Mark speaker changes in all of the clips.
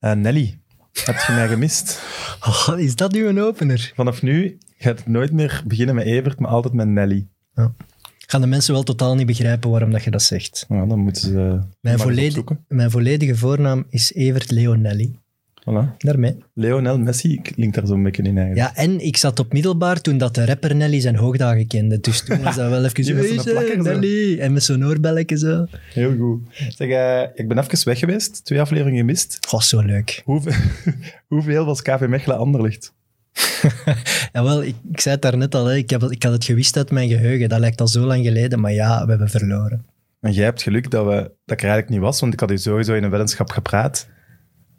Speaker 1: Eh, Nelly, heb je mij gemist?
Speaker 2: Oh, is dat nu een opener?
Speaker 1: Vanaf nu gaat het nooit meer beginnen met Evert, maar altijd met Nelly.
Speaker 2: Gaan de mensen wel totaal niet begrijpen waarom dat je dat zegt.
Speaker 1: Ja, dan moeten ze eh, maar
Speaker 2: Mijn,
Speaker 1: eens
Speaker 2: volledi-
Speaker 1: opzoeken.
Speaker 2: mijn volledige voornaam is Evert Leonelli.
Speaker 1: Voilà.
Speaker 2: Daarmee.
Speaker 1: Leonel Messi klinkt daar zo'n beetje in eigenlijk.
Speaker 2: Ja, en ik zat op middelbaar toen dat de rapper Nelly zijn hoogdagen kende. Dus toen was dat wel even
Speaker 1: Die
Speaker 2: zo,
Speaker 1: met zo'n
Speaker 2: "Hey, zo,
Speaker 1: plakker zo."
Speaker 2: Nelly. En met zo'n oorbelletje zo.
Speaker 1: Heel goed. Zeg, eh, ik ben even weg geweest, twee afleveringen gemist.
Speaker 2: Oh, zo leuk.
Speaker 1: Hoeveel, hoeveel was KV Mechelen Anderlicht?
Speaker 2: Ja, wel, ik, ik zei het daarnet al, hè. Ik, heb, ik had het gewist uit mijn geheugen. Dat lijkt al zo lang geleden, maar ja, we hebben verloren.
Speaker 1: En jij hebt geluk dat, we, dat ik er eigenlijk niet was, want ik had u sowieso in een weddenschap gepraat.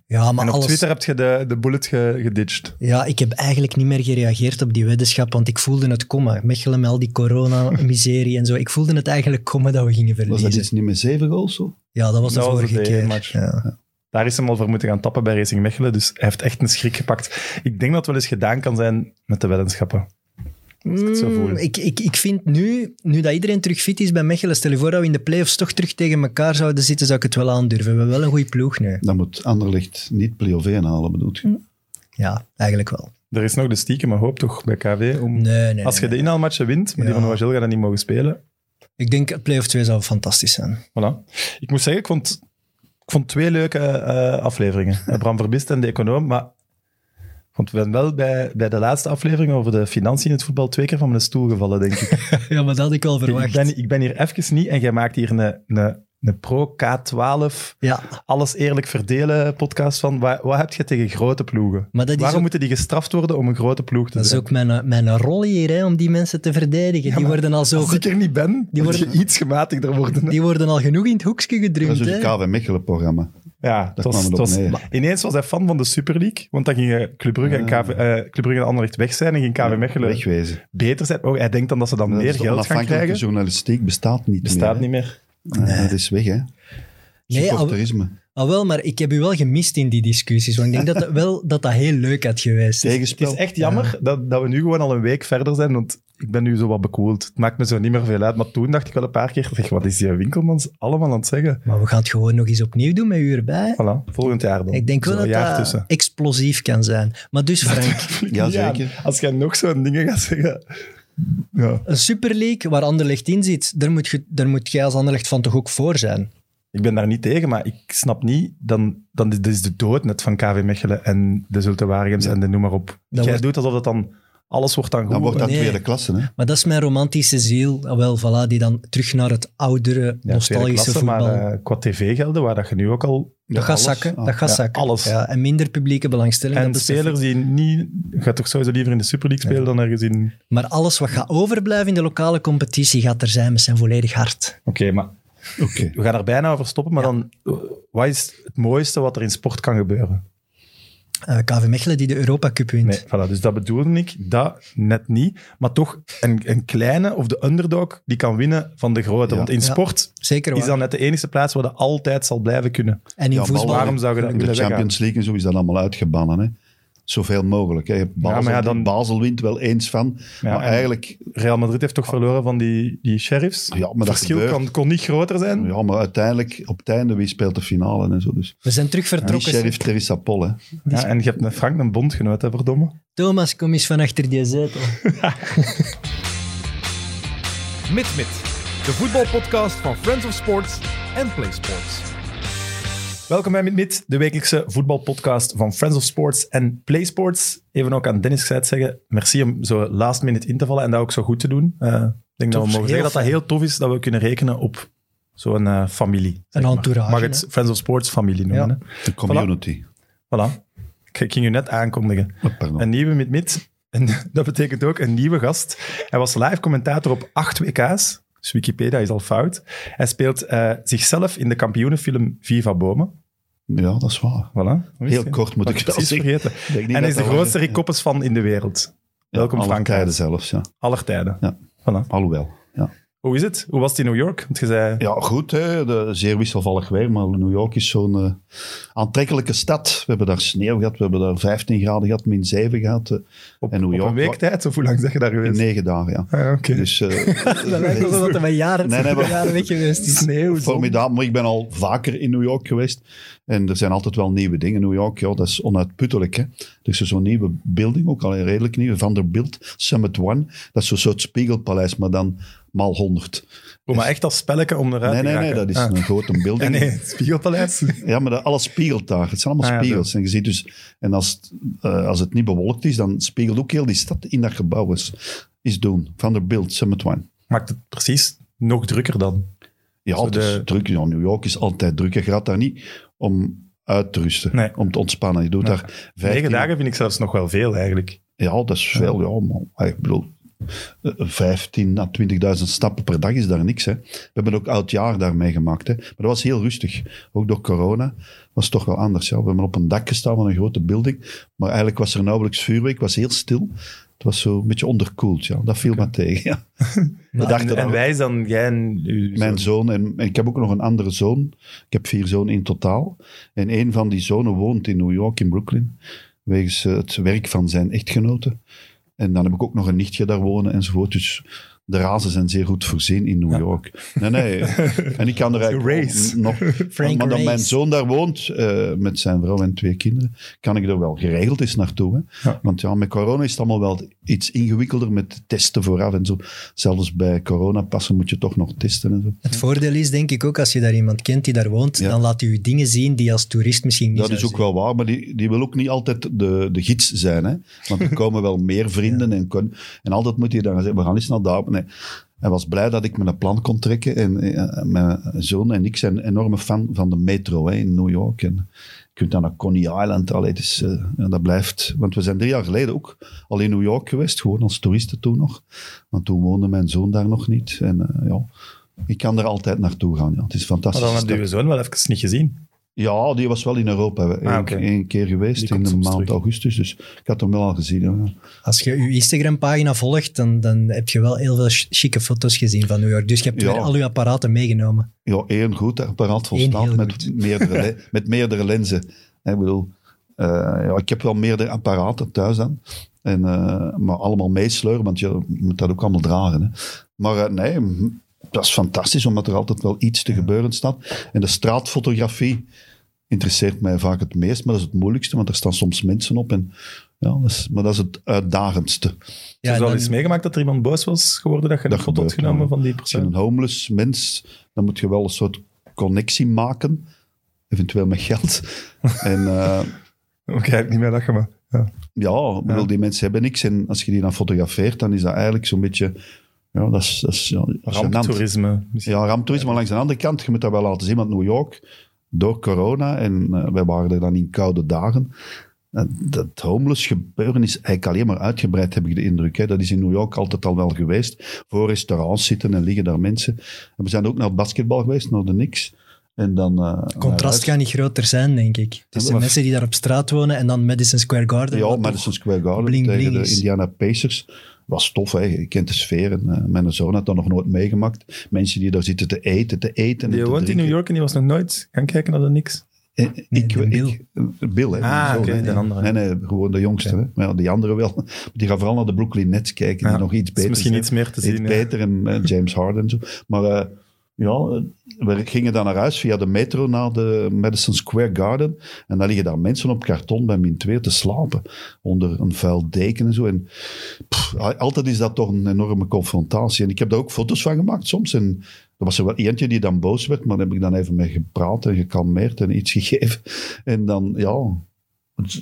Speaker 2: Ja, maar
Speaker 1: en op
Speaker 2: alles...
Speaker 1: Twitter heb je de, de bullet ge, geditcht.
Speaker 2: Ja, ik heb eigenlijk niet meer gereageerd op die weddenschap, want ik voelde het komen. Mechelen met al die corona-miserie en zo. Ik voelde het eigenlijk komen dat we gingen
Speaker 3: Was
Speaker 2: verliezen.
Speaker 3: dat iets niet met zeven goals? Zo?
Speaker 2: Ja, dat was de
Speaker 1: Dat was
Speaker 2: vorige
Speaker 1: het
Speaker 2: keer.
Speaker 1: match.
Speaker 2: Ja.
Speaker 1: Daar is hem al voor moeten gaan tappen bij Racing Mechelen, dus hij heeft echt een schrik gepakt. Ik denk dat het wel eens gedaan kan zijn met de weddenschappen. Als ik het zo voel.
Speaker 2: Mm, ik, ik, ik vind nu, nu dat iedereen terug fit is bij Mechelen, stel je voor dat we in de playoffs toch terug tegen elkaar zouden zitten, zou ik het wel aandurven. We hebben wel een goede ploeg nu.
Speaker 3: Dan moet Anderlecht niet play-off 1 halen, bedoel je?
Speaker 2: Ja, eigenlijk wel.
Speaker 1: Er is nog de stiekeme hoop toch bij KV om...
Speaker 2: Nee, nee.
Speaker 1: Als je
Speaker 2: nee,
Speaker 1: de
Speaker 2: nee.
Speaker 1: inhaalmatchen wint, maar die
Speaker 2: Ja.
Speaker 1: van Oagil gaat dat niet mogen spelen.
Speaker 2: Ik denk play-off 2 zou fantastisch zijn.
Speaker 1: Voilà. Ik moet zeggen, ik vond, ik vond twee leuke eh, afleveringen. Eh, Bram Verbist en De Econoom. Maar ik vond- ben wel bij, bij de laatste aflevering over de financiën in het voetbal twee keer van mijn stoel gevallen, denk ik.
Speaker 2: ja, maar dat had ik al
Speaker 1: ik,
Speaker 2: verwacht.
Speaker 1: ben, ik ben hier even niet en jij maakt hier een, een, een pro K12
Speaker 2: Ja,
Speaker 1: alles eerlijk verdelen podcast van. Wat, wat heb je tegen grote ploegen?
Speaker 2: maar dat is
Speaker 1: Waarom
Speaker 2: ook-
Speaker 1: moeten die gestraft worden om een grote ploeg te
Speaker 2: Dat is
Speaker 1: zijn?
Speaker 2: ook mijn, mijn rol hier, hè, om die mensen te verdedigen. die,
Speaker 1: maar
Speaker 2: worden al zo
Speaker 1: Als ik er niet ben,
Speaker 2: Die
Speaker 1: die
Speaker 2: worden-
Speaker 1: worden je iets gematigder worden.
Speaker 2: die worden al genoeg in het hoekje
Speaker 3: Dat
Speaker 2: gedrumd.
Speaker 3: is dus
Speaker 2: Hè?
Speaker 3: het KV Mechelen-programma.
Speaker 1: Ja, het
Speaker 3: Daar
Speaker 1: was,
Speaker 3: kwam het
Speaker 1: het
Speaker 3: op
Speaker 1: was-
Speaker 3: neer.
Speaker 1: maar ineens was hij fan van de Super League, want dan gingen Club Brugge en,
Speaker 3: Ah.
Speaker 1: KV, eh, Club Brugge en Anderlecht weg zijn en ging KV Mechelen
Speaker 3: Wegwezen.
Speaker 1: beter zijn. Oh, hij denkt dan dat ze dan
Speaker 3: Dat
Speaker 1: meer
Speaker 3: is de
Speaker 1: geld gaan
Speaker 3: onafhankelijke
Speaker 1: krijgen.
Speaker 3: journalistiek bestaat niet
Speaker 1: Bestaat
Speaker 3: meer.
Speaker 1: niet meer.
Speaker 3: hè. Eh, dat is weg, hè.
Speaker 2: Nee, al,
Speaker 3: Supporterisme.
Speaker 2: al wel, maar ik heb u wel gemist in die discussies. Want ik denk dat dat, wel, dat dat heel leuk had geweest.
Speaker 1: Het
Speaker 3: Tegenspel.
Speaker 1: is echt jammer dat, dat we nu gewoon al een week verder zijn, want ik ben nu zo wat bekoeld. Het maakt me zo niet meer veel uit, maar toen dacht ik wel een paar keer, zeg, wat is die winkelmans allemaal aan het zeggen?
Speaker 2: Maar we gaan het gewoon nog eens opnieuw doen met u erbij.
Speaker 1: Voilà, volgend jaar dan.
Speaker 2: Ik denk
Speaker 1: Zo'n
Speaker 2: wel dat
Speaker 1: jaar
Speaker 2: dat
Speaker 1: tussen.
Speaker 2: explosief kan zijn. Maar dus Frank,
Speaker 3: Ja,
Speaker 1: Ja,
Speaker 3: zeker.
Speaker 1: als jij nog zo'n dingen gaat zeggen... Ja.
Speaker 2: een Super League waar Anderlecht in zit, daar moet, je, daar moet jij als Anderlecht van toch ook voor zijn?
Speaker 1: Ik ben daar niet tegen, maar ik snap niet. Dan, dan is- dit is de dood net van KV Mechelen en de Zulte Waregems en de noem maar op. Jij
Speaker 2: wordt-
Speaker 1: doet alsof dat dan alles wordt dan goed.
Speaker 3: Dan wordt dat
Speaker 2: Nee.
Speaker 3: tweede klasse, hè.
Speaker 2: Maar dat is mijn romantische ziel, Ah, wel, voilà, die dan terug naar het oudere,
Speaker 1: Ja, tweede
Speaker 2: nostalgische
Speaker 1: klasse,
Speaker 2: voetbal.
Speaker 1: Maar eh, qua tv-gelden, waar dat je nu ook al...
Speaker 2: Dat gaat
Speaker 3: alles.
Speaker 2: zakken.
Speaker 3: Ah,
Speaker 2: dat gaat
Speaker 1: ja,
Speaker 2: zakken.
Speaker 1: alles.
Speaker 2: Ja, en minder publieke belangstelling.
Speaker 1: en
Speaker 2: dat besef ik.
Speaker 1: spelers die niet... Je gaat toch sowieso liever in de Super League spelen dan ergens in...
Speaker 2: Maar alles wat gaat overblijven in de lokale competitie gaat er zijn met zijn volledig hart.
Speaker 1: Oké, maar
Speaker 3: Oké.
Speaker 1: we gaan er bijna over stoppen. Maar dan, eh, wat is het mooiste wat er in sport kan gebeuren?
Speaker 2: Eh, KV Mechelen die de Europa Cup wint.
Speaker 1: Nee, voilà, dus dat bedoelde ik. Dat net niet. Maar toch, een, een kleine of de underdog, die kan winnen van de grote.
Speaker 3: Ja.
Speaker 1: Want in
Speaker 2: Ja.
Speaker 1: sport...
Speaker 2: Zeker
Speaker 1: Is
Speaker 2: waar.
Speaker 1: dan net de enige plaats waar dat altijd zal blijven kunnen.
Speaker 2: En in
Speaker 3: Ja,
Speaker 2: voetbal.
Speaker 3: ballen.
Speaker 1: Waarom zou je dat
Speaker 3: In de
Speaker 1: willen weggaan?
Speaker 3: Champions League en zo is dat allemaal uitgebannen. Hè? Zoveel mogelijk. Hè? Je hebt Basel,
Speaker 1: maar ja, dan-
Speaker 3: Basel wint wel eens van.
Speaker 1: Ja,
Speaker 3: maar
Speaker 1: en-
Speaker 3: eigenlijk,
Speaker 1: Real Madrid heeft toch verloren van die, die sheriffs?
Speaker 3: Ja, maar dat
Speaker 1: het verschil
Speaker 3: gebeurt.
Speaker 1: kan, kon niet groter zijn.
Speaker 3: ja, maar uiteindelijk, op het einde, wie speelt de finale en zo. Dus.
Speaker 2: We zijn terug
Speaker 3: Die
Speaker 2: vertrokken.
Speaker 3: sheriff Teresa Pol, hè.
Speaker 1: Ja, en je hebt met Frank een bondgenoot, hè, verdomme.
Speaker 2: Thomas, kom eens van achter die zetel.
Speaker 4: MidMid, de voetbalpodcast van Friends of Sports en Play Sports.
Speaker 1: Welkom bij MidMid, de wekelijkse voetbalpodcast van Friends of Sports en Play Sports. Even ook aan Dennis gezegd zeggen, merci om zo last minute in te vallen en dat ook zo goed te doen. Eh, ik denk dat
Speaker 2: Tof,
Speaker 1: we mogen
Speaker 2: heel
Speaker 1: zeggen dat dat heel tof is dat we kunnen rekenen op zo'n eh, familie. zeg maar.
Speaker 2: entourage,
Speaker 1: Mag het Friends of Sports familie noemen.
Speaker 2: Ja.
Speaker 3: De community.
Speaker 1: Hè? Voilà. Ik ik ging u net aankondigen.
Speaker 3: Oh, pardon.
Speaker 1: Een nieuwe met mid. En dat betekent ook een nieuwe gast. Hij was live commentator op 8 WK's. Dus Wikipedia is al fout. Hij speelt eh, zichzelf in de kampioenenfilm Viva Bomen.
Speaker 3: Ja, dat is waar.
Speaker 1: Voilà. Hoe is
Speaker 3: Heel
Speaker 1: het?
Speaker 3: kort moet
Speaker 1: Had
Speaker 3: ik
Speaker 1: ik
Speaker 3: wel
Speaker 1: precies
Speaker 3: zeggen.
Speaker 1: vergeten.
Speaker 3: Ik denk niet
Speaker 1: En
Speaker 3: dat
Speaker 1: hij is de
Speaker 3: dat
Speaker 1: grootste
Speaker 3: waar
Speaker 1: Rick Koppens fan in de wereld.
Speaker 3: Ja,
Speaker 1: Welkom
Speaker 3: alle
Speaker 1: Frank.
Speaker 3: tijden zelfs, ja.
Speaker 1: Aller tijden.
Speaker 3: Ja.
Speaker 1: Voilà.
Speaker 3: Alhoewel. Ja.
Speaker 1: Hoe is het? Hoe was het in New York? Want je zei...
Speaker 3: Ja, goed. Hè, de, zeer wisselvallig weer, maar New York is zo'n eh, aantrekkelijke stad. We hebben daar sneeuw gehad, we hebben daar 15 graden gehad, min 7 gehad. eh,
Speaker 1: Op,
Speaker 3: en New
Speaker 1: op
Speaker 3: York,
Speaker 1: een week tijd? Of hoe lang zeg je daar
Speaker 3: in
Speaker 1: geweest?
Speaker 3: 9 dagen, ja.
Speaker 1: Ah, oké.
Speaker 3: Dus eh,
Speaker 2: Dat lijkt ook wel dat hij jaren,
Speaker 3: Nee, nee, maar-
Speaker 2: jaren weg geweest is.
Speaker 1: Sneeuw, zon.
Speaker 3: formidabel. Maar ik ben al vaker in New York geweest. En er zijn altijd wel nieuwe dingen. New York, ja, dat is onuitputtelijk. Hè? Er is dus zo'n nieuwe building, ook al een redelijk nieuwe, Vanderbilt Summit One. Dat is zo'n soort spiegelpaleis, maar dan maal 100.
Speaker 1: Oh, maar echt als spelletje om eruit
Speaker 3: Nee,
Speaker 1: te
Speaker 3: nee, nee,
Speaker 1: raken.
Speaker 3: dat is
Speaker 1: Ah.
Speaker 3: een grote
Speaker 1: Ja,
Speaker 3: building.
Speaker 1: nee, het Spiegelpaleis.
Speaker 3: Ja, maar dat, alles spiegelt daar. Het zijn allemaal
Speaker 1: Ah, ja,
Speaker 3: spiegels. En, je ziet dus, en als, het, eh, als het niet bewolkt is, dan spiegelt ook heel die stad in dat gebouw. Is, is doen. Van der Bilt, Summit One.
Speaker 1: Maakt het precies nog drukker dan.
Speaker 3: Ja,
Speaker 1: Zo
Speaker 3: het is
Speaker 1: de-
Speaker 3: druk. Ja, New York is altijd druk. Je gaat daar niet om uit te rusten,
Speaker 1: Nee.
Speaker 3: om te ontspannen. Je doet
Speaker 1: Nee.
Speaker 3: daar
Speaker 1: Negen
Speaker 3: vijftien...
Speaker 1: dagen vind ik zelfs nog wel veel, eigenlijk.
Speaker 3: Ja, dat is veel. Ja, maar, ik bedoel, eh, 15 à 20.000 stappen per dag is daar niks. Hè. We hebben ook oud jaar daarmee gemaakt. Hè. Maar dat was heel rustig. Ook door corona was het toch wel anders. Ja. We hebben op een dak gestaan van een grote building. Maar eigenlijk was er nauwelijks vuurwerk. Het was heel stil. Het was zo een beetje onderkoeld. Ja. Dat viel me tegen. Ja. We dachten
Speaker 1: En, en
Speaker 3: dan-
Speaker 1: wij is dan jij en uw
Speaker 3: mijn
Speaker 1: zoon.
Speaker 3: zoon en, en ik heb ook nog een andere zoon. Ik heb vier zonen in totaal. En een van die zonen woont in New York, in Brooklyn. Wegens eh, het werk van zijn echtgenote. En dan heb ik ook nog een nichtje daar wonen enzovoort. Dus de razen zijn zeer goed voorzien in New York. Nee, nee. En ik kan er eigenlijk
Speaker 1: Race.
Speaker 3: ook nog...
Speaker 2: Frank
Speaker 3: maar dat mijn
Speaker 2: Race.
Speaker 3: zoon daar woont, eh, met zijn vrouw en twee kinderen, kan ik er wel geregeld eens naartoe. Hè?
Speaker 1: Ja.
Speaker 3: Want ja, met corona is het allemaal wel iets ingewikkelder met testen vooraf en zo. Zelfs bij coronapassen moet je toch nog testen en zo.
Speaker 2: Het voordeel is denk ik ook, als je daar iemand kent die daar woont,
Speaker 3: Ja.
Speaker 2: dan laat u dingen zien die je als toerist misschien niet
Speaker 3: Dat
Speaker 2: zou
Speaker 3: is ook wel waar, maar die, die wil ook niet altijd de, de gids zijn. Hè? Want er komen wel meer vrienden en, kon, en altijd moet hij dan gaan zeggen, we gaan eens naar daar. Nee. Hij was blij dat ik me een plan kon trekken. En, eh, mijn zoon en ik zijn enorme fan van de metro hè, in New York. En je kunt dan naar Coney Island. Allee, het is, eh, ja, dat blijft... Want we zijn drie jaar geleden ook al in New York geweest. Gewoon als toeristen toen nog. Want toen woonde mijn zoon daar nog niet. En eh, ja, ik kan er altijd naartoe gaan. Ja. Het is
Speaker 1: Maar
Speaker 3: fantastisch.
Speaker 1: dan had uw zoon wel even niet gezien.
Speaker 3: Ja, die was wel in Europa Eén
Speaker 1: Ah, oké.
Speaker 3: één keer geweest
Speaker 1: Die
Speaker 3: in
Speaker 1: komt
Speaker 3: de
Speaker 1: soms
Speaker 3: maand
Speaker 1: terug.
Speaker 3: augustus. Dus ik had hem wel al gezien. ja.
Speaker 2: zien. Als je uw Instagram-pagina volgt, dan, dan heb je wel heel veel ch- chique foto's gezien van New York. Dus je hebt
Speaker 3: Ja.
Speaker 2: weer al uw apparaten meegenomen.
Speaker 3: Ja, één goed apparaat
Speaker 2: Eén heel
Speaker 3: volstaat met
Speaker 2: goed.
Speaker 3: meerdere, le- met meerdere lenzen. Ik bedoel, eh, ja, ik heb wel meerdere apparaten thuis dan. En, eh, maar allemaal meesleuren, want je moet dat ook allemaal dragen. Hè. Maar eh, nee, mm, dat is fantastisch, omdat er altijd wel iets te gebeuren staat. En de straatfotografie interesseert mij vaak het meest, maar dat is het moeilijkste, want er staan soms mensen op. En, ja, dat is, maar dat is het uitdagendste.
Speaker 1: Ja,
Speaker 2: en
Speaker 1: is wel
Speaker 2: dan-
Speaker 1: eens meegemaakt dat er iemand boos was geworden dat je
Speaker 3: Dat
Speaker 1: een foto had
Speaker 3: gebeurt,
Speaker 1: genomen
Speaker 3: ja.
Speaker 1: van die
Speaker 3: Als je een
Speaker 1: persoon.
Speaker 3: homeless mens, dan moet je wel een soort connectie maken. Eventueel met geld. En eh,
Speaker 1: Oké, ik heb niet meer lachen, maar... Ja.
Speaker 3: ja, ik bedoel, die mensen hebben niks. En als je die dan fotografeert, dan is dat eigenlijk zo'n beetje... Ja, dat is, dat is ja, gênant.
Speaker 1: Ramptoerisme. misschien.
Speaker 3: Ja, ramptoerisme. Maar langs de andere kant, je moet dat wel laten zien. Want New York, door corona, en eh, wij waren er dan in koude dagen... eh, Dat homeless gebeuren is eigenlijk alleen maar uitgebreid, heb ik de indruk. Hè. Dat is in New York altijd al wel geweest. Voor restaurants zitten en liggen daar mensen. En we zijn ook naar het basketbal geweest, naar de Knicks. En dan, eh,
Speaker 2: Contrast
Speaker 3: naar
Speaker 2: kan niet groter zijn, denk ik. Dus de
Speaker 3: maar-
Speaker 2: mensen die daar op straat wonen en dan Madison Square Garden.
Speaker 3: Ja,
Speaker 2: wat
Speaker 3: Madison Square Garden
Speaker 2: bling
Speaker 3: tegen
Speaker 2: bling
Speaker 3: de
Speaker 2: is.
Speaker 3: Indiana Pacers. Was tof, hè. je kent de sfeer. En, eh, mijn zoon had dat nog nooit meegemaakt. Mensen die daar zitten te eten, te eten. en
Speaker 1: Die
Speaker 3: te
Speaker 1: woont in New
Speaker 3: drinken.
Speaker 1: York en die was nog nooit gaan kijken naar de niks.
Speaker 3: Eh, Ik,
Speaker 2: Nee, de
Speaker 3: ik-
Speaker 2: Bill.
Speaker 3: eh, Bill, hè.
Speaker 1: Ah,
Speaker 3: mijn zoon,
Speaker 1: oké,
Speaker 3: hè.
Speaker 1: de andere.
Speaker 3: Nee, nee, gewoon de jongste. Hè. Maar ja, die andere wel. Die gaan vooral naar de Brooklyn Nets kijken.
Speaker 1: Ja,
Speaker 3: Die nog iets
Speaker 1: is
Speaker 3: beter
Speaker 1: misschien
Speaker 3: zijn.
Speaker 1: iets meer te
Speaker 3: Heet
Speaker 1: zien. ja.
Speaker 3: Peter en eh, James Harden en zo. Maar eh, ja, eh, we gingen dan naar huis via de metro naar de Madison Square Garden. En dan liggen daar mensen op karton bij min 2 te slapen. Onder een vuil deken en zo. En pff, al- altijd is dat toch een enorme confrontatie. En ik heb daar ook foto's van gemaakt soms. En er was er wel eentje die dan boos werd. Maar daar heb ik dan even mee gepraat en gekalmeerd en iets gegeven. En dan, ja,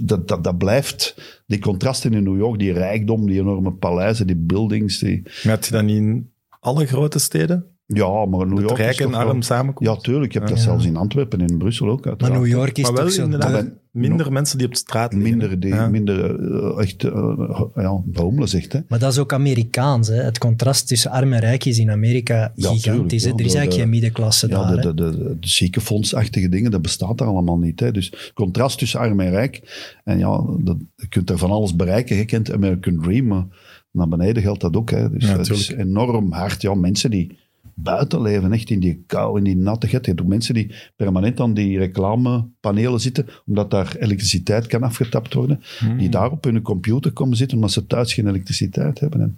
Speaker 3: dat, dat, dat blijft. Die contrasten in New York, die rijkdom, die enorme paleizen, die buildings, die...
Speaker 1: Maar had je dat niet in alle grote steden?
Speaker 3: Ja, maar New
Speaker 1: Dat
Speaker 3: York
Speaker 1: rijk
Speaker 3: is toch
Speaker 1: en
Speaker 3: wel-
Speaker 1: arm samenkomt?
Speaker 3: Ja, tuurlijk. Je hebt
Speaker 1: Ja.
Speaker 3: dat zelfs in Antwerpen en in Brussel ook.
Speaker 2: Maar
Speaker 3: Uiteraard.
Speaker 2: New York is
Speaker 1: maar wel
Speaker 2: toch zo...
Speaker 1: inderdaad
Speaker 3: Maar
Speaker 1: minder mensen die op de straat liggen.
Speaker 3: Minder, die,
Speaker 1: Ja.
Speaker 3: minder eh, echt eh, ja, homeless echt. Hè.
Speaker 2: Maar dat is ook Amerikaans. Hè? Het contrast tussen arm en rijk is in Amerika
Speaker 3: Ja,
Speaker 2: gigantisch.
Speaker 3: tuurlijk,
Speaker 2: hè.
Speaker 3: ja,
Speaker 2: er is
Speaker 3: door
Speaker 2: eigenlijk
Speaker 3: de-
Speaker 2: geen middenklasse
Speaker 3: Ja,
Speaker 2: daar.
Speaker 3: de,
Speaker 2: hè.
Speaker 3: de, de, de, ziekenfondsachtige dingen, dat bestaat daar allemaal niet. Hè. Dus contrast tussen arm en rijk. En ja, dat, je kunt er van alles bereiken. Je kent American Dream, maar naar beneden geldt dat ook. Hè. Dus
Speaker 1: Ja,
Speaker 3: het is enorm hard. Ja, mensen die buiten leven, echt in die kou, in die nattigheid. Je hebt ook mensen die permanent aan die reclamepanelen zitten, omdat daar elektriciteit kan afgetapt worden,
Speaker 2: Hmm.
Speaker 3: die daar op hun computer komen zitten, omdat ze thuis geen elektriciteit hebben. En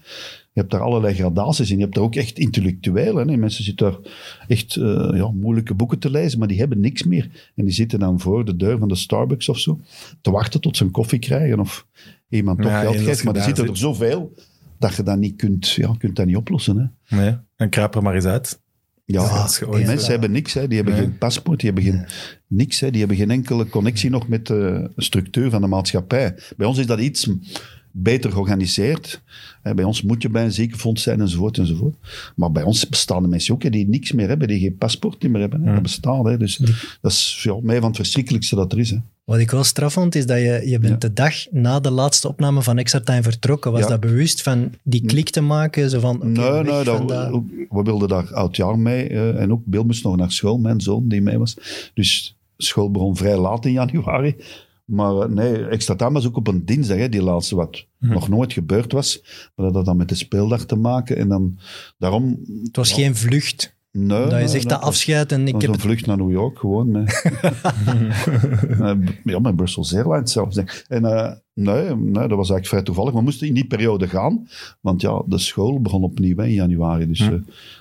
Speaker 3: je hebt daar allerlei gradaties in. Je hebt daar ook echt intellectuelen. Hè? Mensen zitten daar echt eh, ja, moeilijke boeken te lezen, maar die hebben niks meer. En die zitten dan voor de deur van de Starbucks of zo, te wachten tot ze een koffie krijgen of iemand toch
Speaker 1: Ja,
Speaker 3: geld
Speaker 1: en als
Speaker 3: geeft.
Speaker 1: je
Speaker 3: Maar er
Speaker 1: daar
Speaker 3: zitten er zoveel dat je dat niet kunt, ja, kunt dat niet oplossen. Hè?
Speaker 1: Nee, en kraap er maar eens uit.
Speaker 3: Ja,
Speaker 1: als je
Speaker 3: die
Speaker 1: ooit- eh,
Speaker 3: mensen hebben niks. Hè. Die hebben
Speaker 1: Nee.
Speaker 3: geen paspoort, die hebben geen, niks. Hè. Die hebben geen enkele connectie nog met eh, de structuur van de maatschappij. Bij ons is dat iets m- beter georganiseerd. Hè, Bij ons moet je bij een ziekenfonds zijn, enzovoort, enzovoort. Maar bij ons bestaan de mensen ook hè, die niks meer hebben, die geen paspoort niet meer hebben. Hè. Dat bestaat. Hè. Dus dat is voor mij van het verschrikkelijkste dat er is. Hè.
Speaker 2: Wat ik wel straf vond, is dat je, je bent
Speaker 3: Ja.
Speaker 2: de dag na de laatste opname van Extra Time vertrokken. Was
Speaker 3: Ja. Hm.
Speaker 2: dat bewust van die klik te maken? Zo van, oké,
Speaker 3: nee,
Speaker 2: weg
Speaker 3: nee, dat-
Speaker 2: van dat-
Speaker 3: we wilden daar oud jaar mee. eh, en ook Bill moest nog naar school, mijn zoon die mee was. Dus school begon vrij laat in januari. Maar eh, nee, extra time was ook op een dinsdag, hè, die laatste, wat
Speaker 2: Hm.
Speaker 3: nog nooit gebeurd was. Maar dat had dan met de speeldag te maken. En dan, daarom...
Speaker 2: Het was geen vlucht.
Speaker 3: Nee,
Speaker 2: dat je
Speaker 3: nee,
Speaker 2: zegt
Speaker 3: nee,
Speaker 2: dat afscheid en ik
Speaker 3: was
Speaker 2: heb
Speaker 3: een vlucht naar New York, gewoon. Met, met- ja, met Brussels Airlines zelfs. denk ik. En eh, nee, nee, dat was eigenlijk vrij toevallig. We moesten in die periode gaan, want ja, de school begon opnieuw hè, in januari. Dus
Speaker 1: Hm.
Speaker 3: eh,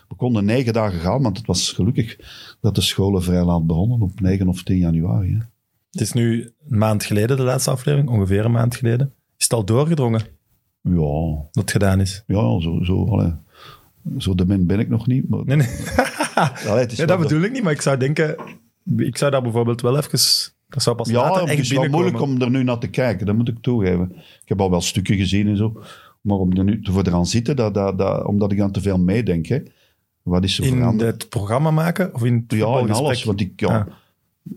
Speaker 3: we konden negen dagen gaan, want het was gelukkig dat de scholen vrij laat begonnen, op 9 of 10 januari. Hè.
Speaker 1: Het is nu een maand geleden, de laatste aflevering, ongeveer een maand geleden. Is het al doorgedrongen
Speaker 3: Ja,
Speaker 1: dat het gedaan is?
Speaker 3: ja zo, zo, allee, zo de min ben ik nog niet. Maar,
Speaker 1: Nee, nee.
Speaker 3: Allee, het is
Speaker 1: nee
Speaker 3: wel
Speaker 1: dat bedoel ik niet, maar ik zou denken... Ik zou dat bijvoorbeeld wel even... Dat zou pas
Speaker 3: Ja,
Speaker 1: later
Speaker 3: het
Speaker 1: echt
Speaker 3: is wel
Speaker 1: binnenkomen.
Speaker 3: moeilijk om er nu naar te kijken, dat moet ik toegeven. Ik heb al wel stukken gezien en zo. Maar om er nu te voor te gaan zitten, dat, dat, dat, omdat ik aan te veel meedenk. Hè. Wat is er
Speaker 1: In
Speaker 3: veranderd?
Speaker 1: het programma maken? Of in het
Speaker 3: Ja, in
Speaker 1: voetbalgesprek?
Speaker 3: alles. Want ik, ja,
Speaker 1: Ah.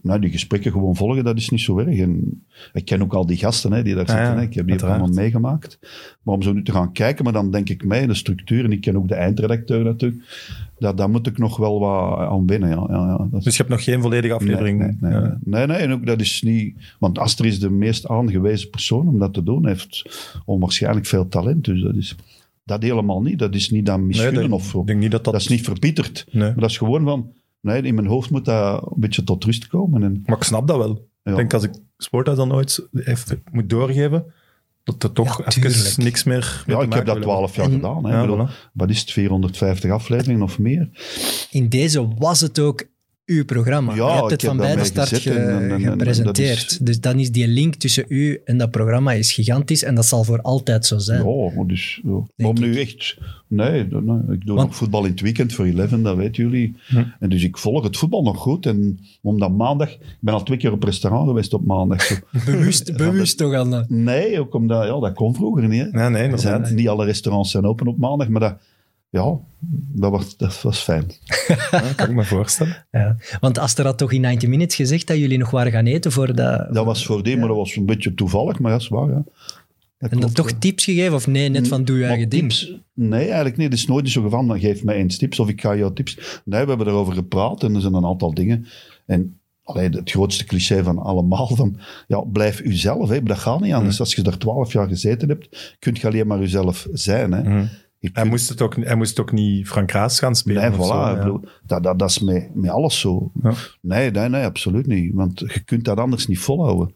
Speaker 3: nou, die gesprekken gewoon volgen, dat is niet zo erg. En ik ken ook al die gasten hè, die daar
Speaker 1: Ah,
Speaker 3: zitten.
Speaker 1: ja,
Speaker 3: hè. Ik heb die ook
Speaker 1: uiteraard.
Speaker 3: allemaal meegemaakt. Maar om zo nu te gaan kijken, maar dan denk ik mee in de structuur. En ik ken ook de eindredacteur natuurlijk. Daar, daar moet ik nog wel wat aan winnen. Ja. Ja, ja, dat is-
Speaker 1: Dus je hebt nog geen volledige aflevering? eh.
Speaker 3: Nee, nee, nee,
Speaker 1: Ja.
Speaker 3: nee. Nee, nee, en ook dat is niet... Want Aster is de meest aangewezen persoon om dat te doen. Hij heeft onwaarschijnlijk veel talent. Dus dat is... Dat helemaal niet. Dat is niet aan misgunnen
Speaker 1: Nee, dat-
Speaker 3: of zo.
Speaker 1: Ik denk niet dat dat...
Speaker 3: Dat is niet verbitterd.
Speaker 1: Nee.
Speaker 3: Maar dat is gewoon van... Nee, in mijn hoofd moet dat een beetje tot rust komen. En,
Speaker 1: Maar ik snap dat wel.
Speaker 3: ja.
Speaker 1: Ik denk als ik Sporthuis dan ooit even moet doorgeven, dat er toch
Speaker 2: Ja, tuurlijk.
Speaker 1: even niks meer mee
Speaker 3: ja,
Speaker 1: te
Speaker 3: ik
Speaker 1: maken
Speaker 3: heb dat
Speaker 1: wil hebben.
Speaker 3: twaalf jaar
Speaker 2: En-
Speaker 3: gedaan. Hè.
Speaker 1: Ja,
Speaker 3: Ik bedoel,
Speaker 1: voilà.
Speaker 3: Wat is het? 450 afleveringen of meer?
Speaker 2: In deze was het ook uw programma.
Speaker 3: Ja,
Speaker 2: je hebt
Speaker 3: ik
Speaker 2: het
Speaker 3: heb
Speaker 2: van bij de
Speaker 3: daarbij
Speaker 2: start
Speaker 3: gezeten
Speaker 2: ge-
Speaker 3: en- en- en- en dat
Speaker 2: gepresenteerd.
Speaker 3: is-
Speaker 2: Dus dan is die link tussen u en dat programma is gigantisch en dat zal voor altijd zo zijn.
Speaker 3: Ja, maar dus, ja. Maar om nu echt... Nee, nee, nee, ik doe
Speaker 2: Want-
Speaker 3: nog voetbal in het weekend voor 11, dat weten jullie. En dus ik volg het voetbal nog goed. En omdat maandag... Ik ben al twee keer op restaurant geweest op maandag. Zo.
Speaker 2: Bewust, bewust toch, Anna.
Speaker 3: nee, ook omdat... Ja, dat kon vroeger niet. Hè.
Speaker 1: Nee, nee,
Speaker 3: Er zijn,
Speaker 1: inderdaad.
Speaker 3: Niet alle restaurants zijn open op maandag, maar dat... Ja, dat was, dat was fijn.
Speaker 1: Ja, kan ik me voorstellen.
Speaker 2: Ja. Want Aster had toch in 90 Minutes gezegd dat jullie nog waren gaan eten voor dat...
Speaker 3: Dat was voor die, maar dat was een beetje toevallig. Maar dat is waar, ja. Dat
Speaker 2: en dan
Speaker 3: klopt,
Speaker 2: toch
Speaker 3: ja. Mm,
Speaker 2: tips gegeven? Of nee, net van doe je
Speaker 3: Maar
Speaker 2: eigen ding?
Speaker 3: tips? Nee, eigenlijk niet. Het is nooit zo geval. Dan geef mij eens tips of ik ga jou tips. Nee, we hebben erover gepraat en er zijn een aantal dingen. En allee, het grootste cliché van allemaal: van, ja, blijf uzelf. Hè. Dat gaat niet anders. Als je daar twaalf jaar gezeten hebt, kun je alleen maar uzelf zijn. Hè.
Speaker 1: Mhm.
Speaker 3: Je
Speaker 1: Hij
Speaker 3: kunt-
Speaker 1: moest, het ook, hij moest ook niet Frank Raas gaan spelen.
Speaker 3: Nee,
Speaker 1: of
Speaker 3: voilà.
Speaker 1: zo, ja.
Speaker 3: ik bedoel, dat, dat, dat is met, met alles zo.
Speaker 1: Ja.
Speaker 3: Nee, nee, nee, absoluut niet. Want je kunt dat anders niet volhouden.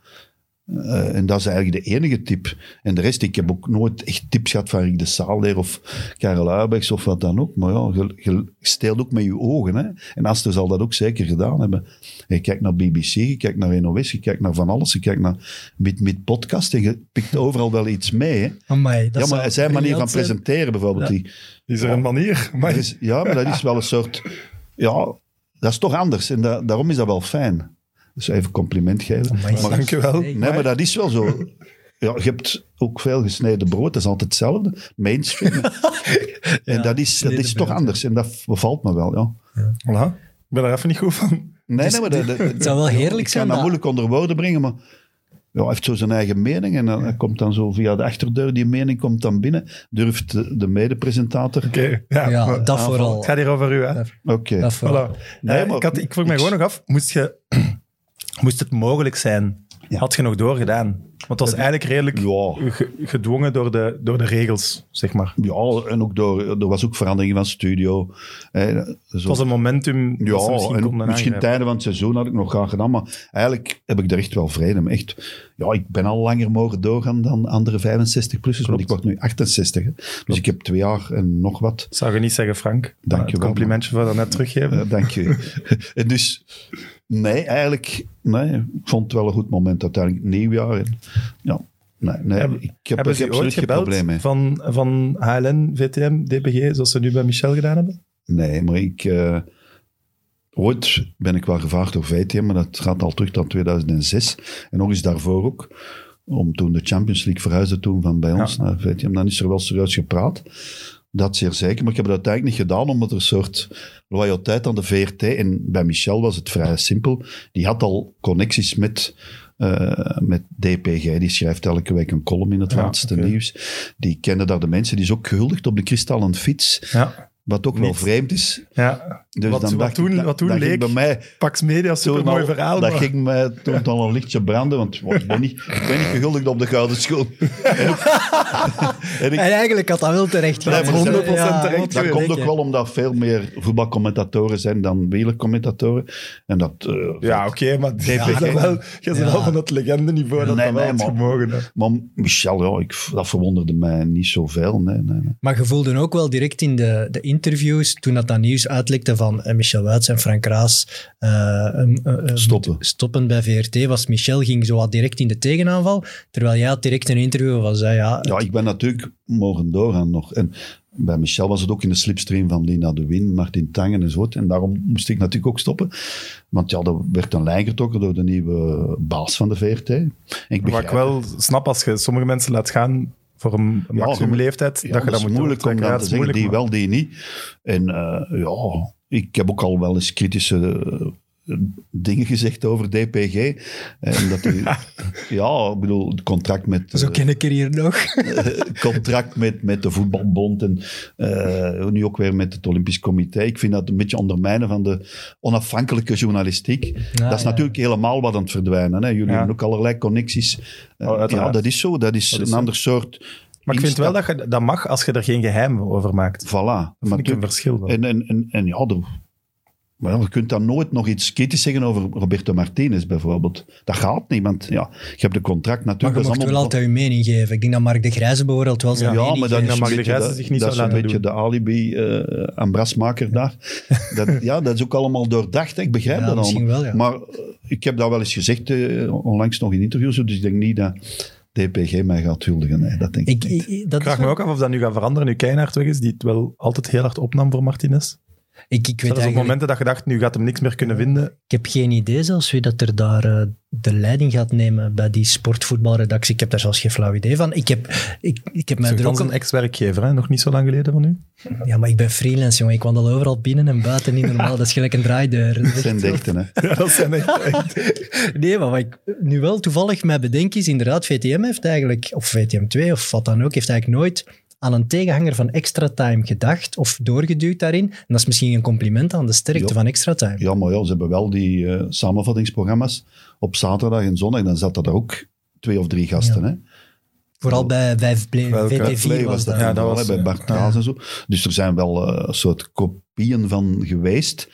Speaker 3: Eh, en dat is eigenlijk de enige tip. En de rest, ik heb ook nooit echt tips gehad van Rick de Saalder of Karel Uijbeks of wat dan ook. Maar ja, je, je steelt ook met je ogen. Hè? En Aster zal dat ook zeker gedaan hebben. En je kijkt naar BBC, je kijkt naar NOS, je kijkt naar van alles. Je kijkt naar met, met podcast en je pikt overal wel iets mee. Hè?
Speaker 2: Amai, dat
Speaker 3: Ja,
Speaker 2: zou
Speaker 3: maar zijn manier van
Speaker 2: briljant zijn.
Speaker 3: presenteren bijvoorbeeld, die,
Speaker 1: Is er een manier? Maar
Speaker 3: er is- ja, Dus- maar dat is wel een soort... Ja, dat is toch anders. En da- daarom is dat wel fijn. Dus even compliment geven.
Speaker 2: Amai,
Speaker 3: Maar-
Speaker 1: dank je wel.
Speaker 2: Nee,
Speaker 3: Nee, maar dat is wel zo. Ja, je hebt ook veel gesneden brood. Dat is altijd hetzelfde. Mainstream. en dat is, dat
Speaker 2: gesneden
Speaker 3: is toch
Speaker 2: brood,
Speaker 3: anders. En dat bevalt me wel, ja.
Speaker 1: Voilà. Ik ben daar even niet goed van.
Speaker 3: Nee,
Speaker 2: Dus
Speaker 3: nee, maar dat, dat-
Speaker 2: Het zou wel heerlijk
Speaker 3: ik kan
Speaker 2: zijn.
Speaker 3: dat
Speaker 2: Dat,
Speaker 3: moeilijk onder woorden brengen, maar... Ja, hij heeft zo zijn eigen mening en dan dan komt dan zo via de achterdeur, die mening komt dan binnen. Durft de, de mede-presentator...
Speaker 1: Oké, ja.
Speaker 2: ja,
Speaker 1: maar-
Speaker 2: dat
Speaker 3: aanval.
Speaker 1: Het
Speaker 2: vooral.
Speaker 1: gaat hier over u, hè?
Speaker 2: Ja.
Speaker 3: Oké.
Speaker 2: Dat vooral.
Speaker 1: Voilà.
Speaker 3: Nee,
Speaker 1: Eh,
Speaker 3: maar-
Speaker 1: ik, had, ik vroeg mij
Speaker 3: ik-
Speaker 1: gewoon nog af, moest, je, moest het mogelijk zijn?
Speaker 3: Ja.
Speaker 1: Had je nog doorgedaan? Want dat is eigenlijk redelijk
Speaker 3: Ja.
Speaker 1: ge- gedwongen door de, door de regels, zeg maar.
Speaker 3: Ja, en ook door, er was ook verandering van studio. Hè, Dus
Speaker 1: Het was een momentum dat ze
Speaker 3: Ja,
Speaker 1: misschien
Speaker 3: en
Speaker 1: konden
Speaker 3: misschien
Speaker 1: aangrijpen.
Speaker 3: tijden van het seizoen had ik nog graag gedaan, maar eigenlijk heb ik er echt wel vrede mee. Echt, ja, ik ben al langer mogen doorgaan dan andere 65-plussers, want ik word nu 68. hè. Dus ik heb twee jaar en nog wat.
Speaker 1: Zou je niet zeggen, Frank?
Speaker 3: je
Speaker 1: Dank je
Speaker 3: wel,
Speaker 1: complimentje voor dat net teruggeven.
Speaker 3: Eh, dank je. en dus, nee, eigenlijk, nee, ik vond het wel een goed moment uiteindelijk. Nieuwjaar. en- ja, nee, nee,
Speaker 1: Hebben-
Speaker 3: ik heb er
Speaker 1: hebben ze
Speaker 3: absoluut
Speaker 1: ooit
Speaker 3: geen
Speaker 1: gebeld
Speaker 3: probleem mee.
Speaker 1: van, van HLN, VTM, DPG, zoals ze nu bij Michel gedaan hebben?
Speaker 3: Nee, maar ik... eh, ooit ben ik wel gevraagd door VTM, maar dat gaat al terug tot 2006. En nog eens daarvoor ook. Om toen de Champions League verhuisde toen van bij ons naar VTM. Dan is er wel serieus gepraat. Dat zeer zeker. Maar ik heb dat uiteindelijk niet gedaan, omdat er een soort loyaliteit aan de VRT... En bij Michel was het vrij simpel. Die had al connecties met... eh, met DPG, die schrijft elke week een column in het
Speaker 1: Ja,
Speaker 3: laatste
Speaker 1: oké.
Speaker 3: nieuws. Die kennen daar de mensen. Die is ook gehuldigd op de kristallen fiets.
Speaker 1: Ja.
Speaker 3: Wat ook wel
Speaker 1: Niet.
Speaker 3: vreemd is.
Speaker 1: ja.
Speaker 3: Dus
Speaker 1: Wat-
Speaker 3: dan
Speaker 1: wat
Speaker 3: dacht
Speaker 1: toen-
Speaker 3: ik, dat-
Speaker 1: wat toen
Speaker 3: dat ging
Speaker 1: leek,
Speaker 3: bij mij
Speaker 1: Pax Media,
Speaker 3: toen
Speaker 1: supermooi
Speaker 3: al-
Speaker 1: verhaal.
Speaker 3: Dat
Speaker 1: maar-
Speaker 3: ging mij toen al een lichtje branden, want wow, ik ben niet, ik ben niet gehuldigd op de gouden schoen. en ik,
Speaker 2: En eigenlijk had dat wel terecht.
Speaker 3: Dat is
Speaker 2: geweest, hè.
Speaker 1: 100% terecht
Speaker 3: dat komt ook
Speaker 2: zeker.
Speaker 3: wel omdat veel meer voetbalcommentatoren zijn dan wielercommentatoren. En dat... eh,
Speaker 1: Ja, oké, maar
Speaker 3: DPG.
Speaker 1: je bent wel, je bent
Speaker 2: Ja.
Speaker 1: wel van het legendeniveau dat
Speaker 3: Nee,
Speaker 1: dat wel
Speaker 3: nee,
Speaker 1: had
Speaker 3: maar-
Speaker 1: gemogen. hè.
Speaker 3: Maar Michel, ja, ik, dat verwonderde mij niet zoveel. Nee, nee, nee.
Speaker 2: Maar je voelde ook wel direct in de, de interviews, toen dat, dat nieuws uitlekte van eh, Michel Wuits en Frank Raas eh, eh, eh, eh,
Speaker 3: Stoppen.
Speaker 2: moet- stoppen bij VRT, was Michel ging zo wat direct in de tegenaanval, terwijl jij had direct een interview van zei, ja,
Speaker 3: Ja, ik ben natuurlijk mogen doorgaan nog. En bij Michel was het ook in de slipstream van Lina de Win, Martin Tangen en zo. En daarom moest ik natuurlijk ook stoppen. Want ja, er werd een lijn getrokken door de nieuwe baas van de VRT. En
Speaker 1: Wat
Speaker 3: ik begrijp
Speaker 1: ik wel snap, als je sommige mensen laat gaan voor een maximum
Speaker 3: je-
Speaker 1: leeftijd,
Speaker 3: Ja,
Speaker 1: dat je dat moet
Speaker 3: is moeilijk om
Speaker 1: doortrekken.
Speaker 3: dan
Speaker 1: Ja,
Speaker 3: te
Speaker 1: dat
Speaker 3: zeggen,
Speaker 1: is
Speaker 3: die
Speaker 1: moeilijk,
Speaker 3: wel, die niet. En eh, ja, ik heb ook al wel eens kritische eh, dingen gezegd over DPG. En dat die, ja, ik bedoel, het contract met...
Speaker 2: zo
Speaker 3: eh,
Speaker 2: ken ik er hier nog.
Speaker 3: contract met, met de voetbalbond en eh, nu ook weer met het Olympisch Comité. Ik vind dat een beetje ondermijnen van de onafhankelijke journalistiek. dat is
Speaker 2: ja.
Speaker 3: natuurlijk helemaal wat aan het verdwijnen. Hè. Jullie
Speaker 1: Ja. Oh,
Speaker 3: hebben ook allerlei connecties. Eh,
Speaker 1: uiteraard.
Speaker 3: ja, dat is zo. Dat is,
Speaker 1: is
Speaker 3: een
Speaker 1: zo.
Speaker 3: ander soort...
Speaker 1: Maar ik vind wel dat
Speaker 3: instap.
Speaker 1: je dat mag als je er geen geheim over maakt. Dat
Speaker 3: Voilà. Maar
Speaker 1: vind ik een
Speaker 3: natuurlijk-
Speaker 1: verschil. wel.
Speaker 3: en, en, en, en ja, er- wel, je kunt dan nooit nog iets kritisch zeggen over Roberto Martinez bijvoorbeeld. Dat gaat niet, want ja, je hebt een contract
Speaker 2: Maar
Speaker 3: natuurlijk.
Speaker 2: je
Speaker 3: dat
Speaker 2: mocht
Speaker 3: is
Speaker 2: wel
Speaker 3: allemaal-
Speaker 2: altijd je mening geven. Ik denk dat Mark de Grijze bijvoorbeeld wel zijn
Speaker 3: Ja,
Speaker 2: mening
Speaker 3: maar dat
Speaker 2: geeft.
Speaker 3: is
Speaker 1: dan mag
Speaker 3: een
Speaker 1: de
Speaker 3: beetje,
Speaker 1: Gijzen
Speaker 3: dat-
Speaker 1: zich niet
Speaker 3: dat
Speaker 1: zo
Speaker 3: is een
Speaker 1: laten
Speaker 3: beetje de alibi eh aan Brasmaker daar. Dat, ja, dat is ook allemaal doordacht. hè. Ik begrijp
Speaker 2: Ja,
Speaker 3: dat
Speaker 2: misschien
Speaker 3: allemaal.
Speaker 2: wel, ja.
Speaker 3: Maar eh, ik heb dat wel eens gezegd, eh, onlangs nog in interviews, dus ik denk niet dat DPG mij gaat huldigen. Nee, dat denk ik,
Speaker 2: Ik,
Speaker 3: niet.
Speaker 2: ik- ik- dat
Speaker 1: Ik
Speaker 2: is
Speaker 1: vraag me
Speaker 2: wel-
Speaker 1: ook af of dat nu gaat veranderen, nu Keinaert weg is, die het wel altijd heel hard opnam voor Martinez.
Speaker 2: ik, ik weet
Speaker 1: Dat is op
Speaker 2: eigenlijk-
Speaker 1: momenten dat je dacht, nu gaat hem niks meer kunnen vinden.
Speaker 2: Ik heb geen idee zelfs wie dat er daar eh, de leiding gaat nemen bij die sportvoetbalredactie. Ik heb daar zelfs geen flauw idee van. Ik heb, ik, ik heb mij
Speaker 1: Maar
Speaker 2: er
Speaker 1: er
Speaker 2: ook
Speaker 1: is een ex-werkgever, hè? nog niet zo lang geleden van u.
Speaker 2: Ja, maar ik ben freelance, jongen. Ik wandel overal binnen en buiten, niet normaal. Dat is gelijk een draaideur. Dus- Dat is
Speaker 3: Dat zijn
Speaker 2: echt
Speaker 3: dichten, hè.
Speaker 1: Ja, dat zijn echt, echt-
Speaker 2: zo. Nee, maar wat ik nu wel toevallig mij bedenk is, inderdaad, VTM heeft eigenlijk, of VTM 2 of wat dan ook, heeft eigenlijk nooit aan een tegenhanger van Extra Time gedacht of doorgeduwd daarin. En dat is misschien een compliment aan de sterkte
Speaker 3: Ja.
Speaker 2: van Extra Time.
Speaker 3: Ja, maar ja, ze hebben wel die eh, samenvattingsprogramma's op zaterdag en zondag. Dan zaten er ook twee of drie gasten,
Speaker 2: Ja.
Speaker 3: hè.
Speaker 2: Vooral bij, bij Vle-
Speaker 1: Welke
Speaker 2: VT4
Speaker 3: Play
Speaker 2: was dat.
Speaker 1: Ja,
Speaker 3: toen
Speaker 1: dat
Speaker 3: wel,
Speaker 1: was,
Speaker 3: hè, bij
Speaker 1: eh,
Speaker 3: Bart Kaas en zo. Dus er zijn wel eh, een soort kopieën van geweest.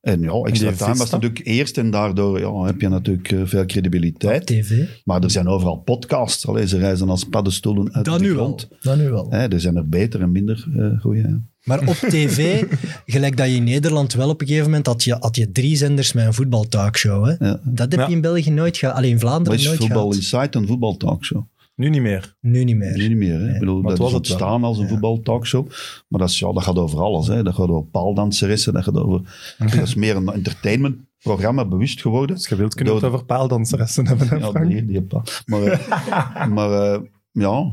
Speaker 3: En ja, Extra
Speaker 1: die
Speaker 3: Time was
Speaker 1: Vista?
Speaker 3: natuurlijk eerst en daardoor ja, heb je natuurlijk eh, veel credibiliteit.
Speaker 2: TV.
Speaker 3: Maar er zijn overal podcasts. Allee, ze reizen als paddenstoelen uit
Speaker 2: Dat
Speaker 3: de
Speaker 2: nu
Speaker 3: grond.
Speaker 2: wel. Dat nu wel.
Speaker 3: Hè, er zijn er beter en minder eh goeie. hè.
Speaker 2: Maar op tv, gelijk dat je in Nederland wel op een gegeven moment had je, had je drie zenders met een voetbaltalkshow. Hè?
Speaker 3: Ja.
Speaker 2: Dat heb
Speaker 1: Ja.
Speaker 2: je in België nooit gehad. Alleen in
Speaker 3: Maar
Speaker 2: Vlaanderen
Speaker 3: is
Speaker 2: nooit
Speaker 3: voetbal
Speaker 2: gehad.
Speaker 3: Insight een voetbaltalkshow?
Speaker 1: Nu niet meer.
Speaker 2: Nu niet
Speaker 3: Dat
Speaker 2: meer.
Speaker 3: is niet meer. Hè? Ik bedoel,
Speaker 1: maar
Speaker 3: dat
Speaker 1: het was
Speaker 3: is
Speaker 1: het wel.
Speaker 3: ontstaan als een voetbaltalkshow. Maar dat, is, ja, dat gaat over alles. Hè? Dat gaat over paaldanseressen. Dat, gaat over, dat is meer een entertainmentprogramma bewust geworden.
Speaker 1: Als Dus je wilt, kunnen we het
Speaker 3: Dood.
Speaker 1: over paaldanseressen hebben, hè,
Speaker 3: Ja,
Speaker 1: Frank?
Speaker 3: nee, die heb dat. Maar, eh, maar eh, ja.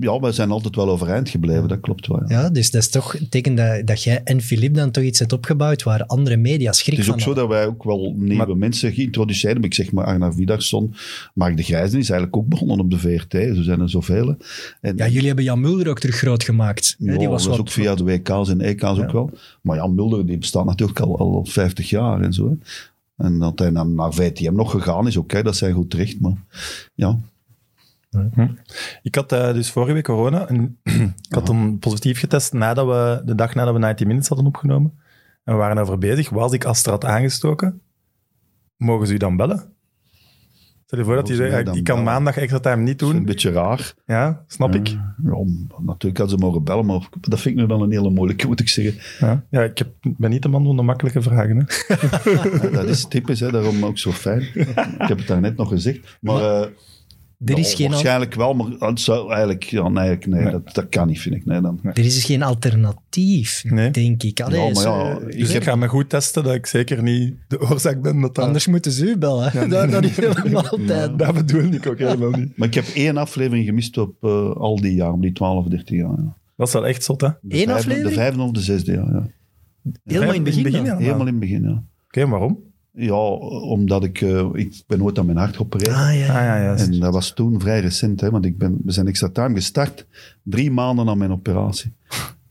Speaker 3: ja, wij zijn altijd wel overeind gebleven, dat klopt wel. ja.
Speaker 2: Ja, dus dat is toch een teken dat, dat jij en Filip dan toch iets hebt opgebouwd waar andere media schrik
Speaker 3: Het is
Speaker 2: van
Speaker 3: ook zo dat wij ook wel nieuwe
Speaker 1: Maar-
Speaker 3: mensen geïntroduceerd hebben. Ik zeg maar Arna Vidarsson, Mark de Grijzen is eigenlijk ook begonnen op de VRT. Zo zijn er zoveel. hè. En,
Speaker 2: Ja, jullie hebben Jan Mulder ook terug groot gemaakt. hè?
Speaker 3: ja,
Speaker 2: Die was
Speaker 3: dat is
Speaker 2: wat,
Speaker 3: ook via E de WK's en EK's ook wel. Maar Jan Mulder die bestaat natuurlijk al, al 50 jaar en zo. Hè. En dat hij dan naar VTM nog gegaan is, oké, dat zijn goed terecht. Maar ja,
Speaker 1: Ik had eh, dus vorige week corona. En ik had hem positief getest nadat we, de dag nadat we 90 Minutes hadden opgenomen. En we waren over bezig. Was ik Astra had aangestoken? Mogen ze u dan bellen? Stel je voor dat hij zegt,
Speaker 3: Mogen ze mij
Speaker 1: ik
Speaker 3: dan
Speaker 1: ik kan
Speaker 3: bellen? Mm.
Speaker 1: maandag extra time niet
Speaker 3: dat is een
Speaker 1: doen.
Speaker 3: beetje raar.
Speaker 1: Ja, snap ik.
Speaker 3: Eh, Ja, m- natuurlijk had ze mogen bellen, maar dat vind ik nu dan een hele moeilijke, moet ik zeggen.
Speaker 1: Ja, ja ik heb, ben niet de man van de makkelijke vragen. Hè.
Speaker 3: Ja, Eh, dat is typisch, hè, daarom ook zo fijn. Ik heb het daarnet nog gezegd. Maar, eh,
Speaker 2: Er is
Speaker 3: ja,
Speaker 2: geen al-
Speaker 3: waarschijnlijk wel, maar het zou eigenlijk, ja, nee, eigenlijk- nee, Dat, dat kan niet, vind ik. Nee, dan,
Speaker 2: er is dus geen alternatief,
Speaker 1: Nee.
Speaker 2: denk ik. Allee,
Speaker 3: ja, maar
Speaker 2: zo-
Speaker 3: ja, ik
Speaker 1: Dus ik
Speaker 3: heb- Ah,
Speaker 1: ga me goed testen dat ik zeker niet de oorzaak ben. Dat dat,
Speaker 2: Anders moeten ze u bellen. dat, dat is helemaal tijd.
Speaker 1: dat bedoel ik ook helemaal niet.
Speaker 3: maar ik heb één aflevering gemist op eh, al die jaren, die 12, 13 jaar. Ja.
Speaker 1: Dat is wel echt zot, hè?
Speaker 3: De
Speaker 2: Eén
Speaker 3: vijfde-
Speaker 2: aflevering?
Speaker 3: De vijfde of de zesde, ja. ja.
Speaker 2: Helemaal in het begin.
Speaker 1: ja.
Speaker 2: dan.
Speaker 3: Helemaal
Speaker 1: Oké,
Speaker 3: in het begin, ja.
Speaker 1: waarom?
Speaker 3: Ja, omdat ik, eh, ik ben nooit aan mijn hart geopereerd.
Speaker 2: Ah, ja.
Speaker 1: Ah ja, juist.
Speaker 3: En dat was toen vrij recent, hè, want ik ben, we zijn extra time gestart drie maanden na mijn operatie.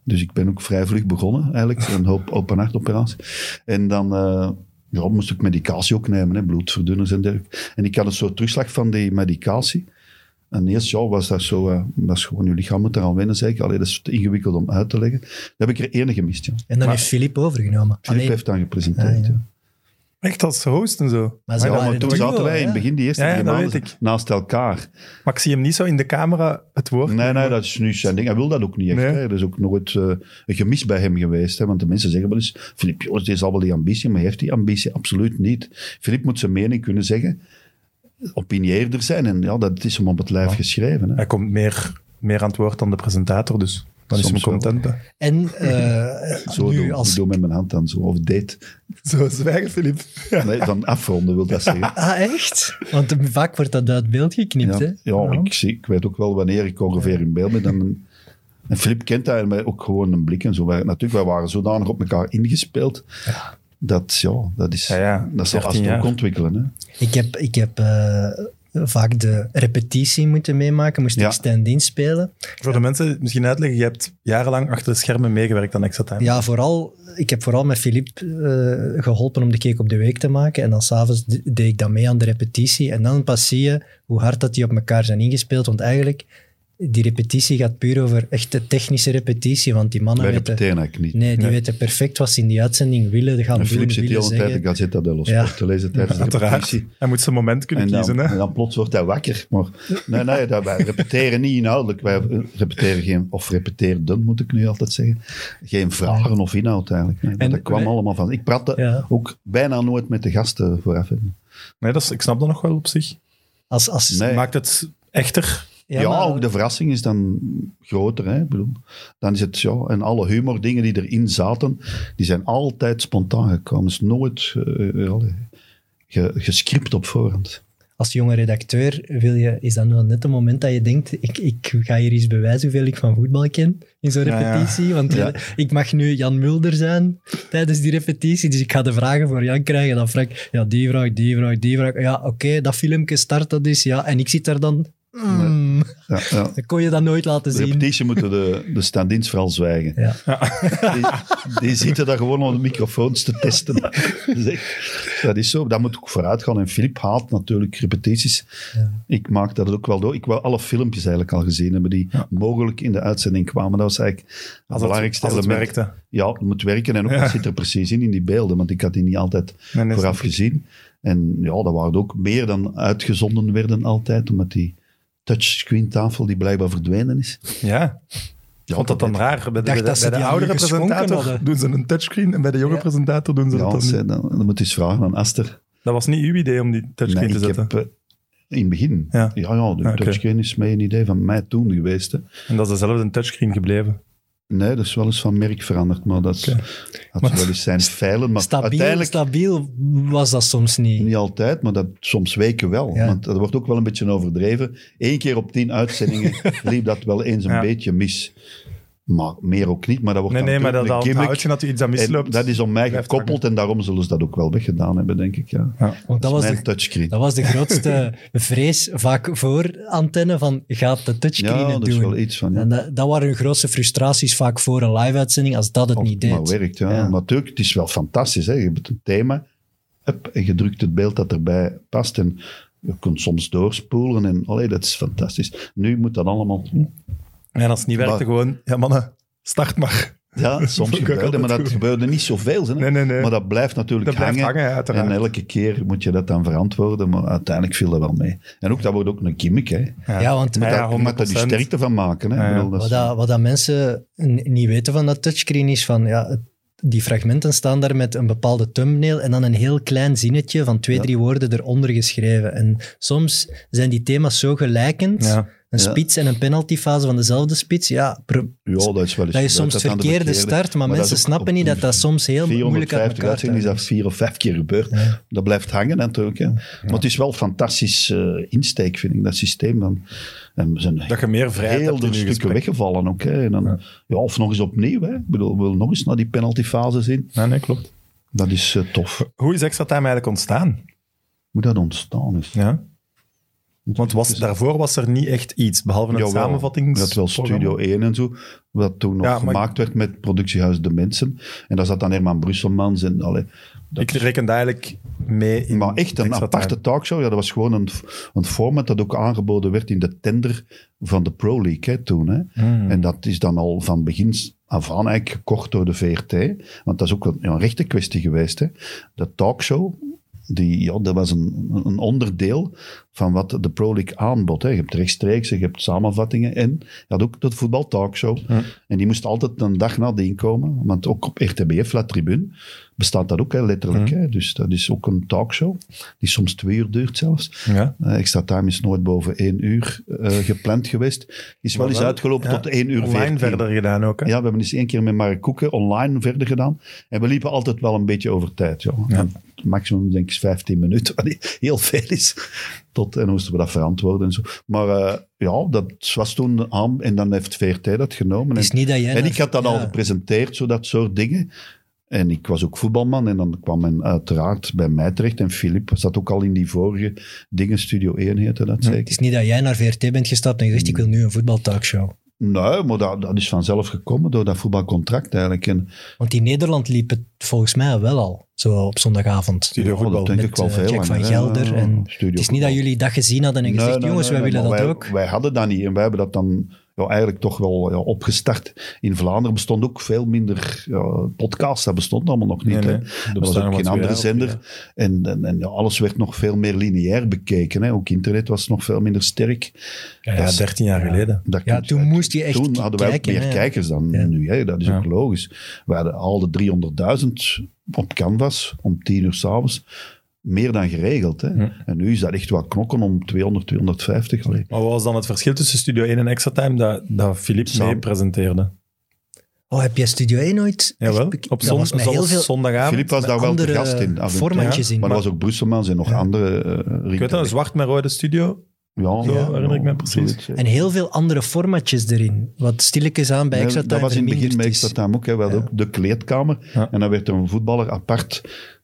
Speaker 3: Dus ik ben ook vrij vlug begonnen, eigenlijk, een hoop open hartoperatie. En dan eh, ja, moest ik medicatie ook nemen, hè, bloedverdunners en dergelijke. En ik had een soort terugslag van die medicatie. En eerst ja, was dat zo, eh, dat is gewoon, je lichaam moet eraan wennen, zeker. Alleen dat is te ingewikkeld om uit te leggen. Dan heb ik er ene gemist, ja.
Speaker 2: En dan heeft Filip overgenomen.
Speaker 3: Filip
Speaker 2: Alleen,
Speaker 3: heeft dan gepresenteerd,
Speaker 2: Ah, ja.
Speaker 3: ja.
Speaker 1: Echt als host en zo. Ah,
Speaker 2: Maar ze
Speaker 3: Ja,
Speaker 2: waren
Speaker 3: maar
Speaker 2: een
Speaker 3: toen
Speaker 2: duo,
Speaker 3: zaten wij in
Speaker 2: hè?
Speaker 3: het begin, die eerste
Speaker 1: Ja, ja,
Speaker 3: drie
Speaker 1: dat
Speaker 3: maanden,
Speaker 1: weet ik.
Speaker 3: naast elkaar.
Speaker 1: Maar ik zie hem niet zo in de camera het woord.
Speaker 3: Nee, nee, dat is nu zijn ding. Hij wil dat ook niet echt.
Speaker 1: Nee.
Speaker 3: Hè. Er is ook nooit eh, een gemis bij hem geweest. Hè. Want de mensen zeggen wel eens, Filip Joos, die zal wel die ambitie, maar heeft die ambitie absoluut niet. Filip moet zijn mening kunnen zeggen, opinieerder zijn. En ja, dat is hem op het lijf geschreven. Hè.
Speaker 1: Hij komt meer, meer aan het woord dan de presentator, dus dan is
Speaker 3: Soms
Speaker 1: hem content. hè.
Speaker 2: En eh,
Speaker 3: Zo
Speaker 2: nu
Speaker 3: doe,
Speaker 2: als...
Speaker 3: doe met mijn hand dan zo, of deed.
Speaker 1: Zo, zwijgen, Filip.
Speaker 3: Nee, dan afronden wil dat zeggen.
Speaker 2: Ah, echt? Want vaak wordt dat uit beeld geknipt,
Speaker 3: Ja,
Speaker 2: hè?
Speaker 3: ja ik, zie, ik weet ook wel wanneer ik ongeveer in beeld ben. En, en Filip kent dat en wij ook gewoon een blik en zo. Wij, natuurlijk, wij waren zodanig op elkaar ingespeeld. Dat, ja, dat is...
Speaker 1: Ja, ja,
Speaker 3: Dat zal
Speaker 1: 13
Speaker 3: Astro ook
Speaker 1: jaar.
Speaker 3: ontwikkelen. Hè?
Speaker 2: Ik heb, ik heb eh, vaak de repetitie moeten meemaken. Moest
Speaker 3: Ja.
Speaker 2: ik stand-in spelen.
Speaker 1: Voor de mensen misschien uitleggen, je hebt jarenlang achter de schermen meegewerkt aan Extra Time.
Speaker 2: Ja, vooral, ik heb vooral met Filip eh, geholpen om de cake op de week te maken. En dan s'avonds de- deed ik dat mee aan de repetitie. En dan pas zie je hoe hard dat die op elkaar zijn ingespeeld. Want eigenlijk, die repetitie gaat puur over echt de technische repetitie. Want die mannen
Speaker 3: Wij
Speaker 2: weten...
Speaker 3: repeteren eigenlijk niet.
Speaker 2: Nee, die
Speaker 1: Nee.
Speaker 2: weten perfect wat ze in die uitzending willen gaan
Speaker 3: En
Speaker 2: doen,
Speaker 3: Filip zit de
Speaker 2: willen
Speaker 3: hele tijd de
Speaker 2: zeggen.
Speaker 3: Gazeta dello
Speaker 2: Ja.
Speaker 3: Sport te lezen tijdens de
Speaker 1: Uiteraard.
Speaker 3: repetitie.
Speaker 1: Hij moet zijn moment kunnen
Speaker 3: En
Speaker 1: kiezen.
Speaker 3: dan,
Speaker 1: Hè?
Speaker 3: en dan plots wordt hij wakker. Maar, nee, nee, dat, wij repeteren niet inhoudelijk. Wij repeteren geen, of repeteerden moet ik nu altijd zeggen. Geen vragen of inhoud eigenlijk. Nee,
Speaker 2: En
Speaker 3: dat kwam
Speaker 2: wij-
Speaker 3: allemaal van. Ik praatte
Speaker 2: Ja.
Speaker 3: ook bijna nooit met de gasten vooraf. hè.
Speaker 1: Nee, dat is, ik snap dat nog wel op zich.
Speaker 2: Als, als,
Speaker 3: Nee.
Speaker 1: Maakt het echter.
Speaker 3: Ja,
Speaker 2: maar-
Speaker 3: ook de verrassing is dan groter. Hè? Ik bedoel, dan is het zo. En alle humordingen die erin zaten, die zijn altijd spontaan gekomen. Het is nooit eh, eh, allee, ge- gescript op voorhand.
Speaker 2: als jonge redacteur wil je, is dat nou net het moment dat je denkt, ik, ik ga hier eens bewijzen hoeveel ik van voetbal ken in zo'n
Speaker 1: Ja, ja.
Speaker 2: repetitie. Want
Speaker 3: Ja.
Speaker 2: ja, ik mag nu Jan Mulder zijn tijdens die repetitie, dus ik ga de vragen voor Jan krijgen. Dan vraag ik, ja, die vraag, die vraag, die vraag. Ja, oké, dat filmpje start dat is, ja. En ik zit daar dan... mm,
Speaker 3: Ja, ja.
Speaker 2: Dat kon je dat nooit laten
Speaker 3: De
Speaker 2: zien.
Speaker 3: repetitie moeten de, de stand-ins vooral zwijgen.
Speaker 2: Ja.
Speaker 3: Die, die zitten daar gewoon om de microfoons te testen. Dat is echt- Dat is zo, dat moet ook vooruit gaan. En Filip haalt natuurlijk repetities.
Speaker 2: Ja.
Speaker 3: Ik maak dat ook wel door. Ik wil alle filmpjes eigenlijk al gezien hebben die mogelijk in de uitzending kwamen. Dat was eigenlijk het
Speaker 1: Als het,
Speaker 3: belangrijkste
Speaker 1: als het
Speaker 3: element.
Speaker 1: werkte.
Speaker 3: Ja, het moet werken en ook
Speaker 1: Ja.
Speaker 3: wat zit er precies in, in die beelden. Want ik had die niet altijd
Speaker 1: Nee, nee,
Speaker 3: vooraf
Speaker 1: snap ik.
Speaker 3: gezien. En ja, dat waren ook meer dan uitgezonden werden altijd, omdat die touchscreen tafel die blijkbaar verdwenen is.
Speaker 1: Ja,
Speaker 3: Ja,
Speaker 1: vond dat dan raar. Bij de,
Speaker 2: dacht
Speaker 1: bij de-
Speaker 2: dat ze
Speaker 1: bij de
Speaker 2: die aan
Speaker 1: oudere
Speaker 2: u geschonken
Speaker 1: presentator
Speaker 2: hadden.
Speaker 1: doen ze een touchscreen en bij de jonge
Speaker 2: Ja.
Speaker 1: presentator doen ze
Speaker 3: Ja,
Speaker 1: dat dan
Speaker 3: als,
Speaker 1: niet.
Speaker 3: eh, dan, dan moet je eens vragen aan Aster.
Speaker 1: Dat was niet uw idee om die touchscreen
Speaker 3: Nee,
Speaker 1: te
Speaker 3: ik
Speaker 1: zetten.
Speaker 3: heb eh, in het begin.
Speaker 1: Ja.
Speaker 3: Ja, ja, de
Speaker 1: Ah, oké.
Speaker 3: touchscreen is mij een idee van mij toen geweest. Hè.
Speaker 1: En dat is dezelfde touchscreen
Speaker 3: Oh,
Speaker 1: gebleven.
Speaker 3: Nee, dat is wel eens van merk veranderd, maar dat is,
Speaker 1: Oké.
Speaker 3: had
Speaker 1: Maar-
Speaker 3: wel eens zijn feilen. Maar
Speaker 2: Stabiel,
Speaker 3: uiteindelijk
Speaker 2: stabiel was dat soms niet.
Speaker 3: niet altijd, maar dat soms weken wel.
Speaker 2: Ja.
Speaker 3: Want dat wordt ook wel een beetje overdreven. Eén keer op tien uitzendingen liep dat wel eens een
Speaker 1: Ja.
Speaker 3: beetje mis. Maar meer ook niet. Maar dat wordt
Speaker 1: Nee,
Speaker 3: dan
Speaker 1: nee, maar dat,
Speaker 3: natuurlijk
Speaker 1: dat
Speaker 3: een
Speaker 1: onthoud
Speaker 3: gimmick.
Speaker 1: je dat u iets aan
Speaker 3: En
Speaker 1: misloopt.
Speaker 3: dat is om mij
Speaker 1: Blijft
Speaker 3: gekoppeld en daarom zullen ze dat ook wel weggedaan hebben, denk ik. Ja.
Speaker 2: Want dat was
Speaker 3: Mijn
Speaker 2: de
Speaker 3: touchscreen.
Speaker 2: Dat was de grootste vrees vaak voor antenne van gaat de touchscreen
Speaker 3: ja,
Speaker 2: het
Speaker 3: dat
Speaker 2: doen.
Speaker 3: is wel iets van. ja.
Speaker 2: En eh, dat, dat waren hun grootste frustraties vaak voor een live-uitzending als dat het
Speaker 3: Of
Speaker 2: niet
Speaker 3: het
Speaker 2: deed.
Speaker 3: Maar werkt, ja.
Speaker 2: Ja.
Speaker 3: Maar natuurlijk, het is wel fantastisch. Hè. Je hebt een thema. hup, en je drukt het beeld dat erbij past. En je kunt soms doorspoelen en allee, dat is fantastisch. Nu moet dat allemaal... hm,
Speaker 1: En als het niet werkte,
Speaker 3: Maar-
Speaker 1: gewoon, ja mannen, start maar.
Speaker 3: Ja, soms
Speaker 1: Vond ik ook
Speaker 3: gebeurde, maar
Speaker 1: altijd
Speaker 3: dat
Speaker 1: goed.
Speaker 3: gebeurde niet zoveel. Hè?
Speaker 1: Nee, nee, nee.
Speaker 3: Maar dat blijft natuurlijk
Speaker 1: Dat blijft hangen, ja,
Speaker 3: En
Speaker 1: uiteraard.
Speaker 3: elke keer moet je dat dan verantwoorden, maar uiteindelijk viel dat wel mee. En ook, dat wordt ook een gimmick, hè. Je
Speaker 2: Ja, want eh,
Speaker 1: Ja,
Speaker 3: moet daar- je moet daar die
Speaker 1: 100%.
Speaker 3: sterkte van maken, hè. Ik
Speaker 1: Ja, ja.
Speaker 3: bedoel, dat
Speaker 2: wat,
Speaker 3: is-
Speaker 2: dat, wat dat mensen n- niet weten van dat touchscreen is van... Ja, het- die fragmenten staan daar met een bepaalde thumbnail en dan een heel klein zinnetje van twee,
Speaker 3: Ja.
Speaker 2: drie woorden eronder geschreven. En soms zijn die thema's zo gelijkend.
Speaker 1: Ja.
Speaker 2: Een
Speaker 3: Ja. Dus
Speaker 2: spits en een penaltyfase van dezelfde spits. Ja, pro-
Speaker 3: Ja, dat is wel eens
Speaker 2: dat is
Speaker 3: gebeurd,
Speaker 2: soms
Speaker 3: dat
Speaker 2: de
Speaker 3: dan de
Speaker 2: verkeerde
Speaker 3: verkeerde-
Speaker 2: start, maar,
Speaker 3: maar dat
Speaker 2: mensen
Speaker 3: is ook
Speaker 2: snappen
Speaker 3: op
Speaker 2: niet dat dat soms heel moeilijk uit
Speaker 3: 450
Speaker 2: elkaar
Speaker 3: uitzendingen is
Speaker 2: te
Speaker 3: dat vier of vijf keer gebeurd. Dat blijft hangen natuurlijk. Hè. Maar het is wel een fantastisch eh, insteek, vind ik, dat systeem. Dan, en we zijn
Speaker 1: Dat je meer vrijheid
Speaker 3: heel
Speaker 1: hebt in
Speaker 3: veel
Speaker 1: je
Speaker 3: stukken
Speaker 1: gesprek.
Speaker 3: weggevallen ook. Hè. En dan, ja. of nog eens opnieuw. Hè. Ik bedoel, we willen nog eens naar die penaltyfase zien.
Speaker 1: Nee, nee, klopt.
Speaker 3: Dat is eh, tof.
Speaker 1: Hoe is extra time eigenlijk ontstaan?
Speaker 3: Hoe dat ontstaan is. Dus-
Speaker 1: Ja. Want was, daarvoor was er niet echt iets, behalve een
Speaker 3: Jawel,
Speaker 1: samenvatting.
Speaker 3: Dat wel Studio 1 en zo, wat toen nog
Speaker 1: Ja, maar-
Speaker 3: gemaakt werd met productiehuis De Mensen. En daar zat dan Herman Brusselmans en... Allee, dat
Speaker 1: Ik reken daar eigenlijk mee in.
Speaker 3: Maar echt een
Speaker 1: Extra
Speaker 3: aparte
Speaker 1: Time.
Speaker 3: talkshow. Ja, dat was gewoon een, een format dat ook aangeboden werd in de tender van de Pro League hè, toen. Hè.
Speaker 1: Hmm,
Speaker 3: En dat is dan al van begin af aan eigenlijk gekocht door de VRT. Want dat is ook een, ja, een rechte kwestie geweest. Hè. De talkshow, die, ja, dat was een, een onderdeel van wat de Pro League aanbod. Hè. Je hebt rechtstreeks, je hebt samenvattingen en je had ook de voetbaltalkshow. En die moest altijd een dag nadien komen, want ook op RTBF, La Tribune, bestaat dat ook hè, letterlijk. Hè. Dus dat is ook een talkshow, die soms twee uur duurt zelfs.
Speaker 1: Ja.
Speaker 3: Eh, extra time is nooit boven één uur eh, gepland geweest. Is wel
Speaker 1: Maar
Speaker 3: eens
Speaker 1: wel,
Speaker 3: uitgelopen
Speaker 1: ja,
Speaker 3: tot één uur
Speaker 1: Online
Speaker 3: 14.
Speaker 1: verder gedaan ook. Hè?
Speaker 3: Ja, we hebben eens één keer met Mark Koeken online verder gedaan. En we liepen altijd wel een beetje over tijd. joh. En het Maximum denk ik is 15 minuten, wat heel veel is. Tot, en dan moesten we dat verantwoorden en zo. Maar eh, ja, dat was toen aan. En dan heeft VRT dat genomen.
Speaker 2: Het
Speaker 3: En-
Speaker 2: is niet dat jij...
Speaker 3: en
Speaker 2: naar-
Speaker 3: ik had dat
Speaker 2: ja.
Speaker 3: al gepresenteerd, zo dat soort dingen. En ik was ook voetbalman en dan kwam men uiteraard bij mij terecht. En Filip zat ook al in die vorige dingen, Studio 1 heette dat
Speaker 2: Het
Speaker 3: zeker.
Speaker 2: is niet dat jij naar VRT bent gestapt en gezegd, ik wil nu een voetbaltalkshow.
Speaker 3: Nee, maar dat, dat is vanzelf gekomen door dat voetbalcontract eigenlijk. En
Speaker 2: Want in Nederland liep het volgens mij wel al, zo op zondagavond.
Speaker 1: Studio
Speaker 3: ja, oh, dat
Speaker 1: voetbal.
Speaker 3: denk
Speaker 2: Met,
Speaker 3: ik wel
Speaker 2: eh,
Speaker 3: veel
Speaker 2: Jack van
Speaker 3: langer, hè.
Speaker 2: Gelder
Speaker 3: Ja, ja,
Speaker 2: en-
Speaker 3: Studio
Speaker 2: Het is niet
Speaker 3: voetbal.
Speaker 2: dat jullie dat gezien hadden en
Speaker 3: Nee,
Speaker 2: gezegd,
Speaker 3: nee,
Speaker 2: jongens,
Speaker 3: nee,
Speaker 2: wij
Speaker 3: nee,
Speaker 2: willen dat
Speaker 3: maar wij,
Speaker 2: ook.
Speaker 3: Wij hadden dat niet en wij hebben dat dan ja, eigenlijk toch wel ja, opgestart. In Vlaanderen bestond ook veel minder ja, podcasts, dat bestond allemaal nog niet.
Speaker 1: Nee, nee.
Speaker 3: hè.
Speaker 1: Er
Speaker 3: Dat was
Speaker 1: bestaan
Speaker 3: ook
Speaker 1: maar
Speaker 3: geen
Speaker 1: twee,
Speaker 3: andere
Speaker 1: hè,
Speaker 3: zender.
Speaker 1: ja.
Speaker 3: En, en, en ja, alles werd nog veel meer lineair bekeken. Hè. Ook internet was nog veel minder sterk.
Speaker 1: Ja,
Speaker 3: Dat is-
Speaker 1: 13 jaar geleden.
Speaker 3: dat
Speaker 2: Ja,
Speaker 3: kun je-
Speaker 2: toen moest je echt
Speaker 3: Toen hadden wij ook
Speaker 2: kijken,
Speaker 3: meer
Speaker 2: hè.
Speaker 3: kijkers dan
Speaker 2: Ja.
Speaker 3: nu. Hè. Dat is
Speaker 1: Ja.
Speaker 3: ook logisch. We hadden al de 300.000 op canvas om 10 uur s'avonds. Meer dan geregeld. Hè. En nu is dat echt wel knokken om 200, 250. Allee.
Speaker 1: Maar wat was dan het verschil tussen Studio 1 en Extra Time dat, dat Philippe
Speaker 3: Samen.
Speaker 1: mee presenteerde?
Speaker 2: Oh, heb jij Studio 1 nooit?
Speaker 1: Jawel,
Speaker 2: echt bek-
Speaker 1: op
Speaker 2: dat
Speaker 1: zon,
Speaker 2: was met
Speaker 1: zelfs
Speaker 2: heel veel
Speaker 1: zondagavond.
Speaker 3: Filip was daar wel de
Speaker 2: andere
Speaker 3: gast in. af en toe.
Speaker 2: formatjes in.
Speaker 3: Maar er was ook Brusselmans en nog andere. eh,
Speaker 1: Ik weet dat, een
Speaker 3: Rieke-
Speaker 1: zwart met rode studio.
Speaker 3: Ja,
Speaker 1: Zo herinner ik me precies.
Speaker 3: zoiets, ja.
Speaker 2: En heel veel andere formatjes erin. Wat stilletjes aan bij Extra
Speaker 3: Nee, dat
Speaker 2: Time
Speaker 3: was in het begin
Speaker 2: verminderd
Speaker 3: met
Speaker 2: is.
Speaker 3: Extra Time ook. Hè. We hadden ook de kleedkamer.
Speaker 1: Ja.
Speaker 3: En dan werd er een voetballer apart.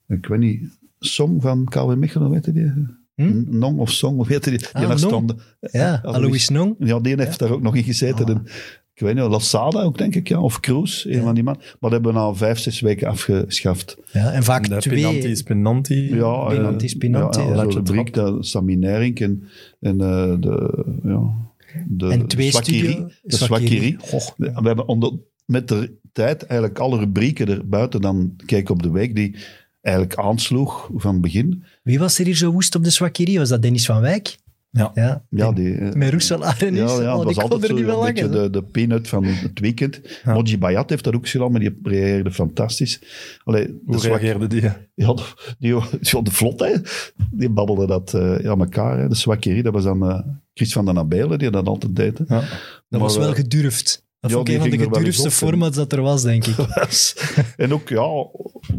Speaker 3: Ik weet niet, Song van KW Mechelen, weet je die?
Speaker 2: Hm?
Speaker 3: Nong of Song, weet je die? Die
Speaker 2: Ah,
Speaker 3: daar
Speaker 2: Nong.
Speaker 3: stonden.
Speaker 2: Ja,
Speaker 3: Alois.
Speaker 2: Alois Nong.
Speaker 3: Ja, die heeft daar ook nog in gezeten.
Speaker 2: Ah.
Speaker 3: En ik weet niet, Lassada ook, denk ik, ja. Of Kroes, een
Speaker 2: Ja.
Speaker 3: van die man. Maar dat hebben we na vijf, zes weken afgeschaft.
Speaker 2: Ja, en vaak
Speaker 1: De
Speaker 2: twee.
Speaker 1: Pinanti is Pinanti.
Speaker 3: Ja,
Speaker 2: Spinanti,
Speaker 3: eh,
Speaker 2: Spinanti,
Speaker 3: Ja,
Speaker 2: ja.
Speaker 3: de rubriek, dat Sami Nering en, en eh, de, ja, de
Speaker 2: En twee
Speaker 3: Swakiri,
Speaker 2: studio-
Speaker 3: De
Speaker 2: Swakiri.
Speaker 3: Swakiri. We hebben onder, met de tijd eigenlijk alle rubrieken er buiten dan Kijk op de Week, die eigenlijk aansloeg van het begin.
Speaker 2: Wie was er hier zo woest op de Swakiri? Was dat Dennis van Wijk?
Speaker 1: Ja.
Speaker 2: ja.
Speaker 3: Ja, die, eh,
Speaker 2: Met Roeselaar en
Speaker 3: ja,
Speaker 2: is.
Speaker 3: ja,
Speaker 2: oh,
Speaker 3: dat
Speaker 2: die
Speaker 3: was
Speaker 2: kon
Speaker 3: altijd
Speaker 2: er
Speaker 3: zo,
Speaker 2: niet
Speaker 3: een
Speaker 2: wel
Speaker 3: beetje
Speaker 2: langer.
Speaker 3: de, de peanut van het weekend. Moji Bayat heeft dat ook gedaan, maar die reageerde fantastisch. Allee, de
Speaker 1: Hoe
Speaker 3: Swakiri-
Speaker 1: reageerde die?
Speaker 3: Ja, de- die, ja, de vlot, hè. Die babbelde dat eh, aan elkaar. Hè. De Swakiri, dat was dan eh, Chris van den Abelen die dat altijd deed. hè.
Speaker 1: Ja.
Speaker 2: Dat was
Speaker 3: Maar,
Speaker 2: wel
Speaker 3: eh,
Speaker 2: gedurfd. Dat
Speaker 3: ja,
Speaker 2: vond ik
Speaker 3: die
Speaker 2: een van de
Speaker 3: ging er wel eens
Speaker 2: gedurfste
Speaker 3: op, hè.
Speaker 2: formats dat er was, denk ik.
Speaker 3: En ook, ja,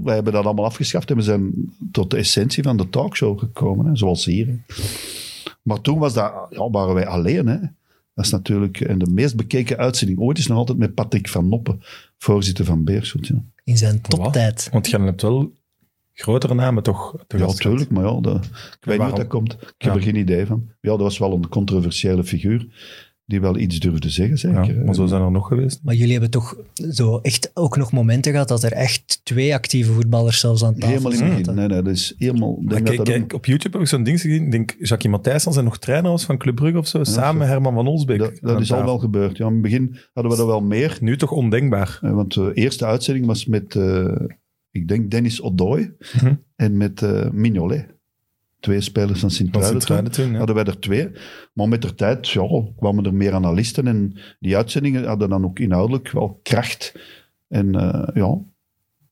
Speaker 3: wij hebben dat allemaal afgeschaft en we zijn tot de essentie van de talkshow gekomen, hè, zoals hier. hè. Maar toen was dat, ja, waren wij alleen. Hè. Dat is natuurlijk en de meest bekeken uitzending ooit is nog altijd met Patrick van Noppen, voorzitter van Beerschot. Ja,
Speaker 2: In zijn toptijd.
Speaker 1: Want je hebt wel grotere namen toch te
Speaker 3: ja
Speaker 1: gast gehad.
Speaker 3: natuurlijk, maar ja, dat, ik weet niet
Speaker 1: waarom?
Speaker 3: hoe dat komt. Ik heb
Speaker 1: Ja.
Speaker 3: er geen idee van. Ja, dat was wel een controversiële figuur. die wel iets durfden zeggen, zeker.
Speaker 1: Ja, maar zo zijn er nog geweest.
Speaker 2: Maar jullie hebben toch zo echt ook nog momenten gehad dat er echt twee actieve voetballers zelfs aan tafel
Speaker 3: helemaal in het
Speaker 2: zaten.
Speaker 3: begin. Nee, nee, dat is helemaal... ik Denk dat
Speaker 1: kijk,
Speaker 3: dat ook-
Speaker 1: kijk, op YouTube heb ik zo'n ding gezien. Ik denk, Jackie Matthijs, als hij nog trainer was van Club Brugge of zo, samen met Herman van Olsbeek.
Speaker 3: dat, dat
Speaker 1: aan
Speaker 3: is al
Speaker 1: tafel.
Speaker 3: wel gebeurd. Ja, in het begin hadden we er wel meer.
Speaker 1: Nu toch ondenkbaar.
Speaker 3: Eh, Want de eerste uitzending was met, eh, ik denk, Dennis Odoi
Speaker 1: Mhm.
Speaker 3: en met eh, Mignolet. Twee spelers van
Speaker 1: Van
Speaker 3: Sint-Truiden. toen.
Speaker 1: Sint-Truiden toen, ja.
Speaker 3: Hadden wij er twee. Maar met de tijd ja, kwamen er meer analisten. En die uitzendingen hadden dan ook inhoudelijk wel kracht. En, eh, ja.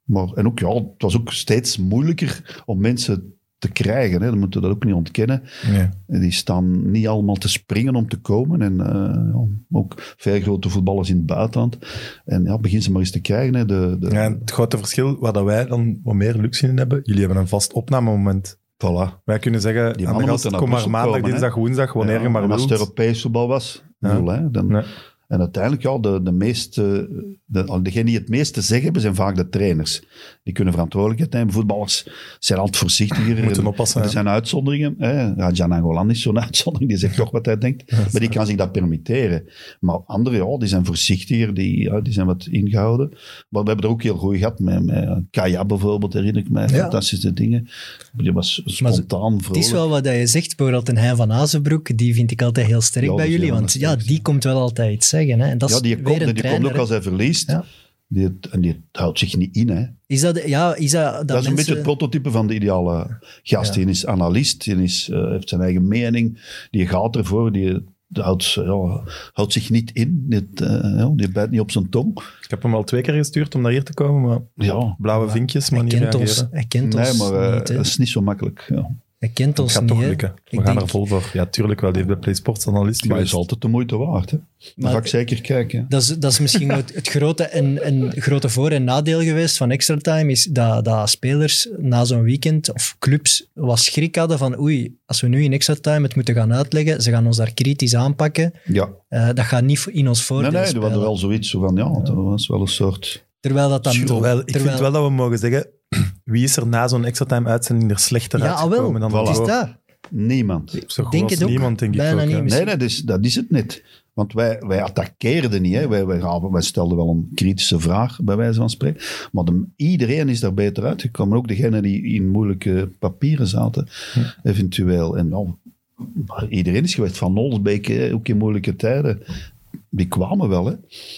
Speaker 3: maar, en ook, ja, het was ook steeds moeilijker om mensen te krijgen. Hè. Dan moeten we dat ook niet ontkennen.
Speaker 1: Nee.
Speaker 3: En Die staan niet allemaal te springen om te komen. En eh, ja, ook veel grote voetballers in het buitenland. En ja, begin ze maar eens te krijgen. Hè. De, de,
Speaker 1: Ja, en het grote verschil waar dat wij dan wat meer luxe in hebben, jullie hebben een vast opnamemoment.
Speaker 3: Voilà.
Speaker 1: Wij kunnen zeggen,
Speaker 3: Die
Speaker 1: aan de
Speaker 3: mannen
Speaker 1: gast,
Speaker 3: moeten naar
Speaker 1: kom maar
Speaker 3: Brussel
Speaker 1: maandag,
Speaker 3: komen, hè.
Speaker 1: dinsdag, woensdag, wanneer
Speaker 3: Ja,
Speaker 1: je maar
Speaker 3: en als het
Speaker 1: wilt.
Speaker 3: Europees voetbal was,
Speaker 1: Ja.
Speaker 3: nul, hè, dan,
Speaker 1: Nee.
Speaker 3: En uiteindelijk, ja, de, de meeste, de, degenen die het meest te zeggen hebben, zijn vaak de trainers. Die kunnen verantwoordelijkheid nemen. Voetballers zijn altijd voorzichtiger.
Speaker 1: Moeten
Speaker 3: En
Speaker 1: oppassen,
Speaker 3: Er
Speaker 1: hè.
Speaker 3: zijn uitzonderingen. Hè. Ja, Jan Angolan is zo'n uitzondering, die zegt toch wat hij denkt. maar die kan zich dat permitteren. Maar anderen, ja, die zijn voorzichtiger, die, ja, die zijn wat ingehouden. Maar we hebben er ook heel goed gehad met, met Kaya bijvoorbeeld, herinner ik mij.
Speaker 2: Ja.
Speaker 3: Fantastische dingen. Die was spontaan,
Speaker 2: Het is
Speaker 3: vrolijk.
Speaker 2: wel wat je zegt, bijvoorbeeld een Hein van Azenbroek, die vind ik altijd heel sterk
Speaker 3: Ja, dat
Speaker 2: bij
Speaker 3: is
Speaker 2: jullie,
Speaker 3: heel
Speaker 2: want
Speaker 3: sterk,
Speaker 2: ja, die komt wel altijd iets zeggen. Hè. En dat
Speaker 3: Ja,
Speaker 2: is
Speaker 3: die
Speaker 2: weer
Speaker 3: komt,
Speaker 2: een
Speaker 3: en die komt
Speaker 2: trainer,
Speaker 3: ook als hij verliest.
Speaker 2: Ja.
Speaker 3: Die, en die houdt zich niet in, hè.
Speaker 2: Is dat, ja, is dat, dat,
Speaker 3: Dat, is
Speaker 2: mensen-
Speaker 3: een beetje het prototype van de ideale gast. Die is analist, die is, eh, heeft zijn eigen mening, die gaat ervoor, die houdt, ja, houdt zich niet in, die, eh, ja, die bijt niet op zijn tong.
Speaker 1: Ik heb hem al twee keer gestuurd om naar hier te komen, maar
Speaker 3: Ja,
Speaker 1: blauwe vinkjes, maar
Speaker 2: Hij
Speaker 1: niet
Speaker 2: kent ons,
Speaker 1: reageren.
Speaker 2: hij kent
Speaker 3: nee,
Speaker 2: ons
Speaker 3: maar eh,
Speaker 2: niet. hè.
Speaker 3: dat is niet zo makkelijk. Ja.
Speaker 2: Hij kent
Speaker 1: Het
Speaker 2: ons
Speaker 1: gaat
Speaker 2: niet.
Speaker 1: toch
Speaker 2: hè.
Speaker 1: lukken. We
Speaker 2: Ik
Speaker 1: gaan er
Speaker 2: denk-
Speaker 1: vol voor. Ja, tuurlijk wel. Die heeft bij PlaySports analist
Speaker 3: Maar het
Speaker 1: geweest.
Speaker 3: is altijd de moeite waard. Hè. Dan
Speaker 2: Maar-
Speaker 3: ga ik zeker kijken. hè.
Speaker 2: Dat is, dat is misschien het, het grote, en, en grote voor- en nadeel geweest van extra time, is dat, dat spelers na zo'n weekend of clubs wat schrik hadden van oei, als we nu in extra time het moeten gaan uitleggen, ze gaan ons daar kritisch aanpakken,
Speaker 3: Ja.
Speaker 2: eh, dat gaat niet in ons voordeel
Speaker 3: Nee, nee, we
Speaker 2: spelen.
Speaker 3: hadden wel zoiets zo van, ja, dat was wel een soort...
Speaker 2: Terwijl dat dan...
Speaker 1: Terwijl, ik
Speaker 2: terwijl-
Speaker 1: vind wel dat we mogen zeggen, wie is er na zo'n extra time uitzending er slechter
Speaker 2: Ja, al
Speaker 1: uitgekomen
Speaker 2: wel.
Speaker 1: dan
Speaker 2: Het is
Speaker 1: daarvoor?
Speaker 2: dat.
Speaker 3: Niemand.
Speaker 1: Zo goed
Speaker 2: Denk
Speaker 1: als
Speaker 2: het ook.
Speaker 1: niemand, denk ik
Speaker 2: Bijna
Speaker 1: ook,
Speaker 2: niet
Speaker 1: ja.
Speaker 2: meer.
Speaker 3: Nee, nee, dus, dat is het niet. Want wij, wij attaqueerden niet. Hè. Wij, wij, gaven- wij stelden wel een kritische vraag, bij wijze van spreken. Maar de- iedereen is daar beter uitgekomen. Ook degenen die in moeilijke papieren zaten, eventueel. En nou, maar iedereen is geweest. Van Olsbeek, hè, ook in moeilijke tijden. Die kwamen wel, hè.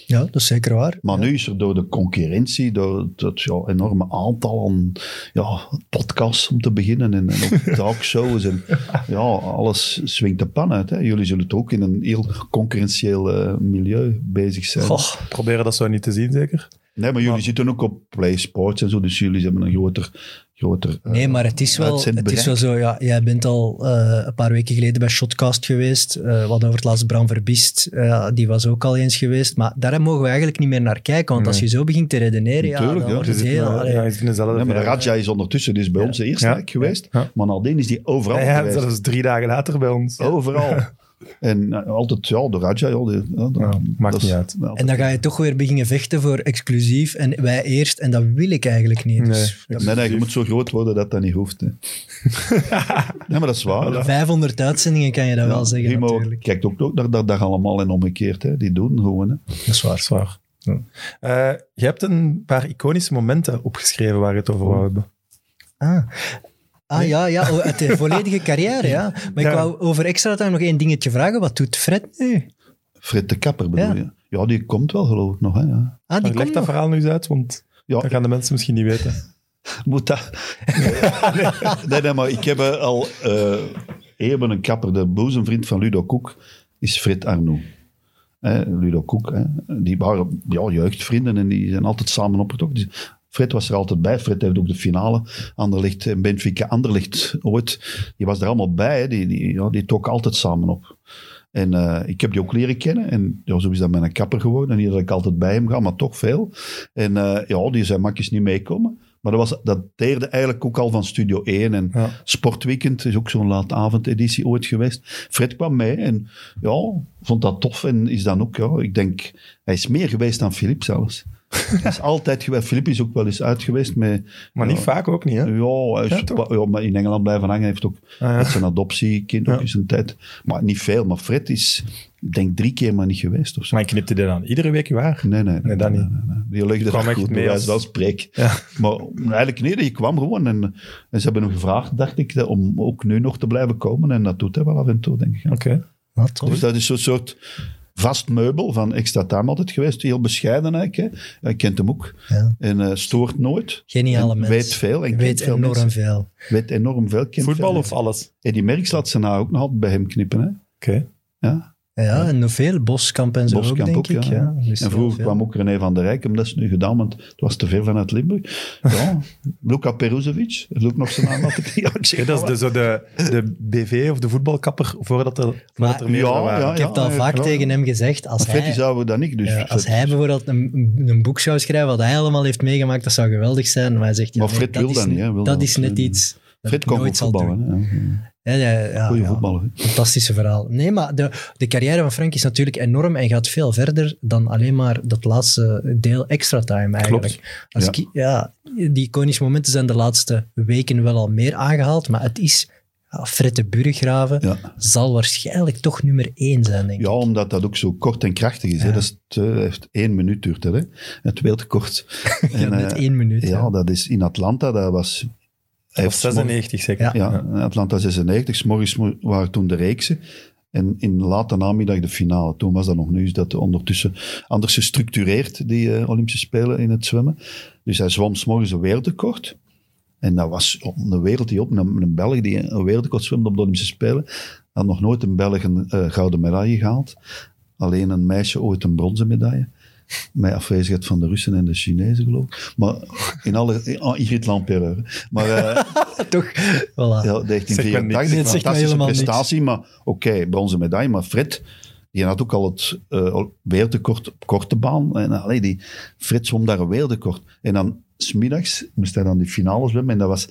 Speaker 2: Ja, dat is zeker waar.
Speaker 3: Maar nu is er door de concurrentie, door dat ja, enorme aantal aan ja, podcasts om te beginnen en, en ook talkshows en ja, alles swingt de pan uit. Hè. Jullie zullen het ook in een heel concurrentieel eh, milieu bezig zijn.
Speaker 1: Goh, proberen dat zo niet te zien, zeker?
Speaker 3: Nee, maar jullie zitten ook op Play Sports en zo, dus jullie hebben een groter... groter eh,
Speaker 2: Nee, maar het is wel, het
Speaker 3: uitzendbereik.
Speaker 2: is wel zo. Ja, jij bent al eh, een paar weken geleden bij Shotcast geweest. Eh, we hadden over het laatst Bram Verbist. eh, die was ook al eens geweest. Maar daar mogen we eigenlijk niet meer naar kijken. Want als je zo begint te redeneren, ja, dan
Speaker 3: Natuurlijk, ja.
Speaker 1: Ze
Speaker 2: wordt het
Speaker 1: zitten,
Speaker 2: heel...
Speaker 1: eh,
Speaker 2: allee.
Speaker 1: ja, ze doen dezelfde
Speaker 3: Nee, maar de
Speaker 1: vijf.
Speaker 3: Radja is ondertussen, die is bij ons de eerste
Speaker 1: Ja.
Speaker 3: eigenlijk geweest.
Speaker 1: Ja.
Speaker 3: Maar nadien is die overal
Speaker 1: Ja, ja,
Speaker 3: geweest.
Speaker 1: zelfs drie dagen later bij ons.
Speaker 3: Overal. En eh, altijd, ja, de Radja, ja, die- ja, dat-
Speaker 1: Nou, maakt
Speaker 3: dat is-
Speaker 1: niet uit.
Speaker 3: nou,
Speaker 2: En dan ga je toch weer beginnen vechten voor exclusief. En wij eerst. En dat wil ik eigenlijk niet. Dus dat-
Speaker 3: Nee, nee, je moet zo groot worden dat dat niet hoeft. Hè. nee, maar dat is waar. Ja.
Speaker 2: 500 uitzendingen kan je dat wel zeggen
Speaker 3: Remo
Speaker 2: natuurlijk.
Speaker 3: kijkt ook, ook naar dat dag allemaal en omgekeerd. Hè. Die doen gewoon. Hè.
Speaker 1: Dat is waar. zwaar. je hebt een paar iconische momenten opgeschreven waar je het over wou hebben.
Speaker 2: Ah. Ah ja, ja, oh, uit de volledige carrière, ja. Maar
Speaker 1: Ja.
Speaker 2: ik wou over extra time nog één dingetje vragen. Wat doet Fred nu?
Speaker 3: Fred de Kapper bedoel
Speaker 2: Ja.
Speaker 3: je? Ja, die komt wel geloof ik nog. Hè, ja.
Speaker 1: Maar
Speaker 2: Ah, die
Speaker 1: leg
Speaker 2: komt
Speaker 1: dat
Speaker 2: nog.
Speaker 1: verhaal nu eens uit, want
Speaker 3: Ja,
Speaker 1: dat gaan de mensen misschien niet weten.
Speaker 3: moet dat... nee, nee, maar ik heb eh, al eh even een kapper. De boezemvriend van Ludo Koek is Fred Arnoux. Hè, Ludo Koek, hè. die waren ja, jeugdvrienden en die zijn altijd samen opgetrokken. Dus Fred was er altijd bij. Fred heeft ook de finale Anderlecht en Benfica Anderlecht ooit. Die was er allemaal bij. Hè. Die, die, ja, die trok altijd samen op. En eh, ik heb die ook leren kennen. En ja, zo is dat met een kapper geworden. En hier dat ik altijd bij hem ga, maar toch veel. En eh, ja, die zijn makjes niet meekomen. Maar dat, was, dat deerde eigenlijk ook al van Studio 1. En
Speaker 1: Ja.
Speaker 3: Sportweekend is ook zo'n laatavondeditie ooit geweest. Fred kwam mee en ja, vond dat tof. En is dan ook, ja, ik denk, hij is meer geweest dan Filip zelfs. hij is altijd geweest. Filip is ook wel eens uit geweest met...
Speaker 1: Maar
Speaker 3: ja,
Speaker 1: niet vaak ook niet, hè?
Speaker 3: ja, hij is-
Speaker 1: Ja, toch?
Speaker 3: ja, maar in Engeland blijven hangen. Hij heeft ook
Speaker 1: Ah, ja.
Speaker 3: met zijn adoptiekind ook
Speaker 1: Ja.
Speaker 3: eens een tijd. Maar niet veel. Maar Fred is ik denk drie keer maar niet geweest of zo.
Speaker 1: Maar knipte die dan iedere week waar?
Speaker 3: Nee, nee.
Speaker 1: Nee, dat niet.
Speaker 3: Die legde
Speaker 1: kwam
Speaker 3: dat
Speaker 1: echt
Speaker 3: goed
Speaker 1: mee
Speaker 3: mee
Speaker 1: als-
Speaker 3: als... wel spreek.
Speaker 1: Ja.
Speaker 3: Maar eigenlijk nee, die kwam gewoon. En, en ze hebben hem gevraagd, dacht ik, dat- om ook nu nog te blijven komen. En dat doet hij wel af en toe, denk ik. ja.
Speaker 1: Oké.
Speaker 2: Wat tof.
Speaker 3: Dus dat is zo'n soort vast meubel van extra time altijd geweest. Heel bescheiden eigenlijk. Hè. Hij kent hem ook.
Speaker 2: Ja.
Speaker 3: En eh, stoort nooit.
Speaker 2: Geniale
Speaker 3: En
Speaker 2: mens.
Speaker 3: Weet veel. En
Speaker 2: Weet
Speaker 3: kent veel
Speaker 2: enorm
Speaker 3: mensen.
Speaker 2: veel.
Speaker 3: Weet enorm veel. Kent
Speaker 1: Voetbal
Speaker 3: veel
Speaker 1: of
Speaker 3: mensen.
Speaker 1: alles?
Speaker 3: Eddie Merckx laat zijn haar ook nog altijd bij hem knippen. Hè.
Speaker 1: Oké.
Speaker 3: Ja.
Speaker 2: Ja, en nog veel. Boskamp en zo
Speaker 3: Boskamp
Speaker 2: ook,
Speaker 3: ook,
Speaker 2: denk ik.
Speaker 3: ja.
Speaker 2: Ja. Dus
Speaker 3: En
Speaker 2: heel
Speaker 3: vroeger
Speaker 2: veel.
Speaker 3: kwam ook René van der Rijk, maar dat is nu gedaan, want het was te veel vanuit Limburg. Ja, Luka Peruzovic, heeft ook nog zijn naam altijd. Ja, ik zeg
Speaker 1: Ja, dat is de, zo de, de BV of de voetbalkapper voordat er, voordat er
Speaker 2: Maar-
Speaker 1: meer
Speaker 3: Ja,
Speaker 1: waren.
Speaker 3: ja,
Speaker 2: Ik heb
Speaker 3: ja,
Speaker 2: dat
Speaker 3: ja,
Speaker 2: vaak
Speaker 3: ja.
Speaker 2: tegen hem gezegd. Als
Speaker 3: maar Fetty
Speaker 2: hij,
Speaker 3: zouden we dat niet. Dus
Speaker 2: ja, als hij bijvoorbeeld een, een- een boek zou schrijven wat hij allemaal heeft meegemaakt, dat zou geweldig zijn. Maar hij zegt, ja,
Speaker 3: Maar
Speaker 2: nee,
Speaker 3: Fred
Speaker 2: dat
Speaker 3: wil
Speaker 2: is,
Speaker 3: dat niet, hè. Hij wil
Speaker 2: dat
Speaker 3: dat
Speaker 2: is net
Speaker 3: absoluut
Speaker 2: iets dat
Speaker 3: Fred
Speaker 2: ik
Speaker 3: kon
Speaker 2: nooit
Speaker 3: ook
Speaker 2: zal doen.
Speaker 3: voetballen. hè. Ja.
Speaker 2: Ja, ja, ja,
Speaker 3: Goeie
Speaker 2: ja.
Speaker 3: voetballer. hè.
Speaker 2: Fantastische verhaal. Nee, maar de, de carrière van Frank is natuurlijk enorm en gaat veel verder dan alleen maar dat laatste deel extra time eigenlijk. Als
Speaker 3: Ja.
Speaker 2: Ik, ja, die iconische momenten zijn de laatste weken wel al meer aangehaald, maar het is... ja, Fred de Burggraven
Speaker 3: Ja.
Speaker 2: zal waarschijnlijk toch nummer één zijn, denk ik.
Speaker 3: Ja, omdat dat ook zo kort en krachtig is. Hè. Dat is te- heeft één minuut duurt het, hè. Het wil te kort. En,
Speaker 2: Ja, net
Speaker 3: eh,
Speaker 2: één minuut. hè.
Speaker 3: ja, dat is in Atlanta, dat was... hij
Speaker 1: Of
Speaker 3: heeft
Speaker 1: 96 zeker.
Speaker 2: Ja.
Speaker 3: Ja, eh, Atlanta 96. 's Morgens mo- waren toen de reeksen. En in de late namiddag de finale. Toen was dat nog nu. Is dat ondertussen anders gestructureerd, die eh, Olympische Spelen in het zwemmen. Dus hij zwom 's morgens een wereldrecord. En dat was op een wereld die op, een, een Belg die een wereldrecord zwemde op de Olympische Spelen. Had nog nooit een Belg een eh, gouden medaille gehaald. Alleen een meisje ooit een bronzen medaille. Met afwezigheid van de Russen en de Chinezen, geloof ik. Maar in alle... in- ah, Ingrid Lampereur. hè. Maar... eh,
Speaker 2: Toch? Voilà.
Speaker 3: ja,
Speaker 1: Zegt me
Speaker 3: 1984,
Speaker 1: niks.
Speaker 3: een
Speaker 2: Dit zegt me
Speaker 3: fantastische
Speaker 2: helemaal niks.
Speaker 3: prestatie. Maar oké, bronzen medaille. Maar Fred, die had ook al het eh wereldtekort op korte baan. En allee, die, Fred zwom daar een wereldtekort. En dan smiddags moest hij dan die finale zwemmen. En dat was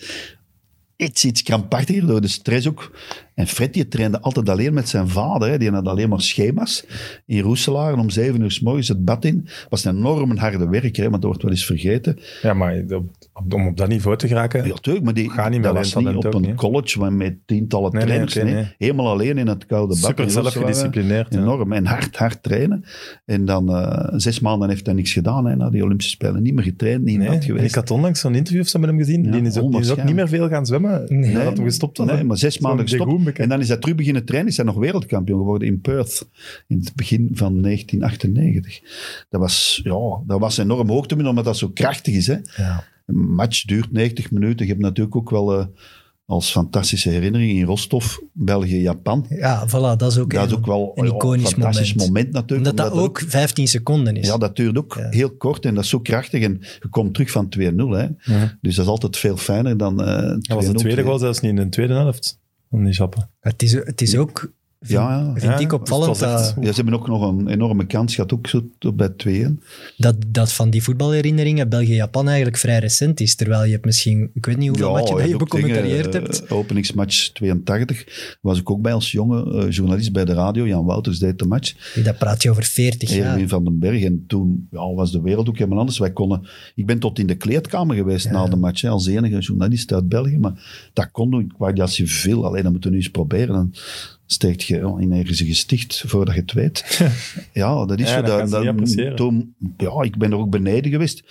Speaker 3: iets, iets krampachtiger door de stress ook. En Fred die trainde altijd alleen met zijn vader. Hè. Die had alleen maar schema's. In Roeselaar om zeven uur s morgens het bad in. Was een enorm harde werker, hè, want dat wordt wel eens vergeten.
Speaker 1: Ja, maar op- op- om op dat niveau te geraken.
Speaker 3: Ja, tuurlijk, maar die,
Speaker 1: Ga niet
Speaker 3: dat
Speaker 1: met
Speaker 3: was
Speaker 1: alleen
Speaker 3: niet op
Speaker 1: talent ook,
Speaker 3: een
Speaker 1: hè?
Speaker 3: college maar met tientallen
Speaker 1: Nee, nee,
Speaker 3: trainers.
Speaker 1: oké,
Speaker 3: nee.
Speaker 1: nee.
Speaker 3: Helemaal alleen in het koude bad.
Speaker 1: Super
Speaker 3: in
Speaker 1: zelf
Speaker 3: Roeselare.
Speaker 1: gedisciplineerd, ja.
Speaker 3: eh, Enorm. En hard, hard trainen. En dan eh, zes maanden heeft hij niks gedaan hè, na die Olympische Spelen. Niet meer getraind, niet in
Speaker 1: Nee,
Speaker 3: bad
Speaker 1: en ik
Speaker 3: geweest.
Speaker 1: had onlangs zo'n interview of zo met hem gezien.
Speaker 3: Ja,
Speaker 1: die, is ook, die is ook niet meer
Speaker 3: onwaarschijnlijk.
Speaker 1: veel gaan zwemmen
Speaker 2: Nee.
Speaker 1: nadat hij gestopt had.
Speaker 3: Nee,
Speaker 1: hè.
Speaker 3: maar zes
Speaker 1: Zo'n
Speaker 3: maanden gestopt.
Speaker 1: degoembeke.
Speaker 3: En dan is hij terug beginnen trainen. Is hij nog wereldkampioen geworden in Perth. In het begin van 1998. Dat was, ja, dat was een enorm hoogtepunt, omdat dat zo krachtig is. Hè.
Speaker 2: Ja.
Speaker 3: Een match duurt 90 minuten. Je hebt natuurlijk ook wel eh, als fantastische herinnering in Rostov, België-Japan.
Speaker 2: Ja, voilà, dat is ook,
Speaker 3: Dat is
Speaker 2: een-
Speaker 3: ook wel
Speaker 2: een
Speaker 3: ja,
Speaker 2: iconisch
Speaker 3: een fantastisch moment,
Speaker 2: moment.
Speaker 3: natuurlijk.
Speaker 2: Omdat dat
Speaker 3: omdat
Speaker 2: ook 15 seconden is.
Speaker 3: Ja, dat duurt ook
Speaker 2: Ja.
Speaker 3: heel kort en dat is zo krachtig. En je komt terug van 2-0. Hè.
Speaker 1: Ja.
Speaker 3: Dus dat is altijd veel fijner dan eh 2-0.
Speaker 1: Dat was de tweede goal zelfs niet in de tweede helft. Om die jappen.
Speaker 2: Het, is, het is ook, vind,
Speaker 3: Ja, ja.
Speaker 2: vind
Speaker 1: Ja,
Speaker 2: ik opvallend,
Speaker 1: dus het was echt-
Speaker 2: dat,
Speaker 3: Ja, ze hebben ook nog een enorme kans gehad, ook zo tot bij 2-1.
Speaker 2: dat, dat van die voetbalherinneringen België-Japan eigenlijk vrij recent is. Terwijl je hebt misschien, ik weet niet hoeveel wat je
Speaker 3: en
Speaker 2: bij je
Speaker 3: ook
Speaker 2: becommentarieerd
Speaker 3: dingen,
Speaker 2: hebt.
Speaker 3: eh, openingsmatch 82 was ik ook bij als jonge eh, journalist bij de radio. Jan Wouters deed de match.
Speaker 2: Dat praat je over 40 jaar.
Speaker 3: Erwin van den Berg. En toen ja, was de wereld ook helemaal anders. Wij konden, ik ben tot in de kleedkamer geweest na de match, hè, als enige journalist uit België. Maar dat kon doen. Ik wou dat ze veel. Alleen dat moeten we nu eens proberen. Dan steekt je ja, in ergens een gesticht voordat je het weet. ja, dat is
Speaker 1: Ja,
Speaker 3: zo.
Speaker 1: dat gaan ze niet appreciëren.
Speaker 3: toen, ja, ik ben er ook beneden geweest.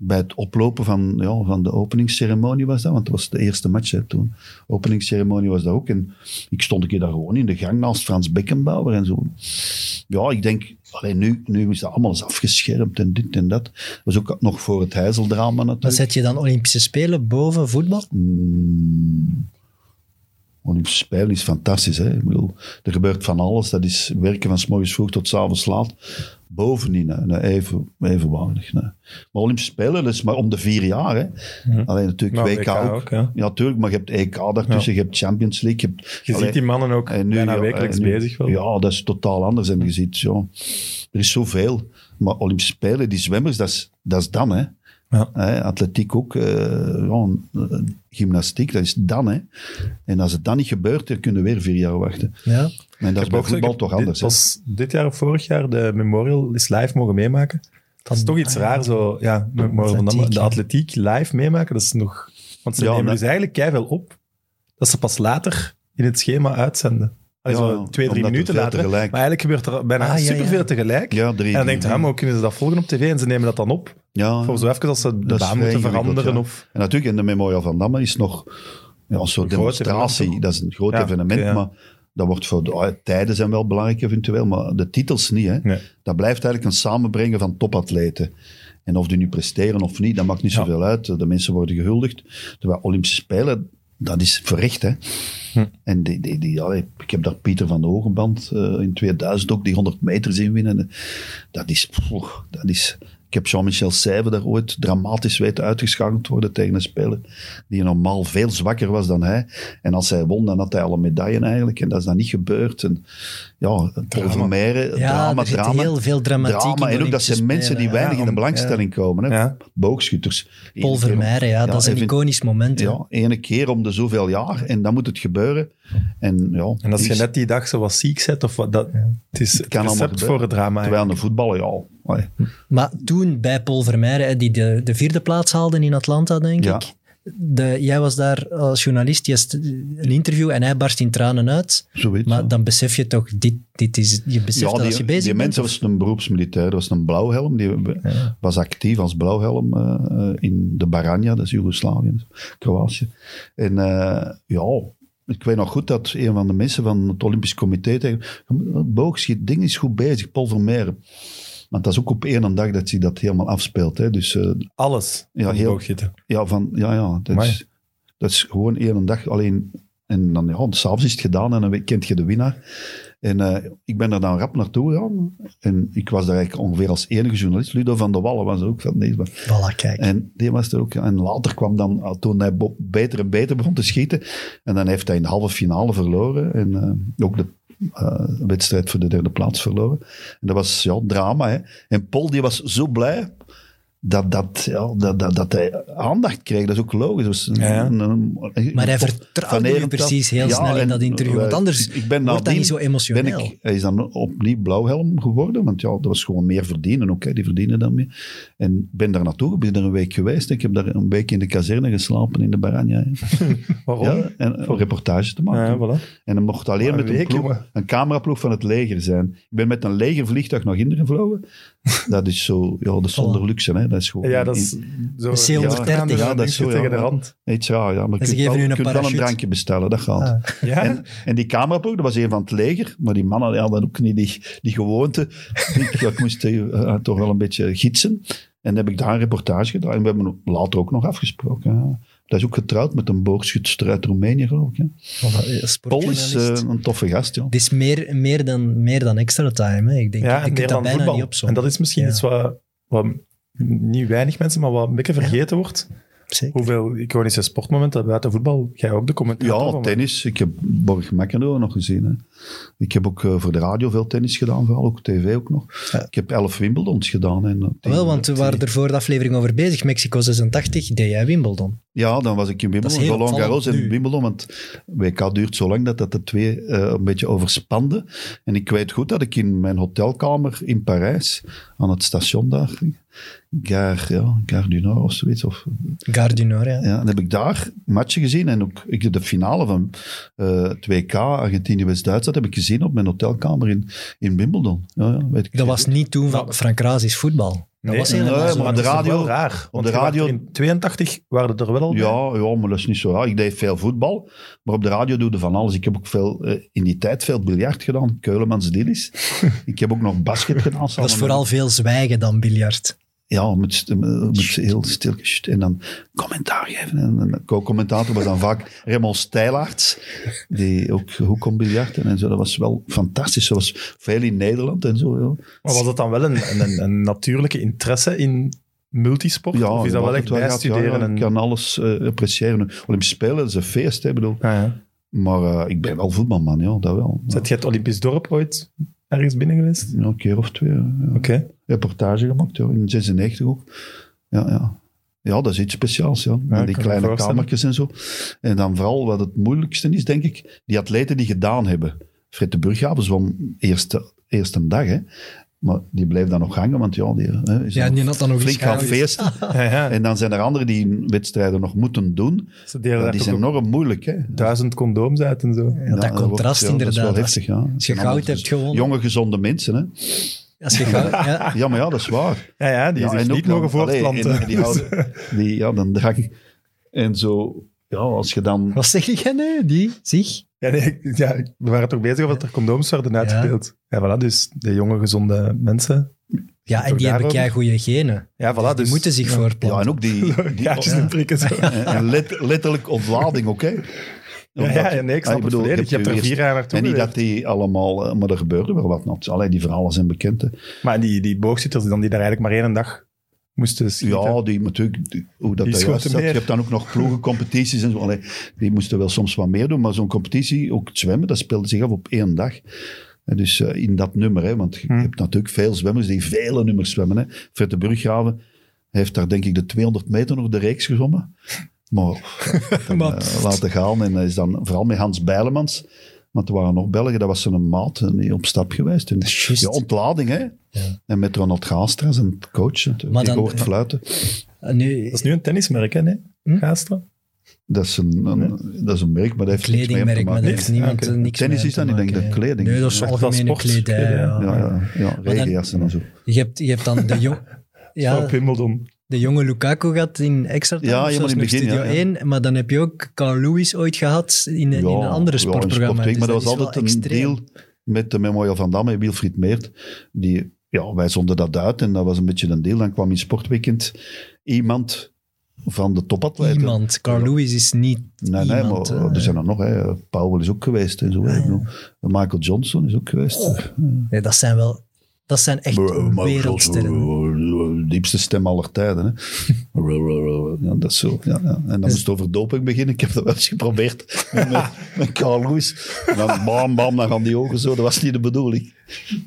Speaker 3: Bij het oplopen van, ja, van de openingsceremonie was dat, want het was de eerste match hè, toen. Openingsceremonie was dat ook. En ik stond een keer daar gewoon in de gang naast Frans Beckenbauer en zo. Ja, ik denk, allee, nu, nu is dat allemaal eens afgeschermd en dit en dat. Dat was ook nog voor het heizeldrama
Speaker 2: Maar
Speaker 3: natuurlijk.
Speaker 2: zet je dan Olympische Spelen boven voetbal?
Speaker 3: Mm. Olympische Spelen is fantastisch. Hè? Ik bedoel, er gebeurt van alles. Dat is werken van 's morgens vroeg tot 's avonds laat. Bovenin, hè? Nee, even, evenwaardig. nee. Maar Olympische Spelen, dat is maar om de vier jaar. Hè? Alleen natuurlijk
Speaker 1: Nou,
Speaker 3: Mhm. WK,
Speaker 1: WK
Speaker 3: ook.
Speaker 1: ook,
Speaker 3: ja.
Speaker 1: ja.
Speaker 3: natuurlijk, maar je hebt EK daartussen, je hebt Champions League. Je, hebt,
Speaker 1: Je
Speaker 3: allee,
Speaker 1: ziet die mannen ook
Speaker 3: en Eh, nu,
Speaker 1: bijna
Speaker 3: ja,
Speaker 1: wekelijks
Speaker 3: en nu-
Speaker 1: bezig. Wel.
Speaker 3: Ja, dat is totaal anders. En je ziet, ja, er is zoveel. Maar Olympische Spelen, die zwemmers, dat is, dat is dan, hè.
Speaker 1: Ja.
Speaker 3: Hè, atletiek ook, eh, ja, eh, gymnastiek, dat is dan. Hè. En als het dan niet gebeurt, dan kunnen we weer vier jaar wachten.
Speaker 2: Ja.
Speaker 3: En dat is
Speaker 1: Ik
Speaker 3: bij
Speaker 1: heb ook zo- ik
Speaker 3: voetbal
Speaker 1: heb
Speaker 3: toch
Speaker 1: dit-
Speaker 3: anders. hè.
Speaker 1: was dit jaar of vorig jaar de Memorial is live mogen meemaken. Dat is toch iets
Speaker 2: ah,
Speaker 1: raar, zo, ja, Memorial van Damme,
Speaker 2: Atletiek,
Speaker 1: de
Speaker 2: ja.
Speaker 1: atletiek live meemaken, dat is nog... Want ze
Speaker 3: Ja,
Speaker 1: nemen
Speaker 3: maar-
Speaker 1: dus eigenlijk keiveel op dat ze pas later in het schema uitzenden. Allee,
Speaker 3: Ja,
Speaker 1: zo
Speaker 3: ja,
Speaker 1: twee, drie
Speaker 3: omdat er
Speaker 1: minuten
Speaker 3: veel
Speaker 1: later. hè.
Speaker 3: tegelijk-
Speaker 1: Maar eigenlijk gebeurt er bijna
Speaker 2: Ah, ja, ja.
Speaker 1: superveel tegelijk.
Speaker 3: Ja, drie,
Speaker 1: en dan
Speaker 3: drie,
Speaker 1: denkt hij,
Speaker 3: drie.
Speaker 1: maar hoe kunnen ze dat volgen op tv? En ze nemen dat dan op.
Speaker 3: Ja,
Speaker 1: Voor zo even als ze de
Speaker 3: Dat is
Speaker 1: baan
Speaker 3: vrij
Speaker 1: moeten
Speaker 3: ingewikkeld,
Speaker 1: veranderen.
Speaker 3: ja.
Speaker 1: Of,
Speaker 3: En natuurlijk, in de Memorial van Damme is nog ja, een soort
Speaker 1: Een groot
Speaker 3: demonstratie.
Speaker 1: evenement,
Speaker 3: Dat is een groot
Speaker 1: Ja,
Speaker 3: evenement,
Speaker 1: oké, ja.
Speaker 3: maar dat wordt voor de ah, tijden zijn wel belangrijk eventueel, maar de titels niet. Hè.
Speaker 1: Nee.
Speaker 3: Dat blijft eigenlijk een samenbrengen van topatleten. En of die nu presteren of niet, dat maakt niet
Speaker 1: Ja.
Speaker 3: zoveel uit. De mensen worden gehuldigd. Terwijl Olympische Spelen, dat is verricht. Hè. En die, die, die, allee, ik heb daar Pieter van de Hogenband eh, in 2000 ook die 100 meter zien winnen. Dat is, poeh, dat is... Ik heb Jean-Michel Seyve daar ooit dramatisch weten uitgeschakeld worden tegen een speler die normaal veel zwakker was dan hij. En als hij won, dan had hij al een medaille eigenlijk. En dat is dan niet gebeurd. En, ja, Paul Vermeire,
Speaker 2: Ja,
Speaker 3: drama,
Speaker 2: er zit
Speaker 3: drama.
Speaker 2: heel veel dramatiek in
Speaker 3: drama. En ook dat
Speaker 2: Olympische
Speaker 3: zijn mensen die
Speaker 2: Spelen,
Speaker 3: weinig
Speaker 2: ja,
Speaker 3: in de
Speaker 2: om-
Speaker 3: belangstelling komen. Hè.
Speaker 1: Ja.
Speaker 3: Boogschutters.
Speaker 2: Paul
Speaker 3: Eén keer om-
Speaker 2: Vermeijren, ja, dat is een
Speaker 3: even-
Speaker 2: iconisch moment. hè.
Speaker 3: ja, ene keer om de zoveel jaar en dan moet het gebeuren. En, ja,
Speaker 1: en als je
Speaker 3: die-
Speaker 1: net die dag zo wat ziek zet, of wat, dat, het is het
Speaker 3: kan allemaal
Speaker 1: recept
Speaker 3: gebeuren.
Speaker 1: voor het drama.
Speaker 3: Terwijl een voetballer, ja. allee,
Speaker 2: Maar toen bij Paul Vermeijren, hè, die de, de vierde plaats haalde in Atlanta, denk
Speaker 3: Ja.
Speaker 2: ik. De, jij was daar als journalist, je had een interview en hij barst in tranen uit.
Speaker 3: zoiets. ja.
Speaker 2: Maar dan besef je toch, dit, dit is, je beseft
Speaker 3: Ja,
Speaker 2: dat
Speaker 3: die,
Speaker 2: als je bezig
Speaker 3: die
Speaker 2: bent.
Speaker 3: mensen was een beroepsmilitair, dat was een blauwhelm. Die was actief als blauwhelm eh, eh, in de Baranja, dat is Joegoslavië, Kroatië. En eh, ja, ik weet nog goed dat een van de mensen van het Olympisch Comité tegen boogschiet, ding is goed bezig, Paul Vermeer. Want dat is ook op één dag dat hij dat helemaal afspeelt. Hè. Dus eh,
Speaker 1: Alles.
Speaker 3: Ja,
Speaker 1: van
Speaker 3: heel-
Speaker 1: boogschieten.
Speaker 3: ja, van, ja, ja dat,
Speaker 1: Amai.
Speaker 3: is, dat is gewoon één dag alleen. En dan, ja, s'avonds is het gedaan en dan we- kent je de winnaar. En eh, ik ben er dan rap naartoe gegaan. En ik was daar eigenlijk ongeveer als enige journalist. Ludo van de Wallen was er ook van deze.
Speaker 2: Voilà, kijk.
Speaker 3: En die was er ook. En later kwam dan, ah, toen hij bo- beter en beter begon te schieten. En dan heeft hij in de halve finale verloren. En eh, ook de eh, wedstrijd voor de derde plaats verloren. En dat was ja, drama. Hè? En Paul die was zo blij dat, dat, ja, dat, dat, dat hij aandacht kreeg. Dat is ook logisch. Dat is een-
Speaker 1: Ja, ja.
Speaker 3: een- een- een-
Speaker 2: Maar hij
Speaker 3: Van
Speaker 2: vertrouwde je
Speaker 3: Herentals.
Speaker 2: precies heel
Speaker 3: Ja,
Speaker 2: snel in
Speaker 3: en
Speaker 2: dat interview.
Speaker 3: wij-
Speaker 2: Want anders
Speaker 3: ik ben
Speaker 2: wordt dat
Speaker 3: nadien-
Speaker 2: niet zo
Speaker 3: ben
Speaker 2: emotioneel.
Speaker 3: ik, hij is dan opnieuw blauwhelm geworden, want ja, dat was gewoon meer verdienen ook, hè, die verdienen dan meer. En ik ben daar naartoe, ik ben daar een week geweest, ik heb daar een week in de kazerne geslapen in de Baranja. hè.
Speaker 1: Waarom?
Speaker 3: Ja, en, om reportage te maken.
Speaker 1: Ja, voilà.
Speaker 3: En dan mocht alleen
Speaker 1: Maar een
Speaker 3: met een,
Speaker 1: week,
Speaker 3: ploeg-
Speaker 1: jongen.
Speaker 3: een cameraploeg van het leger zijn. Ik ben met een legervliegtuig naar Inderen gevlogen. Dat is zo, ja, dat is zonder luxe, hè. Dat is gewoon
Speaker 1: Ja, dat is
Speaker 3: in-
Speaker 1: zo.
Speaker 2: Een C-130.
Speaker 1: Ja,
Speaker 3: Ja, dat is zo, ja.
Speaker 1: tegen de rand.
Speaker 3: iets raar, ja. Maar
Speaker 2: En ze
Speaker 3: je
Speaker 2: geven
Speaker 3: kunt, wel,
Speaker 2: u een
Speaker 3: kunt wel een
Speaker 2: parachute.
Speaker 3: drankje bestellen, dat
Speaker 1: Ah.
Speaker 3: gaat.
Speaker 1: Ja?
Speaker 3: En, en die cameraploeg, dat was een van het leger, maar die mannen die hadden ook niet die, die gewoonte. ik, ja, ik moest eh, toch wel een beetje gidsen. En dan heb ik daar een reportage gedaan. En we hebben later ook nog afgesproken. ja. Dat is ook getrouwd met een boogschutster uit Roemenië, geloof ik. hè. Paul is eh,
Speaker 2: Sportjournalist.
Speaker 3: een toffe gast, ja.
Speaker 2: Het is meer, meer, dan, meer dan extra time. Hè. Ik denk,
Speaker 1: ja,
Speaker 2: ik
Speaker 1: en
Speaker 2: kan dat
Speaker 1: Nederland
Speaker 2: bijna
Speaker 1: voetbal.
Speaker 2: niet
Speaker 1: en
Speaker 2: opzommen.
Speaker 1: dat is misschien
Speaker 2: Ja.
Speaker 1: iets wat, wat niet weinig mensen, maar wat een beetje vergeten wordt.
Speaker 2: Zeker.
Speaker 1: Hoeveel iconische sportmomenten buiten voetbal. Jij ook de commentator
Speaker 3: Ja,
Speaker 1: van-
Speaker 3: tennis. Ik heb Borg McEnroe nog gezien. Hè. Ik heb ook eh, voor de radio veel tennis gedaan, vooral ook tv ook nog.
Speaker 2: Ja.
Speaker 3: Ik heb elf Wimbledons gedaan. En, eh, tien-
Speaker 2: Wel, want we
Speaker 3: tien-
Speaker 2: waren er voor de aflevering over bezig. Mexico 86, deed jij Wimbledon.
Speaker 3: Ja, dan was ik in
Speaker 2: Dat is
Speaker 3: Wimbledon,
Speaker 2: heel
Speaker 3: Roland
Speaker 2: opvallend
Speaker 3: Garros
Speaker 2: nu.
Speaker 3: en Wimbledon. Want WK duurt zo lang dat dat de twee eh, een beetje overspande. En ik weet goed dat ik in mijn hotelkamer in Parijs, aan het station daar, Gare, ja, Gare du Nord of zoiets, of
Speaker 2: Gare du Nord, ja.
Speaker 3: ja, dan heb ik daar matchen gezien. En ook ik, de finale van eh 2K, Argentinië-West-Duitsland, heb ik gezien op mijn hotelkamer in, in Wimbledon. Ja, ja, weet ik
Speaker 2: Dat was niet toen van Frank Raas is voetbal. Dat
Speaker 1: Nee,
Speaker 2: was helemaal
Speaker 3: nee,
Speaker 2: zo.
Speaker 1: dat
Speaker 3: maar de
Speaker 1: is toch
Speaker 3: radio-
Speaker 1: wel raar.
Speaker 3: op
Speaker 1: want
Speaker 3: de
Speaker 1: je
Speaker 3: radio-
Speaker 1: waren In 82 waren er wel al. bij.
Speaker 3: Ja, ja, maar dat is niet zo raar. Ik deed veel voetbal, maar op de radio doe van alles. Ik heb ook veel, eh, in die tijd veel biljart gedaan. Keulemans Dillis. ik heb ook nog basket gedaan.
Speaker 2: Dat
Speaker 3: samen
Speaker 2: is
Speaker 3: met-
Speaker 2: vooral veel zwijgen dan biljart.
Speaker 3: Ja, met, st- eh, met heel stil. sst, En dan commentaar geven. En een co-commentator was dan vaak Raymond Stijlaerts, die ook hoe kon biljarten en zo. Dat was wel fantastisch. Dat was veel in Nederland en zo. Ja,
Speaker 1: Maar was dat dan wel een, een, een natuurlijke interesse in multisport?
Speaker 3: ja
Speaker 1: of is dat wel
Speaker 3: je had
Speaker 1: echt
Speaker 3: het gehad,
Speaker 1: bijstuderen?
Speaker 3: ja,
Speaker 1: en-
Speaker 3: Ik kan alles eh, appreciëren. Olympisch Spelen dat is een feest, hè, ik bedoel.
Speaker 1: Ah, ja.
Speaker 3: Maar eh, ik ben wel voetbalman, ja, dat wel. Ja.
Speaker 1: Zet je het Olympisch dorp ooit ergens binnen geweest?
Speaker 3: Ja, een keer of twee. ja.
Speaker 1: Oké.
Speaker 3: Reportage gemaakt, ja, in 96 ook. Ja, ja. ja, dat is iets speciaals. Ja.
Speaker 1: kan
Speaker 3: En
Speaker 1: ik
Speaker 3: die
Speaker 1: me
Speaker 3: kleine
Speaker 1: voorstellen.
Speaker 3: kamertjes en zo. En dan vooral wat het moeilijkste is, denk ik, die atleten die gedaan hebben. Fred de Burghaven zwom eerste, eerste dag. Hè. Maar die bleef dan nog hangen, want ja, die hè, is
Speaker 2: Ja,
Speaker 3: dan
Speaker 2: en die had dan nog
Speaker 3: flink
Speaker 2: iets
Speaker 3: gaan
Speaker 2: gehaald.
Speaker 3: feesten.
Speaker 1: Ja, ja.
Speaker 3: En dan zijn er anderen die wedstrijden nog moeten doen.
Speaker 1: Ze delen
Speaker 3: Dat
Speaker 1: daar
Speaker 3: is
Speaker 1: toch ook
Speaker 3: enorm moeilijk. Hè.
Speaker 1: duizend condooms uit en zo.
Speaker 2: Ja, dat
Speaker 3: Ja, wordt-
Speaker 2: contrast
Speaker 3: ja,
Speaker 2: inderdaad.
Speaker 3: Dat is wel
Speaker 2: Als-
Speaker 3: heftig, ja.
Speaker 2: als je
Speaker 3: En
Speaker 2: goud
Speaker 3: allemaal
Speaker 2: hebt gewonnen.
Speaker 3: Jonge, gezonde mensen, hè.
Speaker 2: Als je goud, ja,
Speaker 3: Ja, maar ja, dat is waar.
Speaker 1: Ja, ja, die
Speaker 3: ja,
Speaker 1: is dus
Speaker 3: en ook
Speaker 1: niet
Speaker 3: dan-
Speaker 1: mogen
Speaker 3: allee,
Speaker 1: voortplanten.
Speaker 3: en- en die houden,
Speaker 1: Dus,
Speaker 3: die, ja, dan drang. En zo, ja, als je dan...
Speaker 2: wat zeg je nu? Die, zich?
Speaker 1: Ja, nee, ik- ja, ik- we waren toch bezig of er condooms werden uitgedeeld. Ja, voilà, dus de jonge, gezonde mensen.
Speaker 2: Ja, en
Speaker 1: Toch
Speaker 2: die hebben
Speaker 1: daarover?
Speaker 2: kei goede genen.
Speaker 1: Ja, voilà,
Speaker 2: Die
Speaker 1: dus...
Speaker 2: moeten zich
Speaker 3: Ja, en
Speaker 2: voortplanten.
Speaker 3: ook die... die
Speaker 1: Gaatjes en prikken zo.
Speaker 3: en- en let- letterlijk ontlading ook, hè.
Speaker 1: Ja,
Speaker 3: Omdat-
Speaker 1: ja, ja, nee, ik snap
Speaker 3: Ah,
Speaker 1: het volledig. Je hebt
Speaker 3: je
Speaker 1: er
Speaker 3: eerst-
Speaker 1: vier eh, jaar naartoe
Speaker 3: En niet dat
Speaker 1: geleefd.
Speaker 3: die allemaal... eh, Maar er gebeurde wel wat. nat- Allee, die verhalen zijn bekend, hè.
Speaker 1: Maar die, die boogzitters dan, die daar eigenlijk maar één dag moesten schieten.
Speaker 3: Ja, die natuurlijk, die- hoe dat
Speaker 1: Die
Speaker 3: daar juist
Speaker 1: schoten
Speaker 3: zat. Je
Speaker 1: meer.
Speaker 3: hebt dan ook nog ploegencompetities en zo. Allee, die moesten wel soms wat meer doen, maar zo'n competitie, ook het zwemmen, dat speelde zich af op één dag. En dus eh, in dat nummer, hè, want je
Speaker 1: Hmm.
Speaker 3: hebt natuurlijk veel zwemmers die vele nummers zwemmen. Hè. Fred de Burggraven heeft daar denk ik de 200 meter nog de reeks gezwommen. Maar
Speaker 2: Maar
Speaker 3: eh,
Speaker 2: pff,
Speaker 3: laten gaan en dat is dan vooral met Hans Bijlemans. Want er waren nog Belgen, dat was zijn maat, en die op stap geweest. En,
Speaker 2: Dat is juist.
Speaker 3: ja, ontlading, hè.
Speaker 2: Ja.
Speaker 3: En met Ronald Gaastra, zijn coach,
Speaker 2: Maar
Speaker 3: natuurlijk, die
Speaker 2: dan-
Speaker 3: hoort fluiten.
Speaker 2: Eh, nu,
Speaker 1: Dat is nu een tennismerk, hè? Nee?
Speaker 2: Hm?
Speaker 1: Gaastra?
Speaker 3: Dat is een, een- dat is een merk, maar dat heeft niks mee te
Speaker 2: kledingmerk, maar
Speaker 3: maken.
Speaker 2: daar heeft
Speaker 1: Niks?
Speaker 2: niemand eh,
Speaker 1: Ah, oké.
Speaker 2: niks
Speaker 3: Tennis
Speaker 2: mee
Speaker 3: is
Speaker 2: te
Speaker 3: dat niet,
Speaker 2: maken,
Speaker 3: denk ik,
Speaker 2: hè.
Speaker 3: dat kleding.
Speaker 2: Nee, dat is
Speaker 1: Maar dat is
Speaker 2: algemene
Speaker 1: sportkleding,
Speaker 2: kledij.
Speaker 1: ja.
Speaker 2: ja.
Speaker 3: Ja, ja, ja
Speaker 2: dan-
Speaker 3: regenjassen en zo.
Speaker 2: Je, hebt, je hebt dan de, jong,
Speaker 1: Ja.
Speaker 2: ja,
Speaker 1: Op Wimbledon.
Speaker 2: de jonge Lukaku gehad in extra Time,
Speaker 3: Ja,
Speaker 2: of
Speaker 3: ja,
Speaker 2: zelfs
Speaker 3: maar in
Speaker 2: nog
Speaker 3: het begin,
Speaker 2: Studio
Speaker 3: ja, ja.
Speaker 2: 1. Maar dan heb je ook Carl Lewis ooit gehad in, een- in een andere sportprogramma.
Speaker 3: sportweek,
Speaker 2: Dus
Speaker 3: maar dat was
Speaker 2: is wel
Speaker 3: altijd een
Speaker 2: extreem.
Speaker 3: deal met de Memorial van Damme en Wilfried Meert. Die, ja, wij zonden dat uit en dat was een beetje een deal. Dan kwam in Sportweekend iemand van de topatleten.
Speaker 2: Iemand. Carl
Speaker 3: Ja.
Speaker 2: Lewis is niet
Speaker 3: Nee,
Speaker 2: iemand,
Speaker 3: nee, maar dus- er
Speaker 2: eh.
Speaker 3: zijn er nog. Hè. Powell is ook geweest en zo. hè.
Speaker 2: Ah,
Speaker 3: Ik
Speaker 2: ja. Oh.
Speaker 3: bedoel, Michael Johnson is ook geweest.
Speaker 2: Nee, dat zijn wel... Dat zijn echt
Speaker 3: Bro, maar
Speaker 2: wereldsterren.
Speaker 3: zo- Diepste stem aller tijden. Hè? Ja, dat is zo. Ja, ja. En
Speaker 2: Dus-
Speaker 3: dan moest het over doping beginnen. Ik heb dat wel eens geprobeerd met, met Carl Lewis. En dan bam, bam, dan gaan die ogen zo. Dat was niet de bedoeling.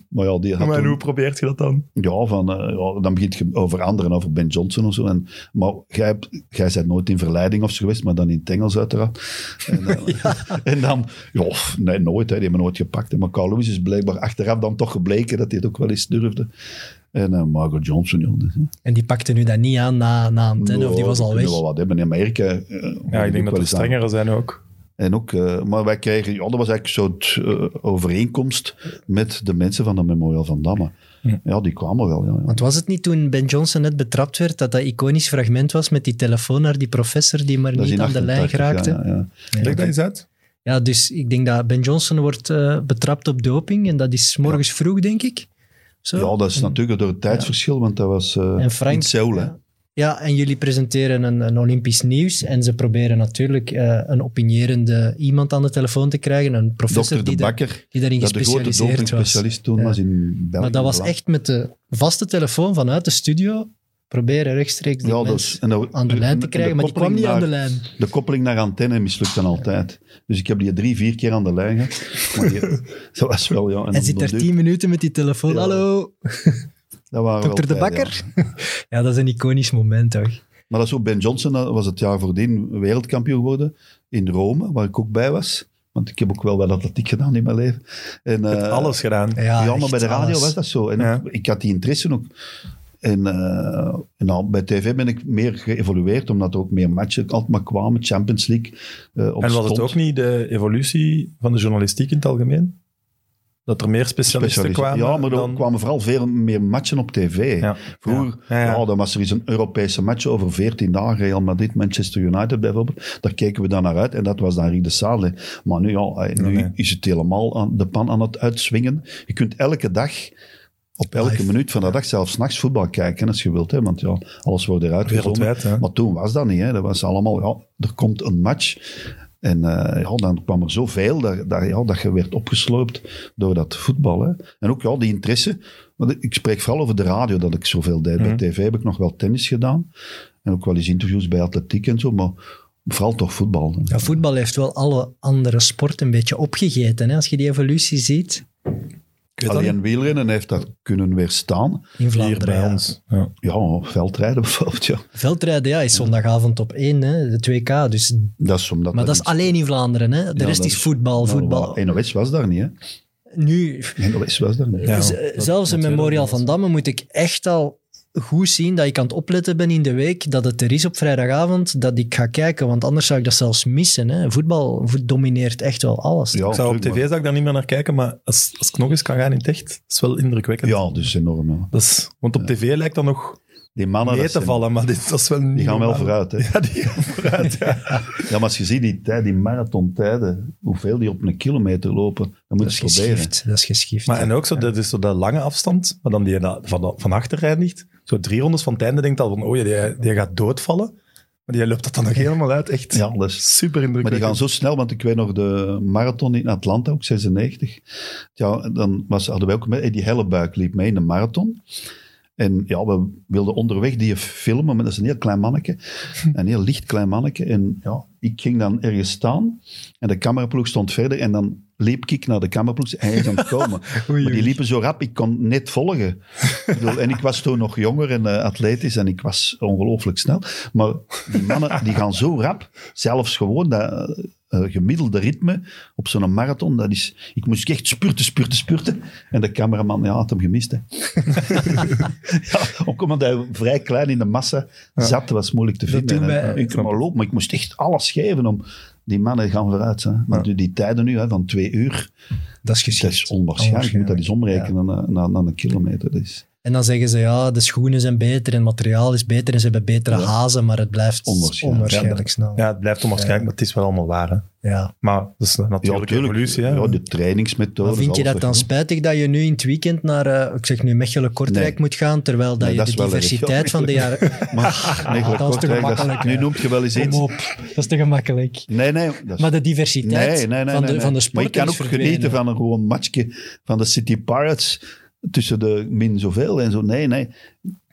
Speaker 3: Maar ja, die had
Speaker 1: Maar
Speaker 3: toen-
Speaker 1: hoe probeert je dat dan?
Speaker 3: ja, van, eh, ja, dan begint je over anderen, over Ben Johnson of zo. En, maar jij, hebt- jij bent nooit in verleiding of zo geweest, maar dan in het Engels uiteraard. En, eh, en dan, ja, pff, nee, nooit, hè, die hebben me nooit gepakt. hè. Maar Carl Lewis is blijkbaar achteraf dan toch gebleken dat hij het ook wel eens durfde. En eh Margot Johnson, joh. dus, hè.
Speaker 2: En die pakte nu dat niet aan na, na Antenne, of die
Speaker 3: Nou,
Speaker 2: was al
Speaker 3: kunnen
Speaker 2: weg.
Speaker 3: wel wat hebben. In Amerika... eh, wordt
Speaker 1: Ja,
Speaker 3: ook
Speaker 1: ik denk
Speaker 3: wel
Speaker 1: dat er
Speaker 3: eens aan-
Speaker 1: strengere zijn ook.
Speaker 3: en ook, eh, maar wij kregen, ja, dat was eigenlijk zo'n overeenkomst met de mensen van de Memorial van Damme.
Speaker 1: Ja.
Speaker 3: Ja, die kwamen wel. Ja, ja.
Speaker 2: Want was het niet toen Ben Johnson net betrapt werd, dat dat iconisch fragment was met die telefoon naar die professor die maar
Speaker 3: Dat is
Speaker 2: niet
Speaker 3: in
Speaker 2: aan de lijn
Speaker 3: 88, ja,
Speaker 2: geraakte? Ja,
Speaker 3: ja, ja.
Speaker 1: Leg dat eens uit.
Speaker 2: dus ik denk dat Ben Johnson wordt eh, betrapt op doping en dat is 's morgens vroeg, denk ik. Zo.
Speaker 3: Ja, dat is
Speaker 2: En-
Speaker 3: natuurlijk door het tijdsverschil, want dat was eh,
Speaker 2: En Frank-
Speaker 3: in Seoul. hè.
Speaker 2: ja. Ja, en jullie presenteren een, een Olympisch nieuws en ze proberen natuurlijk eh, een opinierende iemand aan de telefoon te krijgen, een professor
Speaker 3: Dokter De
Speaker 2: die, daar-
Speaker 3: Bakker,
Speaker 2: die daarin
Speaker 3: dat de grote
Speaker 2: gespecialiseerd was.
Speaker 3: dopingspecialist toen
Speaker 2: Ja.
Speaker 3: was in België.
Speaker 2: Maar dat was
Speaker 3: voilà.
Speaker 2: echt met de vaste telefoon vanuit de studio proberen rechtstreeks die
Speaker 3: Ja, dat
Speaker 2: mens
Speaker 3: is- en dat-
Speaker 2: aan de lijn te
Speaker 3: en
Speaker 2: krijgen, maar die kwam
Speaker 3: koppeling
Speaker 2: niet aan de
Speaker 3: naar-
Speaker 2: lijn.
Speaker 3: De koppeling naar antenne mislukt dan altijd. Dus ik heb die drie, vier keer aan de lijn gehad. Maar die- dat was wel, ja.
Speaker 2: Hij zit daar tien minuten met die telefoon.
Speaker 3: Ja.
Speaker 2: Hallo, dokter De
Speaker 3: Ja.
Speaker 2: Bakker. Ja. dat is een iconisch moment toch?
Speaker 3: Maar dat is ook Ben Johnson, dat was het jaar voordien wereldkampioen geworden in Rome, waar ik ook bij was. Want ik heb ook wel wat atletiek gedaan in mijn leven. En, eh,
Speaker 1: Alles gedaan.
Speaker 2: Ja,
Speaker 3: Ja, maar
Speaker 2: echt
Speaker 3: bij de radio
Speaker 2: alles.
Speaker 3: was dat zo. En
Speaker 1: Ja.
Speaker 3: ook- ik had die interesse ook. En eh, nou, bij tv ben ik meer geëvolueerd, omdat er ook meer matchen altijd maar kwamen. Champions League eh
Speaker 1: En was
Speaker 3: ontstond.
Speaker 1: het ook niet de evolutie van de journalistiek in het algemeen? Dat er meer specialisten,
Speaker 3: Specialisten.
Speaker 1: kwamen?
Speaker 3: Ja, maar er
Speaker 1: dan...
Speaker 3: kwamen vooral veel meer matchen op tv.
Speaker 1: Ja.
Speaker 3: Vroeger,
Speaker 1: Ja.
Speaker 3: ja.
Speaker 1: Ja, ja.
Speaker 3: dan was er eens een Europese match over 14 dagen. Real Madrid, Manchester United bijvoorbeeld. Daar keken we dan naar uit en dat was dan Riede Sale. Maar nu, ja, eh, nu
Speaker 1: Nee, nee.
Speaker 3: is het helemaal aan de pan aan het uitswingen. Je kunt elke dag, op elke
Speaker 2: Live.
Speaker 3: minuut van de dag, zelfs 's nachts voetbal kijken als je wilt. Hè, want ja, alles wordt eruit gezonden.
Speaker 1: Wereldwijd, hè?
Speaker 3: Maar toen was dat niet. Hè. Dat was allemaal, ja, er komt een match. En eh, ja, dan kwam er zoveel dat, dat, ja, dat je werd opgesloopt door dat voetbal. Hè. En ook ja, die interesse. Want ik spreek vooral over de radio dat ik zoveel deed.
Speaker 1: Mhm.
Speaker 3: Bij tv heb ik nog wel tennis gedaan. En ook wel eens interviews bij atletiek en zo. Maar vooral toch voetbal.
Speaker 2: Ja, voetbal heeft wel alle andere sporten een beetje opgegeten. Hè? Als je die evolutie ziet
Speaker 1: Ik weet dat niet.
Speaker 3: Alleen wielrennen heeft dat kunnen weerstaan.
Speaker 2: in Vlaanderen.
Speaker 1: hier bij
Speaker 2: ja.
Speaker 1: ons. Ja.
Speaker 3: Ja, veldrijden bijvoorbeeld. Ja.
Speaker 2: Veldrijden ja, is zondagavond op één, hè? de 2K. Dus,
Speaker 3: Dat is omdat
Speaker 2: maar dat is
Speaker 3: iets-
Speaker 2: alleen in Vlaanderen. Hè? De
Speaker 3: Ja,
Speaker 2: rest
Speaker 3: dat
Speaker 2: is
Speaker 3: is-
Speaker 2: voetbal,
Speaker 3: Nou,
Speaker 2: voetbal.
Speaker 3: wel, NOS was daar niet. Hè.
Speaker 2: Nu,
Speaker 3: En dat is wel daar niet.
Speaker 1: Ja,
Speaker 2: Z-
Speaker 1: dat-
Speaker 2: Dus, eh, zelfs in
Speaker 1: dat
Speaker 2: Memorial
Speaker 1: weet ik
Speaker 2: van Damme moet ik echt al goed zien dat ik aan het opletten ben in de week, dat het er is op vrijdagavond, dat ik ga kijken, want anders zou ik dat zelfs missen. Hè. Voetbal vo- domineert echt wel alles.
Speaker 3: Ja,
Speaker 1: Ik zou op
Speaker 3: tuurlijk,
Speaker 1: tv zou ik daar niet meer naar kijken, maar als, als ik nog eens kan gaan in het echt, is wel
Speaker 3: maar-
Speaker 1: indrukwekkend.
Speaker 3: Ja, dus enorm. ja.
Speaker 1: Dat is, want op tv lijkt dat nog
Speaker 3: Die mannen
Speaker 1: mee
Speaker 3: dat
Speaker 1: te
Speaker 3: zijn-
Speaker 1: vallen, maar dit, dat is wel niet
Speaker 3: die gaan wel
Speaker 1: normaal.
Speaker 3: vooruit. Hè.
Speaker 1: Ja, die gaan vooruit, ja.
Speaker 3: Ja, maar als je ziet die, tijd, die marathontijden, hoeveel die op een kilometer lopen, dan
Speaker 2: dat
Speaker 3: moet
Speaker 2: is
Speaker 3: je het proberen.
Speaker 2: geschift. Dat is geschift.
Speaker 1: Maar en ook zo, dat is zo dat lange afstand, maar dan die na- van, van achter reinigt. Zo drie rondes van het einde denkt al van, oh ja, die, die gaat doodvallen. Maar die loopt dat dan nog helemaal uit, echt.
Speaker 3: Ja, dat is
Speaker 1: Super
Speaker 3: Maar die
Speaker 1: indrukwekkend.
Speaker 3: gaan zo snel, want ik weet nog de marathon in Atlanta, ook 96. Ja, dan was, hadden wij ook mee, die hellebuik liep mee in de marathon. En ja, we wilden onderweg die filmen, maar dat is een heel klein manneke. Een heel licht klein manneke. En ja, ik ging dan ergens staan en de cameraploeg stond verder en dan liep ik naar de cameraploeg en hij is aan het komen. Maar die liepen zo rap, ik kon net volgen. Ik bedoel, en ik was toen nog jonger en eh, atletisch en ik was ongelooflijk snel. Maar die mannen die gaan zo rap, zelfs gewoon dat eh, eh, gemiddelde ritme op zo'n marathon, dat is, ik moest echt spurten, spurten, spurten. En de cameraman ja, had hem gemist. Hè. ja, ook omdat hij vrij klein in de massa zat, was moeilijk te
Speaker 2: Dat
Speaker 3: vinden.
Speaker 2: doen
Speaker 3: En,
Speaker 2: wij-
Speaker 3: eh, ik maar loop, maar ik moest echt alles geven om... Die mannen gaan vooruit. Hè. Maar die- die tijden nu hè, van twee uur,
Speaker 2: dat is
Speaker 3: dat
Speaker 2: geschift.
Speaker 3: is onwaarschijnlijk. Je moet dat eens omrekenen naar, naar, naar een kilometer. Dat is
Speaker 2: En dan zeggen ze, ja, de schoenen zijn beter en het materiaal is beter en ze hebben betere hazen, maar het blijft
Speaker 3: Onwaarschijnlijk.
Speaker 2: onwaarschijnlijk, snel. Ja.
Speaker 1: Ja, het blijft onwaarschijnlijk, maar het is wel allemaal waar. Hè. Maar dat is natuurlijk een
Speaker 3: tuurlijk.
Speaker 1: evolutie. Hè.
Speaker 3: Ja, de
Speaker 2: Maar
Speaker 3: trainingsmethode.
Speaker 2: vind je
Speaker 3: alles
Speaker 2: dat dan
Speaker 3: weg, hè.
Speaker 2: spijtig dat je nu in het weekend naar, eh, ik zeg nu, Mechelen-Kortrijk
Speaker 3: Nee.
Speaker 2: moet gaan, terwijl dat
Speaker 3: Nee,
Speaker 2: je
Speaker 3: dat
Speaker 2: de
Speaker 3: is wel erg.
Speaker 2: diversiteit van de jaren...
Speaker 3: Maar, nee,
Speaker 2: dat is te
Speaker 3: Kortrijk, dat
Speaker 2: gemakkelijk,
Speaker 3: nu
Speaker 2: hè.
Speaker 3: noemt je wel eens iets.
Speaker 2: Kom op, dat is te gemakkelijk.
Speaker 3: Nee, nee. Dat is-
Speaker 2: Maar de diversiteit
Speaker 3: nee, nee,
Speaker 2: van,
Speaker 3: nee,
Speaker 2: de,
Speaker 3: nee, nee.
Speaker 2: van de
Speaker 3: Maar je
Speaker 2: sport
Speaker 3: kan
Speaker 2: is
Speaker 3: ook
Speaker 2: verdwenen.
Speaker 3: genieten van een gewoon matchje van de City Pirates tussen de min zoveel en zo. Nee, nee.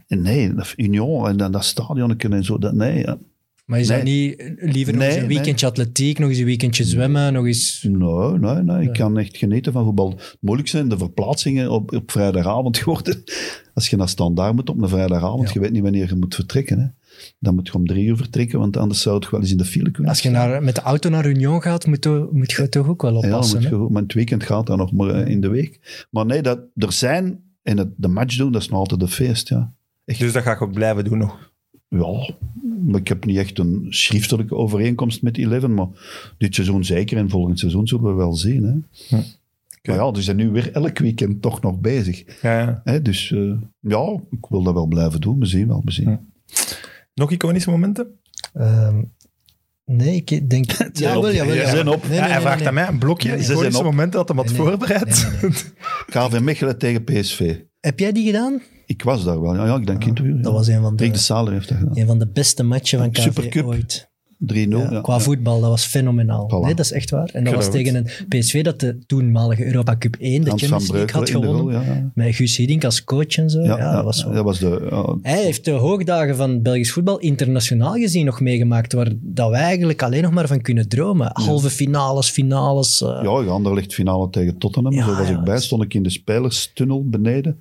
Speaker 3: Nee, dat Union en dan dat stadion en zo. Dat, nee, ja.
Speaker 2: Maar is dat
Speaker 3: Nee.
Speaker 2: niet eh, liever nog
Speaker 3: Nee,
Speaker 2: eens een
Speaker 3: nee.
Speaker 2: weekendje atletiek, nog eens een weekendje zwemmen, nog eens...
Speaker 3: nee, nee, nee. Ik kan echt genieten van voetbal. Het moeilijkste zijn de verplaatsingen op, op vrijdagavond geworden. Als je naar standaard moet op een vrijdagavond,
Speaker 2: Ja.
Speaker 3: je weet niet wanneer je moet vertrekken. Hè. Dan moet je om drie uur vertrekken, want anders zou het wel eens in de file kunnen.
Speaker 2: Als je naar, met de auto naar Union gaat, moet, je- moet je toch ook wel
Speaker 3: Ja, dan
Speaker 2: oppassen.
Speaker 3: moet
Speaker 2: hè?
Speaker 3: je, goed- maar in het weekend gaat dat nog maar eh, in de week. Maar nee, dat, er zijn, en het, de match doen, dat is nog altijd een feest, ja.
Speaker 1: Dus dat ga ik ook blijven doen nog.
Speaker 3: Ja, maar ik heb niet echt een schriftelijke overeenkomst met Eleven, maar dit seizoen zeker en volgend seizoen zullen we wel zien, hè.
Speaker 1: Hm.
Speaker 3: Maar ja, die zijn nu weer elk weekend toch nog bezig.
Speaker 1: Ja, ja.
Speaker 3: Hè? Dus eh, ja, ik wil dat wel blijven doen. We zien wel, we zien.
Speaker 1: Hm. Nog iconische momenten?
Speaker 2: Ehm, nee, ik denk... Jawel, jawel,
Speaker 3: Ja,
Speaker 2: jawel.
Speaker 3: zin op.
Speaker 2: Nee, nee,
Speaker 1: ja, hij
Speaker 2: nee,
Speaker 1: vraagt
Speaker 2: nee.
Speaker 1: aan mij een blokje
Speaker 3: Nee, ze zijn
Speaker 1: iconische
Speaker 3: op.
Speaker 1: momenten dat hem had
Speaker 2: Nee, nee.
Speaker 1: voorbereid.
Speaker 2: Nee, nee, nee.
Speaker 3: KV Mechelen tegen PSV.
Speaker 2: Heb jij die gedaan?
Speaker 3: Ik was daar wel. Ja, ja ik denk interview. Ja.
Speaker 2: Dat was eh, een van
Speaker 3: Rick de
Speaker 2: de,
Speaker 3: Saler heeft dat gedaan. 3-0.
Speaker 2: een van de beste matchen van KV
Speaker 3: Supercup.
Speaker 2: ooit.
Speaker 3: Ja,
Speaker 2: Ja, qua
Speaker 3: ja.
Speaker 2: voetbal, dat was fenomenaal.
Speaker 3: Voilà.
Speaker 2: Nee, dat is echt waar. En dat
Speaker 1: Geloof
Speaker 2: was tegen een PSV dat de toenmalige Europa Cup 1, de
Speaker 3: Hans van
Speaker 2: Champions League,
Speaker 3: Breukelen
Speaker 2: had
Speaker 3: in de
Speaker 2: gewonnen.
Speaker 3: goal, ja, ja.
Speaker 2: Met Guus Hiddink als coach en zo. Ja, dat was wel-
Speaker 3: de... ja,
Speaker 2: Hij heeft de hoogdagen van Belgisch voetbal internationaal gezien nog meegemaakt, waar dat wij eigenlijk alleen nog maar van kunnen dromen. Halve finales, finales. eh,
Speaker 3: ja, ja, Anderlecht finale tegen Tottenham.
Speaker 2: Ja,
Speaker 3: Zo was
Speaker 2: ja,
Speaker 3: ik bij.
Speaker 2: dat is-
Speaker 3: Stond ik in de spelerstunnel beneden.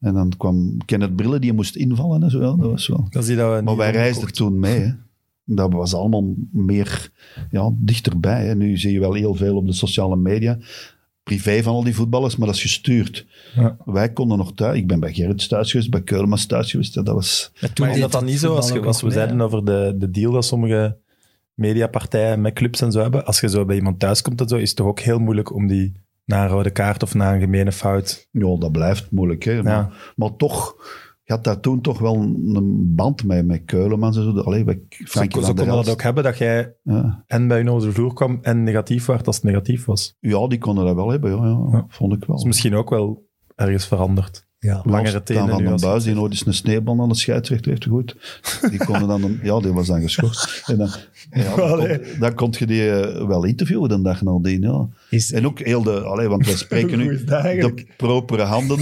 Speaker 3: En dan kwam Kenneth Brille, die moest invallen. En zo, ja, dat was wel.
Speaker 1: Dat is die dat we
Speaker 3: Maar
Speaker 1: niet
Speaker 3: wij
Speaker 1: hebben
Speaker 3: reisden
Speaker 1: gekocht.
Speaker 3: toen mee. Hè. Dat was allemaal meer ja, dichterbij. Hè. Nu zie je wel heel veel op de sociale media. Privé van al die voetballers, maar dat is gestuurd.
Speaker 1: Ja.
Speaker 3: Wij konden nog thuis. Ik ben bij Gerrits thuis geweest, bij Keulmans thuis geweest. Dat was...
Speaker 2: maar toen
Speaker 1: Maar is
Speaker 2: deed
Speaker 1: dat dan niet zo,
Speaker 2: voetbal
Speaker 1: als, je,
Speaker 2: ook
Speaker 1: als we
Speaker 2: nog mee,
Speaker 1: zeiden
Speaker 2: hè.
Speaker 1: over de, de deal dat sommige mediapartijen met clubs en zo hebben, als je zo bij iemand thuis komt en zo, is het toch ook heel moeilijk om die na een rode kaart of na een gemene fout...
Speaker 3: Ja, dat blijft moeilijk. Hè?
Speaker 1: Ja.
Speaker 3: Maar, maar toch, je had daar toen toch wel een band mee met Keulemans en zo. Allee, bij
Speaker 1: Zo, zo
Speaker 3: Frankie van
Speaker 1: konden
Speaker 3: der
Speaker 1: we dat
Speaker 3: Elst.
Speaker 1: ook hebben, dat jij
Speaker 3: Ja.
Speaker 1: en bij hun over de vloer kwam en negatief werd als het negatief was.
Speaker 3: ja, die konden dat wel hebben, ja, ja,
Speaker 1: Ja.
Speaker 3: vond ik wel.
Speaker 1: Dat is misschien ook wel ergens veranderd.
Speaker 2: Ja.
Speaker 1: Langere
Speaker 3: Los dan
Speaker 1: tenen nu
Speaker 3: van
Speaker 1: als...
Speaker 3: de buis die nooit eens een sneeuwbal aan de scheidsrechter heeft gegooid. Die konden dan een, ja, die was dan geschorst. En dan, ja, dan, kon, dan kon je die eh, wel interviewen de dag nadien. Ja.
Speaker 2: Is
Speaker 3: En ook heel de, allee, want wij spreken
Speaker 1: Hoe
Speaker 3: nu
Speaker 1: is dat eigenlijk?
Speaker 3: de propere handen.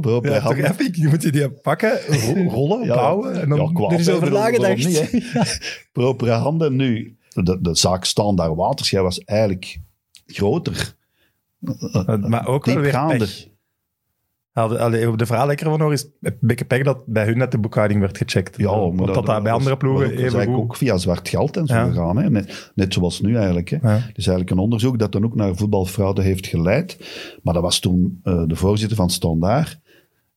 Speaker 3: Propere
Speaker 1: Ja, toch
Speaker 3: handen.
Speaker 1: epic. Je moet je die pakken, ro- rollen,
Speaker 3: Ja,
Speaker 1: bouwen. En dan...
Speaker 3: ja, kwaad,
Speaker 2: er is
Speaker 3: hè,
Speaker 2: over
Speaker 3: bedoel, waarom
Speaker 2: nagedacht.
Speaker 3: niet, hè? propere handen. Nu, de, de zaak Standaard Waters, jij was eigenlijk groter.
Speaker 1: Maar ook wel weer
Speaker 3: Diepgaande.
Speaker 1: pech. Allee, allee, de verhaal lekker van hoor is een beetje pech dat bij hun net de boekhouding werd gecheckt.
Speaker 3: Ja, maar
Speaker 1: Want dat, daar bij
Speaker 3: was-
Speaker 1: andere
Speaker 3: was
Speaker 1: ploegen
Speaker 3: ook- is
Speaker 1: even
Speaker 3: eigenlijk
Speaker 1: goed.
Speaker 3: ook via zwart geld en zo
Speaker 1: Ja.
Speaker 3: gegaan. Hè? Net, net zoals nu eigenlijk. Hè?
Speaker 1: Ja.
Speaker 3: Het is eigenlijk een onderzoek dat dan ook naar voetbalfraude heeft geleid. Maar dat was toen eh, de voorzitter van Standaard.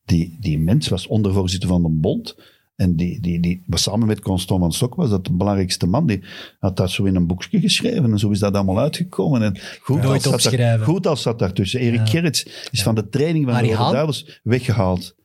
Speaker 3: Die, die mens was ondervoorzitter van de bond. En die, die, die was samen met Constant van Stok, was dat de belangrijkste man. Die had dat zo in een boekje geschreven. En zo is dat allemaal uitgekomen. En goed
Speaker 2: Ja. Nooit
Speaker 3: zat daar,
Speaker 2: opschrijven.
Speaker 3: goed als zat daartussen. Erik
Speaker 2: Ja.
Speaker 3: Gerrits is van de training van
Speaker 2: Arie
Speaker 3: de Rode
Speaker 2: Haan?
Speaker 3: Duivels weggehaald.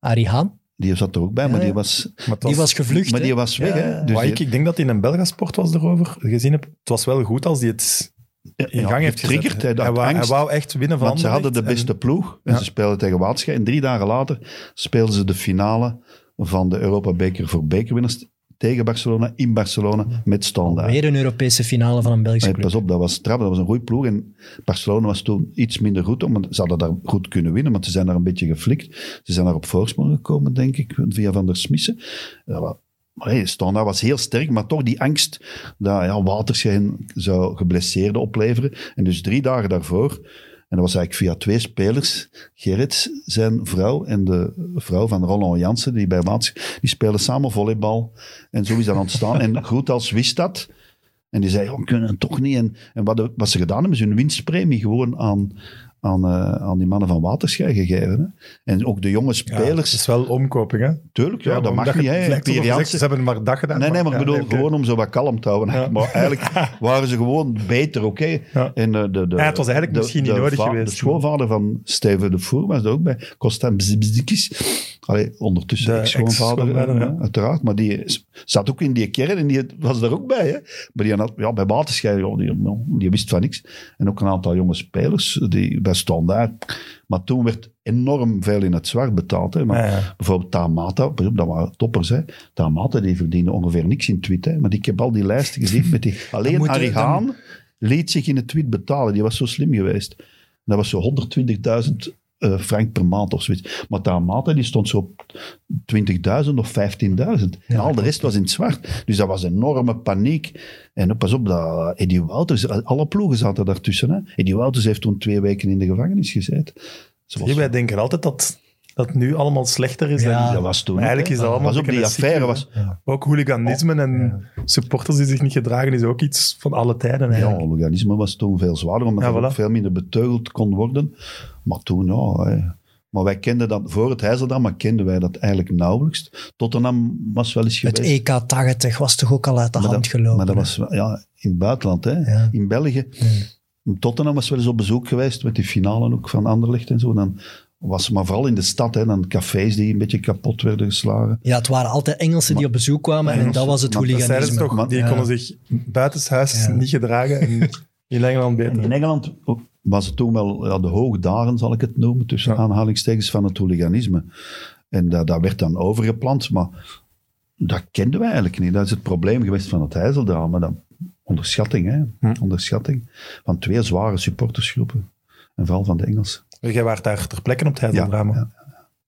Speaker 2: Arie Haan,
Speaker 3: Die zat er ook bij,
Speaker 2: Ja,
Speaker 3: maar die
Speaker 2: ja.
Speaker 3: was,
Speaker 1: Maar het
Speaker 2: die was gevlucht.
Speaker 3: maar
Speaker 2: hè?
Speaker 3: die was weg. hè? Dus
Speaker 1: Maar
Speaker 3: die-
Speaker 1: ik, ik denk dat hij in een Belgasport was erover gezien heb. Het was wel goed als hij het in
Speaker 3: ja,
Speaker 1: gang heeft
Speaker 3: getriggerd,
Speaker 1: gezet.
Speaker 3: hè, dat
Speaker 1: hij, wou, hij
Speaker 3: angst.
Speaker 1: wou echt winnen van
Speaker 3: Want ze hadden
Speaker 1: Anderlecht
Speaker 3: de
Speaker 1: en-
Speaker 3: beste ploeg en
Speaker 1: Ja.
Speaker 3: ze speelden tegen Waatschijn. En drie dagen later speelden ze de finale van de Europa Beker voor bekerwinners tegen Barcelona in Barcelona met Standaard.
Speaker 2: Weer een Europese finale van een Belgische
Speaker 3: Nee,
Speaker 2: club.
Speaker 3: pas op, dat was trap, dat was een goede ploeg. En Barcelona was toen iets minder goed, omdat ze hadden daar goed kunnen winnen, maar ze zijn daar een beetje geflikt. Ze zijn daar op voorsprong gekomen, denk ik, via Van der Eh, Smissen. Ja, maar- maar hey, Standaard was heel sterk, maar toch die angst dat ja, Waterschijn zou geblesseerden opleveren. En dus drie dagen daarvoor, en dat was eigenlijk via twee spelers, Gerrits, zijn vrouw en de vrouw van Roland Jansen, die bij Waterschijn, die spelen samen volleybal. En zo is dat ontstaan. En goed als wist dat. En die zei, ja, we kunnen het toch niet. En, en wat, de- wat ze gedaan hebben, is hun winstpremie gewoon aan, aan, eh, aan die mannen van Waterschijn gegeven. Hè? En ook de jonge
Speaker 1: Ja, het
Speaker 3: spelers,
Speaker 1: is wel omkoping, hè?
Speaker 3: tuurlijk, ja, dat
Speaker 1: omdat
Speaker 3: mag
Speaker 1: je-
Speaker 3: niet. Hè?
Speaker 1: het lijkt erop
Speaker 3: Pierre
Speaker 1: gezegd,
Speaker 3: Jansen-
Speaker 1: Ze hebben maar dag gedaan.
Speaker 3: Nee, nee, maar ik
Speaker 1: ja,
Speaker 3: bedoel,
Speaker 1: oké.
Speaker 3: gewoon om ze wat kalm te houden.
Speaker 1: Ja.
Speaker 3: Maar eigenlijk waren ze gewoon beter, oké.
Speaker 1: Ja.
Speaker 3: En eh, de, de,
Speaker 1: Ja, het was eigenlijk misschien niet nodig geweest.
Speaker 3: De schoonvader van Steven de Voer was er ook bij. Constant Bzibzikis. Allee, ondertussen
Speaker 1: De
Speaker 3: ex-schoonvader,
Speaker 1: ex-schoonvader,
Speaker 3: eh,
Speaker 1: ja.
Speaker 3: uiteraard. Maar die is- zat ook in die kern en die was daar ook bij. Hè. Maar die had, ja, bij Waterschijn, ja, die, die wist van niks. En ook een aantal jonge spelers, die bij Standaard. Maar toen werd enorm veel in het zwart betaald. Hè. Maar
Speaker 1: Ja, ja.
Speaker 3: Bijvoorbeeld Tamata, pas op, dat waren toppers. Hè. Tamata die verdiende ongeveer niks in tweet. Hè. Maar ik heb al die lijsten gezien. Met die, alleen
Speaker 2: moet je-
Speaker 3: Arie
Speaker 2: dan-
Speaker 3: Haan liet zich in een tweet betalen. Die was zo slim geweest. Dat was zo 120.000 eh, frank per maand of zoiets. Maar Tamata die stond zo op 20.000 of 15.000. en al de rest was in het zwart. Dus dat was enorme paniek. En ook pas op, dat, Eddie Wouters, alle ploegen zaten daartussen. Hè. Eddie Wouters heeft toen twee weken in de gevangenis gezeten. Ze was
Speaker 1: Hier, wij denken altijd dat dat nu allemaal slechter is.
Speaker 2: Ja.
Speaker 1: dan,
Speaker 3: dat was toen.
Speaker 1: maar eigenlijk is dat allemaal
Speaker 3: was ook
Speaker 1: een
Speaker 3: die
Speaker 1: beetje een
Speaker 3: affaire was.
Speaker 1: cyclus, ook hooliganisme en supporters die zich niet gedragen is ook iets van alle tijden.
Speaker 3: Ja,
Speaker 1: Eigenlijk.
Speaker 3: organisme was toen veel zwaarder, omdat
Speaker 1: Ja,
Speaker 3: dat
Speaker 1: voilà.
Speaker 3: ook veel minder beteugeld kon worden. Maar toen, ja. hè. Maar wij kenden dat, voor het Heizeldam, maar kenden wij dat eigenlijk nauwelijks. Tottenham was wel eens
Speaker 2: Het
Speaker 3: geweest.
Speaker 2: EK80 was toch ook al uit de
Speaker 3: maar
Speaker 2: hand
Speaker 3: dat,
Speaker 2: gelopen.
Speaker 3: Maar dat
Speaker 2: hè?
Speaker 3: was, wel- ja, in het buitenland, hè.
Speaker 2: Ja.
Speaker 3: In België. Tottenham was wel eens op bezoek geweest, met die finalen ook van Anderlecht en zo. Dan was, maar vooral in de stad, hè. Dan cafés die een beetje kapot werden geslagen.
Speaker 2: Ja, het waren altijd Engelsen die op bezoek kwamen en
Speaker 3: Engelsen,
Speaker 2: dat was het
Speaker 3: maar dat
Speaker 1: Dat zeiden ze
Speaker 2: hooliganisme.
Speaker 1: toch, die
Speaker 3: Maar-
Speaker 2: ja.
Speaker 1: konden zich buitenshuis
Speaker 2: Ja.
Speaker 1: niet gedragen en in Engeland
Speaker 3: En
Speaker 1: beter.
Speaker 3: in Engeland was het toen wel ja, de hoogdagen, zal ik het noemen, tussen
Speaker 1: Ja.
Speaker 3: aanhalingstekens van het hooliganisme. En dat, dat werd dan overgeplant, maar dat kenden wij eigenlijk niet. Dat is het probleem geweest van het Heizeldrama. Dat, onderschatting, hè?
Speaker 1: Hm.
Speaker 3: Onderschatting van twee zware supportersgroepen. En vooral van de Engelsen.
Speaker 1: Jij waart daar ter plekke op het Heideldrama.
Speaker 3: Ja,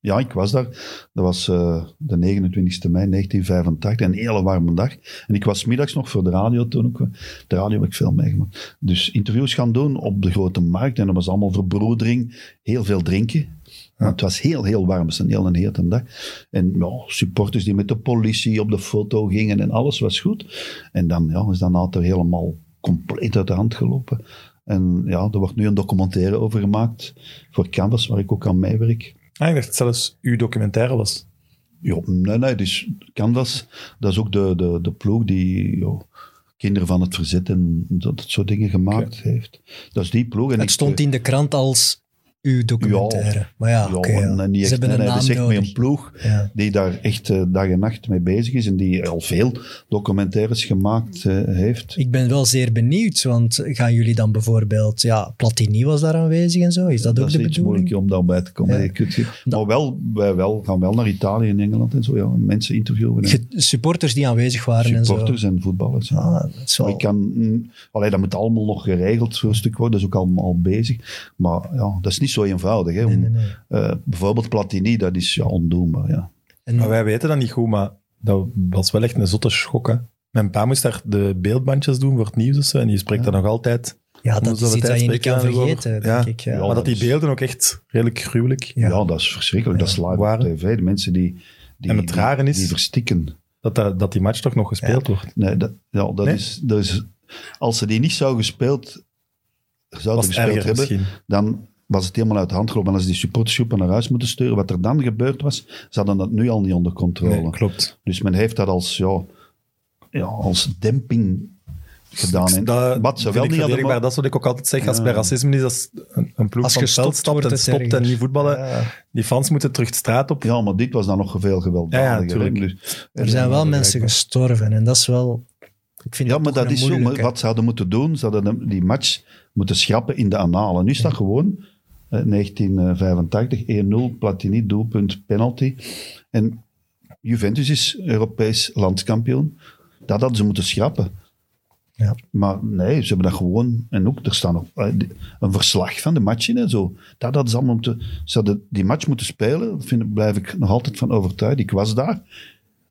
Speaker 3: Ja, ik was daar. Dat was eh, de 29 mei 1985, een hele warme dag. En ik was middags nog voor de radio toen ook. De radio heb ik veel meegemaakt. Dus interviews gaan doen op de grote markt. En dat was allemaal verbroedering, heel veel drinken. Maar het was heel, heel warm. Het was een heel en hete dag. En ja, supporters die met de politie op de foto gingen en alles was goed. En dan ja, is dat later helemaal compleet uit de hand gelopen. En ja, er wordt nu een documentaire over gemaakt voor Canvas, waar ik ook aan meewerk.
Speaker 1: Ah, ik dacht dat het zelfs uw documentaire was.
Speaker 3: Ja, nee, nee, dus Canvas, dat is ook de, de, de ploeg die ja, kinderen van het verzet en dat, dat soort dingen gemaakt heeft. Dat is die ploeg. En eh,
Speaker 2: Het stond in de krant als uw documentaire. maar ja,
Speaker 3: Ja,
Speaker 2: oké, ja.
Speaker 3: en niet
Speaker 2: ze
Speaker 3: echt,
Speaker 2: hebben
Speaker 3: nee,
Speaker 2: een
Speaker 3: nee, dat
Speaker 2: naam
Speaker 3: is echt met
Speaker 2: nodig.
Speaker 3: een ploeg
Speaker 2: Ja.
Speaker 3: die daar echt eh, dag en nacht mee bezig is en die al veel documentaires gemaakt eh, heeft.
Speaker 2: Ik ben wel zeer benieuwd, want gaan jullie dan bijvoorbeeld... Ja, Platini was daar aanwezig en zo. Is dat, ook
Speaker 3: is
Speaker 2: de
Speaker 3: iets
Speaker 2: bedoeling?
Speaker 3: moeilijk om daarbij te komen.
Speaker 2: Ja.
Speaker 3: Je kunt je- maar wel, wij wel, gaan wel naar Italië en Engeland en zo, ja, en mensen interviewen. en
Speaker 2: Ge- supporters die aanwezig waren en
Speaker 3: supporters en voetballers.
Speaker 2: zo.
Speaker 3: ja.
Speaker 2: Ah, dat is wel-
Speaker 3: Maar ik kan, mm, allee, dat moet allemaal nog geregeld, zo'n stuk worden. Dat is ook allemaal bezig. Maar ja, dat is niet zo eenvoudig. Hè, om,
Speaker 2: Nee, nee, nee.
Speaker 3: eh, bijvoorbeeld Platini, dat is ja, ondoenbaar. Ja.
Speaker 2: En-
Speaker 1: Maar wij weten dat niet goed, maar dat was wel echt een zotte schok. Hè? Mijn pa moest daar de beeldbandjes doen voor het nieuws of zo, en je spreekt
Speaker 3: Ja.
Speaker 1: daar nog altijd
Speaker 2: Ja, dat
Speaker 1: zoveel
Speaker 2: is iets
Speaker 1: tijd
Speaker 2: dat je niet
Speaker 1: spreken
Speaker 2: kan
Speaker 1: we daarover.
Speaker 2: vergeten,
Speaker 1: Ja.
Speaker 2: denk ik. Ja.
Speaker 1: maar dat die beelden ook echt redelijk gruwelijk.
Speaker 3: Ja, dat is verschrikkelijk. Dat is live op
Speaker 1: Waren.
Speaker 3: tv. De mensen die, die,
Speaker 1: En het rare is-
Speaker 3: die verstikken.
Speaker 1: Dat, dat, dat die match toch nog gespeeld wordt.
Speaker 3: Nee, dat, ja, dat
Speaker 1: Nee?
Speaker 3: Is, dat is, als ze die niet zou gespeeld, zouden
Speaker 1: Was het
Speaker 3: gespeeld
Speaker 1: erger
Speaker 3: hebben,
Speaker 1: misschien.
Speaker 3: dan was het helemaal uit de hand gelopen. En als die supportersgroepen naar huis moeten sturen, wat er dan gebeurd was, ze hadden dat nu al niet onder controle.
Speaker 1: Nee, klopt.
Speaker 3: Dus men heeft dat als, ja, ja, als demping gedaan. En
Speaker 1: Dat,
Speaker 3: wat ze
Speaker 1: vind
Speaker 3: wel
Speaker 1: ik
Speaker 3: niet hadden...
Speaker 1: verdedigbaar.
Speaker 3: mogen-
Speaker 1: Dat is wat ik ook altijd zeg. Als
Speaker 3: Ja.
Speaker 1: bij racisme is, als een, een ploeg
Speaker 2: Als
Speaker 1: van het veld
Speaker 2: gestopt
Speaker 1: stapt
Speaker 2: wordt
Speaker 1: en
Speaker 2: het
Speaker 1: stopt en
Speaker 2: erger.
Speaker 1: niet voetballen,
Speaker 3: Ja.
Speaker 1: die fans moeten terug de straat op.
Speaker 3: Ja, maar dit was dan nog veel gewelddadiger.
Speaker 1: Ja, ja,
Speaker 3: hè.
Speaker 1: tuurlijk.
Speaker 3: Dus-
Speaker 2: Er zijn wel mensen gestorven en dat is wel... Ik vind
Speaker 3: Ja, maar
Speaker 2: toch
Speaker 3: dat
Speaker 2: een
Speaker 3: is zo. Maar
Speaker 2: moeilijke.
Speaker 3: wat ze hadden moeten doen, ze hadden hem- die match moeten schrappen in de analen. Nu is dat gewoon eh, 1985, 1-0, Platini, doelpunt, penalty. En Juventus is Europees landskampioen. Dat hadden ze moeten schrappen.
Speaker 2: Ja.
Speaker 3: Maar nee, ze hebben dat gewoon... En ook, er staan nog, eh, die- een verslag van de match in en zo. Dat hadden ze allemaal moeten... Ze hadden die match moeten spelen, daar vind ik- blijf ik nog altijd van overtuigd. Ik was daar.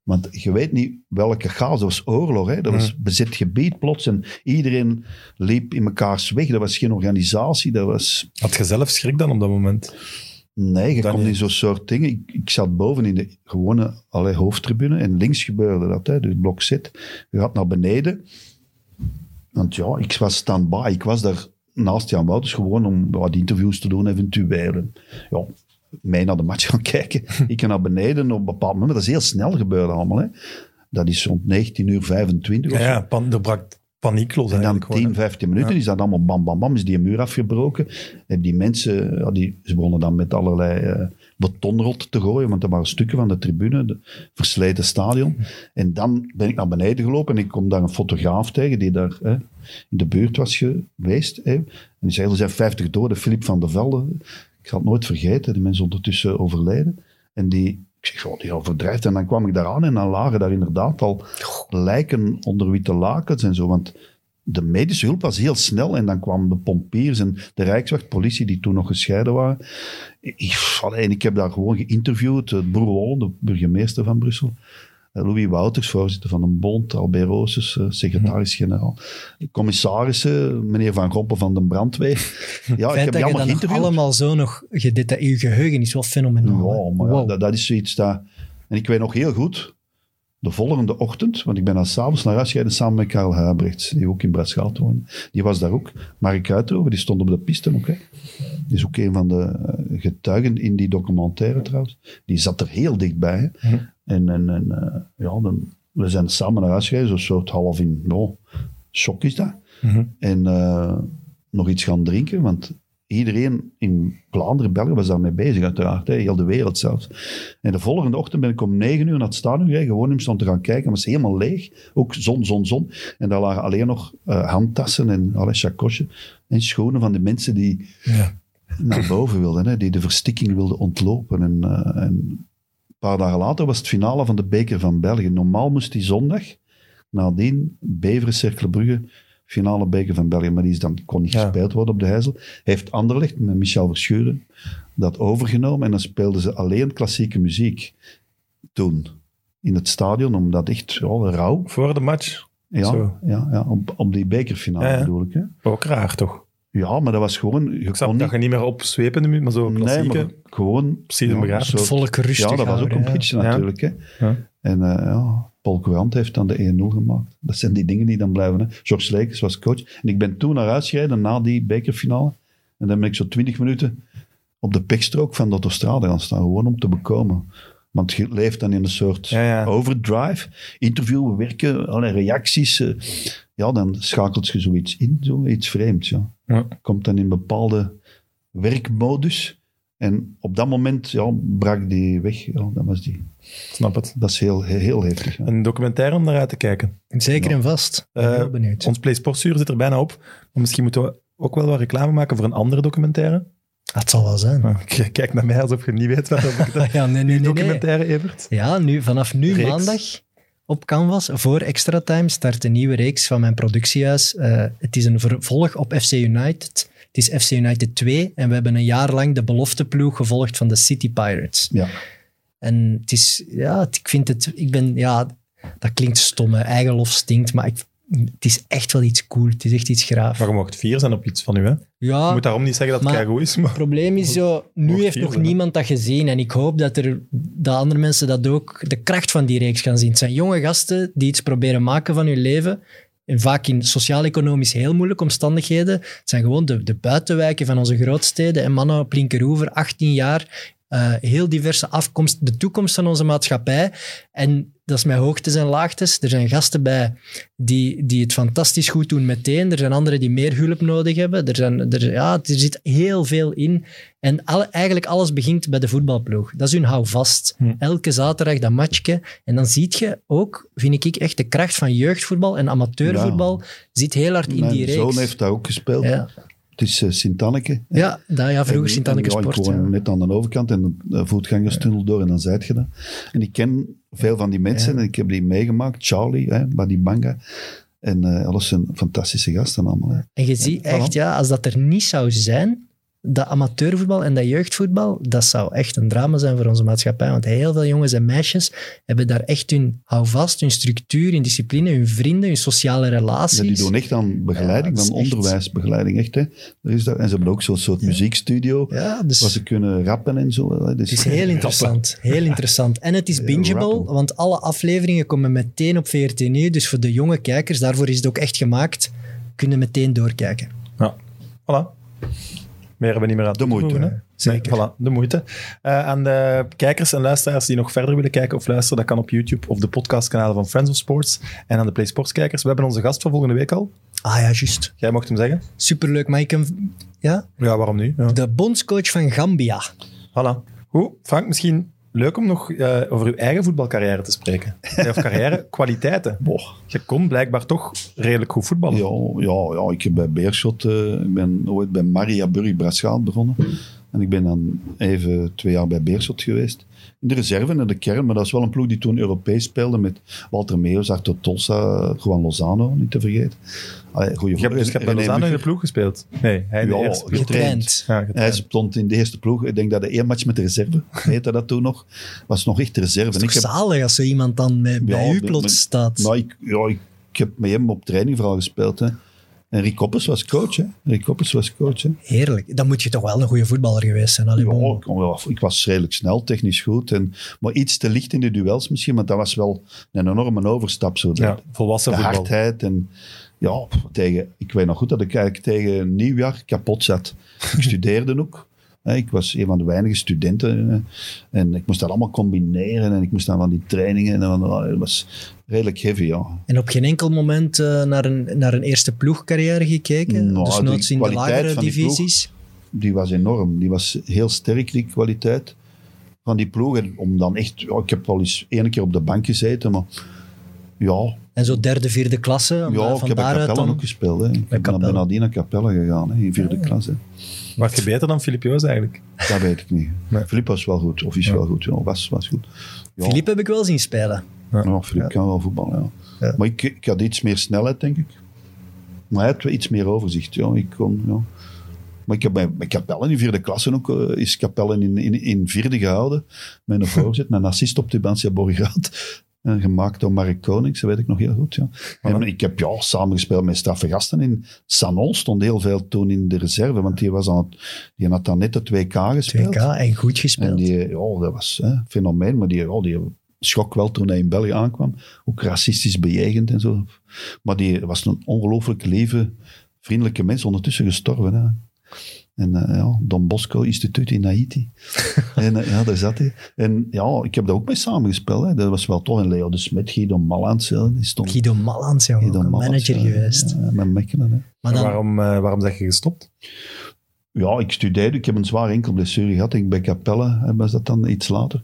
Speaker 3: Want je weet niet welke chaos. Dat was oorlog, hè? dat was bezet gebied plots. En iedereen liep in mekaars weg. Dat was geen organisatie. Dat was...
Speaker 1: Had je zelf schrik dan op dat moment?
Speaker 3: Nee, je
Speaker 1: Dan
Speaker 3: komt
Speaker 1: niet.
Speaker 3: in zo'n soort dingen. Ik, ik zat boven in de gewone allee, hoofdtribune. En links gebeurde dat, hè? dus blok Z. Je gaat naar beneden. Want ja, ik was stand-by. Ik was daar naast Jan Wouters gewoon om wat interviews te doen, eventueel. En Ja, mij naar de match gaan kijken. ik ga naar beneden op een bepaald moment. Dat is heel snel gebeurd allemaal. Hè. Dat is rond 19 uur 25 of
Speaker 1: Ja,
Speaker 3: zo.
Speaker 1: ja pan, er brak paniek los
Speaker 3: En dan
Speaker 1: eigenlijk. gewoon,
Speaker 3: 10, 15 minuten is dat allemaal bam, bam, bam. Is die muur afgebroken. En die mensen, ja, die, ze begonnen dan met allerlei eh, betonrot te gooien. Want er waren stukken van de tribune, de versleten stadion. En dan ben ik naar beneden gelopen en ik kom daar een fotograaf tegen die daar hè, in de buurt was geweest. Hè. En die zei, er zijn 50 doden, Filip van der Velde. Ik zal het nooit vergeten, die mensen ondertussen overleden. En die... Ik zeg, oh, die overdrijft. En dan kwam ik daar aan en dan lagen daar inderdaad al lijken onder witte lakens en zo. Want de medische hulp was heel snel en dan kwamen de pompiers en de Rijkswachtpolitie, die toen nog gescheiden waren. Ik, ik- allee, en ik heb daar gewoon geïnterviewd, eh, Bourlon, de burgemeester van Brussel. eh, Louis Wouters, voorzitter van een bond, Albert Roosens, eh, secretaris-generaal. de Commissarissen, meneer Van Rompen van den Brandweer. Ja, ik
Speaker 2: Het feit dat
Speaker 3: heb die
Speaker 2: je
Speaker 3: allemaal
Speaker 2: dan
Speaker 3: geïnterviewd.
Speaker 2: allemaal zo nog gedetailleerd... Je geheugen is wel fenomenaal.
Speaker 3: Ja,
Speaker 2: hè.
Speaker 3: maar ja,
Speaker 2: Wow.
Speaker 3: dat, dat is zoiets dat... En ik weet nog heel goed, de volgende ochtend, want ik ben dan s'avonds naar huis gereden samen met Karel Huibrechts, die ook in Bratschaal woonde. Die was daar ook. Mark Uitroven, die stond op de piste ook. Hè. Die is ook een van de eh, getuigen in die documentaire trouwens. Die zat er heel dichtbij. hè.
Speaker 1: Mhm.
Speaker 3: En, en, en eh, ja, dan, we zijn samen naar huis gereden, zo'n soort half in... Oh, shock is dat.
Speaker 1: Mhm.
Speaker 3: En eh, nog iets gaan drinken, want iedereen in Vlaanderen, België was daarmee bezig uiteraard, hè, heel de wereld zelfs. En de volgende ochtend ben ik om negen uur naar het stadion gegaan, gewoon om stond te gaan kijken, maar het was helemaal leeg, ook zon, zon, zon. En daar lagen alleen nog eh, handtassen en alle chacosje en schoenen van de mensen die
Speaker 1: Ja.
Speaker 3: naar boven wilden, hè, die de verstikking wilden ontlopen. En, eh, en een paar dagen later was het finale van de beker van België. Normaal moest die zondag, nadien Beveren, Cercle Brugge, finale beker van België, maar die is dan, kon niet
Speaker 1: Ja.
Speaker 3: gespeeld worden op de Heijzel. Heeft Anderlecht met Michel Verschuren dat overgenomen en dan speelden ze alleen klassieke muziek toen in het stadion, omdat echt ja, rauw.
Speaker 1: Voor de match.
Speaker 3: Ja,
Speaker 1: Zo.
Speaker 3: ja, ja, op, op die bekerfinale
Speaker 1: Ja, ja.
Speaker 3: bedoel ik. Hè.
Speaker 1: Ook raar toch?
Speaker 3: Ja, maar dat was gewoon... Je
Speaker 1: Ik snap
Speaker 3: kon
Speaker 1: dat
Speaker 3: niet,
Speaker 1: je niet meer op zwepende muur, maar zo
Speaker 3: nee,
Speaker 1: klassieke.
Speaker 3: maar gewoon...
Speaker 1: Precies, een
Speaker 3: een
Speaker 1: begraafplaats.
Speaker 3: soort-
Speaker 2: Het volk rustig
Speaker 3: ja, dat was ook
Speaker 2: houden,
Speaker 3: een
Speaker 2: hè.
Speaker 3: pitch
Speaker 1: Ja.
Speaker 3: natuurlijk. Hè.
Speaker 1: Ja.
Speaker 3: En eh, ja, Paul Courant heeft dan de 1-0 gemaakt. Dat zijn die dingen die dan blijven. Hè. George Lekers was coach. En ik ben toen naar huis gereden na die bekerfinale. En dan ben ik zo 20 minuten op de pechstrook van de autostrade gaan staan. Gewoon om te bekomen. Want je leeft dan in een soort
Speaker 1: Ja, ja.
Speaker 3: overdrive. Interviewen, werken, allerlei reacties. eh. ja, dan schakelt je zoiets in. Zo, iets vreemds, ja
Speaker 1: Ja.
Speaker 3: komt dan in bepaalde werkmodus. En op dat moment ja, brak die weg. Ja, dat, was die.
Speaker 1: Snap het.
Speaker 3: dat is heel, heel, heel heftig. ja.
Speaker 1: Een documentaire om naar uit te kijken.
Speaker 2: Zeker
Speaker 3: Ja.
Speaker 2: en vast. Ik ben
Speaker 1: Eh,
Speaker 2: heel benieuwd.
Speaker 1: Ons Play Sportsuur zit er bijna op. Maar misschien moeten we ook wel wat reclame maken voor een andere documentaire.
Speaker 2: Dat zal wel zijn.
Speaker 1: Ah, k- Kijk naar mij alsof je niet weet waarom ik dat...
Speaker 2: Ja, nee, nee, nee, nee.
Speaker 1: Documentaire, Evert.
Speaker 2: Ja, nu, vanaf nu
Speaker 1: Reeks.
Speaker 2: maandag op Canvas voor Extra Time start een nieuwe reeks van mijn productiehuis. Eh, het is een vervolg op FC United. Het is FC United 2 en we hebben een jaar lang de belofteploeg gevolgd van de City Pirates.
Speaker 3: Ja.
Speaker 2: En het is, ja, het- ik vind het, ik ben, ja, dat klinkt stom, hè. eigen lof stinkt, maar ik, het is echt wel iets cool. Het is echt iets graaf.
Speaker 1: Maar je mag vier zijn op iets van u, hè? Je
Speaker 2: Ja,
Speaker 1: moet daarom niet zeggen dat het
Speaker 2: Ah. Maar-
Speaker 1: keigoed is, maar...
Speaker 2: het probleem is zo, nu
Speaker 1: Mocht
Speaker 2: heeft
Speaker 1: hier
Speaker 2: nog
Speaker 1: zijn, hè?
Speaker 2: niemand dat gezien. En ik hoop dat, er, dat andere mensen dat ook, de kracht van die reeks gaan zien. Het zijn jonge gasten die iets proberen maken van hun leven. En vaak in sociaal-economisch heel moeilijke omstandigheden. Het zijn gewoon de, de buitenwijken van onze grootsteden. En mannen op linkeroever, 18 jaar, eh, heel diverse afkomst. De toekomst van onze maatschappij. En dat is met hoogtes en laagtes. Er zijn gasten bij die, die het fantastisch goed doen meteen. Er zijn anderen die meer hulp nodig hebben. Er, zijn, er, ja, er zit heel veel in. En alle, eigenlijk alles begint bij de voetbalploeg. Dat is hun houvast.
Speaker 1: Hm.
Speaker 2: Elke zaterdag dat matchje. En dan zie je ook, vind ik echt, de kracht van jeugdvoetbal en amateurvoetbal zit heel hard in
Speaker 3: Mijn
Speaker 2: die reeks.
Speaker 3: zoon heeft dat ook gespeeld.
Speaker 2: ja.
Speaker 3: Het is eh, Sint-Anneke.
Speaker 2: Ja, dat, ja, vroeger
Speaker 3: En-
Speaker 2: Sint-Anneke
Speaker 3: en ja,
Speaker 2: Sport.
Speaker 3: Ik woon
Speaker 2: ja.
Speaker 3: net aan de overkant en de eh, voetgangerstunnel door en dan zijt je dat. En ik ken veel van die mensen en ik heb die meegemaakt. Charlie, hè, bij die manga. En eh, alles zijn fantastische gasten allemaal. Hè.
Speaker 2: En je ziet echt, ja, als dat er niet zou zijn, dat amateurvoetbal en dat jeugdvoetbal, dat zou echt een drama zijn voor onze maatschappij. Want heel veel jongens en meisjes hebben daar echt hun houvast, hun structuur, hun discipline, hun vrienden, hun sociale relaties.
Speaker 3: Ja, die doen echt aan begeleiding,
Speaker 2: Ja, dat
Speaker 3: aan
Speaker 2: is echt-
Speaker 3: onderwijsbegeleiding. Echt, hè. Er is dat, en ze hebben ook zo'n soort muziekstudio
Speaker 2: Ja, dus
Speaker 3: waar ze kunnen rappen en zo. Hè. Dus,
Speaker 2: het is heel interessant. Heel interessant. En het is
Speaker 3: Ja,
Speaker 2: bingeable,
Speaker 3: rappen.
Speaker 2: want alle afleveringen komen meteen op VRT nu. Dus voor de jonge kijkers, daarvoor is het ook echt gemaakt, kunnen meteen doorkijken.
Speaker 1: Ja, voilà. Meer hebben we niet meer aan
Speaker 3: De moeite,
Speaker 1: toevoegen, hè?
Speaker 3: hè?
Speaker 2: Zeker.
Speaker 1: Nee, voilà, de moeite. Eh, aan de kijkers en luisteraars die nog verder willen kijken of luisteren, dat kan op YouTube of de podcastkanalen van Friends of Sports. En aan de Play Sports kijkers, we hebben onze gast van volgende week al.
Speaker 2: Ah ja, juist.
Speaker 1: Jij mocht hem zeggen.
Speaker 2: Superleuk, maar ik hem... Ja?
Speaker 1: Ja, waarom nu? Ja.
Speaker 2: De bondscoach van Gambia.
Speaker 1: Voilà. Goed, Frank, misschien leuk om nog eh, over uw eigen voetbalcarrière te spreken. Eh, Of carrière, kwaliteiten.
Speaker 3: Boah.
Speaker 1: Je kon blijkbaar toch redelijk goed voetballen.
Speaker 3: Ja, ja, ja, ik heb bij Beerschot, eh, ik ben ooit bij Mariaburg Braschaal begonnen. En ik ben dan even twee jaar bij Beerschot geweest. In de reserve en in de kern, maar dat is wel een ploeg die toen Europees speelde met Walter Meeuws, Arthur Tolsa, Juan Lozano, niet te vergeten. Allee, goeie
Speaker 1: Je hebt, dus je hebt bij
Speaker 3: René
Speaker 1: Lozano in de
Speaker 3: Mugger.
Speaker 1: ploeg gespeeld. Nee, hij in de
Speaker 3: Ja,
Speaker 1: eerste ploeg.
Speaker 3: getraind.
Speaker 2: Getraind.
Speaker 1: Ja,
Speaker 3: Hij
Speaker 1: getraind.
Speaker 3: stond in de eerste ploeg. Ik denk dat de één match met de reserve, heette dat toen nog, was nog echt de reserve. En
Speaker 2: Toch
Speaker 3: ik heb
Speaker 2: zalig als zo iemand dan met, bij
Speaker 3: Ja,
Speaker 2: u
Speaker 3: de-
Speaker 2: plots
Speaker 3: mijn-
Speaker 2: staat.
Speaker 3: Nou, ik, ja, ik, ik heb met hem op training vooral gespeeld. Hè. En Rick Koppers was coach. Hè. Rick Koppers was coach. Hè.
Speaker 2: Heerlijk. Dan moet je toch wel een goede voetballer geweest zijn. Allee,
Speaker 3: Ja,
Speaker 2: bon.
Speaker 3: ik, kon wel af- ik was redelijk snel, technisch goed. En, maar iets te licht in de duels misschien. Maar dat was wel een enorme overstap. Zo, de,
Speaker 1: Ja, volwassen
Speaker 3: de
Speaker 1: voetbal.
Speaker 3: hardheid. En, ja, pff, tegen, ik weet nog goed dat ik eigenlijk tegen nieuwjaar kapot zat. Ik studeerde ook. hè. Ik was een van de weinige studenten. eh, En ik moest dat allemaal combineren. En ik moest dan van die trainingen. En dan, het was redelijk heavy, ja.
Speaker 2: En op geen enkel moment eh, naar, een, naar een eerste ploegcarrière gekeken.
Speaker 3: Nou,
Speaker 2: dus
Speaker 3: die
Speaker 2: noods in de
Speaker 3: kwaliteit
Speaker 2: lagere
Speaker 3: van die
Speaker 2: divisies.
Speaker 3: die was enorm. Die was heel sterk, die kwaliteit van die ploeg. En om dan echt, ja, ik heb wel eens één keer op de bank gezeten, maar ja,
Speaker 2: En zo derde, vierde klasse. om
Speaker 3: ja
Speaker 2: daar-
Speaker 3: ik
Speaker 2: van
Speaker 3: heb bij
Speaker 2: daaruit
Speaker 3: Capelle
Speaker 2: dan-
Speaker 3: ook gespeeld. Hè. Ik ben
Speaker 2: Capelle.
Speaker 3: ben nadien naar Capelle gegaan, hè, in vierde klas. Hè.
Speaker 1: Werd je beter dan Filip Joos eigenlijk?
Speaker 3: Dat weet ik niet.
Speaker 1: Nee.
Speaker 3: Filip was wel goed, of is wel goed, ja, was, was goed. Ja,
Speaker 2: Philippe heb ik wel zien spelen.
Speaker 3: ja, Filip kan wel voetballen, ja. Maar ik, ik had iets meer snelheid, denk ik. Maar hij had wel iets meer overzicht, ja. Ik kon, ja. Maar ik heb bij, bij Capellen in vierde klasse ook, eh, is Capellen in, in, in vierde gehouden. Met een voorzet, met een assist op Tubantia Borgaat. En eh, gemaakt door Mark Konings, dat weet ik nog heel goed. Ja. En ik heb ja, samengespeeld met straffe gasten. In Sanol stond heel veel toen in de reserve, want die, was aan het, die had dan net het 2K gespeeld.
Speaker 2: 2K en goed
Speaker 3: En
Speaker 2: gespeeld.
Speaker 3: die, ja, dat was hè, een fenomeen, maar die, ja, die schrok wel toen hij in België aankwam. Ook racistisch bejegend en zo. Maar die was een ongelooflijk lieve, vriendelijke mens, ondertussen gestorven. Hè. En eh, ja, Don Bosco Instituut in Haiti. en eh, ja, daar zat hij. En ja, ik heb daar ook mee samengespeeld. Hè. Dat was wel toch. En Leo de Smet, Guido Malans, hè, die stond...
Speaker 2: Guido Mallans, jongen,
Speaker 3: Guido
Speaker 2: ook een
Speaker 3: Mallans,
Speaker 2: manager
Speaker 3: ja,
Speaker 2: geweest.
Speaker 3: Ja, met Mechelen, hè.
Speaker 2: Maar dan,
Speaker 1: Waarom, eh, waarom zeg je gestopt?
Speaker 3: Ja, ik studeerde. Ik heb een zware enkelblessure gehad. Ik bij Capelle hè, was dat dan iets later.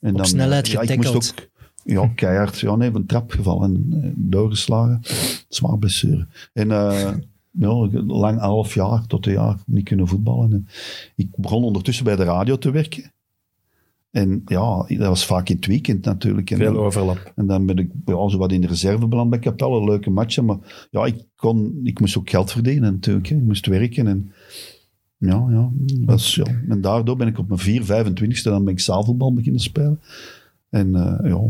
Speaker 3: En dan, eh,
Speaker 2: snelheid
Speaker 3: ja, ik moest
Speaker 2: getackled.
Speaker 3: ook Ja, keihard. Ja, nee, een trap gevallen en eh, doorgeslagen. Zwaar blessure. En eh, ja, lang half jaar tot een jaar niet kunnen voetballen. En ik begon ondertussen bij de radio te werken. En ja, dat was vaak in het weekend natuurlijk. En
Speaker 1: Veel
Speaker 3: dan-
Speaker 1: overlap.
Speaker 3: en dan ben ik ja, zo wat in de reserve beland bij Capelle. Leuke matchen. Maar ja, ik, kon, ik moest ook geld verdienen natuurlijk. hè. Ik moest werken. En, ja, ja, dat is, ja. En daardoor ben ik op mijn 4, 25ste dan ben ik zaalvoetbal beginnen spelen. En eh, ja,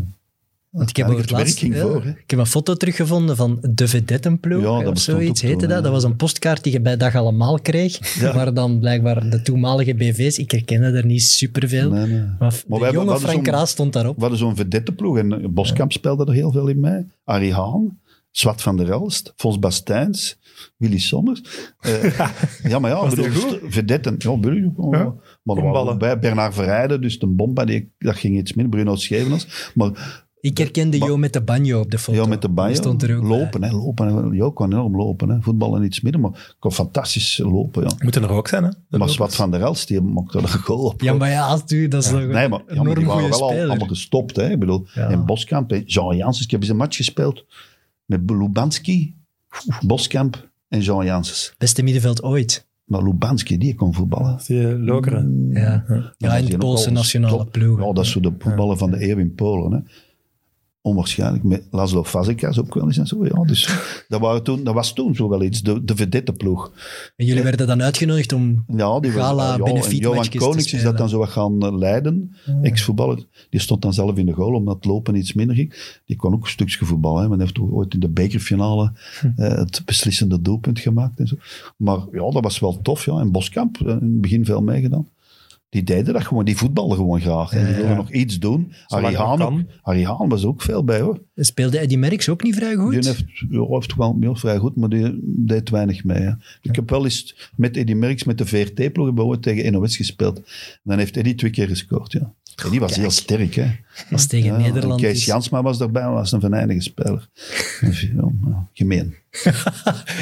Speaker 2: Want ik heb over het
Speaker 3: Uiteindelijk,
Speaker 2: laatst,
Speaker 3: het werk ging
Speaker 2: ja,
Speaker 3: voor, hè.
Speaker 2: ik heb een foto teruggevonden van de vedettenploeg
Speaker 3: Ja, dat
Speaker 2: of
Speaker 3: bestond
Speaker 2: zoiets
Speaker 3: ook
Speaker 2: heette
Speaker 3: toen,
Speaker 2: dat.
Speaker 3: ja.
Speaker 2: Dat was een postkaart die je bij Dag Allemaal kreeg,
Speaker 1: Ja.
Speaker 2: waar dan blijkbaar de toenmalige BV's, ik herkende er niet superveel,
Speaker 3: Nee, nee.
Speaker 2: maar f-
Speaker 3: wij
Speaker 2: de
Speaker 3: hebben-
Speaker 2: jonge
Speaker 3: dat is
Speaker 2: Frank
Speaker 3: om-
Speaker 2: Raas stond daarop.
Speaker 3: We hadden zo'n verdetteploeg en Boskamp speelde er heel veel in mee. Arie Haan, Swat van der Elst, Fons Bastijns, Willy Sommers. Eh, ja, maar ja,
Speaker 1: Was
Speaker 3: bedoel,
Speaker 1: die goed?
Speaker 3: st- verdetten. Ja, Willy, ja,
Speaker 1: Ja,
Speaker 3: Maar er
Speaker 1: inballen.
Speaker 3: waren ook bij Bernard Verheijden, dus de bomba, die, dat ging iets minder. Bruno Schevenas. Maar
Speaker 2: Ik herkende
Speaker 3: Maar-
Speaker 2: Jo met de banjo op de foto.
Speaker 3: ja, met de
Speaker 2: Die
Speaker 3: banjo.
Speaker 2: stond er ook bij.
Speaker 3: lopen, hè, lopen. hè. Jo kan enorm lopen. Hè. Voetballen iets minder, maar kon fantastisch lopen. Ja.
Speaker 1: Moeten er ook zijn, hè? De
Speaker 3: Maar
Speaker 1: lopers.
Speaker 3: Swat van der Elst, die maakte er een goal op.
Speaker 2: Ja, maar ja, als u, dat is nog een
Speaker 3: Nee, maar, ja, maar
Speaker 2: enorm
Speaker 3: die
Speaker 2: goede
Speaker 3: waren wel al,
Speaker 2: speler.
Speaker 3: allemaal gestopt. Hè? Ik bedoel,
Speaker 2: Ja.
Speaker 3: in Boskamp, hè. Jean Janssens. Ik heb eens een match gespeeld met Lubanski, Boskamp en Jean Janssens.
Speaker 2: Beste middenveld ooit.
Speaker 3: Maar Lubanski, die kon voetballen.
Speaker 1: Die lokeren.
Speaker 3: Mm.
Speaker 2: Ja, ja
Speaker 3: Dan
Speaker 2: in
Speaker 3: was
Speaker 2: de
Speaker 3: die ook
Speaker 2: Poolse
Speaker 3: al
Speaker 2: nationale
Speaker 3: top.
Speaker 2: ploeg.
Speaker 3: Ja, dat is zo de voetballen van de eeuw in Polen. Hè? Onwaarschijnlijk. Met Laszlo Fazekas ook wel eens en zo. Ja, dus dat, waren toen, dat was toen zo wel iets. De, de vedette ploeg.
Speaker 2: En jullie werden dan uitgenodigd om...
Speaker 3: Ja, die
Speaker 2: Gala,
Speaker 3: was, ja, en
Speaker 2: benefietmatchjes
Speaker 3: Johan
Speaker 2: te
Speaker 3: Konings is
Speaker 2: spelen.
Speaker 3: dat dan zo wat gaan eh, leiden. Ex-voetballer. Die stond dan zelf in de goal omdat het lopen iets minder ging. Die kon ook een stukje voetballen. Hè. Men heeft ook ooit in de bekerfinale
Speaker 2: Hm.
Speaker 3: eh, het beslissende doelpunt gemaakt. En zo. Maar ja, dat was wel tof. Ja. En Boskamp, eh, in het begin veel meegedaan. Die deden dat gewoon. Die voetballen gewoon graag. En die wilden nog iets doen.
Speaker 1: Zolang
Speaker 3: Harry
Speaker 1: dat
Speaker 3: Haan,
Speaker 1: kan.
Speaker 3: ook- Harry Haan was er ook veel bij hoor.
Speaker 2: Speelde Eddy Merckx ook niet vrij goed?
Speaker 3: Die heeft, ja, heeft wel ja, vrij goed, maar die deed weinig mee. Hè. Ik heb wel eens met Eddy Merckx, met de VRT-ploeg, hebben we ooit tegen NOS gespeeld. En dan heeft Eddy twee keer gescoord, ja. En die was heel sterk, hè.
Speaker 2: Als tegen
Speaker 3: Ja,
Speaker 2: Nederland dus-
Speaker 3: en Kees
Speaker 2: is.
Speaker 3: Jansma was daarbij, was een venijnige speler. Dus, ja, ja, gemeen.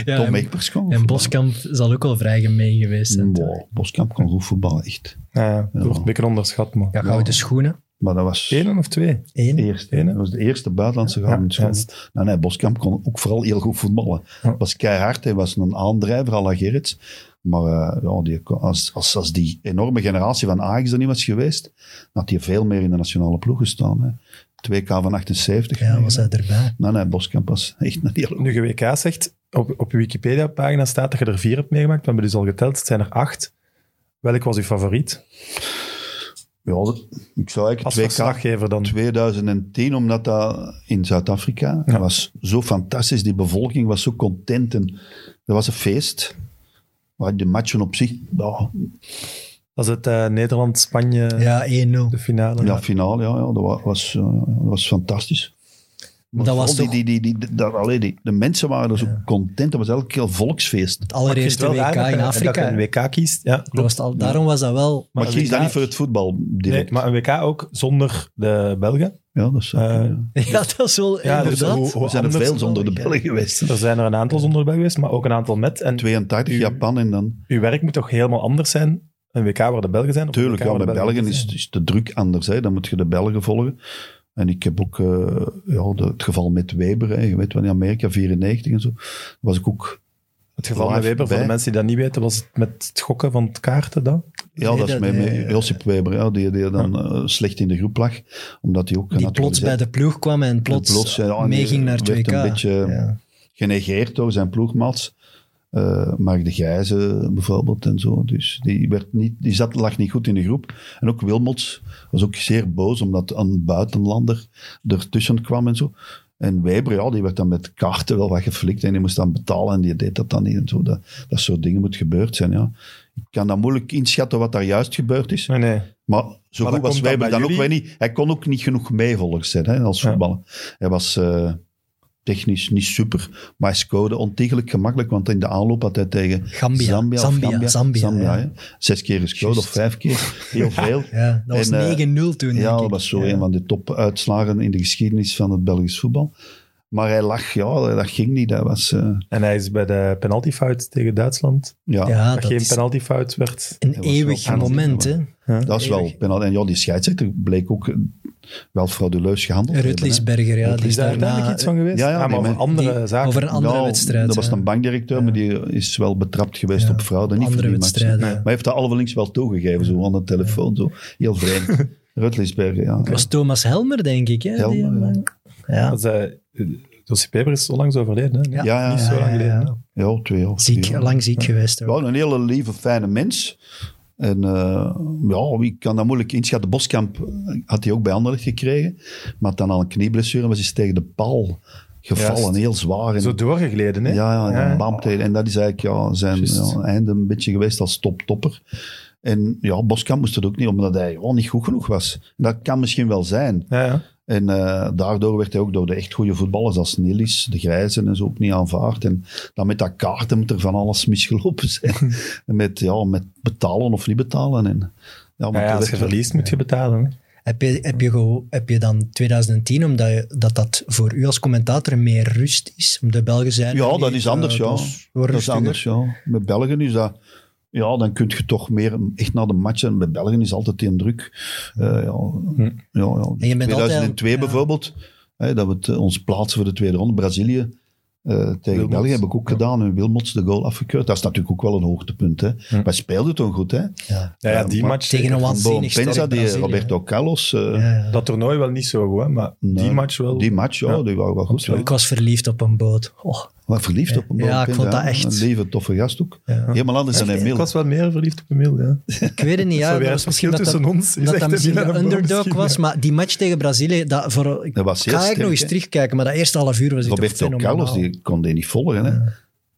Speaker 2: Ja,
Speaker 3: Tom
Speaker 2: en,
Speaker 3: Eekpers kon goed
Speaker 2: en
Speaker 3: voetballen.
Speaker 2: Boskamp zal ook wel vrij gemeen geweest zijn. toch?
Speaker 3: Wow, Boskamp kon goed voetballen, echt.
Speaker 1: Ja, dat wordt een beetje onderschat, man.
Speaker 2: Ja, gouden schoenen.
Speaker 3: Maar dat was...
Speaker 1: Eén of twee?
Speaker 2: Eén.
Speaker 3: Eerste, hè.
Speaker 1: Ene?
Speaker 3: dat was de eerste buitenlandse
Speaker 1: Ja,
Speaker 3: gouden schoen.
Speaker 1: juist.
Speaker 3: Nou, nee, Boskamp kon ook vooral heel goed voetballen.
Speaker 1: Ja.
Speaker 3: Was keihard, hij was een aandrijver, à la Gerrits. Maar eh, ja, die, kon- als, als, als die enorme generatie van Ajax er niet was geweest, had hij veel meer in de nationale ploeg gestaan. Hè. 2K van 78.
Speaker 2: Ja, was hij erbij.
Speaker 3: Nou, Nee, nee, Boskamp was echt een hele...
Speaker 1: Nu je WK zegt, op, op je Wikipedia-pagina staat dat je er vier hebt meegemaakt. We hebben dus al geteld, het zijn er acht. Welk was uw favoriet?
Speaker 3: Ja, dat- ik
Speaker 1: Als
Speaker 3: zou eigenlijk 2K...
Speaker 1: verslaggever dan.
Speaker 3: 2010, omdat dat in Zuid-Afrika
Speaker 1: Ja.
Speaker 3: dat was zo fantastisch. Die bevolking was zo content en dat was een feest. Maar de matchen op zich, ja,
Speaker 1: Dat is het eh, Nederland-Spanje,
Speaker 2: Ja, 1-0.
Speaker 1: de finale.
Speaker 3: ja, finale, ja, ja, dat wa- was, eh, ja, dat was fantastisch. Maar
Speaker 2: Dat was
Speaker 3: vooral
Speaker 2: toch-
Speaker 3: die, die, die, die- dat- allee, die- de mensen waren er zo content. Dat was elke keer feest.
Speaker 2: Het
Speaker 1: Maar ik vind
Speaker 2: allereerste
Speaker 1: het wel
Speaker 2: WK
Speaker 1: raar dat
Speaker 2: in
Speaker 1: je-
Speaker 2: Afrika.
Speaker 1: Dat je een WK kiest, ja,
Speaker 2: Dat
Speaker 1: klopt.
Speaker 2: was het al, daarom was dat wel...
Speaker 3: Maar,
Speaker 1: een
Speaker 3: kies
Speaker 1: WK
Speaker 3: dan niet voor het voetbal direct.
Speaker 1: Nee, maar een WK ook zonder de Belgen.
Speaker 3: ja, dat is,
Speaker 1: Eh,
Speaker 2: Ja, dat is wel
Speaker 1: Ja, dus
Speaker 2: inderdaad.
Speaker 1: hoe-
Speaker 3: we zijn er
Speaker 1: anders
Speaker 3: veel zonder de
Speaker 1: dan-
Speaker 3: Belgen geweest.
Speaker 1: Er zijn er een aantal zonder de Belgen geweest, maar ook een aantal met. En
Speaker 3: 82, Japan en dan...
Speaker 1: uw werk moet toch helemaal anders zijn? Een WK waar de Belgen zijn? of een
Speaker 3: Tuurlijk,
Speaker 1: WK
Speaker 3: ja,
Speaker 1: waar
Speaker 3: bij Belgen
Speaker 1: niet
Speaker 3: is,
Speaker 1: zijn?
Speaker 3: is de druk anders. Hè. Dan moet je de Belgen volgen. En ik heb ook eh, ja, de- het geval met Weber. Hè. Je weet wel, in Amerika 94 en zo. Was ik ook...
Speaker 1: Het geval met
Speaker 3: live
Speaker 1: Weber, voor
Speaker 3: bij.
Speaker 1: de mensen die dat niet weten, was het met het gokken van het kaarten dan?
Speaker 3: Ja,
Speaker 2: Nee,
Speaker 3: dat is
Speaker 2: dat,
Speaker 3: met, met
Speaker 2: eh,
Speaker 3: Josip Weber. Ja, die, die dan eh, slecht in de groep lag. Omdat hij ook...
Speaker 2: Die
Speaker 3: natuurlijk
Speaker 2: plots bij de ploeg kwam en plots,
Speaker 3: plots, ja, en
Speaker 2: meeging
Speaker 3: die
Speaker 2: naar 2K.
Speaker 3: werd een beetje-
Speaker 2: Ja.
Speaker 3: Genegeerd door zijn ploegmaats. eh Mark de Gijzen bijvoorbeeld en zo. Dus die, werd niet, die zat, lag niet goed in de groep. En ook Wilmots was ook zeer boos omdat een buitenlander ertussen kwam en zo. En Weber, ja, die werd dan met kaarten wel wat geflikt en die moest dan betalen en die deed dat dan niet en zo. Dat, dat soort dingen moet gebeurd zijn, ja. Ik kan dan moeilijk inschatten wat daar juist gebeurd is.
Speaker 1: Nee, nee.
Speaker 3: Maar zo
Speaker 1: Maar dat
Speaker 3: goed was
Speaker 1: komt dan
Speaker 3: Weber
Speaker 1: bij
Speaker 3: dan ook
Speaker 1: jullie?
Speaker 3: weer niet. Hij kon ook niet genoeg meevolgers zijn hè, als
Speaker 1: Ja.
Speaker 3: voetballer. Hij was eh, technisch niet super, maar hij scoorde ontiegelijk gemakkelijk, want in de aanloop had hij tegen
Speaker 2: Gambia.
Speaker 3: Zambia, of
Speaker 2: Zambia,
Speaker 3: Gambia,
Speaker 2: Zambia, ja.
Speaker 3: hè. zes keer gescoord
Speaker 2: Juist.
Speaker 3: of vijf keer. Heel veel.
Speaker 2: Ja, dat was
Speaker 3: En, eh,
Speaker 2: 9-0 toen,
Speaker 3: Ja,
Speaker 2: denk
Speaker 3: dat
Speaker 2: ik.
Speaker 3: was zo
Speaker 2: Ja.
Speaker 3: een van de topuitslagen in de geschiedenis van het Belgisch voetbal. Maar hij lag, ja, dat ging niet. Dat was, eh,
Speaker 1: En hij is bij de penaltyfout tegen Duitsland.
Speaker 3: ja,
Speaker 2: Ja,
Speaker 1: dat
Speaker 2: Ah, dat
Speaker 1: geen
Speaker 2: is
Speaker 1: penaltyfout werd.
Speaker 2: een
Speaker 3: was wel
Speaker 2: eeuwig
Speaker 3: aanzien,
Speaker 2: moment, hè.
Speaker 3: dat is wel.
Speaker 2: Eeuwig.
Speaker 3: penalty. En ja, die scheidsrechter bleek ook eh, wel frauduleus gehandeld. te hebben, hè.
Speaker 2: Rutlisberger, ja. Die
Speaker 1: Is
Speaker 2: is
Speaker 1: daar
Speaker 2: daarna...
Speaker 1: uiteindelijk iets van geweest? Ah,
Speaker 3: Ja, ja, die
Speaker 1: maar over
Speaker 3: men-
Speaker 1: andere
Speaker 2: die-
Speaker 1: zaken.
Speaker 2: Over een andere
Speaker 3: Nou,
Speaker 2: wedstrijd.
Speaker 3: Dat was
Speaker 2: ja.
Speaker 3: een bankdirecteur, maar die is wel betrapt geweest
Speaker 2: Ja,
Speaker 3: op fraude. Niet
Speaker 2: andere
Speaker 3: voor die match.
Speaker 2: wedstrijden.
Speaker 1: Nee.
Speaker 2: ja.
Speaker 3: Maar hij heeft dat allemaal wel toegegeven, zo aan de telefoon. Zo. Heel vreemd. Rutlisbergen, ja.
Speaker 2: Dat was Thomas Helmer, denk ik. Hè, die,
Speaker 3: Helmer,
Speaker 2: hem, eh, ja.
Speaker 1: Dat is, eh, Josip Weber is onlangs overleden. Hè?
Speaker 3: Ja, ja,
Speaker 1: Niet
Speaker 3: ja,
Speaker 1: zo lang
Speaker 2: ja,
Speaker 1: geleden.
Speaker 2: ja.
Speaker 1: hè?
Speaker 3: ja, oh, twee of
Speaker 2: Ziek,
Speaker 3: drie, ja.
Speaker 2: lang ziek geweest.
Speaker 3: Ja,
Speaker 2: Ook.
Speaker 3: een hele lieve, fijne mens. Eh, En eh, ja, ik kan dat moeilijk inschatten. Boskamp had hij ook bij Anderlecht gekregen, maar had dan al een knieblessure en was hij tegen de paal gevallen,
Speaker 1: Juist.
Speaker 3: heel zwaar. En-
Speaker 1: Zo doorgegleden, hè?
Speaker 3: ja, ja, en
Speaker 1: Ja.
Speaker 3: dan bam, tegen- En dat is eigenlijk ja, zijn
Speaker 1: Juist.
Speaker 3: ja, einde een beetje geweest als toptopper. En ja, Boskamp moest het ook niet, omdat hij gewoon niet goed genoeg was. Dat kan misschien wel zijn.
Speaker 1: Ja, ja.
Speaker 3: En eh, daardoor werd hij ook door de echt goede voetballers als Nilis, de Grijzen en zo ook niet aanvaard. En dan met dat kaarten moet er van alles misgelopen zijn. En met, ja, met betalen of niet betalen. En, ja,
Speaker 1: Ja,
Speaker 3: maar
Speaker 1: ja,
Speaker 3: toen
Speaker 1: als
Speaker 3: werd
Speaker 1: je
Speaker 3: er-
Speaker 1: verliest, moet je betalen. hè.
Speaker 2: Heb je, heb, je geho- heb je dan 2010, omdat je, dat, dat voor u als commentator meer rust is, om de Belgen zijn?
Speaker 3: Ja,
Speaker 2: er
Speaker 3: dat
Speaker 2: niet,
Speaker 3: is anders,
Speaker 2: eh,
Speaker 3: ja.
Speaker 2: dat is wat
Speaker 3: Dat is
Speaker 2: rustiger.
Speaker 3: anders, ja. Met Belgen is dat... Ja, dan kun je toch meer echt naar de matchen. Bij Belgen is altijd die druk. Eh, ja, ja, ja.
Speaker 2: Hm. En je bent
Speaker 3: 2002
Speaker 2: altijd- ja.
Speaker 3: bijvoorbeeld, hè, dat we het, eh, ons plaatsen voor de tweede ronde. Brazilië eh, tegen
Speaker 1: Wilmots.
Speaker 3: België heb ik ook gedaan. En Wilmots de goal afgekeurd. Dat is natuurlijk ook wel een hoogtepunt. Hè.
Speaker 2: Hm.
Speaker 3: Wij speelden toen goed, hè.
Speaker 2: Ja.
Speaker 1: Ja, ja,
Speaker 3: Ja,
Speaker 1: die
Speaker 3: maar
Speaker 1: match.
Speaker 2: Tegen een
Speaker 1: zeker.
Speaker 3: Van
Speaker 2: waanzinnig
Speaker 3: Pensa,
Speaker 2: sterk
Speaker 3: die eh,
Speaker 2: Brazilië.
Speaker 3: Roberto Carlos. eh,
Speaker 2: Ja, ja.
Speaker 1: Dat toernooi wel niet zo goed, hè, maar die
Speaker 3: nou,
Speaker 1: match wel.
Speaker 3: Die match, ja,
Speaker 1: Ja.
Speaker 3: die waren wel goed.
Speaker 2: Ik was verliefd op een boot. Oh,
Speaker 3: Maar verliefd op een
Speaker 2: Ja,
Speaker 3: Bob
Speaker 2: ik
Speaker 3: Penza,
Speaker 2: vond dat
Speaker 3: hè.
Speaker 2: echt-
Speaker 3: Een lieve, toffe gast ook. Helemaal anders dan
Speaker 1: ik
Speaker 3: Emil.
Speaker 1: was wel meer verliefd op Emil, ja.
Speaker 2: ik weet het niet, ja.
Speaker 1: Zo weer
Speaker 2: dat
Speaker 1: het
Speaker 2: is
Speaker 1: verschil
Speaker 2: misschien dat dat-
Speaker 1: tussen ons. is
Speaker 2: dat
Speaker 1: echt
Speaker 2: dat
Speaker 1: een
Speaker 2: misschien
Speaker 1: Milan
Speaker 2: de
Speaker 1: en Bob
Speaker 2: underdog
Speaker 1: misschien,
Speaker 2: was,
Speaker 1: ja.
Speaker 2: maar die match tegen Brazilië, dat, voor, ik
Speaker 3: Dat was heel
Speaker 2: ga ik
Speaker 3: sterk,
Speaker 2: nog eens
Speaker 3: hè.
Speaker 2: terugkijken, maar dat eerste half uur was echt
Speaker 3: Roberto
Speaker 2: toch fenomenaal.
Speaker 3: Carlos, die kon die niet volgen. Hè?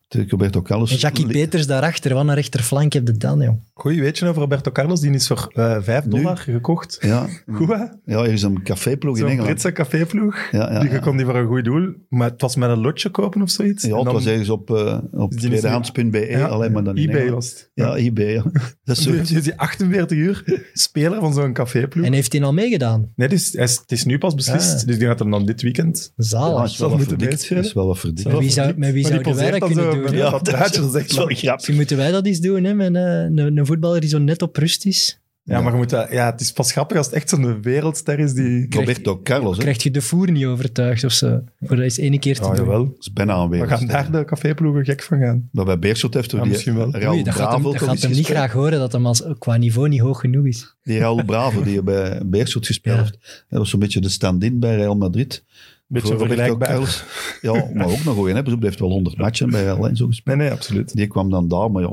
Speaker 3: Natuurlijk, Roberto Carlos.
Speaker 2: En Jackie
Speaker 3: li-
Speaker 2: Peters daarachter, wat een rechterflank heb je dan, jong.
Speaker 1: Goeie weetje over Roberto Carlos, die is voor eh 5
Speaker 3: Nu?
Speaker 1: dollar gekocht.
Speaker 3: Ja,
Speaker 1: Goed, hè?
Speaker 3: ja, er is een caféploeg in
Speaker 1: Zo'n
Speaker 3: Engeland.
Speaker 1: Britse caféploeg.
Speaker 3: Ja, ja,
Speaker 1: die
Speaker 3: ja.
Speaker 1: kon die voor een goed doel, maar het was met een lotje kopen of zoiets.
Speaker 3: Ja,
Speaker 1: En
Speaker 3: het
Speaker 1: dan-
Speaker 3: was ergens op, eh, op
Speaker 1: is
Speaker 3: tweedehands.be,
Speaker 1: Ja,
Speaker 3: E, alleen maar dan in
Speaker 1: eBay
Speaker 3: Engeland.
Speaker 1: was het.
Speaker 3: Ja, eBay. Ja. Dat is
Speaker 1: Zo
Speaker 3: zo.
Speaker 1: is die 48 uur speler van zo'n caféploeg.
Speaker 3: Hm.
Speaker 2: En heeft hij al meegedaan?
Speaker 1: Nee, dus hij is, het is nu pas beslist,
Speaker 2: Ja.
Speaker 1: dus die gaat hem dan dit weekend.
Speaker 3: Ja,
Speaker 2: Zalig.
Speaker 3: is wel
Speaker 1: Dat
Speaker 3: wat
Speaker 1: moeten
Speaker 3: verdikt.
Speaker 1: mensen, hè?
Speaker 3: is wel wat verdikt.
Speaker 2: wie zou- met wie
Speaker 1: Maar die
Speaker 2: zouden wij
Speaker 1: poseert
Speaker 2: dat
Speaker 1: dan
Speaker 2: kunnen
Speaker 1: zo
Speaker 2: doen?
Speaker 1: met
Speaker 2: Ja,
Speaker 1: dat draadje, dat is echt
Speaker 3: wel
Speaker 1: leuk.
Speaker 3: grappig.
Speaker 2: Misschien moeten wij dat eens doen, hè, met eh, een, een voetballer die zo net op rust is.
Speaker 1: Ja, maar je moet dat, ja, het is pas grappig als het echt zo'n wereldster is die...
Speaker 2: Krijg-
Speaker 3: Roberto Carlos, hè.
Speaker 2: Krijg je de voer niet overtuigd of zo? Voor dat eens één keer te
Speaker 1: Ja,
Speaker 2: doen.
Speaker 1: jawel.
Speaker 3: is bijna
Speaker 1: We gaan
Speaker 3: aanwezig.
Speaker 1: daar de caféploegen gek van gaan.
Speaker 3: Maar bij Beerschot heeft er
Speaker 1: Ja,
Speaker 3: die
Speaker 1: misschien wel.
Speaker 2: Oei,
Speaker 3: Raoul
Speaker 2: dat gaat hem,
Speaker 3: Bravo
Speaker 2: dat
Speaker 3: toch
Speaker 2: gaat
Speaker 3: eens
Speaker 2: hem niet
Speaker 3: gespeeld.
Speaker 2: graag horen dat hem als, eh, qua niveau niet hoog genoeg is.
Speaker 3: Die Raoul Bravo die bij Beerschot gespeeld
Speaker 2: Ja.
Speaker 3: heeft. Dat was zo'n beetje de stand-in bij Real Madrid.
Speaker 1: Beetje
Speaker 3: Voor Roberto
Speaker 1: vergelijkbaar.
Speaker 3: Carlos. Ja, maar ook nog goed. Hij heeft wel 100 matchen bij Real en zo gespeeld.
Speaker 1: Nee, nee, absoluut.
Speaker 3: Die kwam dan daar, maar ja,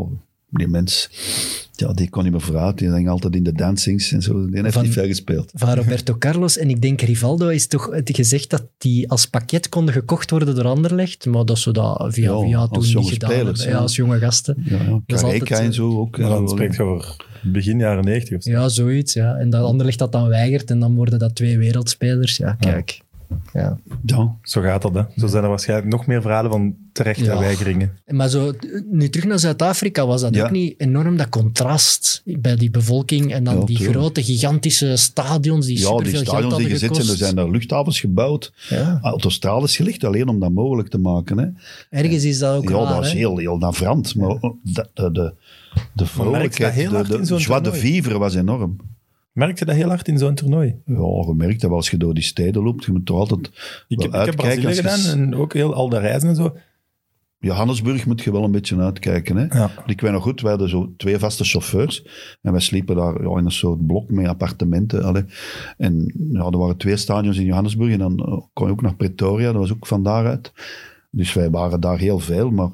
Speaker 3: die mens, ja, die kon niet meer vooruit. Die ging altijd in de dancings en zo. Die heeft
Speaker 2: Van-
Speaker 3: niet veel gespeeld.
Speaker 2: Van Roberto Carlos en ik denk Rivaldo is toch het gezegd dat die als pakket konden gekocht worden door Anderlecht, maar dat ze dat via
Speaker 3: Ja,
Speaker 2: via
Speaker 3: als
Speaker 2: toen niet
Speaker 3: jonge
Speaker 2: gedaan
Speaker 3: spelers,
Speaker 2: hebben. Ja,
Speaker 3: ja.
Speaker 2: als jonge gasten.
Speaker 3: Ja, ja.
Speaker 2: Dat is
Speaker 3: Careca
Speaker 2: altijd,
Speaker 3: en
Speaker 2: eh,
Speaker 3: zo ook.
Speaker 1: Maar
Speaker 3: Ja,
Speaker 1: dan
Speaker 3: wel-
Speaker 1: spreekt je over begin jaren 90 of zo.
Speaker 2: Ja, zoiets. Ja. En dat Anderlecht dat dan weigert en dan worden dat twee wereldspelers. Ja, kijk. Ja.
Speaker 3: ja.
Speaker 1: Zo gaat dat, hè. Zo zijn er waarschijnlijk nog meer verhalen van terechte
Speaker 2: Ja.
Speaker 1: weigeringen.
Speaker 2: Maar zo, nu terug naar Zuid-Afrika, was dat
Speaker 3: Ja.
Speaker 2: ook niet enorm dat contrast bij die bevolking en dan
Speaker 3: Ja,
Speaker 2: die
Speaker 3: tuurlijk.
Speaker 2: grote, gigantische stadions die
Speaker 3: ja, die
Speaker 2: superveel geld
Speaker 3: stadions die
Speaker 2: hadden
Speaker 3: gezet zijn,
Speaker 2: gekost.
Speaker 3: er zijn daar luchthavens gebouwd.
Speaker 2: Ja.
Speaker 3: Autostrades gelicht, alleen om dat mogelijk te maken. Hè.
Speaker 2: Ergens is dat ook
Speaker 3: ja,
Speaker 2: waar,
Speaker 3: dat is
Speaker 2: hè.
Speaker 3: heel, heel navrant. Maar de, de, de, de vrolijkheid,
Speaker 1: heel hard
Speaker 3: de,
Speaker 1: in
Speaker 3: de
Speaker 1: zo'n
Speaker 3: joie de
Speaker 1: toernooi?
Speaker 3: vivre was enorm.
Speaker 1: Merk je dat heel hard in zo'n toernooi?
Speaker 3: Ja, je merkt dat wel als je door die steden loopt, je moet toch altijd
Speaker 1: Ik
Speaker 3: wel
Speaker 1: heb, ik heb
Speaker 3: uitkijken.
Speaker 1: Brazilië
Speaker 3: als je-
Speaker 1: gedaan en ook heel al de reizen en zo.
Speaker 3: Johannesburg moet je wel een beetje uitkijken. Hè?
Speaker 1: Ja.
Speaker 3: Want Ik weet nog goed, wij hadden zo twee vaste chauffeurs. En wij sliepen daar ja, in een soort blok met appartementen. Allee. En ja, er waren twee stadions in Johannesburg. En dan eh, kon je ook naar Pretoria, dat was ook van daaruit. Dus wij waren daar heel veel. Maar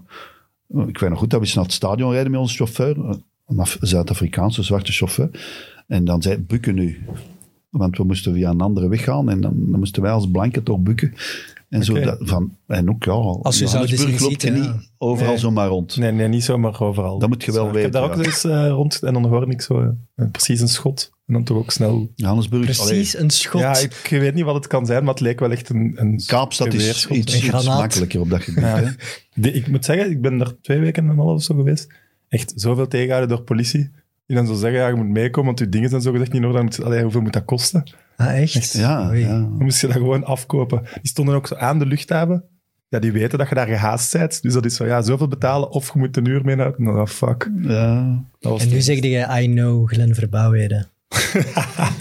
Speaker 3: eh, ik weet nog goed dat we eens naar het stadion rijden met onze chauffeur. eh, Een Af- Zuid-Afrikaanse zwarte chauffeur. En dan zei bukken nu. Want we moesten via een andere weg gaan. En dan, dan moesten wij als blanken toch bukken. En, zo
Speaker 1: Oké.
Speaker 3: dat, van, en ook ja,
Speaker 2: Als je zou
Speaker 3: Johannesburg
Speaker 2: dus zien
Speaker 3: loopt je
Speaker 2: zitten,
Speaker 3: niet
Speaker 2: ja.
Speaker 3: overal
Speaker 1: Nee.
Speaker 3: zomaar rond.
Speaker 1: Nee, nee, niet zomaar overal.
Speaker 3: Dat moet je wel
Speaker 1: Zo, Ik heb daar
Speaker 3: weten,
Speaker 1: ook
Speaker 3: ja.
Speaker 1: eens eh, rond en dan hoorde ik zo eh, precies een schot. En dan toch ook snel.
Speaker 3: Johannesburg, allee,
Speaker 2: Precies een schot.
Speaker 1: Ja, ik weet niet wat het kan zijn, maar het leek wel echt een. een
Speaker 3: Kaapstad is
Speaker 1: geweerschot.
Speaker 3: iets,
Speaker 2: Een
Speaker 3: iets
Speaker 2: granaat.
Speaker 3: makkelijker op dat gebied.
Speaker 1: Ja.
Speaker 3: hè.
Speaker 1: De- ik moet zeggen, ik ben er twee weken en een half of zo geweest. Echt zoveel tegenhouden door politie. Die dan zo zeggen: ja, je moet meekomen, want je dingen zijn zo gezegd niet in orde. Dan moet- Allee, hoeveel moet dat kosten?
Speaker 2: Ah, echt?
Speaker 3: Ja,
Speaker 2: Oei.
Speaker 3: ja.
Speaker 1: Dan moest je dat gewoon afkopen. Die stonden ook zo aan de luchthaven. Ja, die weten dat je daar gehaast bent. Dus dat is zo, ja, zoveel betalen of je moet een uur mee naar... Nou, fuck.
Speaker 3: ja.
Speaker 1: Dat was
Speaker 2: En nu zeg je, I know Glenn Verbouwheden.
Speaker 1: Moet ik eens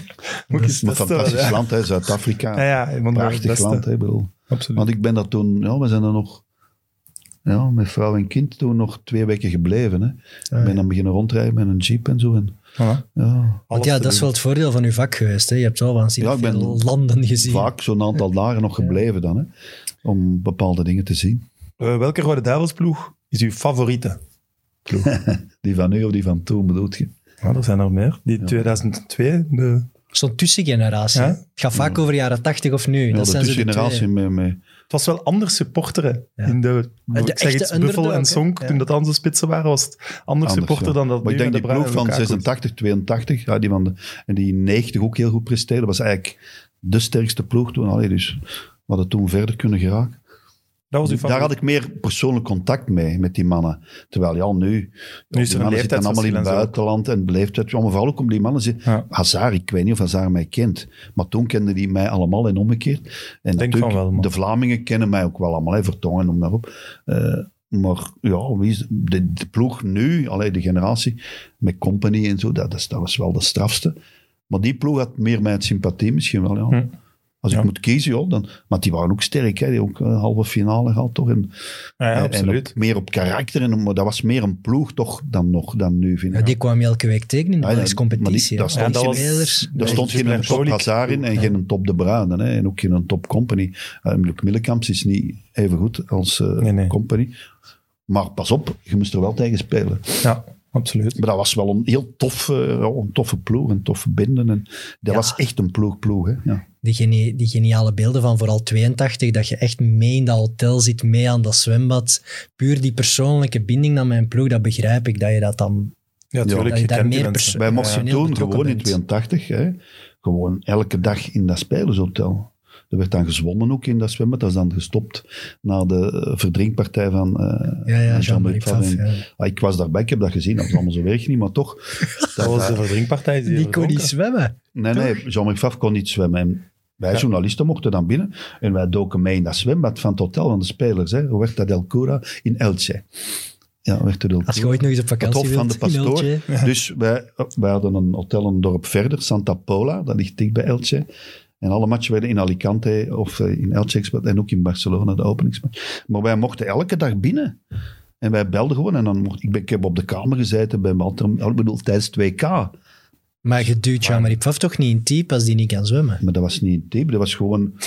Speaker 3: Een
Speaker 1: testen,
Speaker 3: fantastisch
Speaker 1: ja.
Speaker 3: land, hè, Zuid-Afrika.
Speaker 1: Ja, ja, een van de
Speaker 3: Prachtig
Speaker 1: beste.
Speaker 3: land, hè, ik bedoel.
Speaker 1: Absoluut.
Speaker 3: Want ik ben daar toen, ja, we zijn er nog, ja, met vrouw en kind toen nog twee weken gebleven.
Speaker 1: Ah,
Speaker 3: Hè. ik ben dan beginnen rondrijden met een jeep en zo. En,
Speaker 1: Voilà.
Speaker 3: ja,
Speaker 2: Want
Speaker 1: Alles
Speaker 2: ja,
Speaker 1: te
Speaker 2: dat is wel
Speaker 1: doen.
Speaker 2: het voordeel van uw vak geweest. Hè? Je hebt wel waanzinnig
Speaker 3: Ja, ik ben
Speaker 2: veel landen gezien.
Speaker 3: vaak zo'n aantal dagen nog gebleven dan, hè, om bepaalde dingen te zien.
Speaker 1: Eh, welke Rode Duivelsploeg is uw favoriete?
Speaker 3: Die van nu of die van toen, bedoel je?
Speaker 1: Ja, er zijn er meer. Die 2002, de,
Speaker 2: Zo'n tussengeneratie.
Speaker 1: Ja.
Speaker 2: hè. Het gaat vaak over jaren 80 of nu.
Speaker 3: Ja,
Speaker 2: dat
Speaker 3: de
Speaker 2: zijn ze de
Speaker 3: tussengeneratie
Speaker 2: twee.
Speaker 3: mee, mee.
Speaker 1: het was wel anders supporteren. In de,
Speaker 2: de
Speaker 1: ik zeg
Speaker 2: echte
Speaker 1: iets, Buffel
Speaker 2: underdog,
Speaker 1: en
Speaker 2: hè?
Speaker 1: Sonk,
Speaker 2: Ja.
Speaker 1: toen dat onze spitsen waren, was het anders
Speaker 3: Anders,
Speaker 1: supporter
Speaker 3: ja.
Speaker 1: dan dat
Speaker 3: Maar ik
Speaker 1: nu
Speaker 3: denk
Speaker 1: met
Speaker 3: die
Speaker 1: de
Speaker 3: ploeg
Speaker 1: Bruinen
Speaker 3: van
Speaker 1: elkaar komt.
Speaker 3: 86, 82, ja, die van de, en die in 90 ook heel goed presteerde, was eigenlijk de sterkste ploeg toen. Allee, dus we hadden toen verder kunnen geraken.
Speaker 1: Dat was uw
Speaker 3: Daar had
Speaker 1: favoriet.
Speaker 3: ik meer persoonlijk contact mee, met die mannen. Terwijl ja, nu,
Speaker 1: Nu is
Speaker 3: die
Speaker 1: er een
Speaker 3: mannen zitten allemaal in
Speaker 1: leeftijdsverschil en
Speaker 3: het
Speaker 1: zo.
Speaker 3: buitenland en leeftijd. Ja, maar vooral ook om die mannen. zitten-
Speaker 1: Ja.
Speaker 3: Hazard, ik weet niet of Hazard mij kent, maar toen kenden die mij allemaal en omgekeerd.
Speaker 1: Denk
Speaker 3: En natuurlijk,
Speaker 1: van wel, man.
Speaker 3: de Vlamingen kennen mij ook wel allemaal, hè, Vertongen, noem maar op. Eh, maar ja, wie is de, de ploeg nu, alleen de generatie, met Company en zo, dat, is, dat was wel de strafste. Maar die ploeg had meer mijn sympathie misschien wel, ja.
Speaker 1: Hm.
Speaker 3: Als ik
Speaker 1: Ja.
Speaker 3: moet kiezen, joh, dan... Maar die waren ook sterk, hè. Die ook een halve finale gehad, toch? En,
Speaker 1: Ja, ja,
Speaker 3: en
Speaker 1: absoluut.
Speaker 3: op- meer op karakter. En, maar dat was meer een ploeg, toch, dan nog, dan nu, vind ik.
Speaker 2: Ja, die kwam elke week tegen in de
Speaker 3: Ah, Ja, ja,
Speaker 2: Belgische competitie.
Speaker 3: maar die-
Speaker 2: hè.
Speaker 3: daar
Speaker 1: Ja,
Speaker 3: stond
Speaker 1: dat was-
Speaker 2: Spelers.
Speaker 3: Er
Speaker 1: Nee,
Speaker 3: stond
Speaker 1: dus
Speaker 3: geen een top
Speaker 1: Blankolic.
Speaker 3: Hazard in en geen een top De Bruyne. Hè, en ook geen een top Company. Eh, ik bedoel, Middelkamps is niet even goed als eh,
Speaker 1: Nee, nee.
Speaker 3: Company. Maar pas op, je moest er wel tegen spelen.
Speaker 1: Ja, absoluut.
Speaker 3: Maar dat was wel een heel toffe, eh, ja, een toffe ploeg, een toffe binden. En
Speaker 2: Ja.
Speaker 3: dat was echt een ploeg-ploeg. hè, Ja.
Speaker 2: Die, genie- die geniale beelden van vooral 82, dat je echt mee in dat hotel zit, mee aan dat zwembad. Puur die persoonlijke binding naar mijn ploeg, dat begrijp ik, dat je dat dan...
Speaker 1: Ja,
Speaker 3: dat
Speaker 1: natuurlijk.
Speaker 2: je
Speaker 1: je
Speaker 2: daar
Speaker 1: kent die mensen.
Speaker 2: meer perso-
Speaker 3: Wij
Speaker 2: Ja,
Speaker 3: mochten
Speaker 2: ja.
Speaker 3: toen
Speaker 2: eh, betrokken
Speaker 3: gewoon in
Speaker 2: bent.
Speaker 3: 82, hè, gewoon elke dag in dat spelershotel. Er werd dan gezwommen ook in dat zwembad. Dat is dan gestopt na de eh, verdrinkpartij van eh,
Speaker 2: Ja, ja,
Speaker 3: van
Speaker 2: Jean-Marie
Speaker 3: Pfaff.
Speaker 2: Pfaff,
Speaker 3: En-
Speaker 2: ja.
Speaker 3: Ah, ik was daarbij, ik heb dat gezien. Dat was allemaal zo erg niet, maar toch.
Speaker 1: Dat was de verdrinkpartij. Die,
Speaker 2: Die kon
Speaker 1: verdronken.
Speaker 2: niet zwemmen.
Speaker 3: Nee, nee, Jean-Marc Favre kon niet zwemmen. En wij
Speaker 1: Ja.
Speaker 3: journalisten mochten dan binnen. En wij doken mee in dat zwembad van het hotel van de spelers. Hè. Roberta Del Cura in Elche. Ja, Roberta Del
Speaker 2: Als je
Speaker 3: Cura.
Speaker 2: ooit nog eens op
Speaker 3: Het
Speaker 2: vakantie
Speaker 3: hof van de
Speaker 2: wilt, in
Speaker 3: pastoor.
Speaker 2: Eltje.
Speaker 3: Dus wij, wij hadden een hotel een dorp verder, Santa Pola. Dat ligt dicht bij Elche. En alle matchen werden in Alicante of eh, in Elche gespeeld. En ook in Barcelona, de openingsmatch. Maar wij mochten elke dag binnen. En wij belden gewoon. En dan mocht, ik, ben, ik heb op de kamer gezeten bij Maltem. Ik bedoel, tijdens 2K.
Speaker 2: Maar je duwt Jean-Marie Pfaff toch niet in type als die niet kan zwemmen?
Speaker 3: Maar dat was niet een type, dat was gewoon een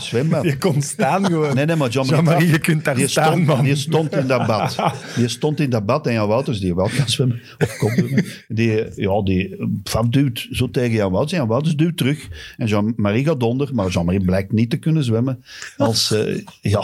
Speaker 3: zwembad.
Speaker 1: Je kon staan gewoon.
Speaker 3: Nee, nee, maar
Speaker 1: Jean-Marie,
Speaker 3: Jean-Marie
Speaker 1: je kunt daar
Speaker 3: die
Speaker 1: staan,
Speaker 3: stond,
Speaker 1: man.
Speaker 3: die stond in dat bad. Die stond in dat bad en Jan Wouters, die wel kan zwemmen, of kon zwemmen, die, ja, die eh, Fab duwt zo tegen Jan Wouters. En Jan Wouters duwt terug. En Jean-Marie gaat onder, maar Jean-Marie blijkt niet te kunnen zwemmen. Als, eh, ja,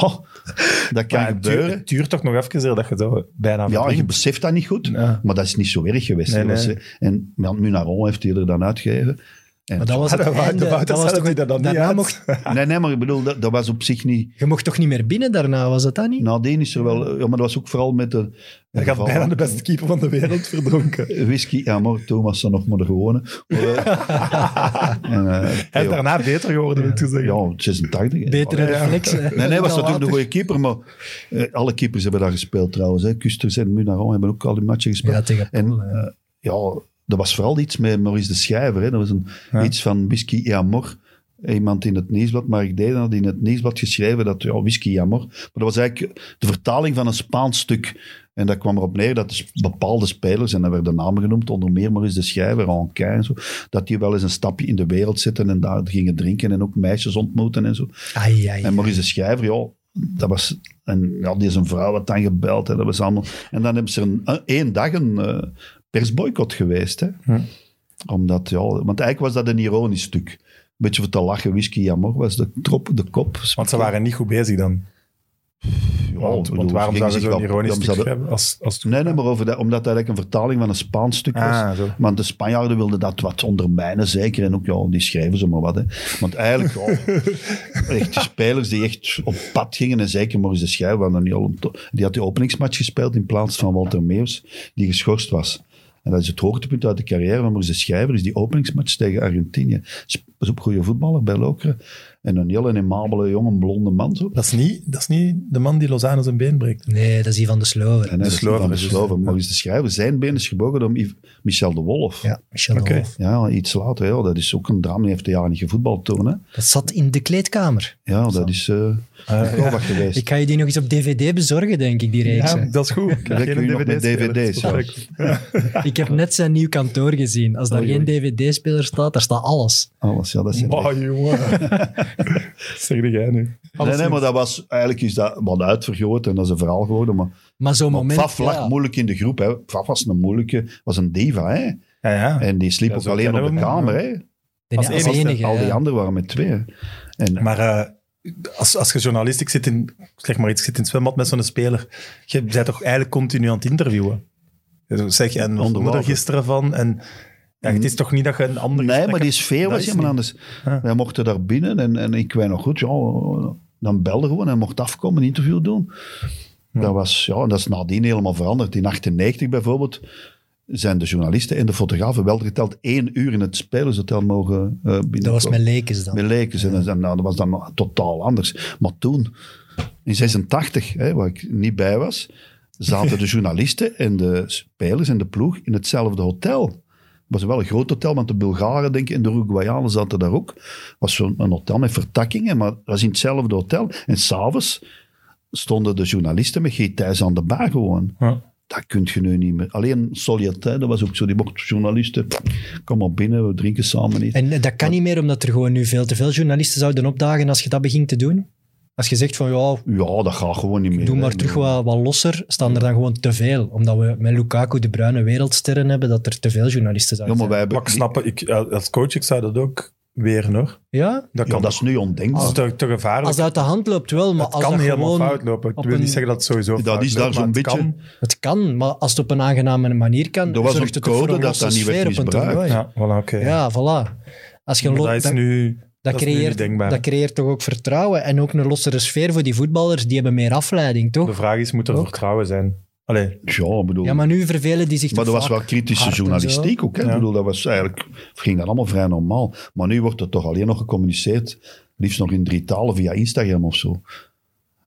Speaker 3: dat kan
Speaker 1: Maar het, duurt,
Speaker 3: gebeuren.
Speaker 1: het duurt toch nog even eer dat je zo bijna
Speaker 3: Ja, en je
Speaker 1: verdrinkt.
Speaker 3: beseft dat niet goed,
Speaker 1: Ja.
Speaker 3: maar dat is niet zo erg geweest.
Speaker 1: Nee,
Speaker 3: Dat was,
Speaker 1: nee.
Speaker 3: eh, En Jan Munaron heeft die er dan uitgegeven. En,
Speaker 2: Maar dat was het
Speaker 1: Ja, de Wou- de
Speaker 2: einde.
Speaker 1: Wouters
Speaker 2: Dat was
Speaker 1: hadden
Speaker 2: toch
Speaker 1: die dat dan niet
Speaker 2: daarna
Speaker 1: uit.
Speaker 2: mocht-
Speaker 3: nee, nee, maar ik bedoel, dat, dat was op zich niet...
Speaker 2: Je mocht toch niet meer binnen daarna, was dat dat niet?
Speaker 3: Nadien is er wel, ja, maar dat was ook vooral met de.
Speaker 1: Hij gaat
Speaker 3: geval-
Speaker 1: bijna de beste keeper van de wereld verdronken.
Speaker 3: Whisky, ja, maar Thomas dan nog maar de gewone. Maar, eh, en, eh,
Speaker 1: Hij is
Speaker 3: ja,
Speaker 1: daarna beter geworden, moet ik zeggen.
Speaker 3: ja, 86. hè.
Speaker 2: Betere
Speaker 1: Ja.
Speaker 2: reflex. hè.
Speaker 3: Nee, nee, was natuurlijk
Speaker 2: Later.
Speaker 3: een goede keeper, maar eh, alle keepers hebben daar gespeeld trouwens. Hè. Kusters en Munaron hebben ook al die matchen gespeeld.
Speaker 2: Ja, tegen
Speaker 3: en
Speaker 2: Polen,
Speaker 3: eh, ja, er was vooral iets met Maurice de Schrijver. Hè. Dat was een,
Speaker 1: Ja.
Speaker 3: iets van Whisky Jamor. Iemand in het nieuwsblad, maar ik deed dat in het nieuwsblad geschreven dat ja, Whisky Jamor. Maar dat was eigenlijk de vertaling van een Spaans stuk. En dat kwam erop neer dat de s- bepaalde spelers, en daar werden namen genoemd, onder meer Maurice de Schrijver, Anquin en zo, dat die wel eens een stapje in de wereld zitten en daar gingen drinken en ook meisjes ontmoeten en zo.
Speaker 2: Ai, ai.
Speaker 3: En Maurice de Schrijver, ja, dat was... En ja, die zijn vrouw had dan gebeld, hè, dat was allemaal... En dan hebben ze een, een- één dag een eh, persboycott geweest, hè.
Speaker 1: Hm.
Speaker 3: Omdat, ja... Want eigenlijk was dat een ironisch stuk. Een beetje voor te lachen, whisky jammer was de trop, de kop.
Speaker 1: Want ze waren niet goed bezig dan.
Speaker 3: Ja,
Speaker 1: want,
Speaker 3: Oh, ik
Speaker 1: want
Speaker 3: bedoel,
Speaker 1: waarom
Speaker 3: ze
Speaker 1: zouden ze
Speaker 3: gingen
Speaker 1: zo'n
Speaker 3: zich wel-
Speaker 1: ironisch
Speaker 3: ze
Speaker 1: stuk
Speaker 3: hadden-
Speaker 1: hebben? Als, als het-
Speaker 3: Nee, nee, maar over dat, omdat dat eigenlijk een vertaling van een Spaans stuk was.
Speaker 1: Ah, zo.
Speaker 3: Want de Spanjaarden wilden dat wat ondermijnen, zeker. En ook, ja, die schrijven ze maar wat. Hè. Want eigenlijk, ja, echt de spelers die echt op pad gingen. En zeker Maurice de Schrijver, want dan niet al om to- die had de openingsmatch gespeeld in plaats van Walter Meers, die geschorst was. En dat is het hoogtepunt uit de carrière van Maurice de Schrijver, is die openingsmatch tegen Argentinië. Dat is ook een goede voetballer bij Lokeren. En een heel aimabele, jonge, blonde man. Zo.
Speaker 1: Dat, is niet, dat is niet de man die Lozano zijn been breekt.
Speaker 2: Nee, dat is die van de Slover.
Speaker 3: En dat is
Speaker 1: Slover
Speaker 3: van de
Speaker 1: dus is het,
Speaker 3: Slover.
Speaker 1: ja.
Speaker 3: Maurice de Schrijver, zijn been is gebogen door Yves- Michel de Wolf.
Speaker 2: Ja, Michel de
Speaker 1: Oké.
Speaker 2: Wolf.
Speaker 3: Ja, iets later. Ja. Dat is ook een drama. Die heeft de jaren niet gevoetbald toen. Hè.
Speaker 2: Dat zat in de kleedkamer.
Speaker 3: Ja, dat is eh
Speaker 1: Ah,
Speaker 3: wel wat geweest.
Speaker 2: Ik ga je die nog eens op DVD bezorgen, denk ik, die reeks.
Speaker 1: Ja,
Speaker 2: hè.
Speaker 1: dat is goed. Ik
Speaker 3: Lekker u nog met DVD's, ja.
Speaker 2: Ik heb net zijn nieuw kantoor gezien. Als daar
Speaker 3: Oei,
Speaker 2: geen
Speaker 3: oei.
Speaker 2: DVD-speler staat, daar staat alles.
Speaker 3: Alles, ja, dat zijn
Speaker 1: Oh, jongen. zeg jij nu.
Speaker 3: nee, nee, maar dat was, eigenlijk is dat wat uitvergroot en dat is een verhaal geworden. Maar,
Speaker 2: Maar zo'n
Speaker 3: maar
Speaker 2: moment...
Speaker 3: Faf lag
Speaker 2: ja.
Speaker 3: moeilijk in de groep. Hè. Faf was een moeilijke, was een diva. Hè.
Speaker 1: Ja, ja.
Speaker 3: En die sliep
Speaker 1: Ja,
Speaker 3: ook
Speaker 1: zo
Speaker 3: alleen op
Speaker 1: kennen
Speaker 3: de
Speaker 1: we hem,
Speaker 3: kamer. Hè?
Speaker 1: Als
Speaker 2: als
Speaker 1: enige,
Speaker 2: enige.
Speaker 3: Al die
Speaker 2: ja.
Speaker 3: anderen waren met twee. hè. En
Speaker 1: Maar eh, als, als je journalist, ik zit in, ik zeg maar, ik zit in het zwembad met zo'n speler. Je bent toch eigenlijk continu aan het interviewen? Dus Zeg, en wat
Speaker 3: Onderwater.
Speaker 1: vond je er gisteren van? En, ja, het is toch niet dat je een ander
Speaker 3: Mhm. Nee,
Speaker 1: gesprek
Speaker 3: maar die
Speaker 1: hebt?
Speaker 3: sfeer
Speaker 1: Dat
Speaker 3: was
Speaker 1: is
Speaker 3: helemaal
Speaker 1: niet-
Speaker 3: anders.
Speaker 1: Ja.
Speaker 3: Wij mochten daar binnen en, en ik weet nog goed, ja, dan belde gewoon en mocht afkomen, een interview doen. Dat, was, ja, en dat is nadien helemaal veranderd. In 98 bijvoorbeeld zijn de journalisten en de fotografen wel geteld één uur in het spelershotel mogen eh binnenkomen.
Speaker 2: Dat was met lekens dan.
Speaker 3: Met lekens. En, dat is dan- nou, dat was dan totaal anders. Maar toen, in 86, hè, waar ik niet bij was, zaten de journalisten en de spelers en de ploeg in hetzelfde hotel. Het was wel een groot hotel, want de Bulgaren denk ik, en de Uruguayanen zaten daar ook. Het was zo'n een hotel met vertakkingen, maar het was in hetzelfde hotel. En s'avonds stonden de journalisten met G. Thijs aan de bar gewoon.
Speaker 1: Ja.
Speaker 3: Dat kun je nu niet meer. Alleen Soljet, hè, dat was ook zo. Die mocht journalisten, kom maar binnen, we drinken samen niet.
Speaker 2: En eh, dat kan niet meer, omdat er gewoon nu veel te veel journalisten zouden opdagen als je dat begint te doen. Als je zegt van, ja,
Speaker 3: Ja, dat gaat gewoon niet meer.
Speaker 2: doe
Speaker 3: hè.
Speaker 2: maar terug wat, wat losser, staan er dan gewoon te veel. Omdat we met Lukaku de bruine wereldsterren hebben, dat er te veel journalisten
Speaker 3: Ja,
Speaker 2: zouden
Speaker 3: maar
Speaker 2: zijn.
Speaker 3: wij hebben...
Speaker 1: Maar ik snap het, ik, als coach, ik zou dat ook weer, hoor.
Speaker 2: Ja?
Speaker 1: Dat
Speaker 3: Ja,
Speaker 1: kan.
Speaker 3: dat is nu ondenkbaar.
Speaker 1: dat
Speaker 2: Ah.
Speaker 1: is te, te gevaarlijk.
Speaker 2: Als dat uit de hand loopt wel, maar
Speaker 1: het
Speaker 2: als
Speaker 1: kan
Speaker 2: dat
Speaker 1: helemaal
Speaker 2: gewoon...
Speaker 1: fout lopen. Ik
Speaker 2: op
Speaker 1: wil
Speaker 2: een-
Speaker 1: niet zeggen dat het sowieso
Speaker 3: Dat
Speaker 1: fout
Speaker 3: is daar
Speaker 1: loopt, maar
Speaker 3: zo'n
Speaker 1: het
Speaker 3: beetje-
Speaker 1: kan.
Speaker 2: Het kan, maar als het op een aangename manier kan,
Speaker 3: Er was
Speaker 2: zorgt
Speaker 3: een
Speaker 2: het ook voor
Speaker 3: code
Speaker 2: een
Speaker 3: dat
Speaker 2: losse
Speaker 3: dat niet werd
Speaker 2: sfeer op een
Speaker 3: misbruikt.
Speaker 2: toernooi. Ja,
Speaker 1: Ja, voilà, oké.
Speaker 2: voilà. Als je een
Speaker 1: Maar
Speaker 2: lot-
Speaker 1: dat is
Speaker 2: dat-
Speaker 1: nu...
Speaker 2: dat,
Speaker 1: dat is nu niet
Speaker 2: creëert,
Speaker 1: denkbaar.
Speaker 2: dat creëert toch ook vertrouwen en ook een lossere sfeer voor die voetballers. Die hebben meer afleiding,
Speaker 1: De
Speaker 2: toch?
Speaker 1: vraag is, moet er
Speaker 2: Ook.
Speaker 1: vertrouwen zijn? Allee,
Speaker 3: Ja, ik bedoel...
Speaker 2: Ja, maar nu vervelen die zich
Speaker 3: maar
Speaker 2: toch
Speaker 3: dat was
Speaker 2: vaak
Speaker 3: wel kritische
Speaker 2: hard en zo.
Speaker 3: journalistiek ook. Hè?
Speaker 1: Ja.
Speaker 3: Ik bedoel, dat was eigenlijk, ging dat allemaal vrij normaal. Maar nu wordt het toch alleen nog gecommuniceerd, liefst nog in drie talen via Instagram of zo.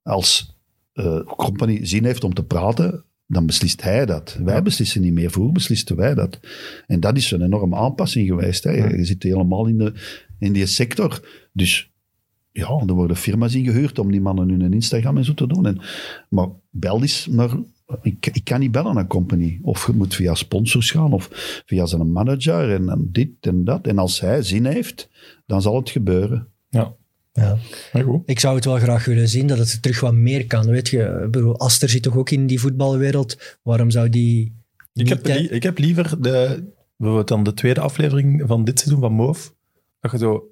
Speaker 3: Als eh company zin heeft om te praten, dan beslist hij dat. Wij beslissen niet meer. Vroeger beslisten wij dat. En dat is een enorme aanpassing geweest. Hè? Je, je zit helemaal in, de, in die sector. Dus ja, er worden firma's ingehuurd om die mannen hun Instagram en zo te doen. En, maar bel eens naar... Ik, ik kan niet bellen naar company. Of je moet via sponsors gaan, of via zijn manager, en, en dit en dat. En als hij zin heeft, dan zal het gebeuren.
Speaker 1: ja.
Speaker 2: Ja.
Speaker 1: Maar goed.
Speaker 2: Ik zou het wel graag willen zien dat het terug wat meer kan. Weet je, Ik bedoel, Aster zit toch ook in die voetbalwereld? Waarom zou die.
Speaker 1: Ik
Speaker 2: niet
Speaker 1: heb,
Speaker 2: tij-
Speaker 1: li- ik heb liever de, bijvoorbeeld dan de tweede aflevering van dit seizoen van Moof, dat je zo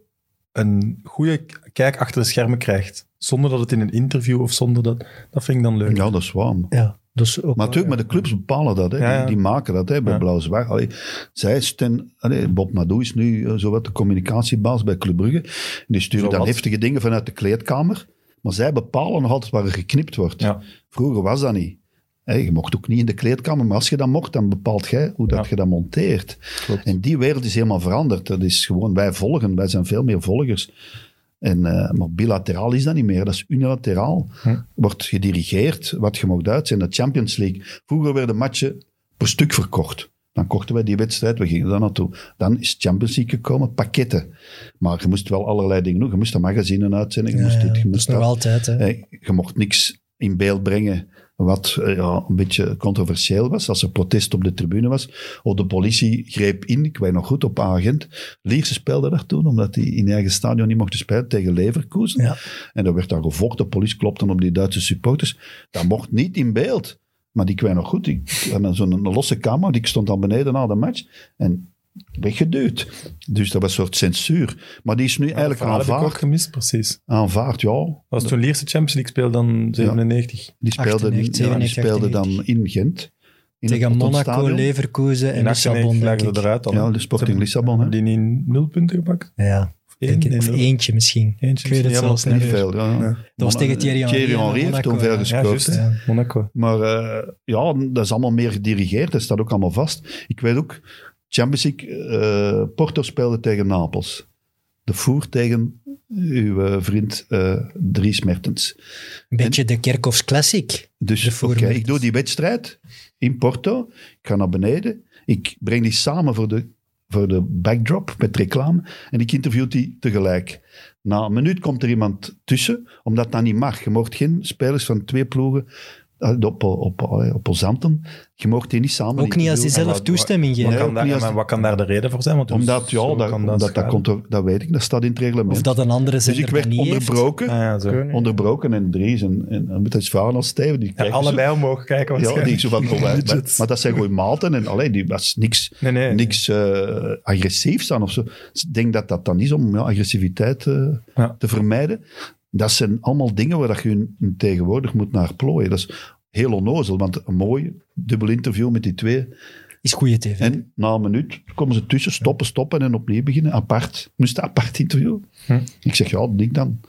Speaker 1: een goede k- kijk achter de schermen krijgt. Zonder dat het in een interview of zonder dat... Dat vind ik dan leuk.
Speaker 3: Ja, dat is waar.
Speaker 2: Ja, dat is Dus ook.
Speaker 3: Maar
Speaker 2: wel-
Speaker 3: natuurlijk, maar de clubs bepalen dat. Hè.
Speaker 1: Ja, ja.
Speaker 3: Die, die maken dat hè, bij
Speaker 1: Ja.
Speaker 3: Blauw-Zwart. Allee, Zij sten, allee, Bob Madou is nu eh, zowat de communicatiebaas bij Club Brugge. En Die sturen
Speaker 1: Zowat.
Speaker 3: dan heftige dingen vanuit de kleedkamer. Maar zij bepalen nog altijd waar er geknipt wordt.
Speaker 1: Ja.
Speaker 3: Vroeger was dat niet. Hè, je mocht ook niet in de kleedkamer, maar als je dat mocht, dan bepaalt jij hoe dat
Speaker 1: Ja.
Speaker 3: je dat monteert.
Speaker 1: Klopt.
Speaker 3: En die wereld is helemaal veranderd. Dat is gewoon, wij volgen, wij zijn veel meer volgers. En, eh, maar bilateraal is dat niet meer, dat is unilateraal.
Speaker 2: Hm.
Speaker 3: Wordt gedirigeerd wat je mocht uitzenden. De Champions League. Vroeger werden matchen per stuk verkocht. Dan kochten wij die wedstrijd, we gingen daar naartoe. Dan is Champions League gekomen, pakketten. Maar je moest wel allerlei dingen doen. Je moest de magazine uitzenden, je
Speaker 2: Ja,
Speaker 3: moest dit, je
Speaker 2: ja, dat
Speaker 3: moest
Speaker 2: is eh, dus nog
Speaker 3: dat.
Speaker 2: altijd. Hè.
Speaker 3: Eh, Je mocht niks in beeld brengen wat eh, ja, een beetje controversieel was. Als er protest op de tribune was, of de politie greep in, ik weet nog goed, op een agent. Lierse speelde daar toen, omdat hij in eigen stadion niet mocht spelen tegen Leverkusen.
Speaker 2: Ja.
Speaker 3: En er werd daar gevochten, de politie klopte op die Duitse supporters. Dat mocht niet in beeld. Maar die kwam nog goed. Ik had dan zo'n losse kamer, die stond al beneden na de match. En weggeduwd. Dus dat was een soort censuur. Maar die is nu eigenlijk
Speaker 1: Dat heb ik ook
Speaker 3: aanvaard.
Speaker 1: gemist, precies.
Speaker 3: Aanvaard, ja.
Speaker 1: Als toen Lierse Champions League speelde, dan 97.
Speaker 3: Die speelde,
Speaker 2: 98,
Speaker 3: ja, die
Speaker 2: 97,
Speaker 3: speelde dan
Speaker 2: 98.
Speaker 3: in Gent. In
Speaker 2: Tegen
Speaker 3: het
Speaker 2: Monaco,
Speaker 3: Stadion.
Speaker 2: Leverkusen en
Speaker 1: In 98
Speaker 2: Lissabon. Denk
Speaker 1: lagen
Speaker 2: ik.
Speaker 1: we eruit al.
Speaker 3: Ja,
Speaker 1: hè.
Speaker 3: de Sporting
Speaker 1: Ze
Speaker 3: Lissabon. Hè?
Speaker 1: Hebben die niet nul punten gepakt?
Speaker 2: Ja,
Speaker 1: Of één?
Speaker 2: denk ik.
Speaker 1: Nee,
Speaker 2: of
Speaker 1: nul.
Speaker 2: eentje misschien.
Speaker 1: Eentje
Speaker 2: ik weet het
Speaker 1: misschien,
Speaker 2: zelfs
Speaker 1: ja,
Speaker 2: niet
Speaker 3: Niet
Speaker 2: meer.
Speaker 3: veel, ja. eh,
Speaker 1: Ja.
Speaker 2: Dat was tegen Thierry Henry.
Speaker 3: Thierry
Speaker 2: en
Speaker 3: Henry heeft
Speaker 2: Monaco,
Speaker 3: toen veel
Speaker 2: ja.
Speaker 1: Ja,
Speaker 3: gescoord.
Speaker 1: juist.
Speaker 3: hè.
Speaker 2: Ja.
Speaker 1: Monaco.
Speaker 3: Maar eh, ja, dat is allemaal meer gedirigeerd. Dat staat ook allemaal vast. Ik weet ook, Champions League, eh, Porto speelde tegen Napels. De Voer tegen uw eh, vriend eh Dries Mertens.
Speaker 2: Een beetje de Kerkhoffs Classic. De
Speaker 3: Dus
Speaker 2: Voer
Speaker 3: oké, ik
Speaker 2: Mertens.
Speaker 3: doe die wedstrijd in Porto. Ik ga naar beneden. Ik breng die samen voor de, voor de backdrop met reclame. En ik interview die tegelijk. Na een minuut komt er iemand tussen, omdat dat niet mag. Je mocht geen spelers van twee ploegen eh, op, op, op, op Ozanten. Je mocht die niet samen
Speaker 2: Ook niet als
Speaker 3: interviewen.
Speaker 2: je zelf
Speaker 1: wat-
Speaker 2: toestemming
Speaker 1: Wat
Speaker 3: Nee,
Speaker 2: geeft.
Speaker 1: kan,
Speaker 3: ook
Speaker 1: daar,
Speaker 3: niet als-
Speaker 1: maar wat kan daar de reden voor zijn? Want hoe-
Speaker 3: Omdat,
Speaker 2: Dus
Speaker 3: ja,
Speaker 1: zo
Speaker 3: dat,
Speaker 1: kan
Speaker 3: omdat dat,
Speaker 1: schaden.
Speaker 3: komt, er- dat weet ik, dat staat in het reglement.
Speaker 2: Of dat een andere
Speaker 3: dus
Speaker 2: zender
Speaker 3: ik werd
Speaker 2: dat niet heeft.
Speaker 3: onderbroken.
Speaker 1: Ah, ja, zo.
Speaker 3: Onderbroken en Dries en, en, en met dat verhaal als Steven. Die
Speaker 1: Ja,
Speaker 3: kijken zo-
Speaker 1: allebei omhoog kijken.
Speaker 3: Ja, die
Speaker 1: waarschijnlijk.
Speaker 3: zo van, oh, wij- wij-
Speaker 1: Midgets.
Speaker 3: maar dat zijn gewoon maten en alleen die was niks,
Speaker 1: Nee, nee.
Speaker 3: niks eh, agressiefs aan of zo. Dus ik denk dat dat dan is om ja, agressiviteit eh,
Speaker 1: Ja.
Speaker 3: te vermijden. Dat zijn allemaal dingen waar dat je je tegenwoordig moet naar plooien. Dat is heel onnozel, want een mooi dubbel interview met die twee.
Speaker 2: Is goede tv.
Speaker 3: En na een minuut komen ze tussen, stoppen, stoppen en opnieuw beginnen. Apart. Moest dat apart interview?
Speaker 1: Hm.
Speaker 3: Ik zeg, ja, dat denk dan.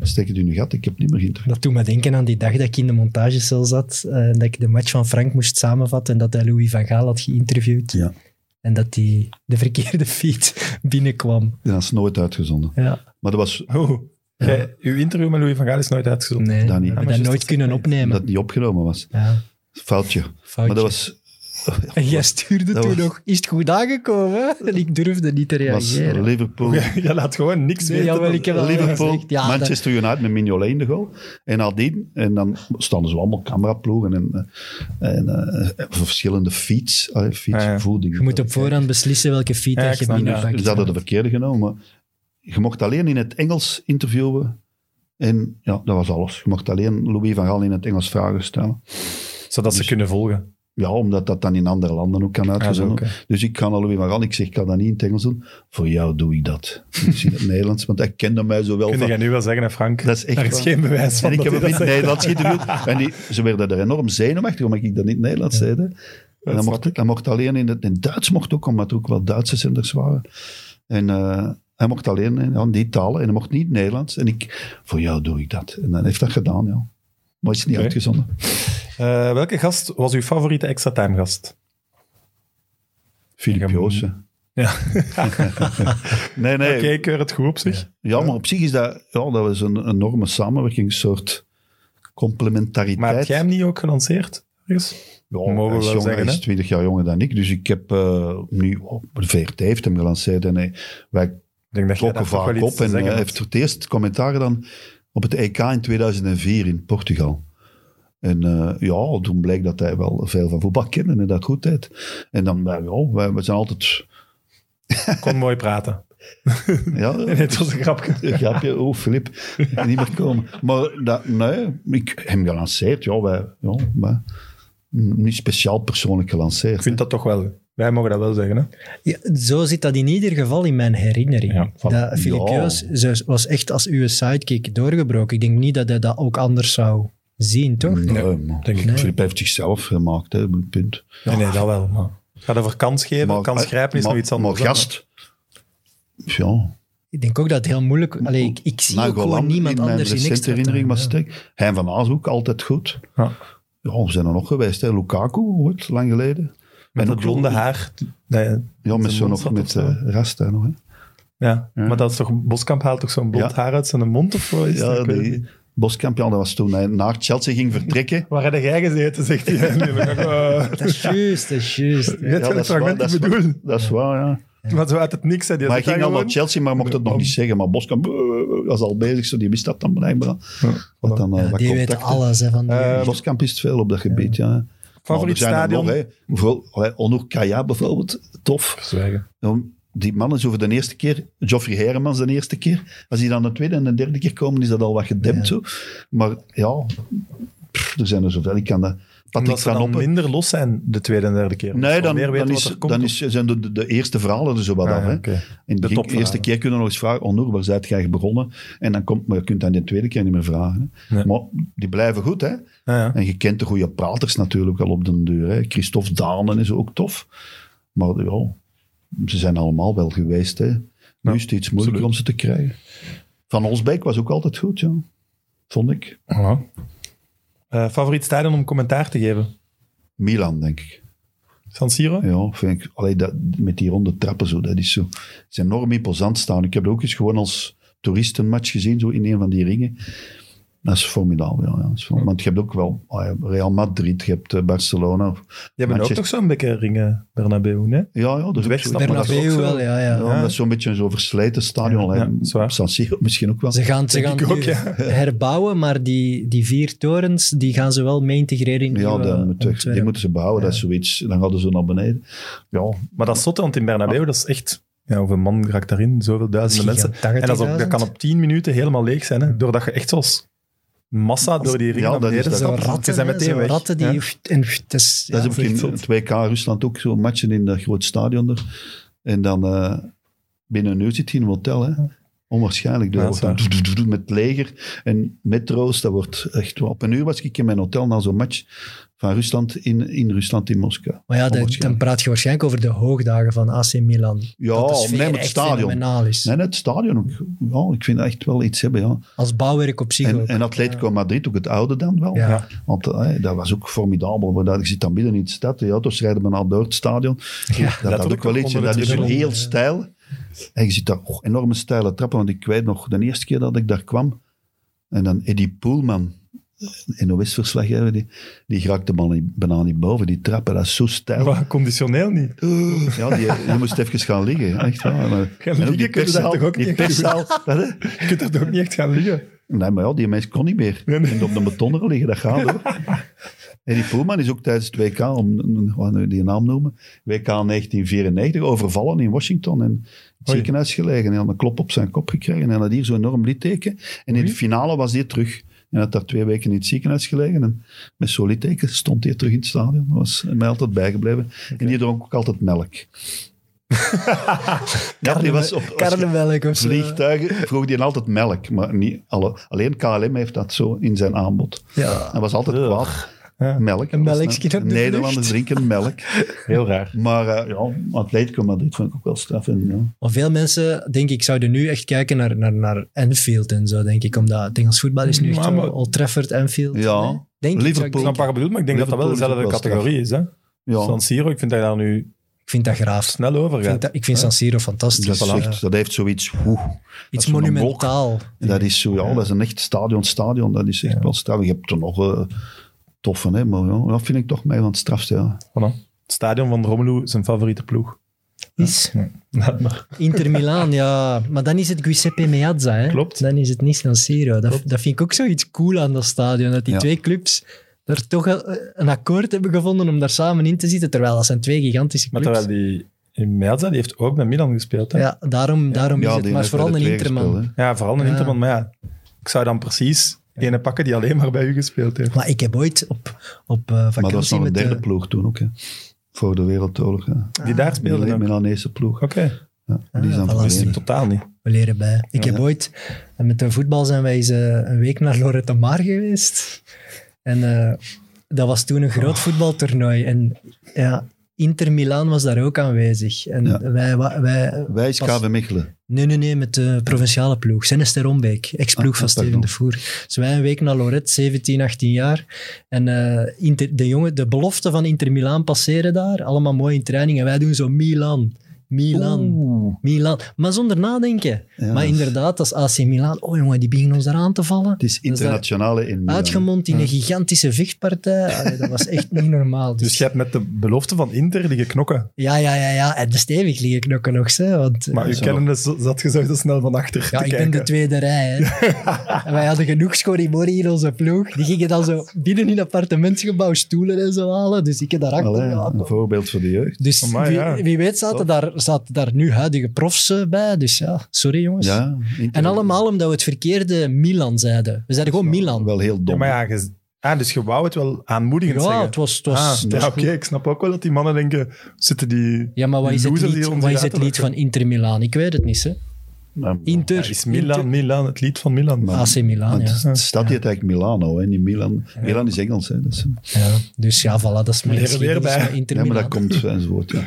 Speaker 3: Steek het in je gat, ik heb niet meer geïnterviewd.
Speaker 2: Dat doet me denken aan die dag dat ik in de montagecel zat. eh, en dat ik de match van Frank moest samenvatten. En dat hij Louis van Gaal had geïnterviewd.
Speaker 3: Ja.
Speaker 2: En dat hij de verkeerde feed binnenkwam.
Speaker 3: En dat is nooit uitgezonden.
Speaker 2: Ja,
Speaker 3: Maar dat was
Speaker 1: Oh. Jij- uw interview met Louis van Gaal is nooit uitgezonden.
Speaker 2: nee,
Speaker 3: Dat niet.
Speaker 2: we
Speaker 3: Ja,
Speaker 1: maar
Speaker 2: hebben dat
Speaker 1: juist
Speaker 2: nooit
Speaker 1: dat-
Speaker 2: kunnen opnemen.
Speaker 3: omdat het niet opgenomen was.
Speaker 2: ja,
Speaker 3: Foutje.
Speaker 2: foutje.
Speaker 3: Maar dat was,
Speaker 2: en jij stuurde
Speaker 3: dat
Speaker 2: toen
Speaker 3: was-
Speaker 2: nog, is het goed aangekomen? En ik durfde niet te
Speaker 3: was
Speaker 2: reageren.
Speaker 3: Liverpool.
Speaker 1: Je laat gewoon niks
Speaker 2: Nee,
Speaker 1: weten.
Speaker 2: jawel, ik heb dat
Speaker 3: Liverpool,
Speaker 2: gezegd. Ja, dat-
Speaker 3: Manchester United met Mignolet in de goal. En nadien, en dan stonden ze allemaal cameraploegen en, eh, en eh, verschillende fiets, allee, fiets
Speaker 1: Ah, Ja, ja.
Speaker 3: voeding.
Speaker 2: Je moet op voorhand beslissen welke feed
Speaker 1: Ja,
Speaker 2: dat
Speaker 1: ik
Speaker 2: je
Speaker 1: snap, ja.
Speaker 2: binnenpakt.
Speaker 3: Dus dat hadden de verkeerde genomen. maar Je mocht alleen in het Engels interviewen. En ja, dat was alles. Je mocht alleen Louis van Gaal in het Engels vragen stellen.
Speaker 1: Zodat ze kunnen volgen.
Speaker 3: Ja, omdat dat dan in andere landen ook kan
Speaker 1: Ah, zo,
Speaker 3: uitgezonden
Speaker 1: oké.
Speaker 3: Dus ik kan Louis van Gaal, ik zeg, ik kan dat niet in het Engels doen. Voor jou doe ik dat. Niet in het Nederlands, want hij kende mij zo wel.
Speaker 1: Kun
Speaker 3: van-
Speaker 1: je nu wel zeggen, hè, Frank?
Speaker 3: Dat is echt
Speaker 1: Daar is
Speaker 3: waar.
Speaker 1: geen bewijs van.
Speaker 3: En ik
Speaker 1: dat
Speaker 3: heb hem
Speaker 1: hij
Speaker 3: in het
Speaker 1: dat zegt.
Speaker 3: Nederlands geïnterviewd. En die, ze werden er enorm zenuwachtig, omdat ik dat niet in het Nederlands zei. hè. En
Speaker 1: snap
Speaker 3: dat mocht, hij mocht alleen in het in het Duits mocht ook, omdat er ook wel Duitse zenders waren. En eh, hij mocht alleen in aan die talen en hij mocht niet in het Nederlands. En ik, voor jou doe ik dat. En dan heeft dat gedaan, ja. Maar is niet
Speaker 1: Oké.
Speaker 3: uitgezonden.
Speaker 1: Eh, welke gast was uw favoriete extra time gast?
Speaker 3: Filip
Speaker 1: Ja,
Speaker 3: Joossen.
Speaker 1: Ja.
Speaker 3: nee, nee.
Speaker 1: Oké, ik keur het goed op zich.
Speaker 3: Ja, maar op zich is dat, ja, dat was een enorme samenwerkingssoort complementariteit.
Speaker 1: Maar heb jij hem niet ook gelanceerd? ergens?
Speaker 3: Ja,
Speaker 1: Mogen we
Speaker 3: hij is,
Speaker 1: wel
Speaker 3: jong,
Speaker 1: zeggen,
Speaker 3: hij is
Speaker 1: hè?
Speaker 3: 20 jaar jonger dan ik. Dus ik heb eh, nu... oh, de VRT heeft hem gelanceerd en hij, wij
Speaker 1: Ik denk dat jij
Speaker 3: trokken
Speaker 1: daar toch wel
Speaker 3: vaak
Speaker 1: iets
Speaker 3: op.
Speaker 1: te
Speaker 3: En eh,
Speaker 1: zeggen
Speaker 3: hij
Speaker 1: hebt.
Speaker 3: heeft voor het eerst commentaar dan op het EK in 2004 in Portugal. En eh, ja, toen bleek dat hij wel veel van voetbal kende en dat goed deed. En dan, wij, ja, wij, wij zijn altijd...
Speaker 1: kon mooi praten.
Speaker 3: Ja,
Speaker 1: Nee, het was een grapje.
Speaker 3: Een grapje, oh Filip, niet meer komen. Maar dat, nee, ik hem gelanceerd, ja, wij, ja, maar niet speciaal persoonlijk gelanceerd.
Speaker 1: Ik vind dat toch wel. Wij mogen dat wel zeggen. Hè?
Speaker 2: Ja, zo zit dat in ieder geval in mijn herinnering.
Speaker 1: Ja, voilà.
Speaker 2: dat Filip
Speaker 3: Ja.
Speaker 2: Joos ze- was echt als uw sidekick doorgebroken. Ik denk niet dat hij dat ook anders zou zien, toch?
Speaker 3: Nee, man.
Speaker 1: denk ik
Speaker 2: niet.
Speaker 3: Filip heeft zichzelf gemaakt, hè, punt.
Speaker 1: Nee, nee, dat wel. Maar. Gaat over kans geven, kans grijpen is
Speaker 3: maar-
Speaker 1: nog iets anders.
Speaker 3: Maar
Speaker 1: hè,
Speaker 3: gast, ja.
Speaker 2: Ik denk ook dat het heel moeilijk... Allee, ik, ik zie ook gewoon
Speaker 3: Nagolan
Speaker 2: niemand
Speaker 3: in mijn
Speaker 2: anders in
Speaker 3: recente
Speaker 2: extra
Speaker 3: herinnering
Speaker 2: time,
Speaker 3: was
Speaker 2: ja.
Speaker 3: sterk. Hein van Aas ook, altijd goed.
Speaker 1: Ja.
Speaker 3: Ja, we zijn er nog geweest, hè. Lukaku, ooit, lang geleden.
Speaker 1: Met
Speaker 3: En
Speaker 1: dat
Speaker 3: ook
Speaker 1: blonde
Speaker 3: zo-
Speaker 1: haar. Nee,
Speaker 3: Ja, met
Speaker 1: Zijn
Speaker 3: zo'n
Speaker 1: mond
Speaker 3: nog
Speaker 1: zat
Speaker 3: met
Speaker 1: of zo.
Speaker 3: eh, Rasta nog, hè.
Speaker 1: ja.
Speaker 3: Ja.
Speaker 1: Maar dat is toch, Boskamp haalt toch zo'n blond
Speaker 3: Ja.
Speaker 1: haar uit zijn mond of zo? Is dat?
Speaker 3: Ja,
Speaker 1: Ik weet het
Speaker 3: die
Speaker 1: niet.
Speaker 3: Boskamp, ja, dat was toen hij naar Chelsea ging vertrekken.
Speaker 1: Waar heb jij gezeten, zegt hij. En dan denk ik, eh,
Speaker 2: Dat is juist, dat is juist.
Speaker 1: Je weet
Speaker 3: Ja,
Speaker 1: wel het
Speaker 3: is waar,
Speaker 1: fragment
Speaker 3: dat
Speaker 1: ik
Speaker 3: is
Speaker 1: bedoel.
Speaker 3: waar, Dat is waar, ja.
Speaker 1: Maar zo uit het niks. Hè. Die
Speaker 3: maar hij
Speaker 1: zit daar
Speaker 3: ging al naar
Speaker 1: gewoon.
Speaker 3: Chelsea, maar mocht het nog
Speaker 1: Bam.
Speaker 3: niet zeggen. Maar Boskamp eh, was al bezig, zo, die wist dat dan blijkbaar.
Speaker 1: Ja.
Speaker 3: Wat dan, eh,
Speaker 2: Ja,
Speaker 3: wat
Speaker 2: die weet
Speaker 3: contacten.
Speaker 2: alles hè, van die-
Speaker 1: Eh,
Speaker 3: Boskamp is veel op dat gebied, ja.
Speaker 1: Favoriet
Speaker 3: Maar er zijn
Speaker 1: stadion?
Speaker 3: er nog, hè. Vooral, allee, Onur Kaya bijvoorbeeld, tof.
Speaker 1: Zwijgen.
Speaker 3: Nou, Die mannen zo voor de eerste keer, Geoffrey Hermans de eerste keer. Als die dan de tweede en de derde keer komen, is dat al wat gedempt. Zo. Maar ja, pff, er zijn er zoveel. Ik kan dat... Patrick
Speaker 1: Omdat ze
Speaker 3: van
Speaker 1: dan
Speaker 3: Oppen.
Speaker 1: minder los zijn de tweede en derde keer. Omdat
Speaker 3: Nee,
Speaker 1: ze
Speaker 3: dan,
Speaker 1: meer weten
Speaker 3: dan,
Speaker 1: wat
Speaker 3: is,
Speaker 1: er komt.
Speaker 3: dan is, zijn de, de, de eerste verhalen er zo wat
Speaker 1: Ah,
Speaker 3: af.
Speaker 1: ja,
Speaker 3: Hè.
Speaker 1: oké.
Speaker 3: In
Speaker 1: De
Speaker 3: de ging-
Speaker 1: topverhalen.
Speaker 3: eerste keer kunnen we nog eens vragen, Onur, waar zijt jij begonnen? En dan komt, maar je kunt dan de tweede keer niet meer vragen. Hè.
Speaker 1: Nee.
Speaker 3: Maar die blijven goed, hè?
Speaker 1: Ja, ja.
Speaker 3: En je kent de goede praters natuurlijk al op den deur. Hè. Christophe Danen is ook tof. Maar ja, ze zijn allemaal wel geweest. Hè. Nu
Speaker 1: Ja,
Speaker 3: is het iets moeilijker om ze te krijgen. Van Olsbeek was ook altijd goed, ja. vond ik.
Speaker 1: Voilà. Eh, favoriet stadion om commentaar te geven?
Speaker 3: Milan, denk ik.
Speaker 1: San Siro?
Speaker 3: Ja, vind ik. Allee, dat, met die ronde trappen zo, dat is zo. Het is enorm imposant staan. Ik heb het ook eens gewoon als toeristenmatch gezien, zo in een van die ringen. Dat is formidabel, ja. ja. Dat is formidabel. Want je hebt ook wel ah ja, Real Madrid, je hebt eh, Barcelona.
Speaker 1: Die hebben ook
Speaker 3: Manchester-
Speaker 1: toch zo'n beetje ringen, Bernabeu, hè?
Speaker 3: Ja, ja, dat is ook zo.
Speaker 1: Wegstappen,
Speaker 3: Maar dat is ook
Speaker 2: Bernabeu
Speaker 1: zo.
Speaker 2: wel, ja, ja.
Speaker 3: Ja,
Speaker 1: Ja.
Speaker 3: Dat is zo'n beetje zo'n versleten stadion.
Speaker 1: Ja,
Speaker 3: hè.
Speaker 1: ja, dat is waar.
Speaker 3: San Siro misschien ook wel.
Speaker 2: Ze gaan, ze gaan
Speaker 1: ik ook,
Speaker 2: nu
Speaker 1: ja.
Speaker 2: herbouwen, maar die, die vier torens, die gaan ze wel mee integreren in eh,
Speaker 3: Ja,
Speaker 2: nieuwe
Speaker 1: eh,
Speaker 3: dat moet echt- die
Speaker 2: ontwerpen.
Speaker 3: moeten ze bouwen, dat is zoiets. Dan hadden ze naar beneden. Ja,
Speaker 1: Maar dat is zotte, want in Bernabeu, dat is echt... Ja, hoeveel man raakt daarin? Zoveel duizenden
Speaker 2: Misschien
Speaker 1: mensen.
Speaker 2: gaan
Speaker 1: En dat, is ook, dat
Speaker 2: 80.000.
Speaker 1: kan op tien minuten helemaal leeg zijn, hè? Doordat je echt zoals massa door die ring
Speaker 3: ja,
Speaker 1: naar
Speaker 3: dat is
Speaker 1: beneden
Speaker 3: dat.
Speaker 2: Zo
Speaker 1: stapt. Je
Speaker 2: ratten,
Speaker 1: bent
Speaker 2: hè,
Speaker 1: meteen
Speaker 2: zo
Speaker 1: weg.
Speaker 2: ratten die...
Speaker 1: Ja.
Speaker 2: en, het is, ja,
Speaker 3: dat is ook
Speaker 1: echt
Speaker 3: in
Speaker 1: zot.
Speaker 3: het WK Rusland ook zo matchen in dat groot stadion er. En dan eh, binnen een uur zit hij in een hotel, hè. Onwaarschijnlijk. Dat
Speaker 1: Ja,
Speaker 3: wordt
Speaker 1: dat
Speaker 3: dan
Speaker 1: is
Speaker 3: doe, doe, doe, doe met leger en metro's. Dat wordt echt... wel- Op een uur was ik in mijn hotel na zo'n match van Rusland in, in Rusland in Moskou.
Speaker 2: maar ja, dat- dan
Speaker 3: Onwaarschijnlijk.
Speaker 2: praat je waarschijnlijk over de hoogdagen van AC Milan.
Speaker 3: Ja,
Speaker 2: dat de sfeer
Speaker 3: nee, maar het
Speaker 2: echt
Speaker 3: stadion.
Speaker 2: fenomenaal is.
Speaker 3: Nee, nee, het stadion ook. Ja, ik vind dat echt wel iets hebben, ja.
Speaker 2: Als bouwwerk op zich
Speaker 3: En,
Speaker 2: ook.
Speaker 3: en Atletico Madrid, ook het oude dan wel.
Speaker 2: Ja.
Speaker 1: Ja.
Speaker 3: Want eh, dat was ook formidabel. Maar dat, je zit dan midden in de stad, de auto's rijden bijna door het stadion. dat had ook
Speaker 1: letterlijk
Speaker 3: wel iets. En
Speaker 1: onder
Speaker 3: dat
Speaker 1: de
Speaker 3: is een
Speaker 1: tribune,
Speaker 3: heel
Speaker 2: ja.
Speaker 3: stijl. En je ziet daar oh, enorme steile trappen. Want ik weet nog, de eerste keer dat ik daar kwam, en dan Eddie Poelman, eh, NOS-verslaggever, die, die raakte bijna niet- bijna niet boven die trappen. Dat is zo stijl.
Speaker 1: Maar conditioneel niet.
Speaker 3: Ja, die, je moest even gaan liggen. Echt waar. Maar,
Speaker 1: Gaan
Speaker 3: en ook
Speaker 1: liggen
Speaker 3: die
Speaker 1: kun je daar
Speaker 3: perszaal-
Speaker 1: toch ook
Speaker 3: die
Speaker 1: niet?
Speaker 3: perszaal, dat, hè?
Speaker 1: Je kunt er toch niet echt gaan liggen?
Speaker 3: Nee, maar ja, die mens kon niet meer.
Speaker 1: Nee, nee.
Speaker 3: En op de betonnen liggen, dat gaat hoor. En die Poelman is ook tijdens het WK, om gaan we die naam noemen, WK 1994, overvallen in Washington. En het
Speaker 1: Oei.
Speaker 3: ziekenhuis gelegen. Hij had een klop op zijn kop gekregen en hij had hier zo'n enorm litteken. En in de finale was hij terug. En had daar twee weken in het ziekenhuis gelegen. En met zo'n litteken stond hij terug in het stadion. Dat was mij altijd bijgebleven. En die dronk ook altijd melk. ja, die was op, was-
Speaker 2: Karnemelk of zo.
Speaker 3: vliegtuigen vroeg die altijd melk, maar niet alle, alleen KLM heeft dat zo in zijn aanbod.
Speaker 2: Ja.
Speaker 3: Hij was altijd
Speaker 1: Ugh.
Speaker 3: kwaad.
Speaker 1: Ja.
Speaker 3: Melk.
Speaker 2: Een
Speaker 3: Dat was
Speaker 2: melkje op de
Speaker 3: Nederlanders drinken melk.
Speaker 1: Heel raar.
Speaker 3: Maar eh ja, Atletico Madrid vond ik ook wel straf. En, ja.
Speaker 2: Maar veel mensen, denk ik, zouden nu echt kijken naar, naar, naar Enfield en zo, denk ik. Omdat het Engels voetbal is nu echt
Speaker 1: Maar-
Speaker 2: zo
Speaker 1: maar-
Speaker 2: Old Trafford, Enfield.
Speaker 3: Ja.
Speaker 2: nee? Denk ik, zou ik,
Speaker 3: Liverpool.
Speaker 1: Ik snap
Speaker 2: denken.
Speaker 1: wat je bedoelt, maar ik denk dat dat wel
Speaker 3: Liverpool is
Speaker 1: dezelfde
Speaker 3: ook wel
Speaker 1: categorie is. Hè?
Speaker 3: ja.
Speaker 1: San Siro, ik vind dat je daar nu
Speaker 2: ik vind dat graaf.
Speaker 1: snel over
Speaker 2: Ik vind,
Speaker 1: gaat.
Speaker 2: dat, ik vind San Siro fantastisch.
Speaker 3: Dat, is
Speaker 2: Ja.
Speaker 3: echt- dat heeft zoiets. Oeh,
Speaker 2: Iets
Speaker 3: zo'n
Speaker 2: monumentaal.
Speaker 3: dat is zo, ja, dat is een echt stadion, stadion. Dat is echt wel straf. Je hebt er nog eh, toffe, hè, maar ja, dat vind ik toch mij van het strafste. Ja.
Speaker 1: Voilà. Het stadion van Romelu, zijn favoriete ploeg.
Speaker 2: Is
Speaker 1: Laat maar.
Speaker 2: Inter Milaan, ja. Maar dan is het Giuseppe Meazza, hè.
Speaker 1: Klopt.
Speaker 2: Dan is het niet San Siro. Dat, dat vind ik ook zoiets cool aan dat stadion. Dat die
Speaker 3: Ja.
Speaker 2: twee clubs daar toch eh, een, een akkoord hebben gevonden om daar samen in te zitten. Terwijl dat zijn twee gigantische
Speaker 1: Maar
Speaker 2: clubs.
Speaker 1: terwijl die in Meazza, die heeft ook bij Milan gespeeld. Hè? Ja.
Speaker 2: Ja, daarom, daarom
Speaker 3: Ja,
Speaker 2: is
Speaker 3: die
Speaker 2: het. Maar
Speaker 3: heeft bij
Speaker 2: vooral
Speaker 3: de
Speaker 2: een
Speaker 3: twee
Speaker 2: Interman.
Speaker 3: gespeeld, hè.
Speaker 1: vooral een
Speaker 2: Ja.
Speaker 1: Interman. Maar ja, ik zou dan precies ene pakken die alleen maar bij u gespeeld heeft.
Speaker 2: Maar ik heb ooit op, op eh, vakantie
Speaker 3: Maar dat was nog een
Speaker 2: met de-
Speaker 3: derde ploeg toen ook. Hè. Voor de Wereldoorlog. hè.
Speaker 1: Die daar speelde.
Speaker 3: De
Speaker 1: ook. Oké,
Speaker 3: Milanese ploeg. Ja, die is
Speaker 2: Ah,
Speaker 3: dan
Speaker 2: voilà.
Speaker 1: dat wist ik
Speaker 3: verdwenen.
Speaker 1: totaal niet.
Speaker 2: We leren bij. Ik
Speaker 3: Ja.
Speaker 2: heb ooit, en met de voetbal zijn wij eens eh, een week naar Lorette Mar geweest. En eh, dat was toen een
Speaker 3: Oh.
Speaker 2: groot voetbaltoernooi. En ja, Inter Milaan was daar ook aanwezig. En
Speaker 3: Ja.
Speaker 2: wij, wa- wij...
Speaker 3: Wijs
Speaker 2: Pas-
Speaker 3: KV Mechelen.
Speaker 2: Nee, nee, nee, met de provinciale ploeg. Sennester Rombeek, ex-ploeg
Speaker 3: Ah,
Speaker 2: van
Speaker 3: ah,
Speaker 2: Steven
Speaker 3: pardon.
Speaker 2: de Voer. Dus wij een week naar Lorette, 17, 18 jaar. En eh, Inter- de, jongen, de belofte van Inter Milaan passeren daar. Allemaal mooi in training. En wij doen zo Milan, Milan.
Speaker 3: Oeh.
Speaker 2: Milan. Maar zonder nadenken.
Speaker 3: Ja.
Speaker 2: Maar inderdaad, als AC Milan. Oh jongen, die beginnen ons daar aan te vallen.
Speaker 3: Het is internationale in eh, Milaan.
Speaker 2: Uitgemond in een gigantische vechtpartij. Allee, dat was echt niet normaal. Dus,
Speaker 1: Dus je hebt met de belofte van Inter liggen knokken.
Speaker 2: ja, ja, ja, ja. En de stevig liggen knokken nog. Hè, want, eh,
Speaker 1: Maar u
Speaker 3: zo.
Speaker 1: kennende zo- zat je zo heel snel van achter
Speaker 2: ja,
Speaker 1: te
Speaker 2: ik
Speaker 1: kijken.
Speaker 2: ben de tweede rij. Hè. en wij hadden genoeg schorimori in onze ploeg. Die gingen dan zo binnen in het appartementsgebouw stoelen en zo halen. Dus ik heb daarachter.
Speaker 3: Allee,
Speaker 2: ja,
Speaker 3: een voorbeeld voor de jeugd.
Speaker 2: dus
Speaker 1: Amai,
Speaker 2: wie,
Speaker 1: ja.
Speaker 2: wie weet zaten daar, zaten daar nu huidige profs eh, bij. Dus ja, sorry jongens.
Speaker 3: Ja,
Speaker 2: En allemaal omdat we het verkeerde Milan zeiden. We zeiden gewoon Milan.
Speaker 3: Wel heel
Speaker 1: Ja,
Speaker 3: dom.
Speaker 1: maar ja, je- ah, dus je wou het wel aanmoedigend
Speaker 2: Ja,
Speaker 1: zeggen.
Speaker 2: het was... Het was,
Speaker 1: Ah,
Speaker 2: het was
Speaker 1: ja, oké,
Speaker 2: goed.
Speaker 1: ik snap ook wel dat die mannen denken, zitten die...
Speaker 2: Ja, maar wat is het
Speaker 1: Losers die
Speaker 2: lied,
Speaker 1: ons
Speaker 2: wat is
Speaker 1: eruit
Speaker 2: het lied
Speaker 1: lachen.
Speaker 2: van Inter Milaan? Ik weet het niet, hè.
Speaker 3: Nou,
Speaker 2: Inter. Ah,
Speaker 1: Ja, is Milan, Milan, het lied van Milan.
Speaker 2: Inter- AC Milaan,
Speaker 3: want
Speaker 2: ja.
Speaker 3: Het stad heet eigenlijk Milano, hè, niet Milan. Milan is Engels, hè. Dus,
Speaker 2: ja. Dus ja, voilà, dat is mijn
Speaker 1: Leren weer
Speaker 2: geschiedenis
Speaker 1: bij.
Speaker 2: van Inter
Speaker 3: ja, maar
Speaker 2: Milaan.
Speaker 3: dat komt eh, enzovoort, ja.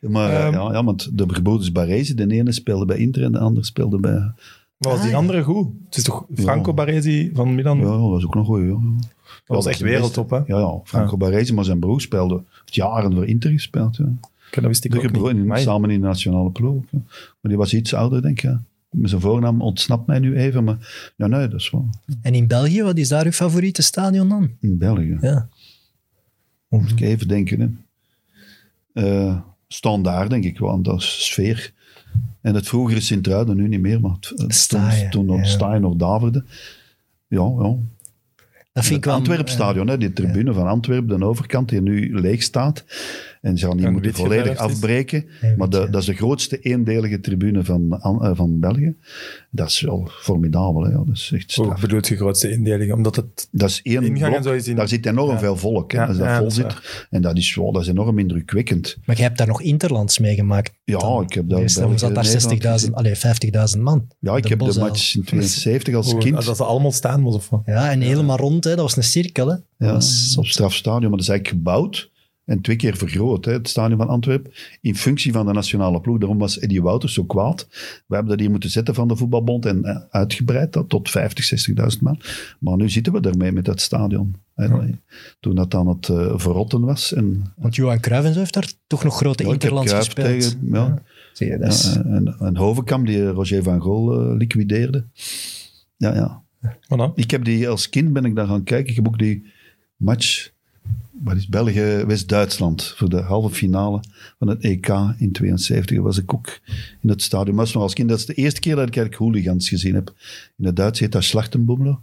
Speaker 3: maar eh,
Speaker 1: Ehm.
Speaker 3: ja, ja, want de gebroeders Baresi, de ene speelde bij Inter en de ander speelde bij...
Speaker 1: Maar was die
Speaker 2: Ah, ja.
Speaker 1: andere goed? Het is toch Franco Baresi van Milan?
Speaker 3: Ja, dat was ook nog goed, ja.
Speaker 1: Hm. Dat was echt wereldtop, hè?
Speaker 3: Ja, ja, Franco Baresi, maar zijn broer speelde... heeft jaren voor Inter gespeeld, ja.
Speaker 1: Oké, dat wist ik
Speaker 3: De
Speaker 1: ook
Speaker 3: gebroeders,
Speaker 1: niet. Amai.
Speaker 3: samen in de nationale ploeg. ook, ja. Maar die was iets ouder, denk ik. ja. Zijn voornaam ontsnapt mij nu even, maar ja, nee, dat is wel.
Speaker 2: En in België, wat is daar uw favoriete stadion dan?
Speaker 3: In België.
Speaker 2: Ja.
Speaker 3: Moet
Speaker 1: Mhm.
Speaker 3: ik even denken. Hè. Eh, standaard, denk ik wel, aan dat sfeer. En het vroegere Sint-Truiden, nu niet meer, maar het, het
Speaker 2: Staaien,
Speaker 3: toen, toen
Speaker 2: ja.
Speaker 3: nog Staaien nog daverde. Ja, ja.
Speaker 2: Dat vind ik
Speaker 3: Het
Speaker 2: wel...
Speaker 3: Antwerpstadion, hè, die tribune van Antwerpen, de overkant, die nu leeg staat. En ze gaan die
Speaker 1: En
Speaker 3: moeten
Speaker 1: wit
Speaker 3: volledig
Speaker 1: geverfd is.
Speaker 3: afbreken.
Speaker 2: Ja,
Speaker 3: maar
Speaker 2: wit, ja.
Speaker 3: de- dat is de grootste eendelige tribune van, An- eh, van België. Dat is wel formidabel. Hè, ja, dat is echt
Speaker 1: Hoe
Speaker 3: straf.
Speaker 1: bedoelt je grootste indeling? Omdat het...
Speaker 3: Dat is één
Speaker 1: Ingang en
Speaker 3: blok,
Speaker 1: zo is in-
Speaker 3: daar zit enorm
Speaker 1: Ja.
Speaker 3: veel volk, hè,
Speaker 1: Ja,
Speaker 3: als dat
Speaker 1: ja,
Speaker 3: vol
Speaker 1: dat is
Speaker 3: zit. En dat is, wow, dat is enorm indrukwekkend.
Speaker 2: Maar je hebt daar nog interlands meegemaakt.
Speaker 3: Ja,
Speaker 2: dan.
Speaker 3: ik heb daar...
Speaker 2: Dus dan
Speaker 3: België-
Speaker 2: zat
Speaker 3: Nederland
Speaker 2: daar 60.000,
Speaker 3: gezien.
Speaker 2: allee, 50.000 man.
Speaker 3: Ja, ik heb de
Speaker 2: Bosuil.
Speaker 3: match in 72 als
Speaker 1: Hoe,
Speaker 3: kind.
Speaker 1: dat ze allemaal staan was of wat?
Speaker 2: Ja, en helemaal rond, hè. dat was een cirkel. Hè. Mm.
Speaker 3: Ja,
Speaker 2: Dat was
Speaker 3: op strafstadion, maar dat is eigenlijk gebouwd en twee keer vergroot, hè, het stadion van Antwerpen, in functie van de nationale ploeg. Daarom was Eddie Wouters zo kwaad. We hebben dat hier moeten zetten van de voetbalbond en eh, uitgebreid dat tot 50, 60.000 man. Maar nu zitten we daarmee met dat stadion. hè. Toen dat aan het eh, verrotten was. En,
Speaker 2: Want Johan Cruijff en zo heeft daar toch nog grote
Speaker 3: Ja, ik heb
Speaker 2: interlands
Speaker 3: Cruijff
Speaker 2: gespeeld.
Speaker 3: tegen- ja.
Speaker 2: Zie je, dat is-
Speaker 3: ja, en, en Hovenkamp, die Roger van Gol eh, liquideerde. Ja, ja.
Speaker 1: Voilà.
Speaker 3: Ik heb die als kind ben ik daar gaan kijken. Ik heb ook die match. Wat is België, West-Duitsland voor de halve finale van het EK in 72 was ik ook in het stadion. Maar dat was nog als kind, dat is de eerste keer dat ik eigenlijk hooligans gezien heb. In het Duits heet dat Slachtenboemler.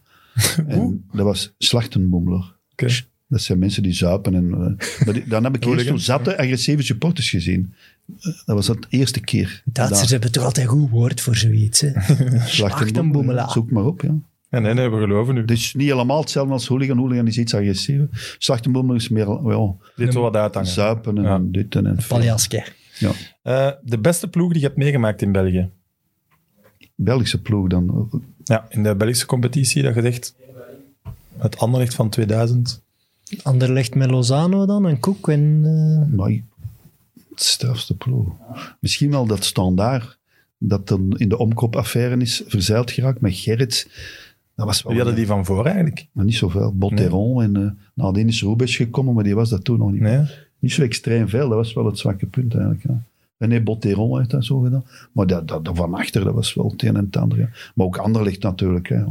Speaker 3: En dat was Slachtenboemler.
Speaker 1: Oké.
Speaker 3: Dat zijn mensen die zuipen. En, eh, maar die- dan heb ik eerst toen
Speaker 1: Hooligans,
Speaker 3: zatte, agressieve supporters gezien. Eh, Dat was dat eerste keer.
Speaker 2: Duitsers
Speaker 3: Daar,
Speaker 2: hebben toch altijd een goed woord voor zoiets. Hè. Slachtenboemler.
Speaker 3: Zoek maar op, ja.
Speaker 1: En nee, nee, we geloven nu.
Speaker 3: Dus niet helemaal hetzelfde als hooligan. Hooligan is iets agressiever. Slachtenboemler is meer ja,
Speaker 1: Dit wel wat uithangen.
Speaker 3: zuipen en
Speaker 1: Ja.
Speaker 3: dit en, en
Speaker 2: Paljaske.
Speaker 3: Ja.
Speaker 1: Eh, de beste ploeg die je hebt meegemaakt in België?
Speaker 3: Belgische ploeg dan.
Speaker 1: Ja, in de Belgische competitie, dat je zegt... Het Anderlecht van 2000.
Speaker 2: Anderlecht met Lozano dan en Koek en... eh,
Speaker 3: Maar ik- het strafste ploeg. Misschien wel dat standaard dat dan in de omkoopaffaire is verzeild geraakt met Gerrit. Dat was wel eh,
Speaker 1: Wie hadden die van voor eigenlijk?
Speaker 3: Maar niet zoveel. Botteron en eh, nadien is Rubens gekomen, maar die was dat toen nog niet.
Speaker 1: Nee?
Speaker 3: Niet zo extreem veel, dat was wel het zwakke punt eigenlijk. Ja. René Botteron heeft dat zo gedaan. Maar dat, dat, dat van achter, dat was wel het een en het ander. ja. Maar ook Anderlecht natuurlijk. Hè.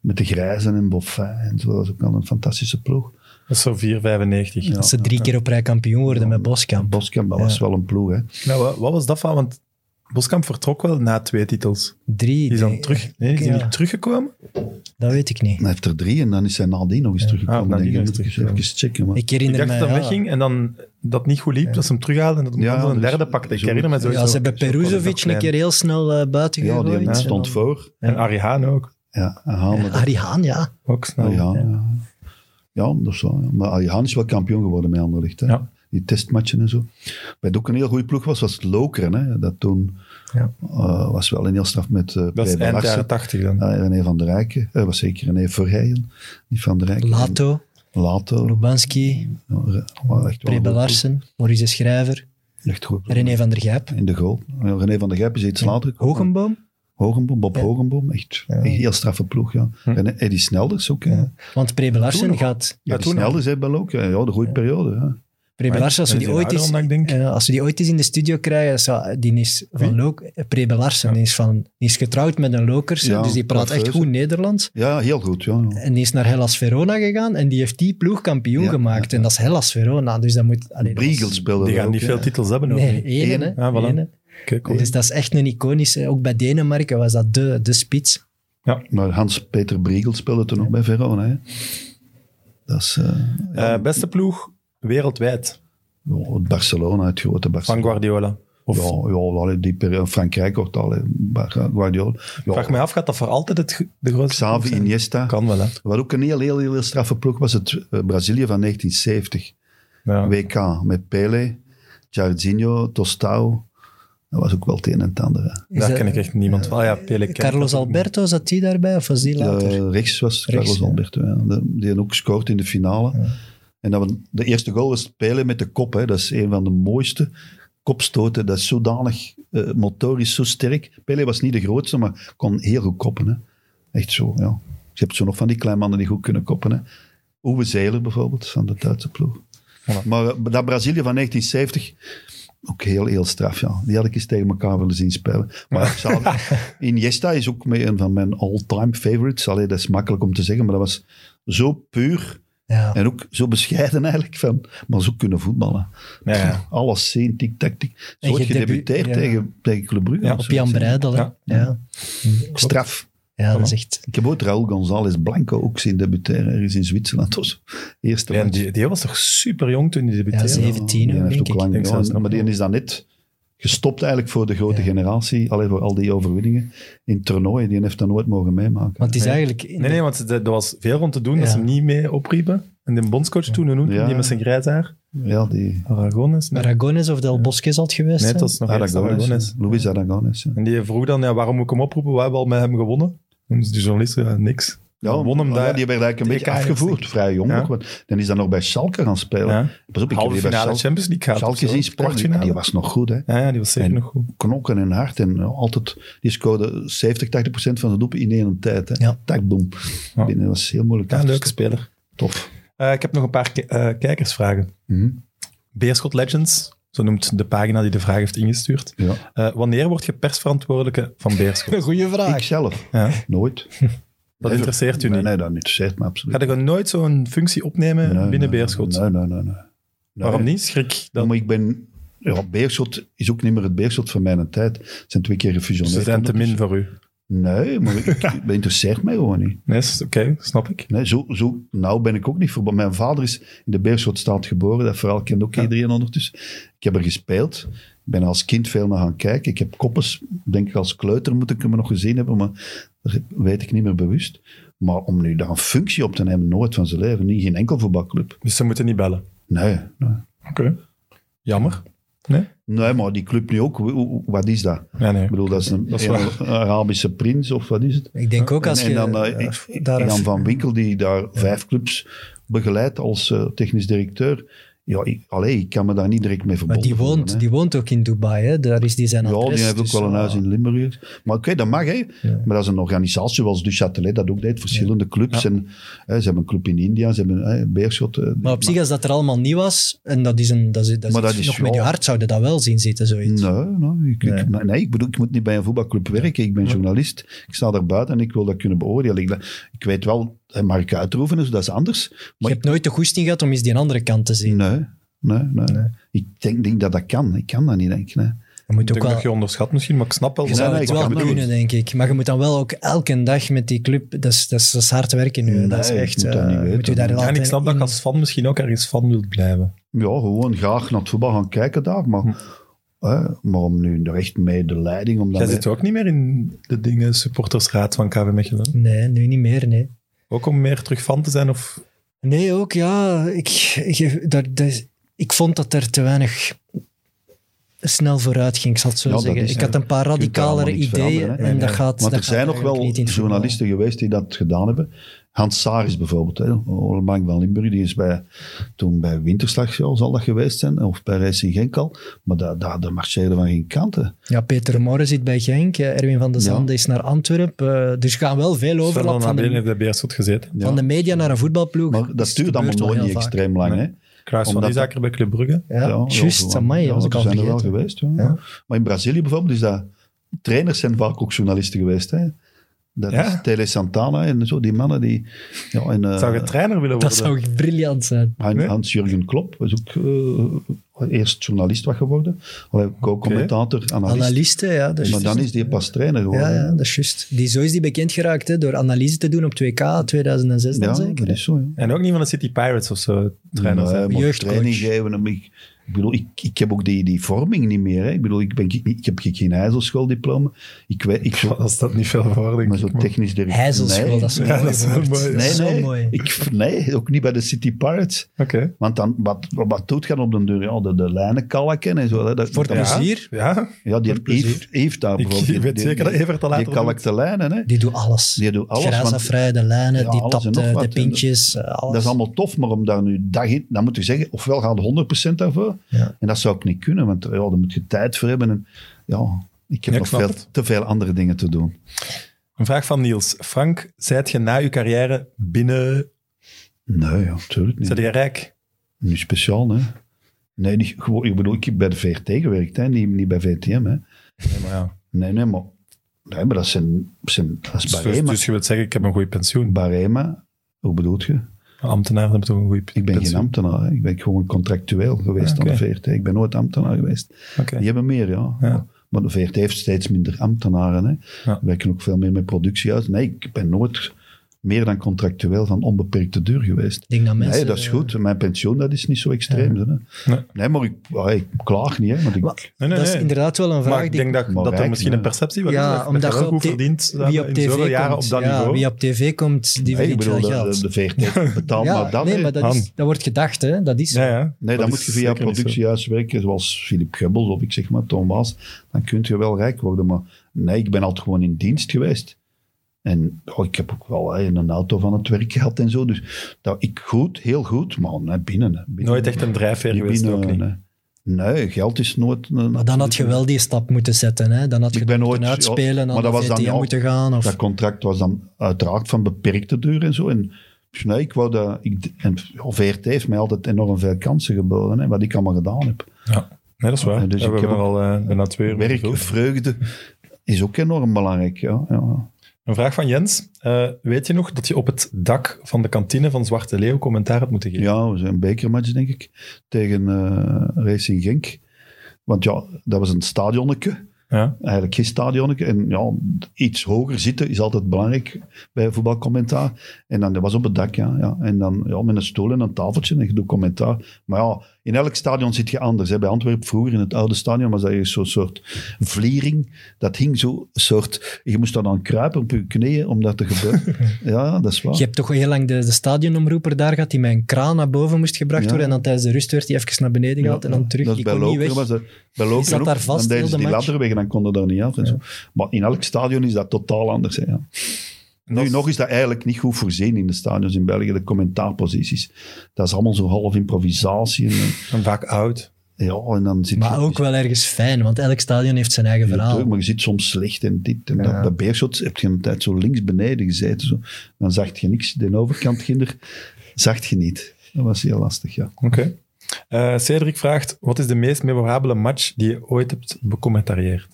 Speaker 3: Met de Grijzen en Boffin en zo. Dat was ook al een fantastische ploeg.
Speaker 1: Dat is zo 4,95.
Speaker 3: Ja.
Speaker 2: Dat ze drie keer op rij kampioen worden met Boskamp.
Speaker 3: Boskamp, dat was wel een ploeg. Hè.
Speaker 1: Nou, wat, wat was dat van? Want Boskamp vertrok wel na twee titels.
Speaker 2: Drie.
Speaker 1: Die is dan
Speaker 2: nee,
Speaker 1: terug... Nee, is die
Speaker 2: Ja.
Speaker 1: niet teruggekomen?
Speaker 2: Dat weet ik niet.
Speaker 3: Hij heeft er drie en dan is hij nadien nog eens teruggekomen.
Speaker 1: ah, nadien
Speaker 3: denk ik.
Speaker 1: nog eens
Speaker 3: Moet ik
Speaker 1: teruggekomen.
Speaker 3: Even checken. Maar...
Speaker 2: Ik
Speaker 1: Ik
Speaker 2: herinner
Speaker 1: dacht
Speaker 2: me...
Speaker 1: dat hij
Speaker 2: ja.
Speaker 1: wegging en dan dat niet goed liep, dat ze hem terughalen en dat hem
Speaker 3: Ja,
Speaker 1: dan wel een
Speaker 3: dus-
Speaker 1: derde pakte. Ik
Speaker 3: zo-
Speaker 1: herinner me
Speaker 2: Ja,
Speaker 1: sowieso.
Speaker 2: ze hebben Peruzovic een keer heel snel eh, buiten
Speaker 3: Ja,
Speaker 2: gegooid.
Speaker 3: die
Speaker 2: en
Speaker 3: stond
Speaker 2: dan-
Speaker 3: voor.
Speaker 1: En Arie Haan ook.
Speaker 3: Ja, en Haan met-
Speaker 2: Harry Haan, ja.
Speaker 1: Ook snel.
Speaker 3: Nou ja, ja. ja, dat is wel. ja. Maar Alhan is wel kampioen geworden met Anderlecht. Hè?
Speaker 1: Ja.
Speaker 3: Die testmatchen en zo. Wat ook een heel goede ploeg was, was het Lokeren. Hè? Dat toen
Speaker 2: Ja.
Speaker 3: eh, was wel een heel straf met eh
Speaker 1: Dat is
Speaker 3: P.B.
Speaker 1: eind
Speaker 3: Larsen.
Speaker 1: jaren 80 dan.
Speaker 3: Ja, René van der Rijken. Dat was zeker René Verheijen. Die van der Rijken.
Speaker 2: Lato,
Speaker 3: Later.
Speaker 2: Lubanski,
Speaker 3: echt wel een
Speaker 2: Prebe
Speaker 3: goed
Speaker 2: Larsen, Maurice de Schrijver,
Speaker 3: ploeg. Echt goed. ploeg.
Speaker 2: René van der Gijp,
Speaker 3: In de goal. Ja, René van der Gijp is iets later. gekomen.
Speaker 2: Hogenboom.
Speaker 3: Hogenboom, Bob Hogenboom. Echt, echt een heel straffe ploeg, ja.
Speaker 1: Hm.
Speaker 3: En Eddie Snelders ook. hè. Ja.
Speaker 2: Want Prebe
Speaker 3: Toen
Speaker 2: Larsen
Speaker 3: nog.
Speaker 2: gaat...
Speaker 1: Ja,
Speaker 3: Eddie
Speaker 1: toen nog.
Speaker 3: Snelders heeft wel ook. Ja, ja, de goede periode. Ja.
Speaker 2: Prebe
Speaker 1: Maar
Speaker 2: Larsen, als we
Speaker 1: dat
Speaker 2: die
Speaker 1: is in
Speaker 2: ooit eens...
Speaker 1: Aardeland, ik denk.
Speaker 2: eh, als we die ooit eens in de studio krijgen, zou- die is van Look, eh, Prebe Larsen, die, is van, die is getrouwd met een Lokers,
Speaker 3: Ja,
Speaker 2: dus die praat echt
Speaker 3: coiffeuse.
Speaker 2: goed Nederlands.
Speaker 3: ja, heel goed. Ja, ja.
Speaker 2: En die is naar Hellas Verona gegaan en die heeft die ploeg kampioen
Speaker 3: Ja,
Speaker 2: gemaakt. En dat is Hellas Verona, dus dat moet... allee, dat was-
Speaker 3: Briegel speelde
Speaker 1: Die
Speaker 3: daar
Speaker 1: gaan
Speaker 3: ook,
Speaker 1: niet
Speaker 3: hè.
Speaker 1: veel titels hebben. ook
Speaker 2: Nee,
Speaker 1: niet.
Speaker 2: één,
Speaker 3: Eén.
Speaker 2: hè.
Speaker 1: Ah, voilà.
Speaker 2: Eén, hè.
Speaker 1: Oké, cool.
Speaker 2: Dus dat is echt een iconische. Ook bij Denemarken was dat de, de spits.
Speaker 3: Maar Hans-Peter Briegel speelde toen nog bij Verona. Hè. Dat is eh, ja,
Speaker 1: Eh, beste ploeg wereldwijd
Speaker 3: ja, het Barcelona, het grote
Speaker 1: van
Speaker 3: Barcelona.
Speaker 1: Guardiola. Of,
Speaker 3: ja, ja, allee, die periode, Frankrijk ook al, hè. Bar- Guardiola. Ja,
Speaker 1: Vraag mij af, gaat dat voor altijd het, ge- de grootste ploeg
Speaker 3: Xavi,
Speaker 1: zijn?
Speaker 3: Iniesta.
Speaker 1: Kan wel, hè.
Speaker 3: Wat ook een heel, heel, heel, heel straffe ploeg was, het eh, Brazilië van 1970.
Speaker 1: Ja.
Speaker 3: WK met Pele, Jarzinho, Tostao. Dat was ook wel het een en het ander. hè.
Speaker 2: Is
Speaker 1: Daar
Speaker 2: dat-
Speaker 1: ken ik echt niemand van. Ah ja, Pele ken ik
Speaker 2: Carlos
Speaker 1: ook niet.
Speaker 2: Alberto zat die daarbij of was die later?
Speaker 3: Ja, rechts was het Carlos
Speaker 2: Rechts, ja.
Speaker 3: Alberto. Ja. De- Die had ook gescoord in de finale. En dan, de eerste goal was Pele met de kop. Hè. Dat is een van de mooiste kopstoten. Dat is zodanig eh, motorisch, zo sterk. Pele was niet de grootste, maar kon heel goed koppen. Hè. Echt zo, ja. Je hebt zo nog van die kleine mannen die goed kunnen koppen. Hè. Uwe Zeiler bijvoorbeeld, van de Duitse ploeg.
Speaker 1: Voilà.
Speaker 3: Maar eh, dat Brazilië van 1970, Ook heel, heel straf, ja. Die had ik eens tegen elkaar willen zien spelen. Maar ik zou- Iniesta is ook mee een van mijn all-time favorites. Allee, dat is makkelijk om te zeggen, maar dat was zo puur
Speaker 2: Ja.
Speaker 3: en ook zo bescheiden eigenlijk. Van, maar zo kunnen voetballen.
Speaker 1: Ja, ja.
Speaker 3: Alles zien, tik, tak, tik. Zo
Speaker 2: En
Speaker 3: wordt
Speaker 2: gedebu-
Speaker 3: gedebuteerd
Speaker 2: ja.
Speaker 3: tegen, tegen Club Brugge.
Speaker 1: Ja,
Speaker 3: of
Speaker 2: Op
Speaker 3: zo.
Speaker 2: Jan Breidel, hè.
Speaker 1: Ja.
Speaker 2: Ja. Ja.
Speaker 3: Straf.
Speaker 2: dat is echt...
Speaker 3: Ik heb ooit Raúl González Blanco ook zien debuteren. Er is in Zwitserland of zo. Eerste
Speaker 1: Ja, en
Speaker 3: match.
Speaker 1: die, die was toch super jong toen hij
Speaker 2: Ja,
Speaker 1: debuteerde?
Speaker 2: zeven. 17
Speaker 3: Die
Speaker 2: ook,
Speaker 3: heeft
Speaker 2: denk
Speaker 3: ook
Speaker 2: ik.
Speaker 3: lang
Speaker 1: Ik zou
Speaker 3: gedaan,
Speaker 1: het
Speaker 3: maar die
Speaker 1: ook-
Speaker 3: is dan net gestopt eigenlijk voor de grote
Speaker 2: Ja.
Speaker 3: generatie. Alleen voor al die overwinningen in toernooien. Die heeft dat nooit mogen meemaken.
Speaker 2: Want het is
Speaker 1: Nee.
Speaker 2: eigenlijk...
Speaker 1: Nee, nee, want er er was veel rond te doen dat
Speaker 2: Ja.
Speaker 1: ze hem niet mee opriepen. En de bondscoach toen, hoe noemde
Speaker 3: Ja.
Speaker 1: die met zijn grijs haar?
Speaker 3: Ja, die
Speaker 1: Aragones? Nee,
Speaker 2: Aragones of Del Bosque zal het geweest
Speaker 1: nee
Speaker 2: zijn.
Speaker 1: dat is nog eerst
Speaker 3: Aragones.
Speaker 1: Aragones.
Speaker 3: Luis Aragones. ja.
Speaker 1: En die vroeg dan, ja, waarom moet ik hem oproepen? We hebben al met hem gewonnen. En dus die journalist, ja, niks.
Speaker 3: Ja,
Speaker 1: won hem
Speaker 3: ja,
Speaker 1: daar.
Speaker 3: die werd eigenlijk een
Speaker 1: Die
Speaker 3: beetje
Speaker 1: EK
Speaker 3: afgevoerd. Vrij jong
Speaker 1: Ja.
Speaker 3: ook. Want dan is dan nog bij Schalke gaan spelen.
Speaker 1: Ja.
Speaker 3: Pas op, ik heb
Speaker 1: Halve
Speaker 3: die bij
Speaker 1: finale
Speaker 3: Schalke,
Speaker 1: Champions eh, League gaat.
Speaker 3: Schalke zien spelen. Die, die was nog goed, hè.
Speaker 1: Ja, ja, die was zeker
Speaker 3: En-
Speaker 1: nog goed.
Speaker 3: knokken en hard. En eh, altijd, die scoorde 70, 80 procent van zijn doelpunten in één tijd. Hè.
Speaker 2: Ja.
Speaker 3: Tak, boom.
Speaker 1: Ja.
Speaker 3: Binnen Dat was heel moeilijk.
Speaker 1: Ja,
Speaker 3: af te
Speaker 1: leuke
Speaker 3: stoppen.
Speaker 1: speler.
Speaker 3: Tof.
Speaker 1: Eh, ik heb nog een paar ki- eh, kijkersvragen.
Speaker 3: Mhm.
Speaker 1: Beerschot Legends, zo noemt de pagina die de vraag heeft ingestuurd.
Speaker 3: Ja.
Speaker 1: Eh, wanneer word je persverantwoordelijke van Beerschot?
Speaker 2: een goede vraag.
Speaker 3: Ik zelf?
Speaker 1: Ah, Ja.
Speaker 3: Nooit.
Speaker 1: Dat interesseert u
Speaker 3: nee,
Speaker 1: niet.
Speaker 3: Nee, dat interesseert me absoluut.
Speaker 1: Ga je gewoon nooit zo'n functie opnemen
Speaker 3: Nee,
Speaker 1: binnen
Speaker 3: nee,
Speaker 1: Beerschot?
Speaker 3: Nee, nee, nee. nee. Nee.
Speaker 1: Waarom niet? Schrik.
Speaker 3: Ja,
Speaker 1: Dat
Speaker 3: maar ik ben... Ja, Beerschot is ook niet meer het Beerschot van mijn tijd. Ze zijn twee keer gefusioneerd.
Speaker 1: ze zijn te min voor u.
Speaker 3: Nee, maar ik, ik- dat interesseert mij gewoon niet.
Speaker 1: Nee, is- oké, snap ik.
Speaker 3: Nee, zo, zo nou ben ik ook niet verbonden. Mijn vader is in de Beerschotstaat geboren. Dat verhaal kent ook iedereen ondertussen. Ik heb er gespeeld. Ik ben als kind veel naar gaan kijken. Ik heb koppes, denk ik als kleuter moet ik hem nog gezien hebben. Maar dat weet ik niet meer bewust. Maar om nu daar een functie op te nemen, nooit van zijn leven. Niet, geen enkel voetbalclub.
Speaker 1: Dus ze moeten niet bellen.
Speaker 3: Nee, nee.
Speaker 1: Oké. Jammer. Nee?
Speaker 3: Nee, maar die club nu ook. hoe- hoe- Wat is dat?
Speaker 1: Ja, nee.
Speaker 3: Ik bedoel, dat is een,
Speaker 1: Dat is
Speaker 3: een
Speaker 1: waar.
Speaker 3: Arabische prins of wat is het?
Speaker 2: Ik denk ook als
Speaker 3: en,
Speaker 2: je...
Speaker 3: en dan eh,
Speaker 2: eh, daar-
Speaker 3: Jan van Winkel, die daar vijf clubs begeleidt als eh, technisch directeur. Ja, ik, allee, ik kan me daar niet direct mee
Speaker 2: Maar
Speaker 3: verbonden
Speaker 2: die
Speaker 3: voelen, hè.
Speaker 2: woont, die woont ook in Dubai, hè. Daar is die zijn
Speaker 3: Ja,
Speaker 2: adres.
Speaker 3: die heeft ook
Speaker 2: dus,
Speaker 3: wel een
Speaker 2: ja.
Speaker 3: huis in Limburg. Maar oké, dat mag, hè. Maar dat is een organisatie zoals Du Châtelet dat ook deed. Verschillende clubs. En, hè, ze hebben een club in India, ze hebben hè, Beerschot. eh,
Speaker 2: Maar op zich, als dat er allemaal niet was, en dat is een... Dat is, dat is
Speaker 3: Maar dat
Speaker 2: iets-
Speaker 3: is
Speaker 2: nog
Speaker 3: ja.
Speaker 2: met je hart zouden dat wel zien zitten, zoiets.
Speaker 3: Nee, nee, ik, ik-
Speaker 2: Nee.
Speaker 3: maar nee, ik bedoel, ik moet niet bij een voetbalclub werken. Ik ben journalist. Ik sta daar buiten en ik wil dat kunnen beoordelen. Ik, ik weet wel, hè, Mark Uitroeven, dus dat is anders.
Speaker 2: je
Speaker 3: Maar
Speaker 2: hebt nooit de goesting gehad om eens die andere kant te zien.
Speaker 3: nee, nee, nee. Ik denk, denk dat dat kan. Ik kan dat niet, denk ik. Nee.
Speaker 2: Je
Speaker 1: Ik
Speaker 2: moet ook
Speaker 1: denk
Speaker 2: wel...
Speaker 1: dat je onderschat misschien, maar ik snap wel.
Speaker 2: Je
Speaker 1: wat-
Speaker 2: zou
Speaker 3: nee,
Speaker 2: het
Speaker 3: ik
Speaker 2: wel
Speaker 3: kan dat
Speaker 2: kunnen,
Speaker 3: niet.
Speaker 2: denk ik. Maar je moet dan wel ook elke dag met die club... Dat is, dat is, dat is hard werken nu. hè. dat is
Speaker 3: Nee, ik
Speaker 2: echt...
Speaker 3: moet dat
Speaker 2: eh,
Speaker 3: niet weten,
Speaker 2: moet u daar
Speaker 3: man.
Speaker 1: Ja, en ik snap dat
Speaker 2: altijd
Speaker 1: je
Speaker 2: in-
Speaker 1: als fan misschien ook ergens fan wilt blijven.
Speaker 3: Ja, gewoon graag naar het voetbal gaan kijken daar. Maar, hè, maar om nu er echt mee de leiding... Om dat
Speaker 1: Jij
Speaker 3: mee-
Speaker 1: zit ook niet meer in de dingen supportersraad van KV Mechelen.
Speaker 2: Nee, nu niet meer, nee.
Speaker 1: Ook om meer terug fan te zijn of...
Speaker 2: Nee, ook ja. Ik, ik, daar, daar- ik vond dat er te weinig snel vooruit ging, ik zal het zo
Speaker 3: Ja, dat
Speaker 2: zeggen.
Speaker 3: is-
Speaker 2: ik had een paar
Speaker 3: kunt daar allemaal
Speaker 2: radicalere
Speaker 3: niks
Speaker 2: ideeën
Speaker 3: veranderen, hè.
Speaker 2: en
Speaker 1: Nee,
Speaker 2: dat
Speaker 1: nee.
Speaker 2: gaat
Speaker 3: Want
Speaker 2: dat
Speaker 3: er zijn
Speaker 2: gaat
Speaker 3: ook wel
Speaker 2: eigenlijk niet in het voetbal.
Speaker 3: journalisten geweest die dat gedaan hebben. Hans Saris bijvoorbeeld, hè, Olenbank van Limburg, die is bij, toen bij Winterslag ja, zal dat geweest zijn, of bij Racing Genk al, maar daar da, daar marcheerde van geen kanten.
Speaker 2: Ja, Peter Morren zit bij Genk, eh, Erwin van de Zande is naar Antwerpen. eh, dus er gaan wel veel overlap
Speaker 1: Sven
Speaker 2: van
Speaker 1: Abelen
Speaker 2: de,
Speaker 1: heeft bij Beerschot gezeten.
Speaker 3: Ja.
Speaker 2: van de media naar een voetbalploeg. Dus
Speaker 3: Maar dat duurt
Speaker 2: gebeurt
Speaker 3: allemaal
Speaker 2: wel
Speaker 3: nooit
Speaker 2: heel
Speaker 3: niet
Speaker 2: vaak.
Speaker 3: extreem lang. Hè?
Speaker 1: Kruis van
Speaker 3: Omdat-
Speaker 1: Isaker bij Club Brugge.
Speaker 2: Ja, juist,
Speaker 3: gewoon.
Speaker 2: amai,
Speaker 3: Ja,
Speaker 2: dat was ik
Speaker 3: er
Speaker 2: al
Speaker 3: zijn er wel
Speaker 2: vergeten.
Speaker 3: geweest. Ja.
Speaker 2: Ja.
Speaker 3: Maar in Brazilië bijvoorbeeld is dat... Trainers zijn vaak ook journalisten geweest. Hè. Dat
Speaker 1: Ja.
Speaker 3: is Tele Santana en zo, die mannen die... Ja, en, eh,
Speaker 1: Zou je trainer willen worden?
Speaker 2: Dat zou briljant zijn.
Speaker 3: Han-
Speaker 1: Nee?
Speaker 3: Hans-Jurgen Klop was ook eh, eerst journalist wat geworden. Allee, co-commentator, analist.
Speaker 2: Analisten, ja. dus- Dat is
Speaker 3: Maar
Speaker 2: juist.
Speaker 3: dan is die pas trainer
Speaker 2: Ja,
Speaker 3: geworden.
Speaker 2: ja, dat is juist. Die, zo is die bekend geraakt hè, door analyse te doen op 2K 2006 dan
Speaker 3: Ja,
Speaker 2: zeker.
Speaker 3: dat is zo. Ja.
Speaker 1: En ook niet van de City Pirates of zo trainer
Speaker 3: Nee,
Speaker 1: zijn.
Speaker 3: maar eh,
Speaker 2: Jeugdcoach.
Speaker 3: training geven. en Ik, ik bedoel, ik, ik heb ook die, die vorming niet meer. Hè. Ik bedoel, ik, ben, ik, ik heb geen ijzelschooldiploma. Ik, weet- ik zo,
Speaker 1: Als dat niet veel voor, denk
Speaker 3: maar zo
Speaker 1: ik, maar-
Speaker 3: technisch directeur.
Speaker 2: Hijzelschool,
Speaker 3: Nee.
Speaker 2: dat is een
Speaker 1: Ja,
Speaker 2: mooi
Speaker 1: dat is wel
Speaker 2: woord.
Speaker 1: mooi.
Speaker 2: Dat
Speaker 3: Nee,
Speaker 2: is zo
Speaker 3: nee.
Speaker 2: mooi.
Speaker 3: Ik, nee, ook niet bij de City Pirates.
Speaker 1: Oké.
Speaker 3: Want dan, wat, wat doet gaan op den deur? Ja, de, de lijnen kalken en zo. Hè. Dat,
Speaker 2: Voor
Speaker 3: dat-
Speaker 1: Ja,
Speaker 2: plezier?
Speaker 1: Ja.
Speaker 3: Ja, die
Speaker 1: Voor
Speaker 3: heeft,
Speaker 1: plezier.
Speaker 3: heeft daar
Speaker 1: Ik
Speaker 3: bijvoorbeeld.
Speaker 1: weet
Speaker 3: die-
Speaker 1: zeker dat
Speaker 3: die-
Speaker 1: Evert dat later
Speaker 3: Die kalkt de lijnen, hè.
Speaker 2: Die doet alles.
Speaker 3: Die doet alles, want-
Speaker 2: Graasafrijden, de lijnen,
Speaker 3: Ja,
Speaker 2: die
Speaker 3: alles en
Speaker 2: tapt
Speaker 3: nog
Speaker 2: eh,
Speaker 3: wat,
Speaker 2: de
Speaker 3: hè.
Speaker 2: pintjes, eh, alles.
Speaker 3: Dat is allemaal tof, maar om daar nu dag in, dan moet je zeggen, ofwel gaat je 100% daarvoor.
Speaker 2: Ja.
Speaker 3: En dat zou ik niet kunnen, want ja, daar moet je tijd voor hebben. En, ja, ik heb
Speaker 1: Ja, ik
Speaker 3: nog
Speaker 1: snap
Speaker 3: veel,
Speaker 1: het.
Speaker 3: te veel andere dingen te doen.
Speaker 1: Een vraag van Niels. Frank, zijt je na je carrière binnen...
Speaker 3: Nee, ja, absoluut niet.
Speaker 1: Zijt je rijk?
Speaker 3: Niet speciaal, hè. Nee, niet, gewoon, ik bedoel, ik heb bij de VRT gewerkt, hè, niet, niet bij VTM. Hè.
Speaker 1: Nee, maar ja.
Speaker 3: Nee, nee, maar, nee, maar dat, zijn, zijn, dat is
Speaker 1: Dus, dus,
Speaker 3: Barema.
Speaker 1: je wilt zeggen, ik heb een goede pensioen.
Speaker 3: Barema, hoe bedoelt je?
Speaker 1: Ambtenaren hebben toch een goede pensioen?
Speaker 3: Ik ben geen ambtenaar, hè. ik ben gewoon contractueel geweest
Speaker 1: Ah, oké.
Speaker 3: aan de VRT. Ik ben nooit ambtenaar geweest.
Speaker 1: Oké.
Speaker 3: Die hebben meer, ja.
Speaker 1: Ja.
Speaker 3: Maar de VRT heeft steeds minder ambtenaren. Hè.
Speaker 1: Ja.
Speaker 3: We werken ook veel meer met productie uit. Nee, ik ben nooit meer dan contractueel van onbeperkte duur geweest.
Speaker 2: Ik denk dat mensen...
Speaker 3: nee, dat is goed. Mijn pensioen dat is niet zo extreem. Hè.
Speaker 1: eh, Nee.
Speaker 3: Nee. maar ik, ah, ik klaag niet. Hè, want ik,
Speaker 2: Maar-
Speaker 1: Nee, nee,
Speaker 2: dat is
Speaker 1: nee.
Speaker 2: inderdaad wel een vraag
Speaker 1: Maar ik
Speaker 2: die
Speaker 1: denk dat,
Speaker 3: Maar
Speaker 1: dat er
Speaker 3: rijk,
Speaker 1: misschien
Speaker 3: ja.
Speaker 1: een perceptie wel
Speaker 2: Ja,
Speaker 1: is. dat je
Speaker 2: omdat
Speaker 1: wel
Speaker 2: je op
Speaker 1: goed
Speaker 2: t-
Speaker 1: verdient dat
Speaker 2: wie
Speaker 1: je
Speaker 2: op
Speaker 1: in
Speaker 2: tv
Speaker 1: zoveel
Speaker 2: komt.
Speaker 1: jaren op dat
Speaker 2: ja,
Speaker 1: niveau.
Speaker 2: Wie op tv komt, die
Speaker 3: nee, ik
Speaker 2: verdient
Speaker 3: bedoel,
Speaker 2: veel
Speaker 3: dat-
Speaker 2: geld.
Speaker 3: de, de VRT betaalt
Speaker 2: ja,
Speaker 3: maar dat.
Speaker 2: nee,
Speaker 3: hè.
Speaker 2: maar dat, is, dat wordt gedacht, hè. Dat is zo.
Speaker 1: Ja, ja.
Speaker 3: Nee,
Speaker 1: Dat
Speaker 3: dan moet
Speaker 1: is
Speaker 3: je via
Speaker 1: zeker niet zo.
Speaker 3: productiehuis werken, zoals Philip Gebbels of ik zeg maar, Tom Waas. Dan kun je wel rijk worden. Maar nee, ik ben altijd gewoon in dienst geweest. En oh, ik heb ook wel hè, een auto van het werk gehad en zo. Dus dat, ik goed, heel goed, maar nee, binnen. hè, binnen
Speaker 1: Nooit echt een drijfveer
Speaker 3: Niet
Speaker 1: geweest, ook
Speaker 3: eh,
Speaker 1: niet.
Speaker 3: Nee. Nee, geld is nooit... een-
Speaker 2: Maar dan had je wel die stap moeten zetten, hè. Dan had je
Speaker 3: Ik ben
Speaker 2: moeten
Speaker 3: ooit- ja,
Speaker 2: uitspelen,
Speaker 3: maar
Speaker 2: aan
Speaker 3: dat
Speaker 2: de
Speaker 3: was dan
Speaker 2: VTM
Speaker 3: niet al-
Speaker 2: moeten gaan. Of,
Speaker 3: Dat contract was dan uiteraard van beperkte duur en zo. En dus nee, ik wou dat... Ik, en ja, VRT heeft mij altijd enorm veel kansen geboden, hè, wat ik allemaal gedaan heb.
Speaker 1: Nee, dat is waar.
Speaker 3: Ja, dus
Speaker 1: Ja, we
Speaker 3: ik heb
Speaker 1: hebben al eh, bijna twee uur
Speaker 3: Werk,
Speaker 1: gevuld.
Speaker 3: vreugde is ook enorm belangrijk. Ja, ja.
Speaker 1: Een vraag van Jens. Eh, weet je nog dat je op het dak van de kantine van Zwarte Leeuw commentaar hebt moeten geven?
Speaker 3: ja we zijn een bekermatch, denk ik, tegen eh, Racing Genk. Want ja, dat was een stadionnetje.
Speaker 1: Ja.
Speaker 3: Eigenlijk geen stadionnetje. En ja, iets hoger zitten is altijd belangrijk bij voetbalcommentaar. En dan, dat was op het dak, ja. ja. En dan ja, met een stoel en een tafeltje en je doet commentaar. Maar ja, in elk stadion zit je anders. Hè. Bij Antwerpen vroeger, in het oude stadion, was dat zo'n soort vliering. Dat hing zo soort... Je moest daar dan kruipen op je knieën om dat te gebeuren. ja, dat is waar.
Speaker 2: Je hebt toch heel lang de, de stadionomroeper daar gehad, die met een kraan naar boven moest gebracht
Speaker 3: Ja.
Speaker 2: worden. En dan tijdens de rust werd die even naar beneden gehaald en
Speaker 3: Ja,
Speaker 2: dan terug.
Speaker 3: Dat is
Speaker 2: Die
Speaker 3: bij
Speaker 2: kon niet
Speaker 3: Lokeren
Speaker 2: weg.
Speaker 3: was dat- Bij Lokeren
Speaker 2: zat
Speaker 3: ook.
Speaker 2: daar vast
Speaker 3: Dan deden
Speaker 2: heel
Speaker 3: ze
Speaker 2: de
Speaker 3: die
Speaker 2: match.
Speaker 3: ladder weg en dan konden daar niet af. En zo. Maar in elk stadion is dat totaal anders. Hè, ja.
Speaker 1: En
Speaker 3: Nu
Speaker 1: dat is-
Speaker 3: nog is dat eigenlijk niet goed voorzien in de stadions in België, de commentaarposities. Dat is allemaal zo half improvisatie. En, eh,
Speaker 1: En vaak oud.
Speaker 3: ja, en dan zit
Speaker 2: Maar ook wel ergens fijn, want elk stadion heeft zijn eigen
Speaker 3: Ja,
Speaker 2: verhaal.
Speaker 3: tuurlijk, maar je zit soms slecht en dit en dat. Bij Beerschot heb je een tijd zo links beneden gezeten. Zo. Dan zag je niks. De overkant ginder zag je niet. Dat was heel lastig, ja.
Speaker 1: Oké. Eh, Cedric vraagt, wat is de meest memorabele match die je ooit hebt becommentarieerd?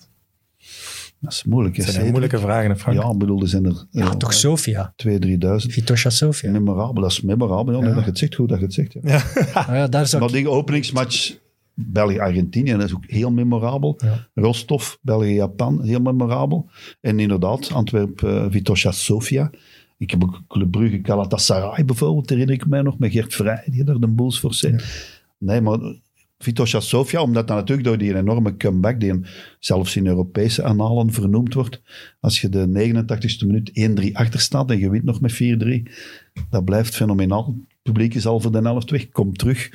Speaker 3: Dat is moeilijk. hè,
Speaker 1: Dat zijn
Speaker 3: Cedric.
Speaker 1: moeilijke vragen, hè, Frank.
Speaker 3: Ja, ik bedoel, er zijn er eh,
Speaker 2: Ja, toch Sofia.
Speaker 3: 2.000, 3.000.
Speaker 2: Vitosha Sofia.
Speaker 3: Memorabel, dat is memorabel. Ja, nee, dat je het zegt, goed dat je het zegt. Ja.
Speaker 2: Ah ja, daar zou
Speaker 3: Maar
Speaker 2: ik...
Speaker 3: die openingsmatch België-Argentinië, dat is ook heel memorabel.
Speaker 2: Ja.
Speaker 3: Rostov, België-Japan, heel memorabel. En inderdaad, Antwerp-Vitosha-Sofia. ik heb ook Club Brugge Galatasaray bijvoorbeeld, herinner ik mij nog, met Gert Vrij, die daar de boels voor zijn. Nee, maar Vitosha Sofia, omdat dat natuurlijk door die enorme comeback, die in- zelfs in Europese analen vernoemd wordt, als je de 89e minuut 1-3 achter staat en je wint nog met 4-3, dat blijft fenomenaal. Het publiek is al voor de helft weg, komt terug.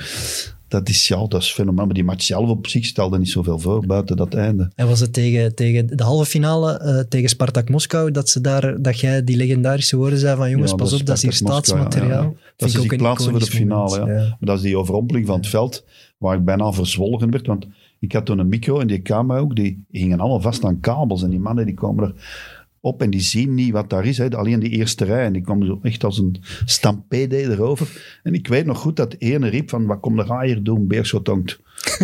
Speaker 3: Dat is, ja, dat is fenomenaal. Maar die match zelf op zich stelde niet zoveel voor, buiten dat einde.
Speaker 2: En was het tegen, tegen de halve finale eh, tegen Spartak Moskou dat, ze daar, dat jij die legendarische woorden zei van jongens,
Speaker 3: Ja,
Speaker 2: pas op, dat is hier
Speaker 3: Spartak Moskou, ja,
Speaker 2: staatsmateriaal.
Speaker 3: ja, ja.
Speaker 2: Vind
Speaker 3: Dat is
Speaker 2: ik ook
Speaker 3: die
Speaker 2: een
Speaker 3: plaatsen voor de
Speaker 2: iconisch
Speaker 3: finale.
Speaker 2: moment,
Speaker 3: Ja.
Speaker 2: ja.
Speaker 3: Maar dat is die overrompeling van het veld, waar ik bijna verzwolgen werd. Want ik had toen een micro en die camera ook, die hingen allemaal vast aan kabels. En die mannen die komen er op en die zien niet wat daar is. Hè. Alleen die eerste rij. En die kwam zo echt als een stampede erover. En ik weet nog goed dat de ene riep van, wat komt er aan hier doen, Beerschot hangt.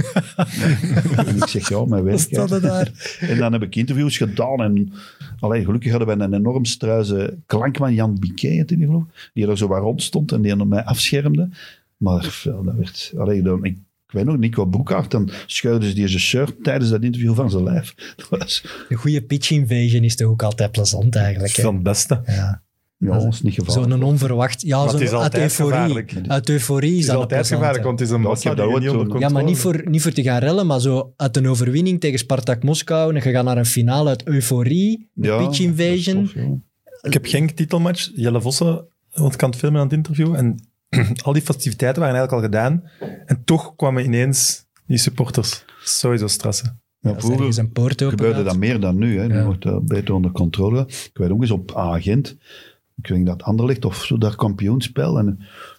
Speaker 3: en ik zeg, ja, mijn werk.
Speaker 2: Dat staat
Speaker 3: hè.
Speaker 2: er daar.
Speaker 3: En dan heb ik interviews gedaan. En allee, gelukkig hadden we een enorm struise klankman, Jan Biquet, heette die geloof ik, die er zo waar rond stond en die mij afschermde. Maar ja, dat werd... Allee, dan, ik, ik weet nog, Nico Broekhaart, dan schuilden ze die zijn shirt tijdens dat interview van zijn lijf. Dat was,
Speaker 2: De goede pitch invasion is toch ook altijd plezant
Speaker 1: Dat is
Speaker 2: eigenlijk. hè?
Speaker 1: van het beste.
Speaker 2: Ja.
Speaker 3: ja, dat is niet gevaarlijk.
Speaker 2: Zo'n onverwacht... Ja,
Speaker 1: Maar het
Speaker 2: zo'n
Speaker 1: is altijd
Speaker 2: uit euforie.
Speaker 1: gevaarlijk. Het
Speaker 2: Uit euforie is
Speaker 1: is
Speaker 2: dat een
Speaker 1: altijd
Speaker 2: plezante.
Speaker 1: gevaarlijk, want het is een
Speaker 3: Ja, ik
Speaker 1: massa
Speaker 3: heb
Speaker 1: die je
Speaker 3: dat ooit
Speaker 1: niet onder
Speaker 3: toen.
Speaker 1: controle
Speaker 2: Ja, maar niet
Speaker 1: hebt.
Speaker 2: voor, niet voor te gaan rellen, maar zo uit een overwinning tegen Spartak Moskou. En je gaat naar een finale uit euforie, de
Speaker 3: Ja,
Speaker 2: pitch invasion.
Speaker 3: dat is tof, ja.
Speaker 1: Ik heb geen titelmatch. Jelle Vossen want ik kan het filmen aan het interview. En al die festiviteiten waren eigenlijk al gedaan. En toch kwamen ineens die supporters. Sowieso stressen.
Speaker 3: Ja,
Speaker 2: Als
Speaker 3: vroeger-
Speaker 2: ergens een poort open
Speaker 3: gebeurde
Speaker 2: gaat.
Speaker 3: dat meer dan nu. Hè. Nu
Speaker 2: Ja.
Speaker 3: wordt dat beter onder controle. Ik weet ook eens op agent. Ik weet niet dat Anderlecht of zo, daar kampioenspel. En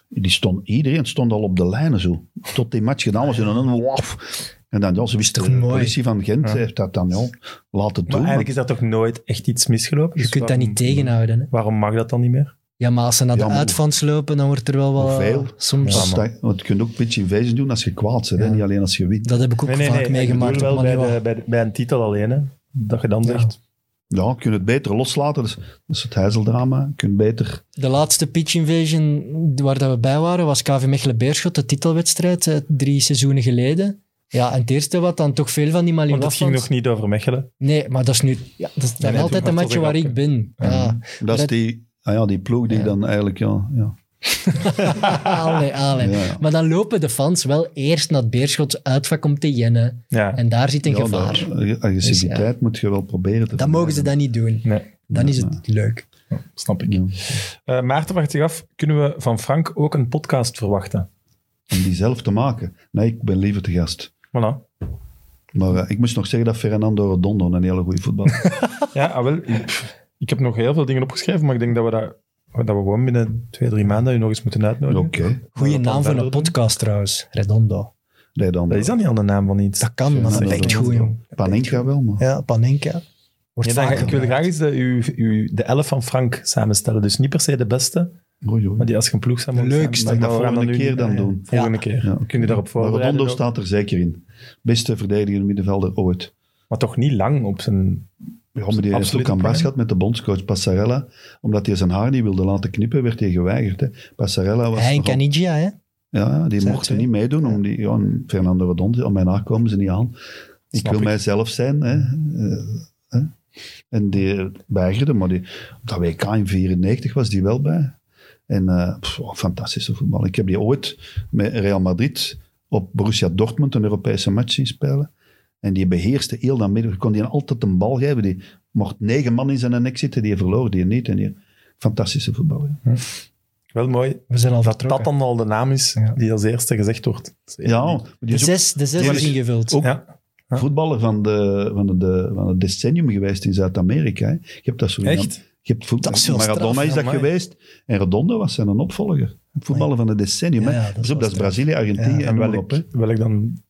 Speaker 3: die stond, iedereen stond al op de lijnen zo. Tot die match gedaan was. En dan waf. En dan, ja, ze wisten,
Speaker 2: Toch
Speaker 3: de
Speaker 2: mooi.
Speaker 3: politie van Gent
Speaker 1: Ja.
Speaker 3: heeft dat dan ja, laten
Speaker 1: Maar
Speaker 3: doen.
Speaker 1: eigenlijk is daar toch nooit echt iets misgelopen?
Speaker 2: Je
Speaker 1: Dus
Speaker 2: kunt dat
Speaker 1: waarom-
Speaker 2: niet tegenhouden. Hè?
Speaker 1: Waarom mag dat dan niet meer?
Speaker 2: Ja, maar als ze naar de
Speaker 3: Ja, maar
Speaker 2: uitvans lopen, dan wordt er wel wat...
Speaker 3: Hoeveel?
Speaker 2: Soms...
Speaker 3: Dus dat- want je kunt ook pitch invasion doen als je kwaad bent, hè, niet alleen als je wint.
Speaker 2: Dat heb ik ook vaak meegemaakt.
Speaker 1: Ik bedoel wel
Speaker 2: op
Speaker 1: bij,
Speaker 2: Manuel.
Speaker 1: de- bij, de- bij een titel alleen, hè. Dat je dan
Speaker 2: Ja.
Speaker 1: zegt...
Speaker 3: Ja, je kunt het beter loslaten. Dus, dat is het heizeldrama. Je kunt beter...
Speaker 2: De laatste pitch invasion waar dat we bij waren, was KV Mechelen-Beerschot, de titelwedstrijd, eh, drie seizoenen geleden. Ja, en het eerste wat dan toch veel van die Malin
Speaker 1: Want het ging nog niet over Mechelen.
Speaker 2: Nee, maar dat is nu ja, dat zijn
Speaker 1: nee,
Speaker 2: altijd de
Speaker 1: toen was
Speaker 2: matchen
Speaker 1: het
Speaker 2: waar
Speaker 1: weer
Speaker 2: ik ben. Ja.
Speaker 3: Dat is
Speaker 2: dat-
Speaker 3: die, ah ja, die ploeg die dan eigenlijk... Ja, ja.
Speaker 2: Ah, Allee, allee.
Speaker 3: Ja, ja.
Speaker 2: Maar dan lopen de fans wel eerst naar het Beerschots uitvak om te jennen.
Speaker 1: Ja.
Speaker 2: En daar zit een
Speaker 3: Ja,
Speaker 2: gevaar.
Speaker 3: dat- eh, agressiviteit
Speaker 2: Dus
Speaker 3: moet je wel proberen te
Speaker 2: Dat mogen ze
Speaker 3: vermijden.
Speaker 2: dan niet doen.
Speaker 1: Nee,
Speaker 2: Dan is het niet leuk.
Speaker 1: snap ik.
Speaker 3: Ja.
Speaker 1: Eh, Maarten vraagt zich af, kunnen we van Frank ook een podcast verwachten?
Speaker 3: Om die zelf te maken. Nee, ik ben liever te gast.
Speaker 1: Voilà.
Speaker 3: Maar eh, ik moest nog zeggen dat Fernando Redondo een hele goede voetballer is.
Speaker 1: Ja, ah, wel, ik, ik heb nog heel veel dingen opgeschreven, maar ik denk dat we dat, dat we gewoon binnen twee, drie maanden u nog eens moeten
Speaker 3: Oké.
Speaker 1: uitnodigen.
Speaker 2: Goeie
Speaker 1: Gaan we dat
Speaker 2: naam voor
Speaker 1: dan
Speaker 2: een
Speaker 1: verder doen?
Speaker 2: podcast trouwens, Redondo.
Speaker 3: Nee, dan...
Speaker 1: Dat is dan niet al de naam van iets.
Speaker 2: Dat kan, maar dat is
Speaker 1: Fernando
Speaker 2: echt
Speaker 1: Redondo.
Speaker 2: goed, jong.
Speaker 3: Panenka wel, maar...
Speaker 2: Ja, Panenka. Wordt
Speaker 1: Ja, dan ga-
Speaker 2: vaak
Speaker 1: ik wil
Speaker 2: gebruikt.
Speaker 1: graag eens de, uw, uw, de elf van Frank samenstellen. Dus niet per se de beste,
Speaker 3: Oei, oei.
Speaker 1: maar die als je een ploeg samen
Speaker 2: De leukste.
Speaker 1: samen-
Speaker 3: Dat
Speaker 1: we gaan
Speaker 3: volgende
Speaker 1: nu-
Speaker 3: keer dan
Speaker 1: ja, ja.
Speaker 3: doen.
Speaker 1: Volgende
Speaker 2: Ja.
Speaker 1: keer.
Speaker 3: Ja,
Speaker 1: Kun
Speaker 3: oké.
Speaker 1: je daarop
Speaker 3: Maar
Speaker 1: voorbereiden?
Speaker 3: Redondo
Speaker 1: ook?
Speaker 3: staat er zeker in. Beste verdediger middenvelder ooit.
Speaker 1: Maar toch niet lang op zijn...
Speaker 3: Ja, maar die heeft
Speaker 1: Absoluut
Speaker 3: ook aan
Speaker 1: een
Speaker 3: baas
Speaker 1: probleem.
Speaker 3: gehad met de bondscoach Passarella. Omdat hij zijn haar niet wilde laten knippen, werd hij geweigerd. Hè. Passarella was...
Speaker 2: Hij en
Speaker 3: nogal-
Speaker 2: Canigia, hè?
Speaker 3: Ja, die
Speaker 2: Zijn
Speaker 3: mochten
Speaker 2: twee.
Speaker 3: niet meedoen. Om die, ja, en Fernando Redondo, aan mijn haar komen ze niet aan. Ik
Speaker 1: Snap
Speaker 3: wil
Speaker 1: ik.
Speaker 3: mijzelf zijn. Hè. Eh, hè. En die weigerde, maar die, op dat WK in 94 was die wel bij. En eh, pff, wat fantastische voetbal. Ik heb die ooit met Real Madrid op Borussia Dortmund een Europese match zien spelen. En die beheerste heel dat midden. Kon die altijd een bal geven. Die mocht negen man in zijn nek zitten. Die verloor die niet. En die, fantastische voetballer.
Speaker 1: Wel mooi
Speaker 2: We zijn al
Speaker 1: dat dat
Speaker 2: vertrokken.
Speaker 1: dan al de naam is
Speaker 2: Ja.
Speaker 1: die als eerste gezegd wordt. Dat is
Speaker 3: Ja,
Speaker 1: heel
Speaker 3: maar
Speaker 1: uniek.
Speaker 3: die
Speaker 2: De
Speaker 3: is ook-
Speaker 2: zes, de zes
Speaker 3: die
Speaker 2: is
Speaker 3: is
Speaker 2: ingevuld.
Speaker 3: ook-
Speaker 1: Ja. Ja.
Speaker 3: voetballer van, de, van, de, van het decennium geweest in Zuid-Amerika. hè. Je hebt dat zo
Speaker 1: Echt?
Speaker 3: Je hebt voet-
Speaker 2: Dat is wel
Speaker 3: Maradona
Speaker 2: straf,
Speaker 3: is dat
Speaker 1: amai.
Speaker 3: geweest. En Redondo was zijn opvolger. Voetballer van het decennium.
Speaker 2: Ja,
Speaker 3: hè.
Speaker 2: ja, dat is
Speaker 3: Pas op,
Speaker 2: wel
Speaker 3: dat is
Speaker 2: straf.
Speaker 3: Brazilië, Argentinië
Speaker 1: En
Speaker 3: en noem maar op.
Speaker 1: welk,
Speaker 3: Hè.
Speaker 1: welk dan...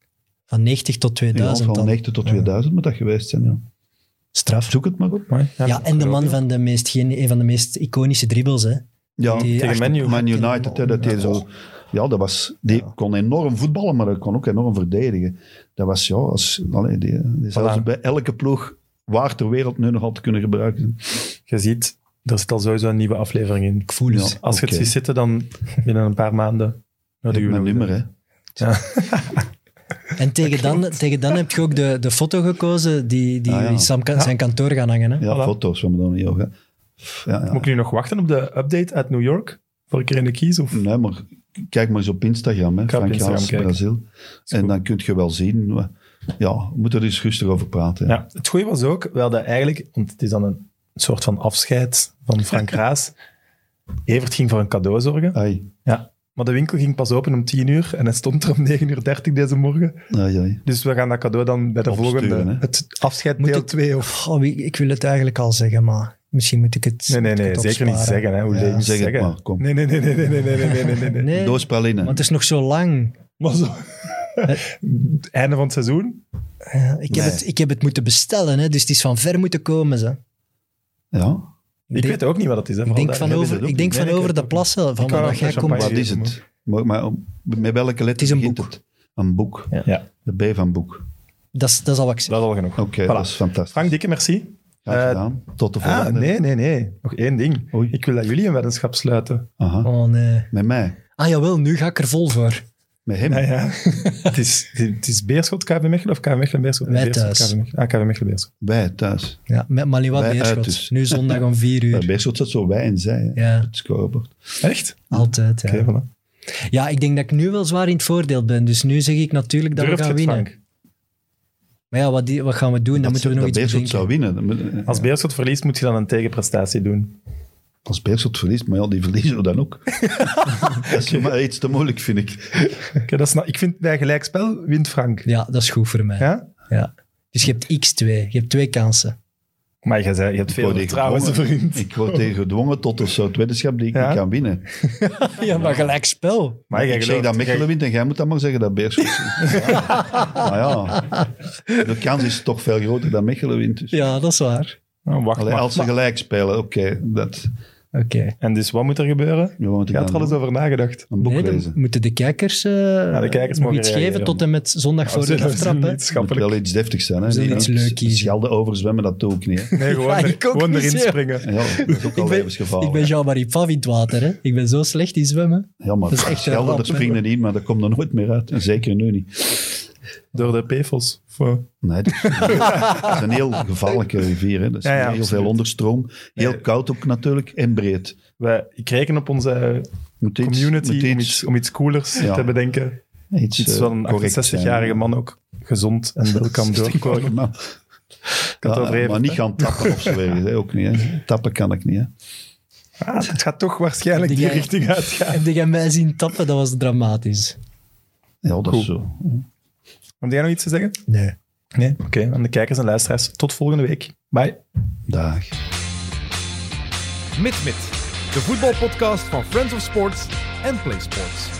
Speaker 2: Van 90 tot
Speaker 3: Ja,
Speaker 2: 2000
Speaker 3: van
Speaker 2: dan.
Speaker 3: 90 tot 2000 moet dat geweest zijn. Ja.
Speaker 2: Straf.
Speaker 3: Zoek het maar op.
Speaker 1: Mooi.
Speaker 2: Ja, en de man van de meest, geen- een van de meest iconische dribbles, hè?
Speaker 3: Ja,
Speaker 2: Die
Speaker 1: tegen
Speaker 2: achter-
Speaker 1: Man U.
Speaker 3: Man United, hè, dat hij zo... Ja, dat was, die kon enorm voetballen, maar dat kon ook enorm verdedigen. Dat was, ja, als, allee, die, die zelfs
Speaker 1: Voilà.
Speaker 3: bij elke ploeg waar ter wereld nu nog altijd kunnen gebruiken.
Speaker 1: Je ziet, er zit al sowieso een nieuwe aflevering in.
Speaker 2: Ik voel het.
Speaker 3: Ja.
Speaker 1: Als je
Speaker 3: Oké.
Speaker 1: het ziet zitten, dan binnen een paar maanden...
Speaker 3: Dat
Speaker 1: nodigen
Speaker 3: is
Speaker 1: we
Speaker 3: mijn
Speaker 1: nog
Speaker 3: nummer,
Speaker 1: eens.
Speaker 3: hè.
Speaker 2: En tegen dan, tegen dan heb je ook de, de foto gekozen die, die
Speaker 3: Ah, ja.
Speaker 2: in Sam ka- zijn kantoor gaan hangen. Hè?
Speaker 3: Ja,
Speaker 1: Voilà.
Speaker 3: foto's van Madonna Yoga. Ja, ja.
Speaker 1: Moet ik nu nog wachten op de update uit New York? Voor ik er in de kies? Of?
Speaker 3: Nee, maar kijk maar eens op Instagram,
Speaker 1: ga
Speaker 3: hè.
Speaker 1: op
Speaker 3: Frank
Speaker 1: Instagram
Speaker 3: Haas,
Speaker 1: kijken.
Speaker 3: Brazil. En
Speaker 1: goed.
Speaker 3: dan kun je wel zien. we- Ja, we moeten er eens rustig over praten.
Speaker 1: Ja, het goede was ook, we hadden eigenlijk, want het is dan een soort van afscheid van Frank Raas. Evert ging voor een cadeau zorgen.
Speaker 3: Ai,
Speaker 1: Ja. Maar de winkel ging pas open om 10 uur en hij stond er om 9.30 uur deze morgen.
Speaker 3: ai, ai.
Speaker 1: Dus we gaan dat cadeau dan bij de
Speaker 3: Opsturen,
Speaker 1: volgende.
Speaker 3: hè?
Speaker 1: Het afscheid
Speaker 2: Moet
Speaker 1: deel
Speaker 2: ik-
Speaker 1: 2 of.
Speaker 2: Oh, ik, ik wil het eigenlijk al zeggen, maar misschien moet ik het.
Speaker 1: Nee, nee,
Speaker 2: moet ik
Speaker 1: nee,
Speaker 2: het
Speaker 1: zeker niet
Speaker 2: opsparen.
Speaker 1: zeggen. Hè. Hoe
Speaker 2: Ja.
Speaker 1: leeg niet
Speaker 3: Zeg het
Speaker 1: zeggen.
Speaker 3: maar, kom.
Speaker 1: Nee, nee, nee, nee, nee, nee, nee, nee, nee, nee, nee.
Speaker 2: Nee,
Speaker 3: Doos Praline.
Speaker 2: want het is nog zo lang.
Speaker 1: Maar zo. Einde van het seizoen.
Speaker 2: Ja, Eh, ik, heb
Speaker 3: Nee.
Speaker 2: het, ik heb het moeten bestellen, hè, dus het is van ver moeten komen. Ze.
Speaker 3: Ja,
Speaker 1: Ik weet ook niet wat het is. hè,
Speaker 2: Ik
Speaker 1: vooral
Speaker 2: denk
Speaker 1: daar.
Speaker 2: van
Speaker 3: hebben ze
Speaker 2: over,
Speaker 3: het ook
Speaker 2: ik denk
Speaker 1: niet.
Speaker 2: van
Speaker 1: Nee, ik heb
Speaker 2: over de
Speaker 1: het ook
Speaker 2: plassen, van
Speaker 1: Ik kan
Speaker 2: waar
Speaker 1: ook
Speaker 2: jij
Speaker 1: geen
Speaker 2: komt.
Speaker 1: champagne.
Speaker 3: wat is het? Maar, maar om- met welke letter
Speaker 2: is een
Speaker 3: begint
Speaker 2: boek.
Speaker 3: het? Een boek.
Speaker 1: Ja. Ja,
Speaker 3: De B van boek. Oké,
Speaker 2: Dat is, dat is al wat ik zeg.
Speaker 1: dat is al genoeg. Voilà.
Speaker 3: dat is fantastisch.
Speaker 1: Frank, dikke merci.
Speaker 3: Graag
Speaker 1: eh,
Speaker 3: gedaan. Tot de
Speaker 1: Ah,
Speaker 3: volgende.
Speaker 1: nee, nee, nee. Nog één ding.
Speaker 3: Oei.
Speaker 1: Ik wil dat jullie een weddenschap sluiten.
Speaker 3: Aha.
Speaker 2: Oh nee.
Speaker 3: Met mij.
Speaker 2: Ah jawel, nu ga ik er vol voor.
Speaker 3: Met hem.
Speaker 1: Ja, ja. het, is, het is Beerschot, KV Mechelen of KV Mechelen Beerschot?
Speaker 2: Wij
Speaker 1: Beerschot,
Speaker 2: thuis.
Speaker 1: KV Mechelen. Ah, KV Mechelen Beerschot.
Speaker 3: Wij thuis.
Speaker 2: Ja, met Maliwa
Speaker 3: Wij
Speaker 2: Beerschot.
Speaker 3: uit dus.
Speaker 2: Nu zondag om vier
Speaker 3: Bij
Speaker 2: uur.
Speaker 3: Beerschot zat zo wij en zij. hè.
Speaker 2: Ja,
Speaker 3: Het scorebord.
Speaker 1: Echt?
Speaker 2: altijd. Ja.
Speaker 1: Oké, voilà.
Speaker 2: ja, ik denk dat ik nu wel zwaar in het voordeel ben. Dus nu zeg ik natuurlijk dat
Speaker 1: Durft
Speaker 2: we
Speaker 1: je
Speaker 2: gaan
Speaker 1: het,
Speaker 2: winnen.
Speaker 1: Frank?
Speaker 2: Maar ja, wat, die- wat gaan we doen? Dan
Speaker 3: Dat
Speaker 2: moeten we
Speaker 3: ze-
Speaker 2: nog iets
Speaker 3: dat Beerschot
Speaker 2: bedenken.
Speaker 3: zou winnen. dan moet-
Speaker 1: Als Beerschot verliest, moet je dan een tegenprestatie doen.
Speaker 3: Als Beerschot verliest, maar ja, die verliezen we dan ook. dat is maar iets te moeilijk, vind ik.
Speaker 1: Oké, dat is nou, ik vind bij gelijkspel wint Frank.
Speaker 2: Ja, dat is goed voor mij.
Speaker 1: Ja?
Speaker 2: Ja. Dus je hebt x2. Je hebt twee kansen.
Speaker 1: Maar je, zei, je hebt veel
Speaker 3: word
Speaker 1: vertrouwen,
Speaker 3: tegen
Speaker 1: vriend.
Speaker 3: Ik word tegen gedwongen tot een soort weddenschap die ik
Speaker 1: Ja?
Speaker 3: niet kan winnen.
Speaker 2: Ja, maar gelijk spel.
Speaker 1: Maar jij
Speaker 3: ik zeg
Speaker 1: gelooft-
Speaker 3: dat Mechelen
Speaker 1: jij-
Speaker 3: wint en jij moet dan maar zeggen dat Beerschot wint. Maar ja, de kans is toch veel groter dat Mechelen wint. Dus.
Speaker 2: Ja, dat is waar.
Speaker 1: Nou, wacht
Speaker 3: Allee,
Speaker 1: maar.
Speaker 3: als ze
Speaker 1: Maar-
Speaker 3: gelijk spelen, oké. dat-
Speaker 2: Oké.
Speaker 1: En dus wat moet er gebeuren?
Speaker 3: Ja, want
Speaker 1: Je
Speaker 3: ik
Speaker 1: had er
Speaker 3: dan
Speaker 1: al eens
Speaker 3: doen?
Speaker 1: over nagedacht.
Speaker 3: Een boek
Speaker 2: Nee, dan
Speaker 3: lezen.
Speaker 2: moeten de kijkers, eh,
Speaker 1: de kijkers
Speaker 2: nog
Speaker 1: mogen
Speaker 2: iets
Speaker 1: reageren.
Speaker 2: geven tot en met zondag voor de
Speaker 1: Zullen we
Speaker 2: aftrap. hè.
Speaker 1: niet
Speaker 3: Het moet
Speaker 1: schappelijk.
Speaker 3: wel iets deftigs zijn. Hè?
Speaker 2: Zullen we
Speaker 3: Niet
Speaker 2: iets
Speaker 3: een
Speaker 2: leuk kiezen?
Speaker 3: Schelden overzwemmen, dat doe ik niet. hè.
Speaker 1: Nee, gewoon,
Speaker 2: Ja,
Speaker 1: er-
Speaker 2: ik ook
Speaker 1: gewoon
Speaker 2: niet,
Speaker 1: erin
Speaker 2: ja.
Speaker 1: springen.
Speaker 3: Ja, dat is ook al
Speaker 2: Ik ben-
Speaker 3: levensgevaarlijk.
Speaker 2: Ik ben Jean-Marie Paf in het water. Hè. Ik ben zo slecht in zwemmen.
Speaker 3: Ja, maar
Speaker 2: Dat is echt een
Speaker 3: Schelden,
Speaker 2: ramp,
Speaker 3: daar
Speaker 2: hè.
Speaker 3: springt het in, maar dat komt er nooit meer uit. En Zeker nu niet.
Speaker 1: Door de PFOS. Voor-
Speaker 3: Nee, dat is een heel, dat is een heel gevaarlijke rivier. Hè. Dat is
Speaker 1: Ja, ja,
Speaker 3: heel
Speaker 1: absoluut.
Speaker 3: veel onderstroom. Heel koud ook natuurlijk en breed.
Speaker 1: Wij, ik reken op onze eh,
Speaker 3: Moet iets-
Speaker 1: community
Speaker 3: moet
Speaker 1: om, iets, om iets coolers
Speaker 3: Ja.
Speaker 1: te bedenken.
Speaker 3: iets,
Speaker 1: Iets
Speaker 3: eh,
Speaker 1: wat een
Speaker 3: correct zijn,
Speaker 1: 68-jarige man ook gezond en wel kan
Speaker 3: 60-jarige
Speaker 1: doorkomen.
Speaker 3: man.
Speaker 1: kan het
Speaker 3: Ja,
Speaker 1: overleven,
Speaker 3: maar niet
Speaker 1: hè?
Speaker 3: gaan tappen of zo ergens, hè, ook niet. Hè. Tappen kan ik niet. Hè.
Speaker 1: Ah, het gaat toch waarschijnlijk die
Speaker 2: Die guy-
Speaker 1: richting uitgaan.
Speaker 2: Heb jij mij zien tappen? Dat was dramatisch.
Speaker 3: Ja, dat
Speaker 1: Goed.
Speaker 3: is zo.
Speaker 1: Heb jij nog iets te zeggen?
Speaker 2: Nee.
Speaker 1: Nee? Oké, aan de kijkers en luisteraars. Tot volgende week. Bye.
Speaker 3: Dag.
Speaker 4: Mit Mit, de voetbalpodcast van Friends of Sports en Play Sports.